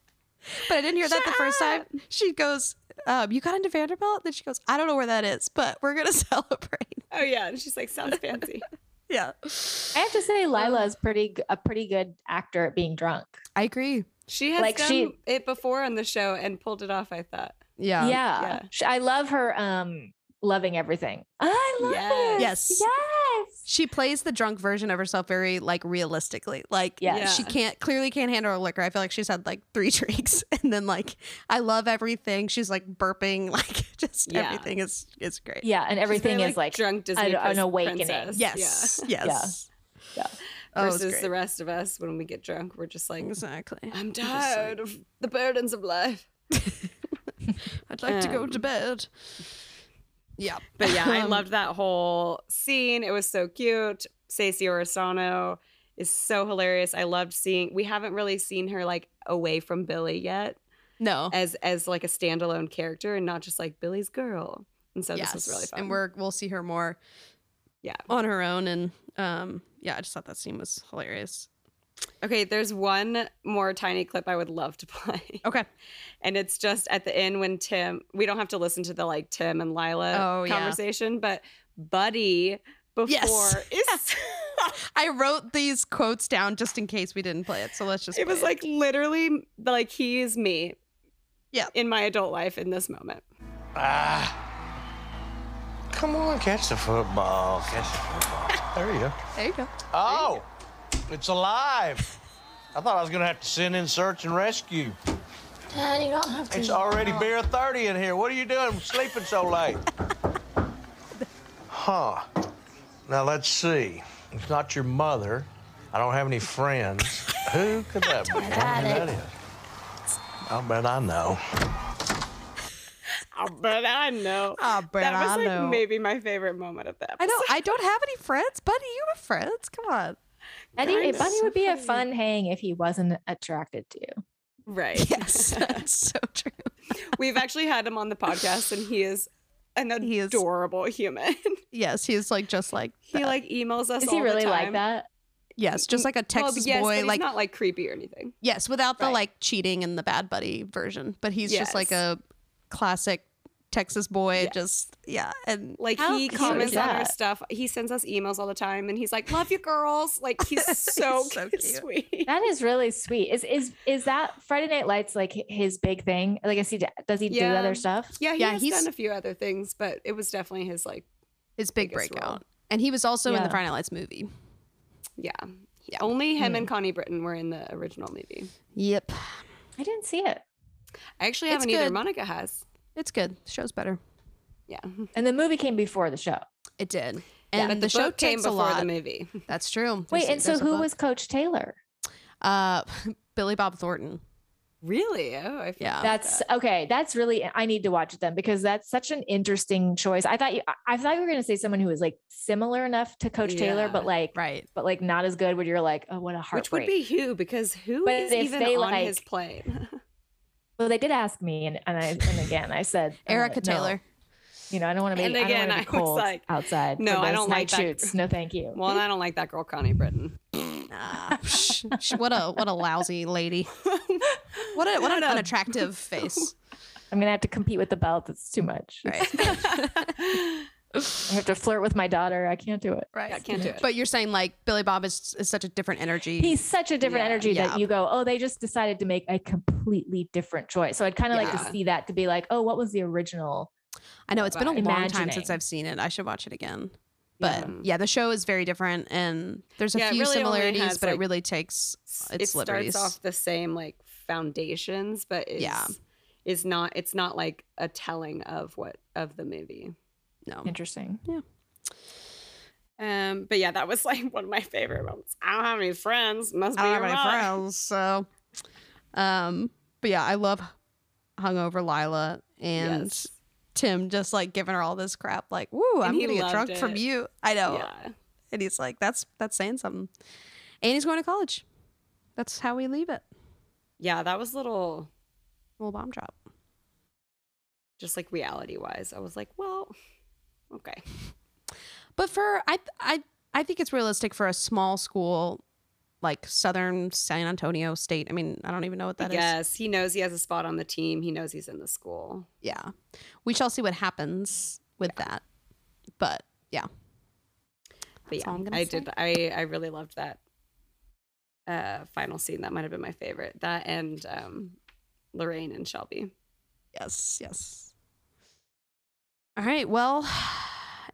[SPEAKER 1] But I didn't hear that the first time. She goes, um, "You got into Vanderbilt?" Then she goes, "I don't know where that is, but we're gonna celebrate."
[SPEAKER 2] Oh yeah, and she's like, sounds fancy.
[SPEAKER 1] yeah,
[SPEAKER 3] I have to say, Lila is pretty g- a pretty good actor at being drunk.
[SPEAKER 1] I agree.
[SPEAKER 2] She has
[SPEAKER 3] Like,
[SPEAKER 2] done
[SPEAKER 3] she-
[SPEAKER 2] it before on the show and pulled it off. I thought.
[SPEAKER 3] Yeah,
[SPEAKER 2] Yeah.
[SPEAKER 3] Sh- I love her. Um, loving everything. I love it.
[SPEAKER 1] Yes.
[SPEAKER 3] Yes.
[SPEAKER 1] She plays the drunk version of herself very like realistically. Like
[SPEAKER 3] Yes.
[SPEAKER 1] she
[SPEAKER 3] Yeah.
[SPEAKER 1] can't clearly can't handle her liquor. I feel like she's had like three drinks and then like I love everything. She's like burping, like just
[SPEAKER 3] Yeah.
[SPEAKER 1] everything is is great.
[SPEAKER 3] Yeah, and
[SPEAKER 1] She's
[SPEAKER 3] everything
[SPEAKER 1] very,
[SPEAKER 3] is like
[SPEAKER 2] drunk Disney
[SPEAKER 3] an, an
[SPEAKER 2] prin-
[SPEAKER 3] awakening.
[SPEAKER 2] princess.
[SPEAKER 1] Yes.
[SPEAKER 2] Yeah.
[SPEAKER 1] Yes.
[SPEAKER 3] Yeah.
[SPEAKER 1] Oh, it was
[SPEAKER 2] Versus
[SPEAKER 1] great.
[SPEAKER 2] the rest of us, when we get drunk, we're just like,
[SPEAKER 1] exactly.
[SPEAKER 2] I'm
[SPEAKER 1] just
[SPEAKER 2] tired of the burdens of life.
[SPEAKER 1] I'd like to go
[SPEAKER 2] Um,
[SPEAKER 1] to bed. Yeah.
[SPEAKER 2] But yeah, I
[SPEAKER 1] Um,
[SPEAKER 2] loved that whole scene. It was so cute. Stacey Oristano is so hilarious. I loved seeing. We haven't really seen her like away from Billy yet.
[SPEAKER 1] No.
[SPEAKER 2] As as like a standalone character and not just like Billy's girl. And so this was really fun.
[SPEAKER 1] And we're we'll see her more
[SPEAKER 2] yeah.
[SPEAKER 1] on her own and um yeah, I just thought that scene was hilarious.
[SPEAKER 2] Okay, there's one more tiny clip I would love to play.
[SPEAKER 1] Okay.
[SPEAKER 2] And it's just at the end when Tim, we don't have to listen to the like Tim and Lila
[SPEAKER 1] Oh, yeah.
[SPEAKER 2] conversation, but Buddy before
[SPEAKER 1] Yes. I wrote these quotes down just in case we didn't play it. So let's just
[SPEAKER 2] it was
[SPEAKER 1] play
[SPEAKER 2] like literally like he is me.
[SPEAKER 1] Yeah.
[SPEAKER 2] In my adult life in this moment.
[SPEAKER 12] Ah. Come on, catch the football. Catch the football.
[SPEAKER 15] There you go.
[SPEAKER 1] There you go.
[SPEAKER 15] Oh, it's alive. I thought I was going to have to send in search and rescue.
[SPEAKER 16] Dad, you don't have to.
[SPEAKER 15] It's already beer 30 in here. What are you doing sleeping so late? Huh. Now let's see. It's not your mother. I don't have any friends. Who could that be? I wonder who that is. I bet I know.
[SPEAKER 2] I bet Ah, I know.
[SPEAKER 1] I bet
[SPEAKER 2] that was
[SPEAKER 1] I
[SPEAKER 2] like
[SPEAKER 1] know.
[SPEAKER 2] maybe my favorite moment of that.
[SPEAKER 1] I know I don't have any friends, buddy. You have friends. Come on.
[SPEAKER 3] Bunny,
[SPEAKER 1] Kinda.
[SPEAKER 3] Bunny would be a fun hang if he wasn't attracted to you.
[SPEAKER 2] Right.
[SPEAKER 1] Yes. That's so true.
[SPEAKER 2] We've actually had him on the podcast and he is an adorable human.
[SPEAKER 1] Yes, he is like just like
[SPEAKER 2] he like emails us.
[SPEAKER 3] Is he
[SPEAKER 2] all
[SPEAKER 3] really
[SPEAKER 2] the
[SPEAKER 3] like
[SPEAKER 2] time.
[SPEAKER 3] that?
[SPEAKER 1] yes, just like a
[SPEAKER 2] Well,
[SPEAKER 1] Texas
[SPEAKER 2] yes, but
[SPEAKER 1] boy,
[SPEAKER 2] he's
[SPEAKER 1] like
[SPEAKER 2] not like creepy or anything.
[SPEAKER 1] yes, without the like cheating and the bad buddy version. But he's just like
[SPEAKER 2] Yes.
[SPEAKER 1] a classic Texas boy. Just yeah, and
[SPEAKER 2] like
[SPEAKER 1] how
[SPEAKER 2] he
[SPEAKER 1] cute
[SPEAKER 2] comments
[SPEAKER 1] is
[SPEAKER 2] on our
[SPEAKER 1] that?
[SPEAKER 2] stuff. He sends us emails all the time, and he's like, "Love you, girls." Like he's so, cute. sweet.
[SPEAKER 3] That is really sweet. Is is is that Friday Night Lights like his big thing? Like, is he does he do other stuff?
[SPEAKER 2] Yeah, he has done a few other things, but it was definitely his like
[SPEAKER 1] his big
[SPEAKER 2] biggest
[SPEAKER 1] breakout.
[SPEAKER 2] role.
[SPEAKER 1] And he was also in the
[SPEAKER 2] Yeah.
[SPEAKER 1] Friday Night Lights movie.
[SPEAKER 2] Yeah. Only him
[SPEAKER 1] Hmm.
[SPEAKER 2] and Connie Britton were in the original movie.
[SPEAKER 1] Yep.
[SPEAKER 3] I didn't see it.
[SPEAKER 2] I actually
[SPEAKER 1] It's
[SPEAKER 2] haven't either.
[SPEAKER 1] good.
[SPEAKER 2] Monica has.
[SPEAKER 1] It's good. show's better.
[SPEAKER 2] Yeah.
[SPEAKER 3] And the movie came before the show.
[SPEAKER 1] It did.
[SPEAKER 3] Yeah.
[SPEAKER 1] And
[SPEAKER 3] But
[SPEAKER 1] the,
[SPEAKER 3] the
[SPEAKER 1] show
[SPEAKER 3] book came
[SPEAKER 1] takes a
[SPEAKER 2] before the
[SPEAKER 1] lot.
[SPEAKER 2] movie.
[SPEAKER 1] That's true.
[SPEAKER 3] Wait,
[SPEAKER 1] There's-
[SPEAKER 3] and so
[SPEAKER 1] there's a
[SPEAKER 3] who
[SPEAKER 1] book.
[SPEAKER 3] was Coach Taylor?
[SPEAKER 1] uh Billy Bob Thornton?
[SPEAKER 2] Really? Oh, I
[SPEAKER 1] yeah.
[SPEAKER 3] That's okay. That's really I need to watch it then because that's such an interesting choice. I thought you I- I thought you were gonna say someone who was like similar enough to Coach Taylor,
[SPEAKER 2] Yeah.
[SPEAKER 3] but like
[SPEAKER 1] right,
[SPEAKER 3] but like not as good where you're like, oh what a
[SPEAKER 2] Which
[SPEAKER 3] heartbreak.
[SPEAKER 2] would be Hugh because who
[SPEAKER 3] But
[SPEAKER 2] is
[SPEAKER 3] if
[SPEAKER 2] even
[SPEAKER 3] they,
[SPEAKER 2] on his
[SPEAKER 3] like-
[SPEAKER 2] plane?
[SPEAKER 3] well, they did ask me and, and I and again I said uh,
[SPEAKER 2] Erica
[SPEAKER 3] no.
[SPEAKER 2] Taylor.
[SPEAKER 3] You know, I don't want to be,
[SPEAKER 2] And
[SPEAKER 3] I don't
[SPEAKER 2] again,
[SPEAKER 3] wanna
[SPEAKER 2] I
[SPEAKER 3] be
[SPEAKER 2] was
[SPEAKER 3] cold
[SPEAKER 2] like,
[SPEAKER 3] outside. for
[SPEAKER 2] no, I
[SPEAKER 3] those
[SPEAKER 2] don't like
[SPEAKER 3] night
[SPEAKER 2] that-
[SPEAKER 3] shoots. No, thank you.
[SPEAKER 2] well, and I don't like that girl, Connie Britton.
[SPEAKER 1] Psh, sh- what a what a lousy lady. What a what an unattractive face.
[SPEAKER 3] I'm gonna have to compete with the belt. It's too much.
[SPEAKER 1] Right.
[SPEAKER 3] I have to flirt with my daughter. I can't do it.
[SPEAKER 1] Right.
[SPEAKER 2] can't do it.
[SPEAKER 1] But you're saying like Billy Bob is, is such a different energy.
[SPEAKER 3] He's such a different energy
[SPEAKER 1] Yeah.
[SPEAKER 3] that you go, oh, they just decided to make a completely different choice. So I'd kind of like
[SPEAKER 1] Yeah.
[SPEAKER 3] to see that to be like, oh, what was the original?
[SPEAKER 1] I know it's been a long time since
[SPEAKER 3] Imagining.
[SPEAKER 1] I've seen it. I should watch it again. But yeah, the show is very different and there's a
[SPEAKER 2] Yeah, it
[SPEAKER 1] few
[SPEAKER 2] really only
[SPEAKER 1] similarities,
[SPEAKER 2] has,
[SPEAKER 1] but it
[SPEAKER 2] like,
[SPEAKER 1] really takes
[SPEAKER 2] it
[SPEAKER 1] its liberties.
[SPEAKER 2] starts off the same like foundations, but it's,
[SPEAKER 1] Yeah.
[SPEAKER 2] is not it's not like a telling of what of the movie.
[SPEAKER 1] No.
[SPEAKER 3] Interesting.
[SPEAKER 1] Yeah.
[SPEAKER 2] Um, but yeah, that was like one of my favorite moments. I don't have any friends. Must be
[SPEAKER 1] I don't
[SPEAKER 2] your
[SPEAKER 1] have
[SPEAKER 2] mom.
[SPEAKER 1] any friends, so. Um, but yeah, I love hungover Lila and
[SPEAKER 2] Yes.
[SPEAKER 1] Tim just like giving her all this crap, like, "Woo, I'm
[SPEAKER 2] he
[SPEAKER 1] gonna get
[SPEAKER 2] loved
[SPEAKER 1] drunk from
[SPEAKER 2] it.
[SPEAKER 1] you." I know,
[SPEAKER 2] Yeah.
[SPEAKER 1] and he's like, "That's that's saying something." And he's going to college. That's how we leave it.
[SPEAKER 2] Yeah, that was a little
[SPEAKER 1] Little bomb drop.
[SPEAKER 2] just like reality wise. I was like, well, okay.
[SPEAKER 1] But for I I I think it's realistic for a small school like Southern San Antonio State. I mean, I don't even know what that is.
[SPEAKER 2] yes, he knows he has a spot on the team. He knows he's in the school.
[SPEAKER 1] Yeah. We shall see what happens with that. But yeah.
[SPEAKER 2] But yeah,
[SPEAKER 1] all I'm gonna
[SPEAKER 2] I
[SPEAKER 1] say.
[SPEAKER 2] did. I I really loved that uh final scene. That might have been my favorite. That and um Lorraine and Shelby.
[SPEAKER 1] Yes, yes. All right. Well,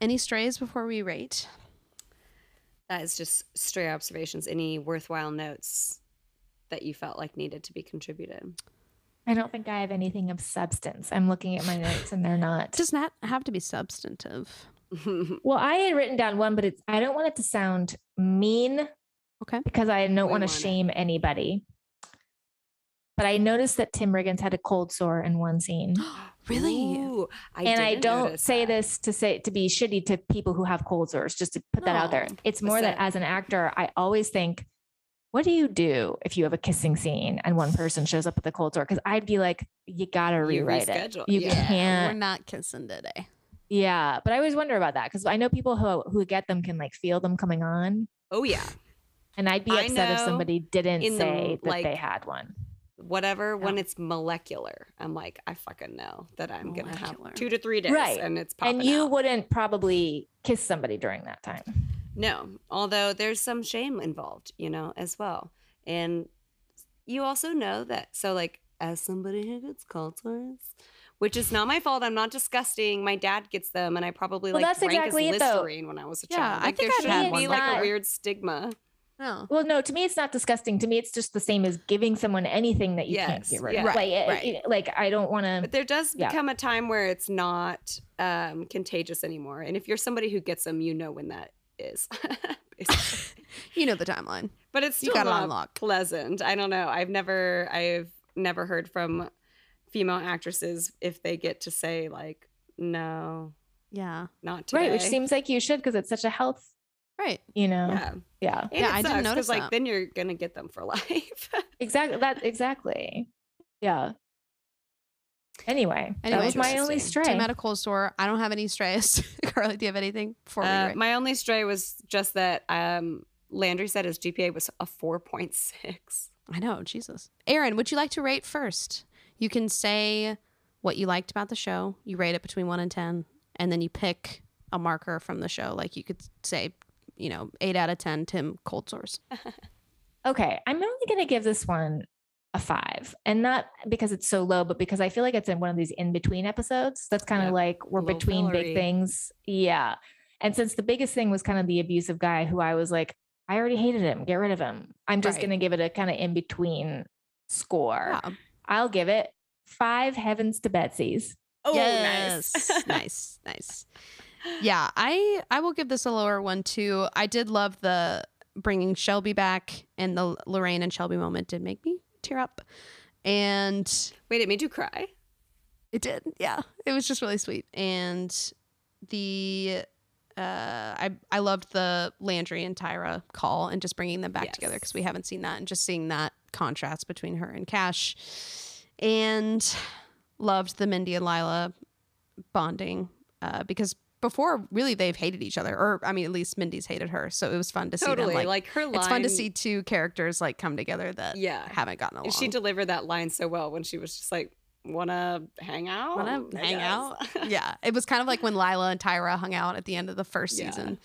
[SPEAKER 1] any strays before we rate?
[SPEAKER 2] That is just stray observations. Any worthwhile notes that you felt like needed to be contributed?
[SPEAKER 3] I don't think I have anything of substance. I'm looking at my notes and they're not.
[SPEAKER 1] Does not have to be substantive.
[SPEAKER 3] Well, I had written down one, but it's I don't want it to sound mean.
[SPEAKER 1] Okay.
[SPEAKER 3] Because I don't want to shame anybody. But I noticed that Tim Riggins had a cold sore in one scene.
[SPEAKER 1] really?
[SPEAKER 2] Ooh, I
[SPEAKER 3] and I
[SPEAKER 2] didn't
[SPEAKER 3] don't
[SPEAKER 2] notice
[SPEAKER 3] say this to say to be shitty to people who have cold sores, just to put that out there.
[SPEAKER 2] No,
[SPEAKER 3] It's more that
[SPEAKER 2] listen.
[SPEAKER 3] as an actor, I always think, what do you do if you have a kissing scene and one person shows up with a cold sore? Because I'd be like, you gotta
[SPEAKER 1] You
[SPEAKER 3] rewrite it.
[SPEAKER 1] reschedule.
[SPEAKER 3] You
[SPEAKER 1] Yeah,
[SPEAKER 3] can't.
[SPEAKER 1] We're not kissing today.
[SPEAKER 3] Yeah, but I always wonder about that because I know people who who get them can like feel them coming on,
[SPEAKER 2] Oh yeah.
[SPEAKER 3] and I'd be
[SPEAKER 2] I
[SPEAKER 3] upset if
[SPEAKER 2] know
[SPEAKER 3] somebody didn't
[SPEAKER 2] in the,
[SPEAKER 3] say that
[SPEAKER 2] like,
[SPEAKER 3] they had one.
[SPEAKER 2] whatever when it's molecular i'm like i fucking know that i'm gonna have two to three days
[SPEAKER 3] right?
[SPEAKER 2] and it's popping
[SPEAKER 3] and you wouldn't probably kiss somebody during that time.
[SPEAKER 2] no although there's some shame involved you know as well and you also know that so like as somebody who gets cold sores which is not my fault i'm not disgusting my dad gets them and i probably
[SPEAKER 3] Well,
[SPEAKER 2] like
[SPEAKER 3] that's
[SPEAKER 2] rank
[SPEAKER 3] exactly
[SPEAKER 2] as
[SPEAKER 3] it, though.
[SPEAKER 2] listerine when i was a
[SPEAKER 3] Yeah,
[SPEAKER 2] child
[SPEAKER 3] I
[SPEAKER 2] like,
[SPEAKER 3] think I've
[SPEAKER 2] there
[SPEAKER 3] had
[SPEAKER 2] shouldn't be
[SPEAKER 3] one like
[SPEAKER 2] like a
[SPEAKER 3] that.
[SPEAKER 2] weird stigma
[SPEAKER 1] No.
[SPEAKER 3] Well, no, to me it's not disgusting. To me, it's just the same as giving someone anything that you can't
[SPEAKER 2] Yes,
[SPEAKER 3] get rid
[SPEAKER 2] yeah.
[SPEAKER 3] of.
[SPEAKER 2] Right,
[SPEAKER 3] Like, it-
[SPEAKER 2] right.
[SPEAKER 3] it- like I don't want to.
[SPEAKER 2] But there does
[SPEAKER 3] Yeah.
[SPEAKER 2] become a time where it's not um, contagious anymore. And if you're somebody who gets them, you know when that is.
[SPEAKER 1] You know the timeline.
[SPEAKER 2] but it's
[SPEAKER 1] You
[SPEAKER 2] still
[SPEAKER 1] gotta
[SPEAKER 2] not
[SPEAKER 1] unlock.
[SPEAKER 2] pleasant. I don't know. I've never I've never heard from female actresses if they get to say like no,
[SPEAKER 1] Yeah.
[SPEAKER 2] not today.
[SPEAKER 3] Right, which seems like you should because it's such a health.
[SPEAKER 1] Right.
[SPEAKER 3] You know.
[SPEAKER 2] Yeah.
[SPEAKER 3] Yeah.
[SPEAKER 1] Yeah,
[SPEAKER 2] And it
[SPEAKER 1] I didn't
[SPEAKER 2] sucks 'cause,
[SPEAKER 1] notice
[SPEAKER 2] like
[SPEAKER 1] that.
[SPEAKER 2] then you're gonna get them for life.
[SPEAKER 3] Exactly. That exactly. Yeah. Anyway, that was my only
[SPEAKER 1] interesting.
[SPEAKER 3] stray.
[SPEAKER 1] Tim had a cold sore. I don't have any strays. Carly, do you have anything for me?
[SPEAKER 2] Uh, my only stray was just that um, Landry said his GPA was a four point six.
[SPEAKER 1] I know, Jesus. Aaron, would you like to rate first? You can say what you liked about the show. You rate it between one and 10, and then you pick a marker from the show. Like you could say, you know, eight out of 10, Tim Cold Source.
[SPEAKER 3] Okay, I'm only going to give this one a five, and not because it's so low, but because I feel like it's in one of these in between episodes. That's kind of like we're
[SPEAKER 17] Low
[SPEAKER 3] between
[SPEAKER 17] calorie.
[SPEAKER 3] big things. Yeah. And since the biggest thing was kind of the abusive guy who I was like, I already hated him, get rid of him. I'm just
[SPEAKER 1] Right.
[SPEAKER 3] going to give it a kind of in between score. I'll give it five heavens to Betsy's.
[SPEAKER 1] nice. nice, nice. Yeah, I I will give this a lower one too. I did love the bringing Shelby back and the Lorraine and Shelby moment did make me tear up. And
[SPEAKER 2] wait, it made you cry?
[SPEAKER 1] It did. Yeah. It was just really sweet. And the uh I I loved the Landry and Tyra call and just bringing them back together because we haven't seen that and just seeing that contrast between her and Cash. And loved the Mindy and Lila bonding uh, because before really they've hated each other or i mean at least mindy's hated her so it was fun to see
[SPEAKER 2] Totally,
[SPEAKER 1] them, like,
[SPEAKER 2] like, her
[SPEAKER 1] it's fun
[SPEAKER 2] line-
[SPEAKER 1] to see two characters like come together that
[SPEAKER 2] Yeah.
[SPEAKER 1] haven't gotten along
[SPEAKER 2] And she delivered that line so well when she was just like, wanna hang out?
[SPEAKER 1] want to
[SPEAKER 2] I
[SPEAKER 1] hang
[SPEAKER 2] guess."
[SPEAKER 1] out. yeah, it was kind of like when Lila and Tyra hung out at the end of the first
[SPEAKER 2] Yeah.
[SPEAKER 1] season.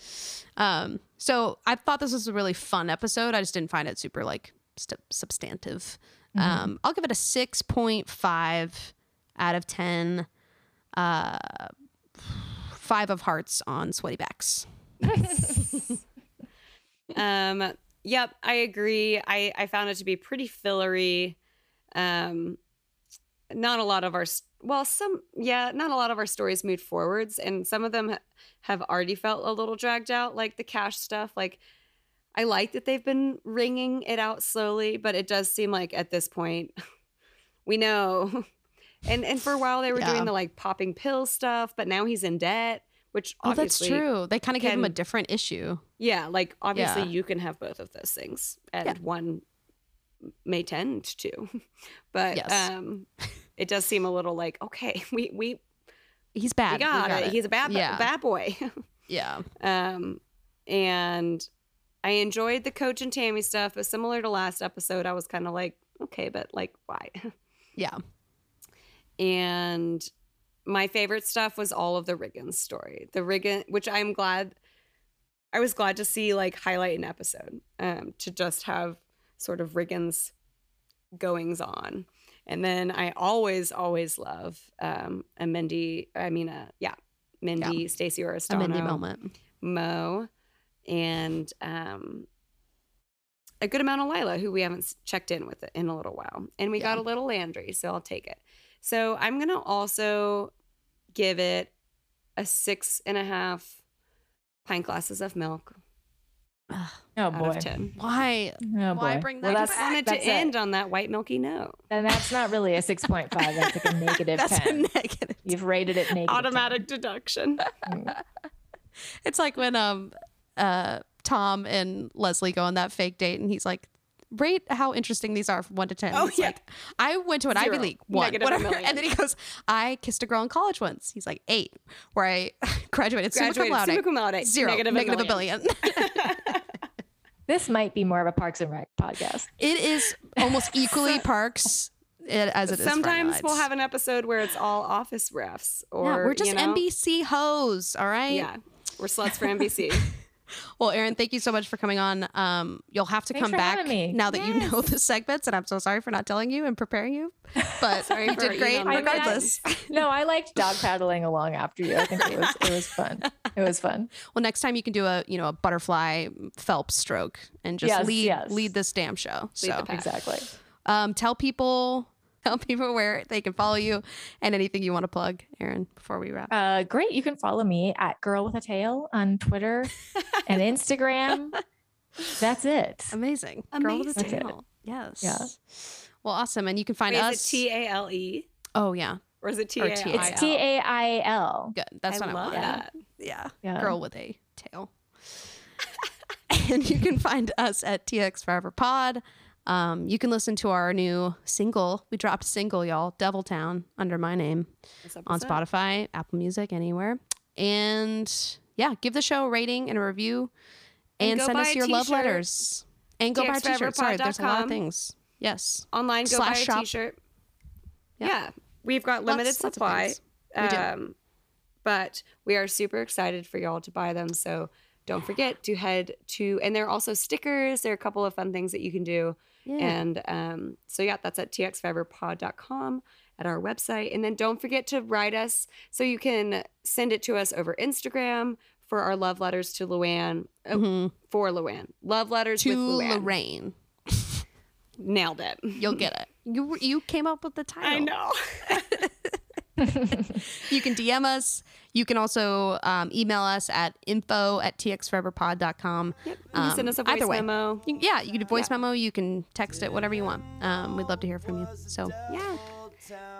[SPEAKER 1] Um, so I thought this was a really fun episode. I just didn't find it super like st- substantive.
[SPEAKER 3] Mhm.
[SPEAKER 1] Um, I'll give it a six point five out of ten. Uh, five of hearts on sweaty backs.
[SPEAKER 2] um yep i agree i i found it to be pretty fillery um not a lot of our s- well some yeah not a lot of our stories moved forwards and some of them ha- have already felt a little dragged out like the cash stuff like i like that they've been wringing it out slowly but it does seem like at this point we know and and for a while they were
[SPEAKER 1] Yeah.
[SPEAKER 2] doing the like popping pill stuff but now he's in debt which
[SPEAKER 1] Oh, that's
[SPEAKER 2] obviously
[SPEAKER 1] true. They kind of gave him a
[SPEAKER 2] can-
[SPEAKER 1] different issue.
[SPEAKER 2] yeah, like obviously
[SPEAKER 1] Yeah.
[SPEAKER 2] you can have both of those things, and
[SPEAKER 1] Yeah.
[SPEAKER 2] one may tend to, but
[SPEAKER 1] Yes.
[SPEAKER 2] um, it does seem a little like okay, we we
[SPEAKER 1] He's bad.
[SPEAKER 2] we got, it. He's a bad
[SPEAKER 1] Yeah.
[SPEAKER 2] bad boy.
[SPEAKER 1] Yeah.
[SPEAKER 2] um, and I enjoyed the coach and Tammy stuff, but similar to last episode, I was kind of like okay, but like why?
[SPEAKER 1] Yeah.
[SPEAKER 2] and my favorite stuff was all of the Riggins story. The Riggins, which I'm glad, I was glad to see like highlight an episode um, to just have sort of Riggins goings on. And then I always, always love um, a Mindy. I mean, uh, yeah, Mindy, Stacy Oristano,
[SPEAKER 1] A Mindy moment.
[SPEAKER 2] Mo, and um, a good amount of Lila, who we haven't s- checked in with in a little while. And we got a little Landry, so I'll take it. So I'm going to also give it a six and a half pint glasses of milk.
[SPEAKER 3] Oh
[SPEAKER 2] Out of
[SPEAKER 3] boy.
[SPEAKER 2] 10.
[SPEAKER 1] Why?
[SPEAKER 3] Oh,
[SPEAKER 2] Why
[SPEAKER 3] boy.
[SPEAKER 2] bring
[SPEAKER 3] Well,
[SPEAKER 2] that? I just
[SPEAKER 3] that's-
[SPEAKER 2] wanted to
[SPEAKER 3] that's it.
[SPEAKER 2] end on that white milky note.
[SPEAKER 3] Then that's not really a 6.5. That's like a negative
[SPEAKER 1] That's a
[SPEAKER 3] 10. You've rated it negative. 10.
[SPEAKER 2] Automatic deduction.
[SPEAKER 1] It's like when um uh Tom and Leslie go on that fake date and he's like rate how interesting these are from one to ten.
[SPEAKER 2] Oh,
[SPEAKER 1] It's like, I went to an Ivy
[SPEAKER 2] Zero.
[SPEAKER 1] League one,
[SPEAKER 2] Negative a
[SPEAKER 1] whatever.
[SPEAKER 2] million.
[SPEAKER 1] And then he goes, I kissed a girl in college once. He's like eight, where I graduated,
[SPEAKER 2] Graduated
[SPEAKER 1] summa cum
[SPEAKER 2] summa
[SPEAKER 1] laude,
[SPEAKER 2] cum laude.
[SPEAKER 1] zero,
[SPEAKER 2] Negative a
[SPEAKER 1] negative a billion.
[SPEAKER 3] This might be more of a Parks and Rec podcast.
[SPEAKER 1] it is almost equally Parks it, as it is. Friday
[SPEAKER 2] Sometimes we'll
[SPEAKER 1] nights.
[SPEAKER 2] have an episode where it's all office refs or
[SPEAKER 1] yeah, we're just
[SPEAKER 2] you know,
[SPEAKER 1] NBC hoes, all right?
[SPEAKER 2] Yeah. We're sluts for NBC.
[SPEAKER 1] Well, Erin, thank you so much for coming on. Um, you'll have to
[SPEAKER 3] Thanks
[SPEAKER 1] come
[SPEAKER 3] for
[SPEAKER 1] back
[SPEAKER 3] having me.
[SPEAKER 1] now that you know the segments, and I'm so sorry for not telling you and preparing you. But
[SPEAKER 2] Sorry
[SPEAKER 1] you
[SPEAKER 2] for
[SPEAKER 1] did
[SPEAKER 2] eating
[SPEAKER 1] great,
[SPEAKER 2] on the
[SPEAKER 1] regardless.
[SPEAKER 3] No, I liked dog paddling along after you. I think it was it was fun. It was fun.
[SPEAKER 1] Well, next time you can do a you know a butterfly Phelps stroke and just
[SPEAKER 3] Yes,
[SPEAKER 1] lead
[SPEAKER 3] yes.
[SPEAKER 1] lead this damn show.
[SPEAKER 3] Lead the
[SPEAKER 1] so
[SPEAKER 3] pack. Exactly.
[SPEAKER 1] um, tell people tell people where they can follow you and anything you want to plug, Erin, before we wrap.
[SPEAKER 3] Uh, great. You can follow me at Girl with a Tail on Twitter and Instagram. That's it.
[SPEAKER 1] Amazing. Girl with a
[SPEAKER 3] That's it.
[SPEAKER 1] tail. Yes.
[SPEAKER 3] Yeah.
[SPEAKER 1] Well, awesome, and you can find
[SPEAKER 2] Wait,
[SPEAKER 1] us.
[SPEAKER 2] is it T A L E
[SPEAKER 1] oh yeah,
[SPEAKER 2] or is it T
[SPEAKER 1] Or
[SPEAKER 2] A?
[SPEAKER 1] T-
[SPEAKER 3] It's T A I L.
[SPEAKER 1] good. That's
[SPEAKER 2] I
[SPEAKER 1] what I
[SPEAKER 2] love
[SPEAKER 1] want.
[SPEAKER 2] that.
[SPEAKER 1] Yeah.
[SPEAKER 3] Yeah.
[SPEAKER 2] Um,
[SPEAKER 1] Girl with a tail. and you can find us at TX Forever Pod. Um, you can listen to our new single. We dropped a single, y'all, Devil Town, under my name
[SPEAKER 2] That's
[SPEAKER 1] on
[SPEAKER 2] what's up.
[SPEAKER 1] Spotify, Apple Music, anywhere. And yeah, give the show a rating and a review
[SPEAKER 2] And
[SPEAKER 1] and,
[SPEAKER 2] go
[SPEAKER 1] send
[SPEAKER 2] buy
[SPEAKER 1] us
[SPEAKER 2] a
[SPEAKER 1] your love
[SPEAKER 2] t-shirt.
[SPEAKER 1] letters. And go buy a t shirt. Sorry, there's a lot
[SPEAKER 2] TXForeverPod.com.
[SPEAKER 1] of things. Yes.
[SPEAKER 2] Online, go
[SPEAKER 1] Slash
[SPEAKER 2] buy a
[SPEAKER 1] shop.
[SPEAKER 2] shirt.
[SPEAKER 1] Yeah.
[SPEAKER 2] Yeah. We've got limited
[SPEAKER 1] Lots- lots of
[SPEAKER 2] supply.
[SPEAKER 1] things. We do.
[SPEAKER 2] um, but we are super excited for y'all to buy them. So don't forget to head to, and there are also stickers. There are a couple of fun things that you can do.
[SPEAKER 1] Yeah.
[SPEAKER 2] And um, so, yeah, that's at txfiberpod.com at our website. And then don't forget to write us so you can send it to us over Instagram for our love letters to Luann, oh, for Luann. Love letters with
[SPEAKER 1] Mm-hmm. To
[SPEAKER 2] Luann.
[SPEAKER 1] Lorraine.
[SPEAKER 2] Nailed it.
[SPEAKER 1] You'll get it. You were- you came up with the title. I
[SPEAKER 2] know.
[SPEAKER 1] you can DM us. You can also um, email us at info at txforeverpod.com. Yep.
[SPEAKER 2] You can send us a voice memo.
[SPEAKER 1] yeah, you can do voice memo. You can text it, whatever you want. Um, we'd love to hear from you. So,
[SPEAKER 2] yeah.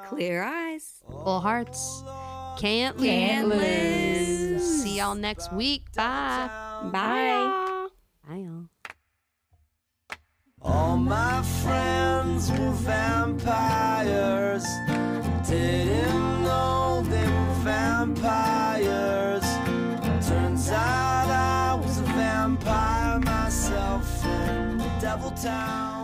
[SPEAKER 2] Clear eyes.
[SPEAKER 1] Full hearts. Can't lose.
[SPEAKER 2] Can't lose.
[SPEAKER 1] See y'all next week. Bye.
[SPEAKER 2] Bye.
[SPEAKER 1] Bye, y'all.
[SPEAKER 12] All my friends were vampires. Didn't know they were vampires. Turns out I was a vampire myself in Devil Town.